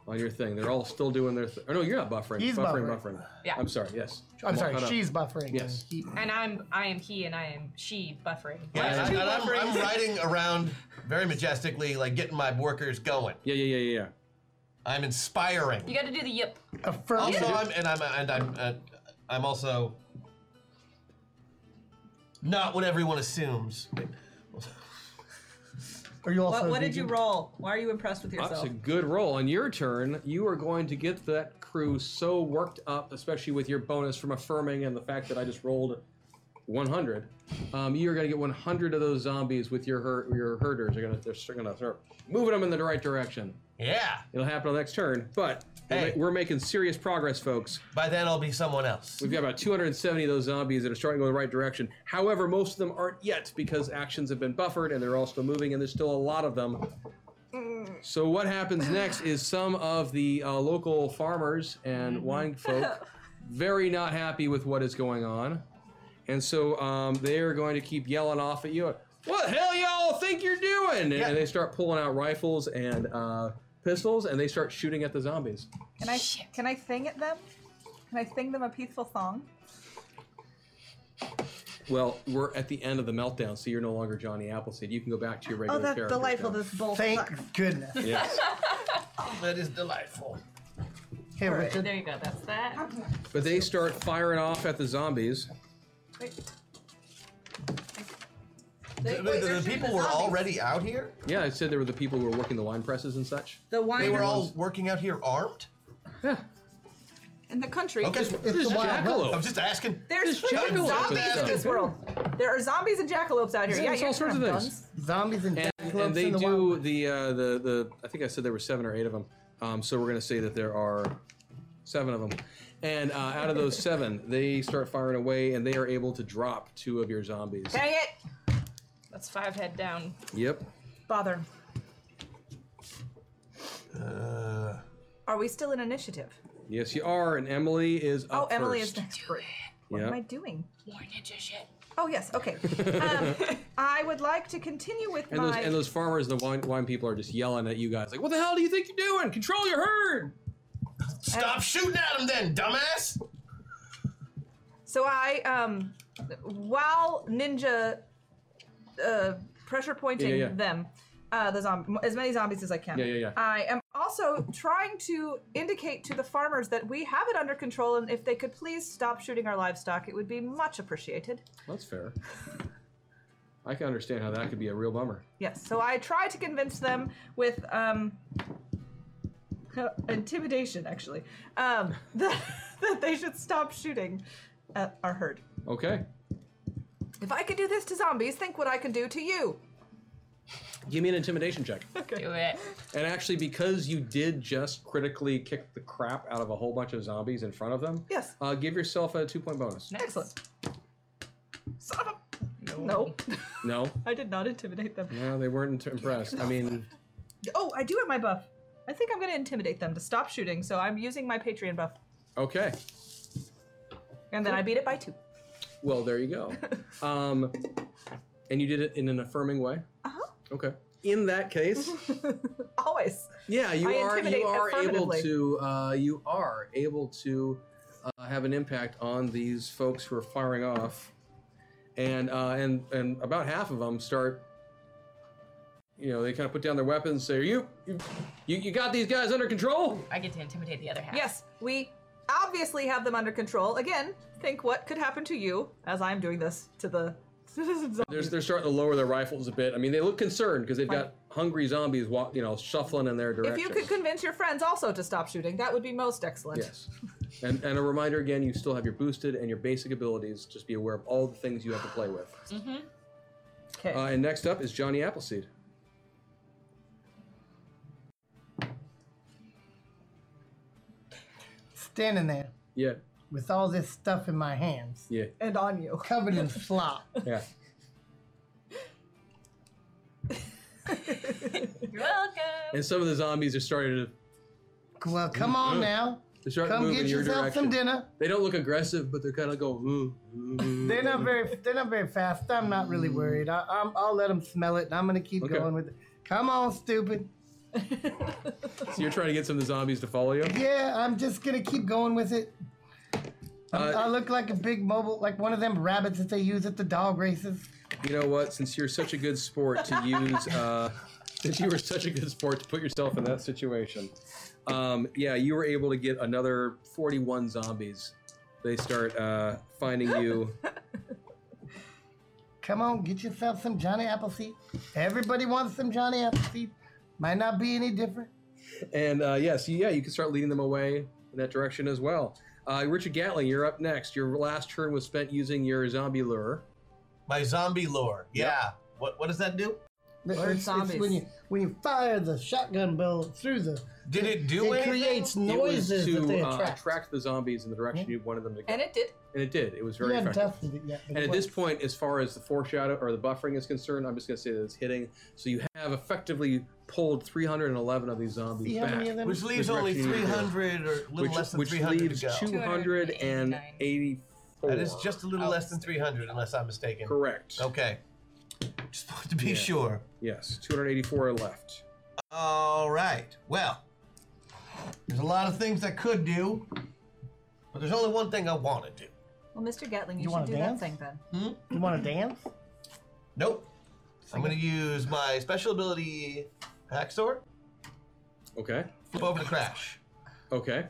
[SPEAKER 2] on your thing, they're all still doing their. thing. Oh no, you're not buffering.
[SPEAKER 7] He's
[SPEAKER 2] buffering,
[SPEAKER 7] buffering.
[SPEAKER 4] Yeah.
[SPEAKER 2] I'm sorry. Yes.
[SPEAKER 7] I'm
[SPEAKER 2] all
[SPEAKER 7] sorry.
[SPEAKER 2] caught up.
[SPEAKER 7] She's buffering.
[SPEAKER 2] Yes.
[SPEAKER 7] He-
[SPEAKER 4] And I'm I am he and I am she buffering.
[SPEAKER 6] Yeah,
[SPEAKER 2] Yeah.
[SPEAKER 6] and
[SPEAKER 2] Two
[SPEAKER 6] I- and I'm, I'm riding around very majestically, like getting my workers going.
[SPEAKER 2] Yeah, yeah, yeah, yeah. yeah.
[SPEAKER 6] I'm inspiring.
[SPEAKER 4] You got to do the yip.
[SPEAKER 7] Affirmative.
[SPEAKER 6] Also, I'm, and I'm and I'm uh, I'm also not what everyone assumes.
[SPEAKER 7] Are you also?
[SPEAKER 2] Oh,
[SPEAKER 3] What, what did
[SPEAKER 7] vegan?
[SPEAKER 3] you roll? Why are you impressed with
[SPEAKER 2] That's
[SPEAKER 3] yourself?
[SPEAKER 2] a good roll. On your turn, you are going to get that crew so worked up, especially with your bonus from affirming and the fact that I just rolled 100. Um, you are going to get 100 of those zombies with your her- your herders. Are going to they're going to start moving them in the right direction.
[SPEAKER 6] Yeah.
[SPEAKER 2] It'll happen on the next turn, but we're
[SPEAKER 6] Hey.
[SPEAKER 2] ma- we're making serious progress, folks.
[SPEAKER 6] By then, I'll be someone else.
[SPEAKER 2] We've got about 270 of those zombies that are starting to go the right direction. However, most of them aren't yet because actions have been buffered and they're all still moving, and there's still a lot of them. So, what happens next is some of the uh, local farmers and wine folk very not happy with what is going on. And so um, they are going to keep yelling off at you. What the hell y'all think you're doing? And,
[SPEAKER 6] Yeah.
[SPEAKER 2] they start pulling out rifles and uh, pistols, and they start shooting at the zombies.
[SPEAKER 3] can I can I sing at them? Can I sing them a peaceful song?
[SPEAKER 2] Well, we're at the end of the meltdown, so you're no longer Johnny Appleseed. You can go back to your
[SPEAKER 3] Oh,
[SPEAKER 2] regular
[SPEAKER 3] that's
[SPEAKER 2] characters
[SPEAKER 3] delightful.
[SPEAKER 2] now.
[SPEAKER 3] This bowl
[SPEAKER 7] Thank
[SPEAKER 3] sucks.
[SPEAKER 7] goodness.
[SPEAKER 2] Yes.
[SPEAKER 3] Oh.
[SPEAKER 6] That is delightful.
[SPEAKER 7] Hey, Richard.
[SPEAKER 4] There you go. That's that.
[SPEAKER 2] But they start firing off at the zombies.
[SPEAKER 6] The- the, the people were already out here.
[SPEAKER 2] Yeah, I said there were the people who were working the wine presses and such.
[SPEAKER 3] The wine.
[SPEAKER 6] They were all working out here armed.
[SPEAKER 2] Yeah.
[SPEAKER 14] In the country.
[SPEAKER 6] Okay,
[SPEAKER 7] It's
[SPEAKER 2] There's
[SPEAKER 7] the wild
[SPEAKER 6] I'm
[SPEAKER 7] west.
[SPEAKER 2] jackalope.
[SPEAKER 6] just asking.
[SPEAKER 3] There's freaking
[SPEAKER 2] jackalopes and
[SPEAKER 3] zombies in
[SPEAKER 2] stuff.
[SPEAKER 3] this world. There are zombies and jackalopes out here.
[SPEAKER 2] Yeah,
[SPEAKER 3] Yeah,
[SPEAKER 2] there's
[SPEAKER 3] you
[SPEAKER 2] all
[SPEAKER 3] can
[SPEAKER 2] sorts of
[SPEAKER 3] have
[SPEAKER 2] things.
[SPEAKER 3] guns.
[SPEAKER 7] Zombies and,
[SPEAKER 2] And,
[SPEAKER 7] jackalopes
[SPEAKER 2] and they
[SPEAKER 7] in the
[SPEAKER 2] do
[SPEAKER 7] wild.
[SPEAKER 2] the, uh, the the I think I said there were seven or eight of them. Um, so we're gonna say that there are seven of them. And uh, out of those seven, they start firing away, and they are able to drop two of your zombies.
[SPEAKER 3] Dang it!
[SPEAKER 4] That's five head down.
[SPEAKER 2] Yep.
[SPEAKER 3] Bother.
[SPEAKER 6] Uh,
[SPEAKER 3] Are we still in initiative?
[SPEAKER 2] Yes, you are. And Emily is
[SPEAKER 3] Oh,
[SPEAKER 2] up
[SPEAKER 3] Emily
[SPEAKER 2] first.
[SPEAKER 3] is next. What
[SPEAKER 2] Yeah.
[SPEAKER 3] am I doing?
[SPEAKER 4] More ninja shit.
[SPEAKER 3] Oh yes, okay. Um, I would like to continue with
[SPEAKER 2] And
[SPEAKER 3] my.
[SPEAKER 2] those, and those farmers, the wine, wine people, are just yelling at you guys, like, "What the hell do you think you're doing? Control your herd!"
[SPEAKER 6] stop shooting at him, then, dumbass.
[SPEAKER 3] So I, um, while ninja uh, pressure pointing
[SPEAKER 2] Yeah, yeah, yeah.
[SPEAKER 3] them, uh, the zomb- as many zombies as I can.
[SPEAKER 2] Yeah, yeah, yeah.
[SPEAKER 3] I am also trying to indicate to the farmers that we have it under control, and if they could please stop shooting our livestock, it would be much appreciated.
[SPEAKER 2] That's fair. I can understand how that could be a real bummer.
[SPEAKER 3] Yes. So I try to convince them with um, intimidation, actually, um, that, that they should stop shooting at our herd.
[SPEAKER 2] Okay.
[SPEAKER 3] If I could do this to zombies, think what I can do to you.
[SPEAKER 2] Give me an intimidation check.
[SPEAKER 4] Do it.
[SPEAKER 2] And actually, because you did just critically kick the crap out of a whole bunch of zombies in front of them,
[SPEAKER 3] Yes.
[SPEAKER 2] uh, give yourself a two point bonus.
[SPEAKER 4] Nice.
[SPEAKER 3] Excellent. Son of a- No,
[SPEAKER 2] No,
[SPEAKER 3] I did not intimidate them.
[SPEAKER 2] no, they weren't impressed. I mean,
[SPEAKER 3] Oh, I do have my buff. I think I'm going to intimidate them to stop shooting, so I'm using my Patreon buff.
[SPEAKER 2] okay.
[SPEAKER 3] And then I beat it by two.
[SPEAKER 2] Well, there you go. Um, and you did it in an affirming way. Uh
[SPEAKER 3] Uh-huh. Mm-hmm.
[SPEAKER 2] Okay. In that case,
[SPEAKER 3] Always.
[SPEAKER 2] yeah, you are
[SPEAKER 3] I
[SPEAKER 2] you
[SPEAKER 3] intimidate
[SPEAKER 2] are able
[SPEAKER 3] affirmatively.
[SPEAKER 2] to uh, you are able to uh, have an impact on these folks who are firing off, and uh, and and about half of them start. You know, they kind of put down their weapons. Say, "Are you, you, you, you got these guys under control?"
[SPEAKER 4] I get to intimidate the other half.
[SPEAKER 3] Yes, we obviously have them under control. Again, think what could happen to you as I'm doing this to the.
[SPEAKER 2] They're, they're starting to lower their rifles a bit. I mean, they look concerned because they've got hungry zombies, wa- you know, shuffling in their
[SPEAKER 3] if
[SPEAKER 2] direction.
[SPEAKER 3] you could convince your friends also to stop shooting, that would be most excellent.
[SPEAKER 2] Yes. And, and a reminder again, you still have your boosted and your basic abilities. Just be aware of all the things you have to play with.
[SPEAKER 3] Okay.
[SPEAKER 2] Uh, and next up is Johnny Appleseed.
[SPEAKER 7] Standing there
[SPEAKER 2] Yeah,
[SPEAKER 7] with all this stuff in my hands,
[SPEAKER 2] yeah,
[SPEAKER 3] and on you.
[SPEAKER 7] covered in slop.
[SPEAKER 2] yeah.
[SPEAKER 4] You're welcome.
[SPEAKER 2] And some of the zombies are starting to
[SPEAKER 7] Well, come on now.
[SPEAKER 2] they start
[SPEAKER 7] Come
[SPEAKER 2] moving
[SPEAKER 7] get
[SPEAKER 2] in your
[SPEAKER 7] yourself some
[SPEAKER 2] direction.
[SPEAKER 7] dinner.
[SPEAKER 2] They don't look aggressive, but they're kind of going. Ooh, ooh.
[SPEAKER 7] They're not very. They're not very fast. I'm not really worried. I, I'm, I'll let them smell it, and I'm gonna keep
[SPEAKER 2] Mm. Okay.
[SPEAKER 7] going with it. Come on, stupid.
[SPEAKER 2] So you're trying to get some of the zombies to follow you.
[SPEAKER 7] Yeah, I'm just gonna keep going with it.
[SPEAKER 2] Uh,
[SPEAKER 7] I look like a big mobile, like one of them rabbits that they use at the dog races.
[SPEAKER 2] You know what? Since you're such a good sport to use, uh, since you were such a good sport to put yourself in that situation, um, yeah, you were able to get another 41 zombies. They start uh, finding you.
[SPEAKER 7] Come on, get yourself some Johnny Appleseed. Everybody wants some Johnny Appleseed. Might not be any different.
[SPEAKER 2] And uh, yes, yeah, you can start leading them away in that direction as well. Uh, Richard Gatling, you're up next. Your last turn was spent using your zombie lure.
[SPEAKER 6] My zombie lore. Yeah. What What does that do?
[SPEAKER 3] Or
[SPEAKER 7] It's- it's
[SPEAKER 3] zombies.
[SPEAKER 7] when you when you fire the shotgun bullet through the,
[SPEAKER 6] Did it do
[SPEAKER 7] it
[SPEAKER 6] anything?
[SPEAKER 7] creates
[SPEAKER 2] It was
[SPEAKER 7] noises that they
[SPEAKER 2] to uh,
[SPEAKER 7] attract.
[SPEAKER 2] attract the zombies in the direction you wanted them to go.
[SPEAKER 3] And it did.
[SPEAKER 2] And it did. It was
[SPEAKER 7] You
[SPEAKER 2] very
[SPEAKER 7] hadn't
[SPEAKER 2] effective.
[SPEAKER 7] tested it yet. but
[SPEAKER 2] And
[SPEAKER 7] it
[SPEAKER 2] at this
[SPEAKER 7] worked.
[SPEAKER 2] point, as far as the foreshadow or the buffering is concerned, I'm just going to say that it's hitting. So you have effectively pulled 311 of these zombies
[SPEAKER 7] see how
[SPEAKER 2] back,
[SPEAKER 7] many of them.
[SPEAKER 6] Which leaves
[SPEAKER 2] Which
[SPEAKER 6] only
[SPEAKER 2] direction you need to go.
[SPEAKER 6] 300 or a little
[SPEAKER 2] which,
[SPEAKER 6] less than
[SPEAKER 2] which
[SPEAKER 6] 300
[SPEAKER 2] leaves
[SPEAKER 6] to go.
[SPEAKER 2] 284.
[SPEAKER 6] That is just a little less than 300, unless I'm mistaken.
[SPEAKER 2] correct.
[SPEAKER 6] Okay. Just wanted to be
[SPEAKER 2] Yeah.
[SPEAKER 6] sure.
[SPEAKER 2] Yes, 284 are left.
[SPEAKER 6] All right. Well, there's a lot of things I could do, but there's only one thing I want to do.
[SPEAKER 3] Well, Mr. Gatling, you,
[SPEAKER 7] You
[SPEAKER 3] should
[SPEAKER 7] wanna
[SPEAKER 3] do
[SPEAKER 7] dance?
[SPEAKER 3] that thing then.
[SPEAKER 7] You want to dance?
[SPEAKER 6] Nope. I'm going to use my special ability Hacksaw.
[SPEAKER 2] Okay.
[SPEAKER 6] Flip over to Crash.
[SPEAKER 2] Okay.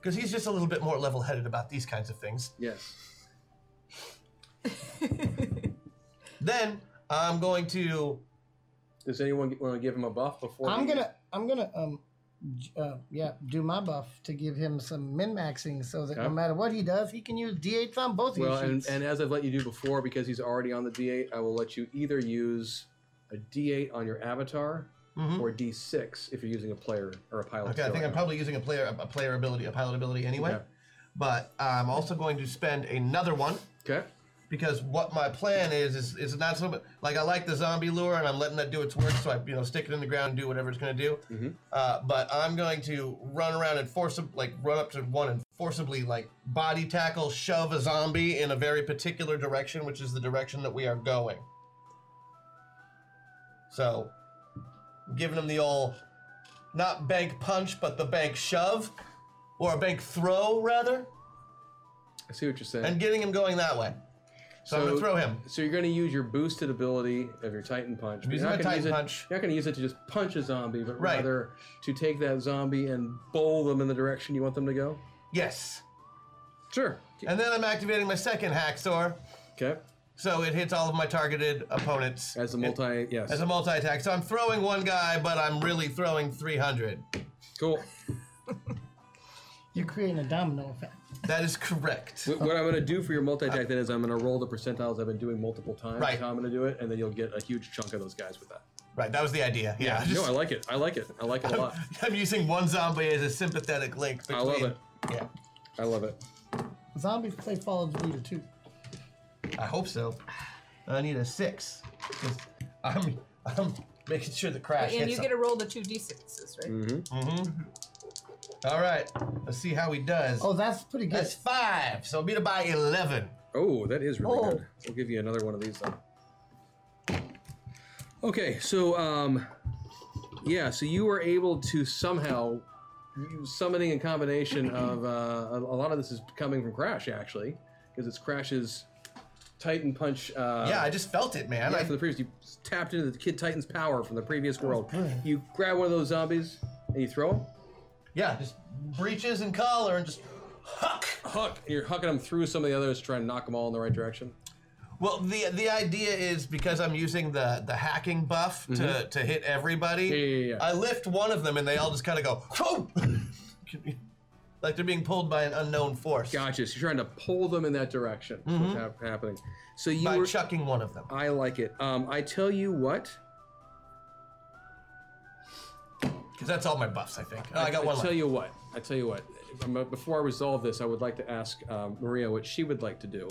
[SPEAKER 6] Because he's just a little bit more level headed about these kinds of things.
[SPEAKER 2] Yes.
[SPEAKER 6] Then I'm going to.
[SPEAKER 2] Does anyone want to give him a buff before?
[SPEAKER 7] I'm
[SPEAKER 2] we-
[SPEAKER 7] gonna, I'm gonna, um, j- uh, yeah, do my buff to give him some min maxing so that no
[SPEAKER 2] Okay.
[SPEAKER 7] matter what he does, he can use d8s on both of
[SPEAKER 2] Well,
[SPEAKER 7] you
[SPEAKER 2] and,
[SPEAKER 7] sheets.
[SPEAKER 2] and as I've let you do before, because he's already on the D8, I will let you either use a D8 on your avatar
[SPEAKER 7] Hmm?
[SPEAKER 6] Mhm.
[SPEAKER 2] or D6 if you're using a player or a pilot.
[SPEAKER 6] Okay, I
[SPEAKER 2] skill
[SPEAKER 6] think I'm
[SPEAKER 2] right
[SPEAKER 6] probably using a player a player ability, a pilot ability anyway.
[SPEAKER 2] Okay.
[SPEAKER 6] But I'm also going to spend another one
[SPEAKER 2] now. Okay.
[SPEAKER 6] because what my plan is is is not so much like I like the zombie lure and I'm letting that do its work, so I you know stick it in the ground and do whatever it's going to do. Uh, but I'm going to run around and force like run up to one and forcibly like body tackle, shove a zombie in a very particular direction, which is the direction that we are going. So, giving him the old not bank punch, but the bank shove, or a bank throw rather,
[SPEAKER 2] I see what you're saying.
[SPEAKER 6] and getting him going that way. So, I'm gonna throw him.
[SPEAKER 2] So you're going to use your boosted ability of your Titan Punch. but
[SPEAKER 6] using
[SPEAKER 2] you're not
[SPEAKER 6] my
[SPEAKER 2] gonna
[SPEAKER 6] Titan
[SPEAKER 2] use it-
[SPEAKER 6] Punch.
[SPEAKER 2] You're not going to use it to just punch a zombie, but
[SPEAKER 6] Right.
[SPEAKER 2] rather to take that zombie and bowl them in the direction you want them to go.
[SPEAKER 6] Yes.
[SPEAKER 2] Sure.
[SPEAKER 6] And then I'm activating my second hacksaw,
[SPEAKER 2] Okay.
[SPEAKER 6] so it hits all of my targeted opponents
[SPEAKER 2] As a multi, yes.
[SPEAKER 6] as a multi attack. So I'm throwing one guy, but I'm really throwing 300.
[SPEAKER 2] cool.
[SPEAKER 7] You're creating a domino effect.
[SPEAKER 6] That is correct.
[SPEAKER 2] Wh- What I'm going to do for your multi attack then is I'm going to roll the percentiles I've been doing multiple times.
[SPEAKER 6] Right.
[SPEAKER 2] How I'm going to do it, and then you'll get a huge chunk of those guys with that.
[SPEAKER 6] Right, that was the idea. Yeah.
[SPEAKER 2] no, I like it. I like it. I like it a lot.
[SPEAKER 6] I'm using one zombie as a sympathetic link between.
[SPEAKER 2] I love it.
[SPEAKER 6] Yeah,
[SPEAKER 2] I love it.
[SPEAKER 7] Zombies play Fallout Leader too.
[SPEAKER 6] I hope so. I need a six. 'cause I'm, I'm making sure the crash
[SPEAKER 3] And
[SPEAKER 6] hits.
[SPEAKER 3] you
[SPEAKER 2] uh,
[SPEAKER 3] get to roll the two d6s, right?
[SPEAKER 2] Mm-hmm.
[SPEAKER 6] him. All right, let's see how he does.
[SPEAKER 7] Oh, that's pretty good.
[SPEAKER 6] that's five. So beat it by 11.
[SPEAKER 2] Oh, that is really
[SPEAKER 7] Oh.
[SPEAKER 2] good. We'll give you another one of these then. Okay, so um, yeah, so you were able to somehow you- summoning a combination of uh, a, a lot of this is coming from Crash actually because it's Crash's Titan punch. Uh,
[SPEAKER 6] yeah, I just felt it, man.
[SPEAKER 2] yeah,
[SPEAKER 6] I-
[SPEAKER 2] from the previous, you tapped into the Kid Titan's power from the previous world. You grab one of those zombies and you throw him.
[SPEAKER 6] yeah, just breeches and collar and just huck.
[SPEAKER 2] Huck, you're hucking them through some of the others, trying to knock them all in the right direction.
[SPEAKER 6] Well, the the idea is because I'm using the the hacking buff to, to hit everybody.
[SPEAKER 2] Mm-hmm. yeah, yeah.
[SPEAKER 6] I lift one of them and they all just kind of go, "Whoa!" like they're being pulled by an unknown force.
[SPEAKER 2] Gotcha. So you're trying to pull them in that direction. is What's hap- happening? So you
[SPEAKER 6] Mm-hmm. By
[SPEAKER 2] were.
[SPEAKER 6] chucking one of them.
[SPEAKER 2] I like it. Um, I tell you what.
[SPEAKER 6] Because that's all my buffs, I think. Oh, I got one
[SPEAKER 2] tell
[SPEAKER 6] left.
[SPEAKER 2] you what. I tell you what. Um, Before I resolve this, I would like to ask um, Maria what she would like to do.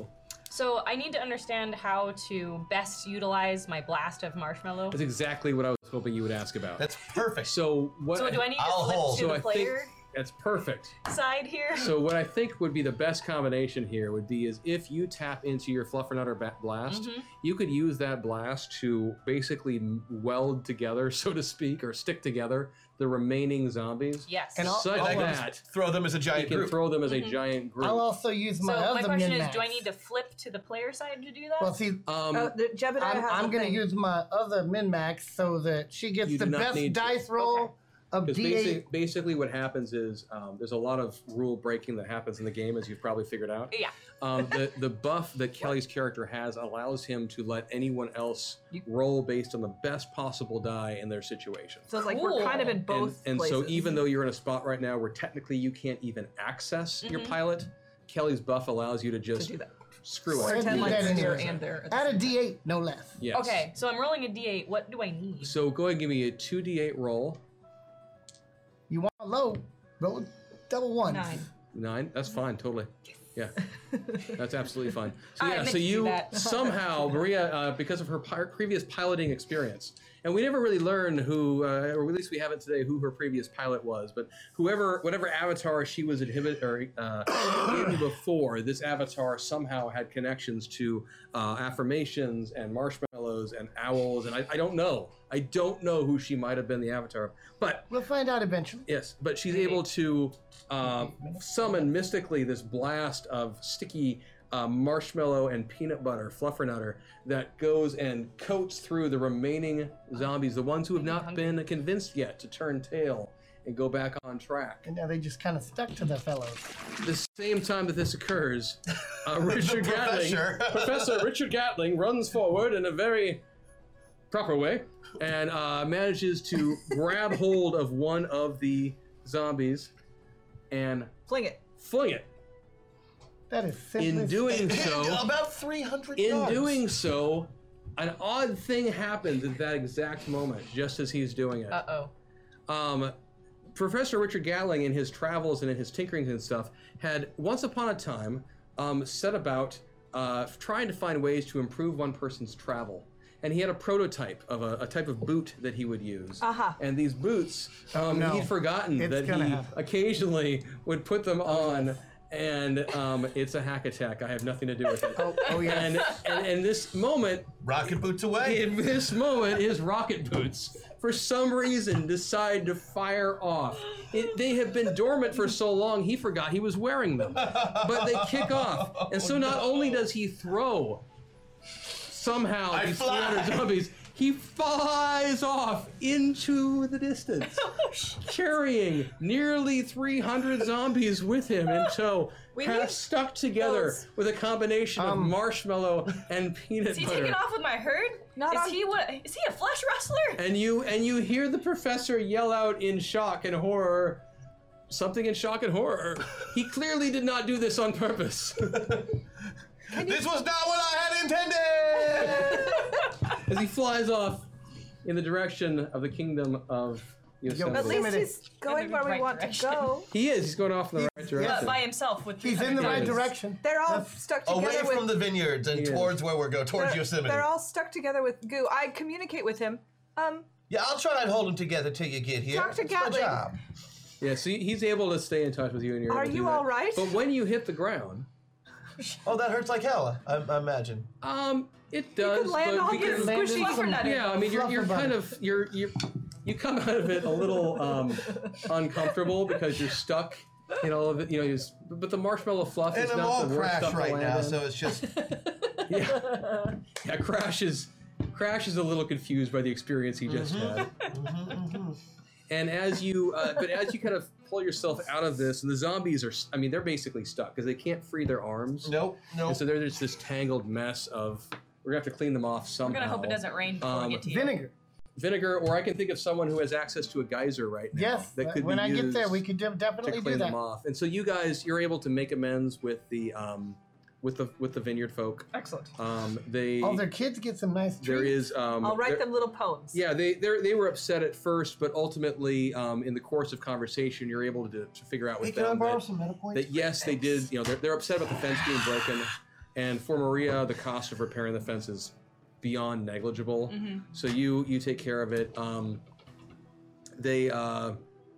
[SPEAKER 4] So I need to understand how to best utilize my blast of marshmallow.
[SPEAKER 2] That's exactly what I was hoping you would ask about.
[SPEAKER 6] That's perfect.
[SPEAKER 2] so what?
[SPEAKER 4] So do I need to
[SPEAKER 6] I'll
[SPEAKER 4] flip
[SPEAKER 6] hold.
[SPEAKER 4] to
[SPEAKER 2] so
[SPEAKER 4] the
[SPEAKER 2] I think
[SPEAKER 4] player
[SPEAKER 2] that's perfect.
[SPEAKER 4] side here?
[SPEAKER 2] So what I think would be the best combination here would be is if you tap into your Fluffernutter ba- blast,
[SPEAKER 4] Mm-hmm.
[SPEAKER 2] you could use that blast to basically m- weld together, so to speak, or stick together the remaining zombies.
[SPEAKER 4] yes.
[SPEAKER 7] And I'll-
[SPEAKER 2] Such
[SPEAKER 6] And I can
[SPEAKER 2] that
[SPEAKER 6] just throw them as a
[SPEAKER 2] you
[SPEAKER 6] giant
[SPEAKER 2] can
[SPEAKER 6] group.
[SPEAKER 2] throw them as a giant group.
[SPEAKER 7] I'll also use
[SPEAKER 4] so
[SPEAKER 7] my
[SPEAKER 4] my
[SPEAKER 7] other
[SPEAKER 4] question
[SPEAKER 7] min
[SPEAKER 4] is, do I need to flip to the player side to do that?
[SPEAKER 7] Well, see,
[SPEAKER 2] um,
[SPEAKER 3] Oh, the, Jebediah
[SPEAKER 7] I'm,
[SPEAKER 3] has
[SPEAKER 7] I'm
[SPEAKER 3] a
[SPEAKER 7] going to
[SPEAKER 3] thing.
[SPEAKER 7] use my other min max so that she gets
[SPEAKER 2] You
[SPEAKER 7] the
[SPEAKER 2] do not
[SPEAKER 7] best
[SPEAKER 2] need to.
[SPEAKER 7] dice roll
[SPEAKER 4] Okay.
[SPEAKER 7] of
[SPEAKER 2] Because
[SPEAKER 7] d8.
[SPEAKER 2] basic, basically, what happens is um, there's a lot of rule breaking that happens in the game, as you've probably figured out.
[SPEAKER 4] Yeah.
[SPEAKER 2] Um, the the buff that Kelly's character has allows him to let anyone else roll based on the best possible die in their situation.
[SPEAKER 3] So it's like we're kind of in
[SPEAKER 2] and,
[SPEAKER 3] both
[SPEAKER 2] and
[SPEAKER 3] places.
[SPEAKER 2] so even though you're in a spot right now where technically you can't even access your pilot, Kelly's buff allows you to
[SPEAKER 3] Mm-hmm. to
[SPEAKER 2] just
[SPEAKER 3] do that,
[SPEAKER 2] screw
[SPEAKER 7] Or
[SPEAKER 2] it.
[SPEAKER 3] pretend
[SPEAKER 7] ten do
[SPEAKER 3] like
[SPEAKER 7] that
[SPEAKER 3] it's here
[SPEAKER 7] anyway.
[SPEAKER 3] and there. at the
[SPEAKER 7] Add a
[SPEAKER 3] same time.
[SPEAKER 7] d8, no less.
[SPEAKER 2] Yes.
[SPEAKER 4] Okay, so I'm rolling a d8. What do I need?
[SPEAKER 2] So go ahead and give me a 2d8 roll.
[SPEAKER 7] You want low, roll double ones.
[SPEAKER 4] Nine.
[SPEAKER 2] Nine. That's fine. Totally. Yeah, that's absolutely fine. So
[SPEAKER 4] All right,
[SPEAKER 2] yeah,
[SPEAKER 4] meant
[SPEAKER 2] so
[SPEAKER 4] to do
[SPEAKER 2] you
[SPEAKER 4] that.
[SPEAKER 2] somehow Maria, uh, because of her pi- previous piloting experience, and we never really learn who, uh, or at least we haven't today, who her previous pilot was. But whoever, whatever avatar she was inhibited or uh, in before, this avatar somehow had connections to uh, affirmations and marshmallows and owls, and I, I don't know. I don't know who she might have been the avatar, of. but
[SPEAKER 7] We'll find out eventually.
[SPEAKER 2] Yes, but uh, she's able to um, summon mystically this blast of sticky uh, marshmallow and peanut butter fluffernutter that goes and coats through the remaining zombies, the ones who have not been convinced yet to turn tail and go back on track.
[SPEAKER 7] And now they just kind of stuck to the fellows.
[SPEAKER 2] the same time that this occurs, uh, Richard Gatling,
[SPEAKER 6] professor.
[SPEAKER 2] Professor Richard Gatling, runs forward in a very proper way and uh, manages to grab hold of one of the zombies and
[SPEAKER 3] Fling it.
[SPEAKER 2] fling it.
[SPEAKER 7] That is simply.
[SPEAKER 2] In doing so,
[SPEAKER 6] about 300
[SPEAKER 2] in
[SPEAKER 6] yards.
[SPEAKER 2] doing so, an odd thing happens at that exact moment, just as he's doing it.
[SPEAKER 4] Uh oh.
[SPEAKER 2] Um, Professor Richard Gatling, in his travels and in his tinkerings and stuff, had once upon a time um, set about uh, trying to find ways to improve one person's travel. And he had a prototype of a, a type of boot that he would use.
[SPEAKER 3] Aha.
[SPEAKER 2] And these boots, um,
[SPEAKER 7] no.
[SPEAKER 2] he'd forgotten
[SPEAKER 7] It's
[SPEAKER 2] that
[SPEAKER 7] gonna
[SPEAKER 2] he
[SPEAKER 7] happen. Oh,
[SPEAKER 2] occasionally would put them on. And um, it's a hack attack. I have nothing to do with it.
[SPEAKER 7] Oh, oh yes.
[SPEAKER 2] And, and in this moment,
[SPEAKER 6] Rocket boots away.
[SPEAKER 2] in this moment, his rocket boots, for some reason, decide to fire off. It, they have been dormant for so long, he forgot he was wearing them. But they kick off. And so not only does he throw somehow
[SPEAKER 6] I
[SPEAKER 2] these
[SPEAKER 6] fly.
[SPEAKER 2] 300 zombies, he flies off into the distance, carrying nearly 300 zombies with him in tow, half
[SPEAKER 4] need
[SPEAKER 2] stuck together
[SPEAKER 4] those.
[SPEAKER 2] with a combination of
[SPEAKER 7] Um,
[SPEAKER 2] marshmallow and peanut
[SPEAKER 4] Is he
[SPEAKER 2] butter.
[SPEAKER 4] taking off with my herd?
[SPEAKER 3] Not
[SPEAKER 4] is
[SPEAKER 3] on-
[SPEAKER 4] he what? Is he a flesh rustler?
[SPEAKER 2] and you and you hear the professor yell out in shock and horror something in shock and horror he clearly did not do this on purpose
[SPEAKER 6] This was not what I had intended.
[SPEAKER 2] as he flies off in the direction of the kingdom of the
[SPEAKER 7] Yo,
[SPEAKER 2] assembly.
[SPEAKER 7] At least
[SPEAKER 13] he's
[SPEAKER 4] going where we want to go.
[SPEAKER 2] he is he's going off in the right
[SPEAKER 4] But
[SPEAKER 2] direction
[SPEAKER 4] by himself with
[SPEAKER 7] He's in the right
[SPEAKER 2] Yes.
[SPEAKER 7] direction.
[SPEAKER 13] They're all
[SPEAKER 7] That's-
[SPEAKER 13] stuck
[SPEAKER 2] Oh,
[SPEAKER 6] away
[SPEAKER 13] together
[SPEAKER 6] from
[SPEAKER 13] with.
[SPEAKER 6] the vineyards and
[SPEAKER 2] Yeah.
[SPEAKER 6] towards where we're going, towards
[SPEAKER 13] they're,
[SPEAKER 6] Yosemite.
[SPEAKER 13] they're all stuck together with goo. I communicate with him. Um,
[SPEAKER 6] yeah, I'll try and hold them together till you get here.
[SPEAKER 13] Talk to
[SPEAKER 6] It's my
[SPEAKER 13] Gatling.
[SPEAKER 6] job.
[SPEAKER 2] yeah so he's able to stay in touch with you and you're
[SPEAKER 13] Are
[SPEAKER 2] able to
[SPEAKER 13] you
[SPEAKER 2] do that.
[SPEAKER 13] all right?
[SPEAKER 2] but when you hit the ground
[SPEAKER 6] Oh, that hurts like hell. I, I imagine.
[SPEAKER 2] um it
[SPEAKER 13] you
[SPEAKER 2] does
[SPEAKER 13] can land
[SPEAKER 2] but
[SPEAKER 13] all
[SPEAKER 2] because-
[SPEAKER 13] your squishy.
[SPEAKER 7] land in some-
[SPEAKER 13] fluffernutter.
[SPEAKER 2] Yeah, I mean, you're,
[SPEAKER 7] Fluff
[SPEAKER 2] you're
[SPEAKER 7] about
[SPEAKER 2] kind
[SPEAKER 7] it.
[SPEAKER 2] of you're you you come out of it a little um, uncomfortable because you're stuck in all of it. You know, you s- but the marshmallow fluff
[SPEAKER 6] And
[SPEAKER 2] is
[SPEAKER 6] I'm
[SPEAKER 2] not
[SPEAKER 6] all
[SPEAKER 2] the worst
[SPEAKER 6] crashed
[SPEAKER 2] stuff to
[SPEAKER 6] right
[SPEAKER 2] land
[SPEAKER 6] now,
[SPEAKER 2] in.
[SPEAKER 6] so it's just
[SPEAKER 2] yeah, yeah, Crash is Crash is a little confused by the experience he just
[SPEAKER 6] Mm-hmm.
[SPEAKER 2] had. And as you, uh, but as you kind of pull yourself out of this, and the zombies are, s- I mean, they're basically stuck because they can't free their arms.
[SPEAKER 6] nope, nope.
[SPEAKER 2] And so they're just this tangled mess of, we're going to have to clean them off somehow.
[SPEAKER 4] We're gonna hope it doesn't rain before
[SPEAKER 2] Um,
[SPEAKER 4] we get to you.
[SPEAKER 7] Vinegar.
[SPEAKER 2] vinegar, or I can think of someone who has access to a geyser right now.
[SPEAKER 7] Yes.
[SPEAKER 2] that could
[SPEAKER 7] when
[SPEAKER 2] be
[SPEAKER 7] I get there,
[SPEAKER 2] used
[SPEAKER 7] we could de-
[SPEAKER 2] to
[SPEAKER 7] definitely
[SPEAKER 2] clean
[SPEAKER 7] do that.
[SPEAKER 2] them off. And so you guys, you're able to make amends with the um, with the with the vineyard folk.
[SPEAKER 13] Excellent.
[SPEAKER 2] Um, they
[SPEAKER 7] All their kids get some nice treats.
[SPEAKER 2] there is um,
[SPEAKER 13] I'll write
[SPEAKER 2] there-
[SPEAKER 13] them little poems.
[SPEAKER 2] Yeah, they they're- they were upset at first, but ultimately, um, in the course of conversation, you're able to, to figure out with
[SPEAKER 6] Hey, can I
[SPEAKER 2] them
[SPEAKER 6] borrow
[SPEAKER 2] that,
[SPEAKER 6] some metal points?
[SPEAKER 2] that yes, they did. You know, they're, they're upset about the fence being broken, and for Maria, the cost of repairing the fence is beyond negligible. So you you take care of it. Um, they uh,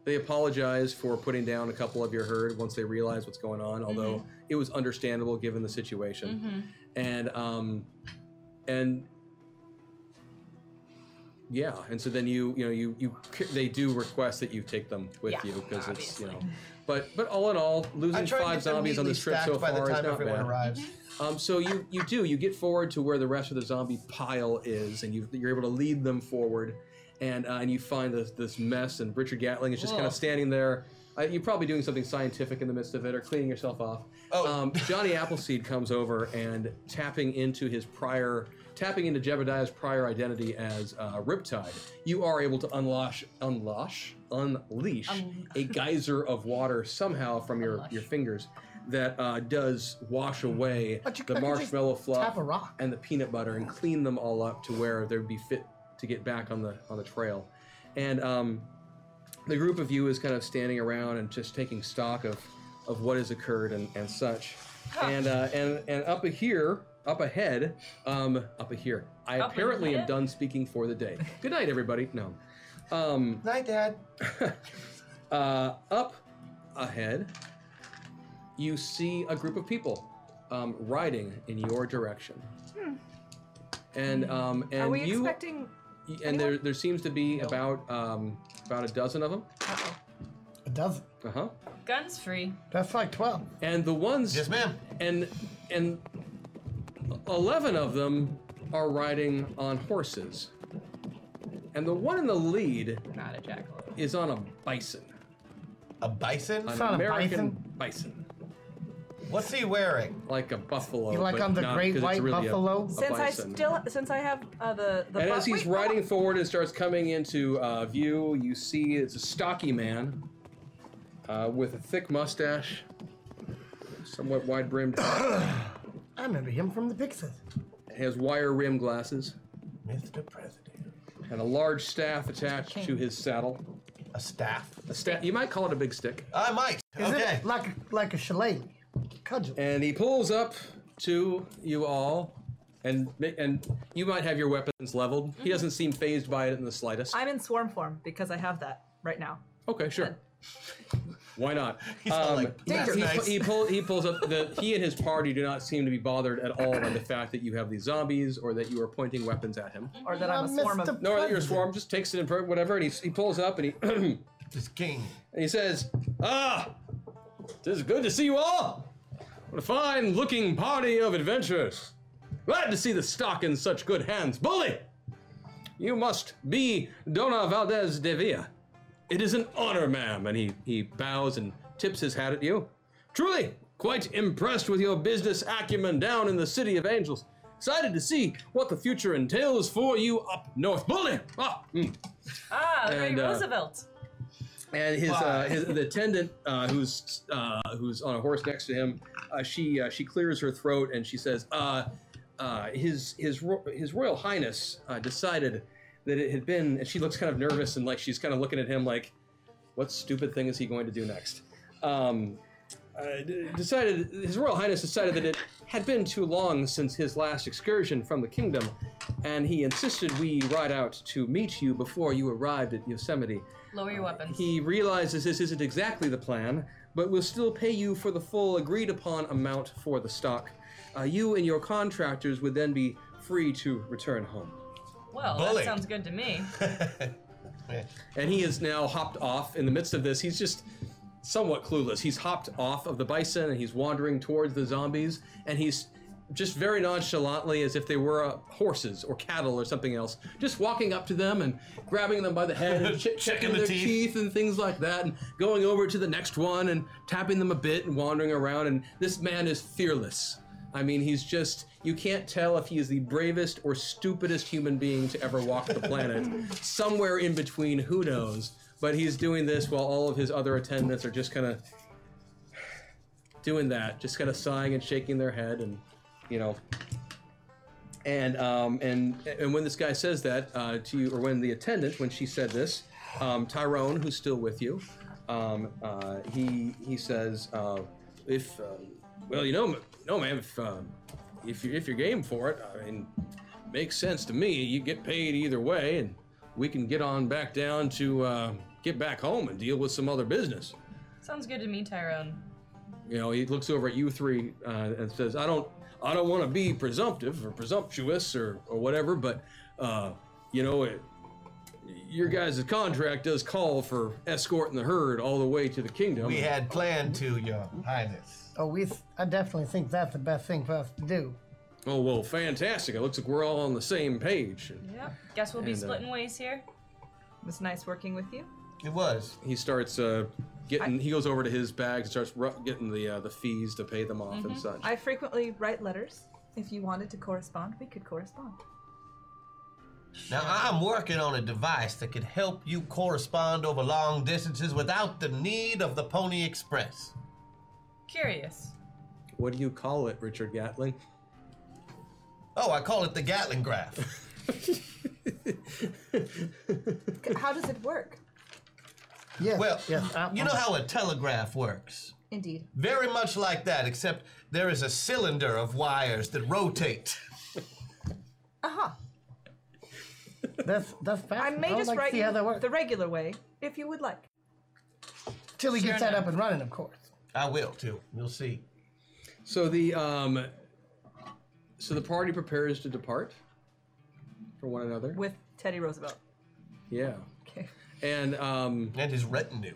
[SPEAKER 2] they apologize for putting down a couple of your herd once they realize what's going on. Although it was understandable given the situation, and um, and yeah, and so then you you know you you c- they do request that you take them with
[SPEAKER 4] Yeah,
[SPEAKER 2] you because it's you know. But, but all in all,
[SPEAKER 6] I
[SPEAKER 2] losing
[SPEAKER 6] tried to
[SPEAKER 2] five
[SPEAKER 6] get them
[SPEAKER 2] zombies on
[SPEAKER 6] neatly
[SPEAKER 2] this trip so
[SPEAKER 6] stacked by the
[SPEAKER 2] far is
[SPEAKER 6] time
[SPEAKER 2] not
[SPEAKER 6] everyone
[SPEAKER 2] bad.
[SPEAKER 6] arrives.
[SPEAKER 13] Mm-hmm.
[SPEAKER 2] Um, so you you do you get forward to where the rest of the zombie pile is, and you, you're able to lead them forward, and uh, and you find this this mess, and Richard Gatling is just kind of standing there. Uh, you're probably doing something scientific in the midst of it, or cleaning yourself off.
[SPEAKER 6] Oh.
[SPEAKER 2] Um, Johnny Appleseed comes over and tapping into his prior, tapping into Jebediah's prior identity as uh, Riptide. You are able to unlash, unlash, unleash a geyser of water somehow from your, your fingers that uh, does wash away
[SPEAKER 7] But you
[SPEAKER 2] the
[SPEAKER 7] could just
[SPEAKER 2] marshmallow fluff
[SPEAKER 7] tap a rock.
[SPEAKER 2] and the peanut butter and clean them all up to where they'd be fit to get back on the on the trail. And um, the group of you is kind of standing around and just taking stock of of what has occurred and, and such. And uh, and and up here, up ahead, um, up here. I
[SPEAKER 4] Up
[SPEAKER 2] apparently am
[SPEAKER 4] ahead?
[SPEAKER 2] done speaking for the day. Good night, everybody. No. Um,
[SPEAKER 6] Night, Dad.
[SPEAKER 2] uh, up ahead, you see a group of people um, riding in your direction. And um, and
[SPEAKER 13] Hmm. Are we
[SPEAKER 2] you
[SPEAKER 13] expecting?
[SPEAKER 2] and there there seems to be about um, about a dozen of them.
[SPEAKER 13] Uh-oh.
[SPEAKER 6] A
[SPEAKER 7] dozen.
[SPEAKER 2] Uh huh.
[SPEAKER 4] Guns free.
[SPEAKER 7] That's like 12.
[SPEAKER 2] And the ones
[SPEAKER 6] Yes, ma'am.
[SPEAKER 2] and and eleven of them are riding on horses, and the one in the lead
[SPEAKER 4] Not a jackalope.
[SPEAKER 2] is on a bison,
[SPEAKER 6] A bison?
[SPEAKER 2] an
[SPEAKER 7] It's not a
[SPEAKER 2] American bison.
[SPEAKER 6] What's he wearing?
[SPEAKER 2] like a buffalo.
[SPEAKER 7] You like
[SPEAKER 2] but
[SPEAKER 7] on the
[SPEAKER 2] not-
[SPEAKER 7] great
[SPEAKER 2] 'cause it's
[SPEAKER 7] white
[SPEAKER 2] really a-
[SPEAKER 7] buffalo?
[SPEAKER 2] a
[SPEAKER 3] Since I
[SPEAKER 2] bison.
[SPEAKER 3] still, since I have uh, the the.
[SPEAKER 2] And
[SPEAKER 3] bu-
[SPEAKER 2] as he's
[SPEAKER 3] wait,
[SPEAKER 2] riding forward and starts coming into uh, view, you see it's a stocky man uh, with a thick mustache, somewhat wide brimmed,
[SPEAKER 7] I remember him from the Pixies.
[SPEAKER 2] has wire rim glasses,
[SPEAKER 6] Mr. President.
[SPEAKER 2] and a large staff attached to his saddle.
[SPEAKER 6] A staff?
[SPEAKER 2] A sta- you might call it a big stick.
[SPEAKER 6] I might.
[SPEAKER 7] Is
[SPEAKER 6] okay.
[SPEAKER 7] it like a, like a shillelagh? Cudgel.
[SPEAKER 2] And he pulls up to you all. And, and you might have your weapons leveled. He doesn't seem phased by it in the slightest.
[SPEAKER 3] I'm in swarm form because I have that right now.
[SPEAKER 2] Okay, sure. Why not? Um,
[SPEAKER 6] He's all like,
[SPEAKER 2] he-
[SPEAKER 6] "That's
[SPEAKER 2] he,
[SPEAKER 6] nice."
[SPEAKER 2] he, pull, he pulls up the he and his party do not seem to be bothered at all by the fact that you have these zombies or that you are pointing weapons at him.
[SPEAKER 3] Or that I'm a
[SPEAKER 7] Uh,
[SPEAKER 3] swarm
[SPEAKER 7] Mr.
[SPEAKER 3] of.
[SPEAKER 2] No, that your
[SPEAKER 7] President.
[SPEAKER 2] swarm just takes it in front, whatever, and he, he pulls up and he and
[SPEAKER 6] This king.
[SPEAKER 2] he says, "Ah, this is good to see you all. What a fine looking party of adventurers. Glad to see the stock in such good hands. Bully, you must be Dona Valdez de Villa. It is an honor, ma'am. And he, he bows and tips his hat at you. Truly, quite impressed with your business acumen down in the City of Angels. Excited to see what the future entails for you up north. Bully! Ah, mm.
[SPEAKER 4] Ah, Ray
[SPEAKER 2] And, uh,
[SPEAKER 4] Roosevelt.
[SPEAKER 2] And his, uh, his the attendant uh, who's uh, who's on a horse next to him, uh, she uh, she clears her throat and she says, uh, uh, "His his ro- his royal highness uh, decided that it had been." And she looks kind of nervous and like she's kind of looking at him like, "What stupid thing is he going to do next?" Um, uh, d- decided his royal highness decided that it had been too long since his last excursion from the kingdom, and he insisted we ride out to meet you before you arrived at Yosemite.
[SPEAKER 4] Lower your weapons.
[SPEAKER 2] He realizes this isn't exactly the plan, but will still pay you for the full agreed upon amount for the stock. Uh, you and your contractors would then be free to return home.
[SPEAKER 4] well,
[SPEAKER 6] Bully.
[SPEAKER 4] that sounds good to me.
[SPEAKER 2] And he has now hopped off. In the midst of this, he's just somewhat clueless. He's hopped off of the bison and he's wandering towards the zombies, and he's just very nonchalantly, as if they were uh, horses or cattle or something else, just walking up to them and grabbing them by the head and che- checking,
[SPEAKER 6] the
[SPEAKER 2] their
[SPEAKER 6] teeth.
[SPEAKER 2] teeth and things like that, and going over to the next one and tapping them a bit and wandering around. And this man is fearless. I mean, he's just, you can't tell if he is the bravest or stupidest human being to ever walk the planet. Somewhere in between, who knows? But he's doing this while all of his other attendants are just kind of doing that, just kind of sighing and shaking their head and, you know. And um, and and when this guy says that uh, to you, or when the attendant, when she said this, um, Tyrone, who's still with you, um, uh, he he says, uh, if um, well, you know, m- no, man, if um, if you if you're game for it, I mean, makes sense to me. You get paid either way, and we can get on back down to uh, get back home and deal with some other business.
[SPEAKER 4] Sounds good to me, Tyrone.
[SPEAKER 2] You know, he looks over at you three uh, and says, "I don't, I don't want to be presumptive or presumptuous or, or whatever, but uh, you know, it, your guys' contract does call for escorting the herd all the way to the kingdom.
[SPEAKER 6] we had planned to, Your Highness.
[SPEAKER 7] Oh, we, s- I definitely think that's the best thing for us to do.
[SPEAKER 2] oh well, fantastic! It looks like we're all on the same page."
[SPEAKER 4] Yep. Guess we'll be
[SPEAKER 2] And, uh,
[SPEAKER 4] splitting ways here.
[SPEAKER 3] It was nice working with you.
[SPEAKER 6] It was.
[SPEAKER 2] He starts uh, getting, he goes over to his bags and starts ru- getting the uh, the fees to pay them off and such.
[SPEAKER 3] I frequently write letters. If you wanted to correspond, we could correspond.
[SPEAKER 6] Now, I'm working on a device that could help you correspond over long distances without the need of the Pony Express.
[SPEAKER 4] Curious.
[SPEAKER 2] what do you call it, Richard Gatling?
[SPEAKER 6] Oh, I call it the Gatling graph.
[SPEAKER 3] C- How does it work?
[SPEAKER 7] Yes,
[SPEAKER 6] Well,
[SPEAKER 7] yes, I-
[SPEAKER 6] you know how a telegraph works?
[SPEAKER 3] Indeed.
[SPEAKER 6] Very much like that, except there is a cylinder of wires that rotate.
[SPEAKER 3] Aha.
[SPEAKER 7] that's that's
[SPEAKER 3] I
[SPEAKER 7] fascinating.
[SPEAKER 3] may
[SPEAKER 7] would
[SPEAKER 3] just
[SPEAKER 7] like to
[SPEAKER 3] write
[SPEAKER 7] see how that
[SPEAKER 3] you
[SPEAKER 7] works.
[SPEAKER 3] the regular way if you would like.
[SPEAKER 7] Till he gets that up and running, of course.
[SPEAKER 6] I will too. You'll see.
[SPEAKER 2] So the um, so the party prepares to depart for one another.
[SPEAKER 3] With Teddy Roosevelt.
[SPEAKER 2] Yeah,
[SPEAKER 3] Okay.
[SPEAKER 2] and um,
[SPEAKER 6] And his retinue.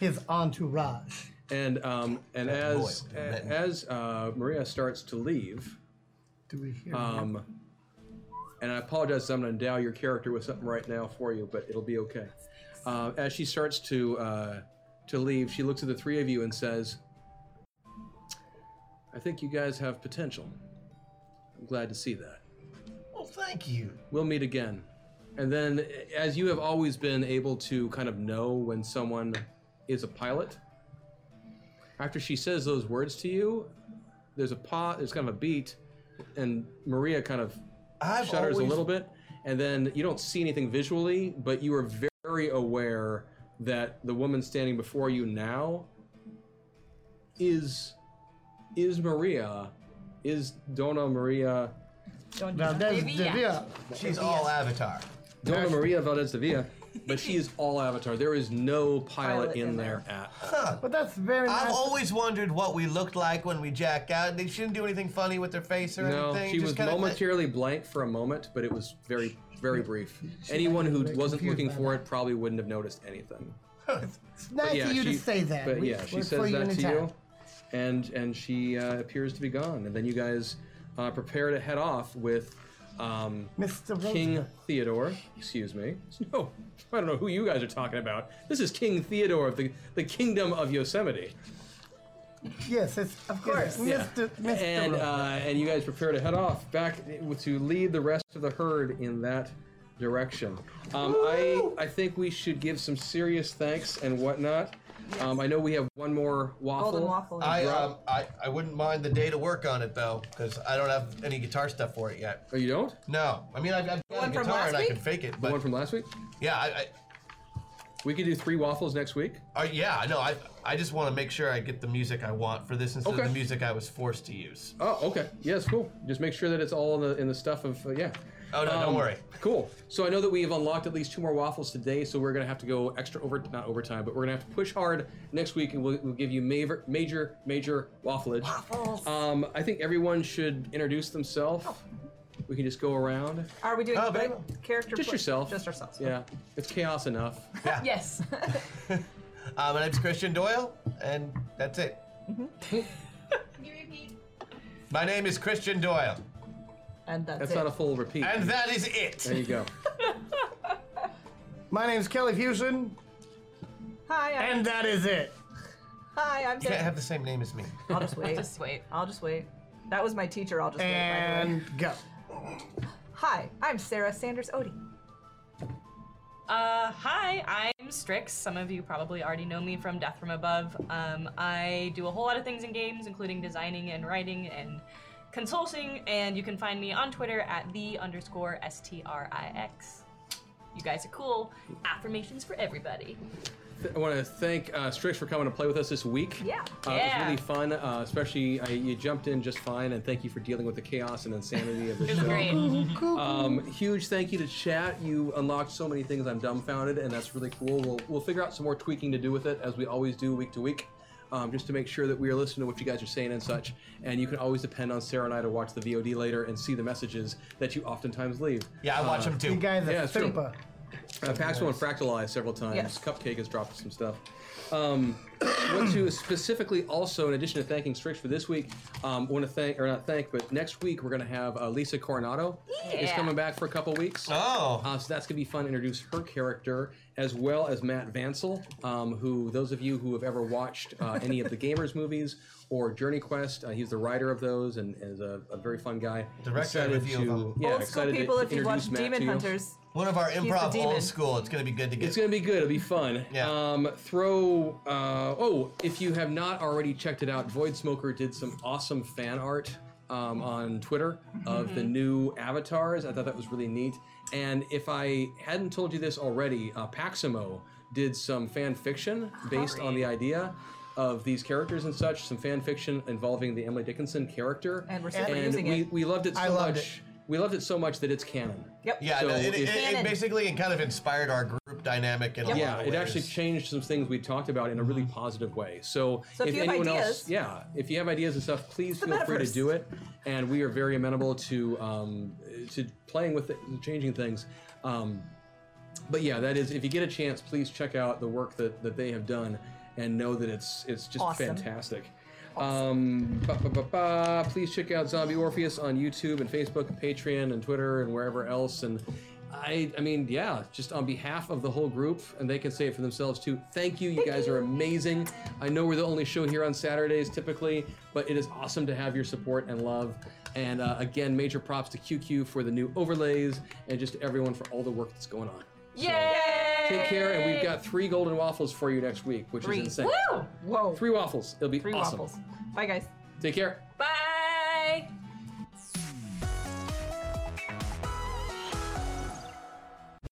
[SPEAKER 7] his entourage.
[SPEAKER 2] And um, and as
[SPEAKER 6] loyal, didn't it?
[SPEAKER 2] as uh, Maria starts to leave,
[SPEAKER 7] Do we hear?
[SPEAKER 2] um, and I apologize, I'm going to endow your character with something right now for you, but it'll be okay. Uh, as she starts to uh, to leave, she looks at the three of you and says, "I think you guys have potential. I'm glad to see that."
[SPEAKER 6] Well, thank you.
[SPEAKER 2] we'll meet again. And then, as you have always been able to kind of know when someone is a pilot, after she says those words to you, there's a pause, there's kind of a beat, and Maria kind of
[SPEAKER 6] I've
[SPEAKER 2] shudders a
[SPEAKER 6] always-
[SPEAKER 2] little bit. And then you don't see anything visually, but you are very aware that the woman standing before you now is is Maria, is Donna Maria,
[SPEAKER 15] Don't
[SPEAKER 7] Now there's
[SPEAKER 4] Divya.
[SPEAKER 7] Divya.
[SPEAKER 6] She's all Avatar.
[SPEAKER 2] Donna Maria Valdez de Villa, but she is all Avatar. There is no pilot,
[SPEAKER 15] Pilot
[SPEAKER 2] in,
[SPEAKER 15] in
[SPEAKER 2] there at all.
[SPEAKER 7] But that's very nice.
[SPEAKER 6] I've always wondered what we looked like when we jack out. They shouldn't do anything funny with their face or
[SPEAKER 2] No,
[SPEAKER 6] anything.
[SPEAKER 2] she
[SPEAKER 6] Just
[SPEAKER 2] was
[SPEAKER 6] kinda-
[SPEAKER 2] momentarily blank for a moment, but it was very, very brief. Anyone who
[SPEAKER 7] Very
[SPEAKER 2] wasn't
[SPEAKER 7] confused
[SPEAKER 2] looking
[SPEAKER 7] by
[SPEAKER 2] for it probably wouldn't have noticed anything.
[SPEAKER 7] it's nice
[SPEAKER 2] But yeah,
[SPEAKER 7] of you
[SPEAKER 2] she,
[SPEAKER 7] to say that.
[SPEAKER 2] But
[SPEAKER 7] We-
[SPEAKER 2] yeah, she
[SPEAKER 7] we're for
[SPEAKER 2] says
[SPEAKER 7] you
[SPEAKER 2] that
[SPEAKER 7] in
[SPEAKER 2] to
[SPEAKER 7] attack.
[SPEAKER 2] you, and and she uh, appears to be gone. And then you guys uh, prepare to head off with um,
[SPEAKER 7] Mr. Rosen.
[SPEAKER 2] King Theodore. Excuse me. No, I don't know who you guys are talking about. This is King Theodore of the the Kingdom of Yosemite.
[SPEAKER 7] Yes, it's of course,
[SPEAKER 2] Yeah.
[SPEAKER 7] Mr. Mr.
[SPEAKER 2] And
[SPEAKER 7] Rosen.
[SPEAKER 2] uh, and you guys prepare to head off back to lead the rest of the herd in that direction. Um, I I think we should give some serious thanks and whatnot. Um, I know we have one more waffle.
[SPEAKER 3] Golden waffle.
[SPEAKER 6] I,
[SPEAKER 2] uh,
[SPEAKER 6] um, I I wouldn't mind the day to work on it though, because I don't have any guitar stuff for it yet.
[SPEAKER 2] Oh, you don't?
[SPEAKER 6] No, I mean I've, I've got a
[SPEAKER 3] one from
[SPEAKER 6] guitar
[SPEAKER 3] last
[SPEAKER 6] and I
[SPEAKER 3] week?
[SPEAKER 6] can fake it,
[SPEAKER 2] The
[SPEAKER 6] but
[SPEAKER 2] one from last week.
[SPEAKER 6] yeah, I, I
[SPEAKER 2] We could do three waffles next week.
[SPEAKER 6] Uh, yeah, I know. I I just want to make sure I get the music I want for this instead
[SPEAKER 2] Okay.
[SPEAKER 6] of the music I was forced to use.
[SPEAKER 2] Oh, okay. Yes, cool. Just make sure that it's all in the in the stuff of uh, yeah.
[SPEAKER 6] Oh, no, don't
[SPEAKER 3] Um,
[SPEAKER 6] worry.
[SPEAKER 2] Cool. So I know that we have unlocked at least two more waffles today, so we're gonna have to go extra over not overtime, but we're gonna have to push hard next week, and we'll, we'll give you major major major waffleage. Waffles. Um, I think everyone should introduce themselves.
[SPEAKER 4] Oh.
[SPEAKER 2] We can just go around.
[SPEAKER 3] Are we doing
[SPEAKER 6] Oh,
[SPEAKER 3] like,
[SPEAKER 6] babe.
[SPEAKER 3] character?
[SPEAKER 2] Just
[SPEAKER 3] play-
[SPEAKER 2] yourself.
[SPEAKER 3] Just ourselves.
[SPEAKER 2] Yeah, it's chaos enough.
[SPEAKER 4] Yes.
[SPEAKER 6] Uh, my name's Christian Doyle, and that's it.
[SPEAKER 3] Mm-hmm.
[SPEAKER 5] Can you repeat?
[SPEAKER 6] My name is Christian Doyle,
[SPEAKER 15] And that's,
[SPEAKER 2] That's
[SPEAKER 15] it.
[SPEAKER 2] not a full repeat.
[SPEAKER 6] and that is it.
[SPEAKER 2] there you go.
[SPEAKER 7] My name's Kelly Fusion,
[SPEAKER 3] Hi. I'm,
[SPEAKER 7] and that is it.
[SPEAKER 3] hi. I'm.
[SPEAKER 6] You can't
[SPEAKER 3] Dave.
[SPEAKER 6] have the same name as me.
[SPEAKER 3] I'll just wait.
[SPEAKER 4] Just wait.
[SPEAKER 3] I'll just wait. That was my teacher. I'll just wait. By the way.
[SPEAKER 7] And go.
[SPEAKER 3] Hi. I'm Sarah Sanders Odie.
[SPEAKER 4] Uh, hi, I'm Strix. Some of you probably already know me from Death from Above. Um, I do a whole lot of things in games, including designing and writing and consulting. And you can find me on Twitter at the underscore S T R I X. You guys are cool. Affirmations for everybody.
[SPEAKER 2] I want to thank uh, Strix for coming to play with us this week.
[SPEAKER 4] Yeah.
[SPEAKER 2] Uh,
[SPEAKER 4] Yeah.
[SPEAKER 2] It was really fun, uh, especially I, you jumped in just fine, and thank you for dealing with the chaos and insanity of the
[SPEAKER 4] It was
[SPEAKER 2] show.
[SPEAKER 4] great.
[SPEAKER 2] Um, huge thank you to chat. You unlocked so many things. I'm dumbfounded, and that's really cool. We'll, we'll figure out some more tweaking to do with it, as we always do week to week, um, just to make sure that we are listening to what you guys are saying and such. And you can always depend on Sarah and I to watch the VOD later and see the messages that you oftentimes leave.
[SPEAKER 6] Yeah, I
[SPEAKER 2] Uh,
[SPEAKER 6] watch him
[SPEAKER 7] You
[SPEAKER 6] too.
[SPEAKER 7] guys are
[SPEAKER 2] Yeah, it's true.
[SPEAKER 7] super.
[SPEAKER 2] Uh, Paxful and Fractalized several times.
[SPEAKER 3] Yes.
[SPEAKER 2] Cupcake has dropped some stuff. Um, want to specifically also, in addition to thanking Strix for this week, um, want to thank or not thank, but next week we're going to have uh, Lisa Coronado is
[SPEAKER 4] Yeah.
[SPEAKER 2] coming back for a couple weeks.
[SPEAKER 6] Oh,
[SPEAKER 2] Uh, so that's going to be fun. Introduce her character as well as Matt Vansel, um, who those of you who have ever watched uh, any of the Gamers movies or Journey Quest, uh, he's the writer of those and is a, a very fun guy.
[SPEAKER 6] Director of
[SPEAKER 2] Excited
[SPEAKER 6] a few of
[SPEAKER 2] to-
[SPEAKER 6] them.
[SPEAKER 2] Yeah,
[SPEAKER 3] Old school
[SPEAKER 2] excited to-
[SPEAKER 3] people,
[SPEAKER 2] to
[SPEAKER 3] if you
[SPEAKER 2] introduce
[SPEAKER 3] watch
[SPEAKER 2] Matt to
[SPEAKER 3] Demon
[SPEAKER 2] you.
[SPEAKER 3] Hunters,
[SPEAKER 6] one of our improv
[SPEAKER 3] demon.
[SPEAKER 6] old school. It's gonna be good to get.
[SPEAKER 2] It's gonna be good. It'll be fun.
[SPEAKER 6] Yeah.
[SPEAKER 2] Um, throw. Uh, oh, if you have not already checked it out, Void Smoker did some awesome fan art um, on Twitter of the new avatars. I thought that was really neat. And if I hadn't told you this already, uh, Paximo did some fan fiction based on the idea of these characters and such. Some fan fiction involving the Emily Dickinson character.
[SPEAKER 3] and we're super
[SPEAKER 2] And
[SPEAKER 3] using
[SPEAKER 2] we,
[SPEAKER 3] it.
[SPEAKER 2] we loved it so
[SPEAKER 7] I loved
[SPEAKER 2] much. We loved it so much that it's canon.
[SPEAKER 3] Yep.
[SPEAKER 6] yeah,
[SPEAKER 2] so
[SPEAKER 6] no, it, it,
[SPEAKER 2] if-
[SPEAKER 6] it
[SPEAKER 3] Canon.
[SPEAKER 6] basically it kind of inspired our group dynamic in a
[SPEAKER 2] yeah,
[SPEAKER 6] lot of
[SPEAKER 2] it
[SPEAKER 6] ways. Mm-hmm.
[SPEAKER 2] actually changed some things we talked about in a really positive way. So,
[SPEAKER 3] So if you have
[SPEAKER 2] anyone
[SPEAKER 3] ideas-
[SPEAKER 2] else, yeah, if you have ideas and stuff, please
[SPEAKER 3] the
[SPEAKER 2] feel free to
[SPEAKER 3] metaverse.
[SPEAKER 2] do it. And we are very amenable to um, to playing with it, and changing things. Um, but yeah, that is. If you get a chance, please check out the work that, that they have done, and know that it's it's just
[SPEAKER 3] Awesome.
[SPEAKER 2] fantastic. Um, ba, ba, ba, ba. Please check out Zombie Orpheus on YouTube and Facebook and Patreon and Twitter and wherever else. And I I mean, yeah, just on behalf of the whole group, and they can say it for themselves too. Thank you. You guys are amazing. I know we're the only show here on Saturdays typically, but it is awesome to have your support and love. And uh, again, major props to QQ for the new overlays and just to everyone for all the work that's going on. So,
[SPEAKER 4] Yay!
[SPEAKER 2] Take care, and we've got three golden waffles for you next week, which
[SPEAKER 3] Three.
[SPEAKER 2] is insane.
[SPEAKER 4] Woo!
[SPEAKER 3] Whoa.
[SPEAKER 2] Three waffles. It'll be
[SPEAKER 3] Three
[SPEAKER 2] awesome.
[SPEAKER 3] waffles. Bye, guys.
[SPEAKER 2] Take care.
[SPEAKER 4] Bye!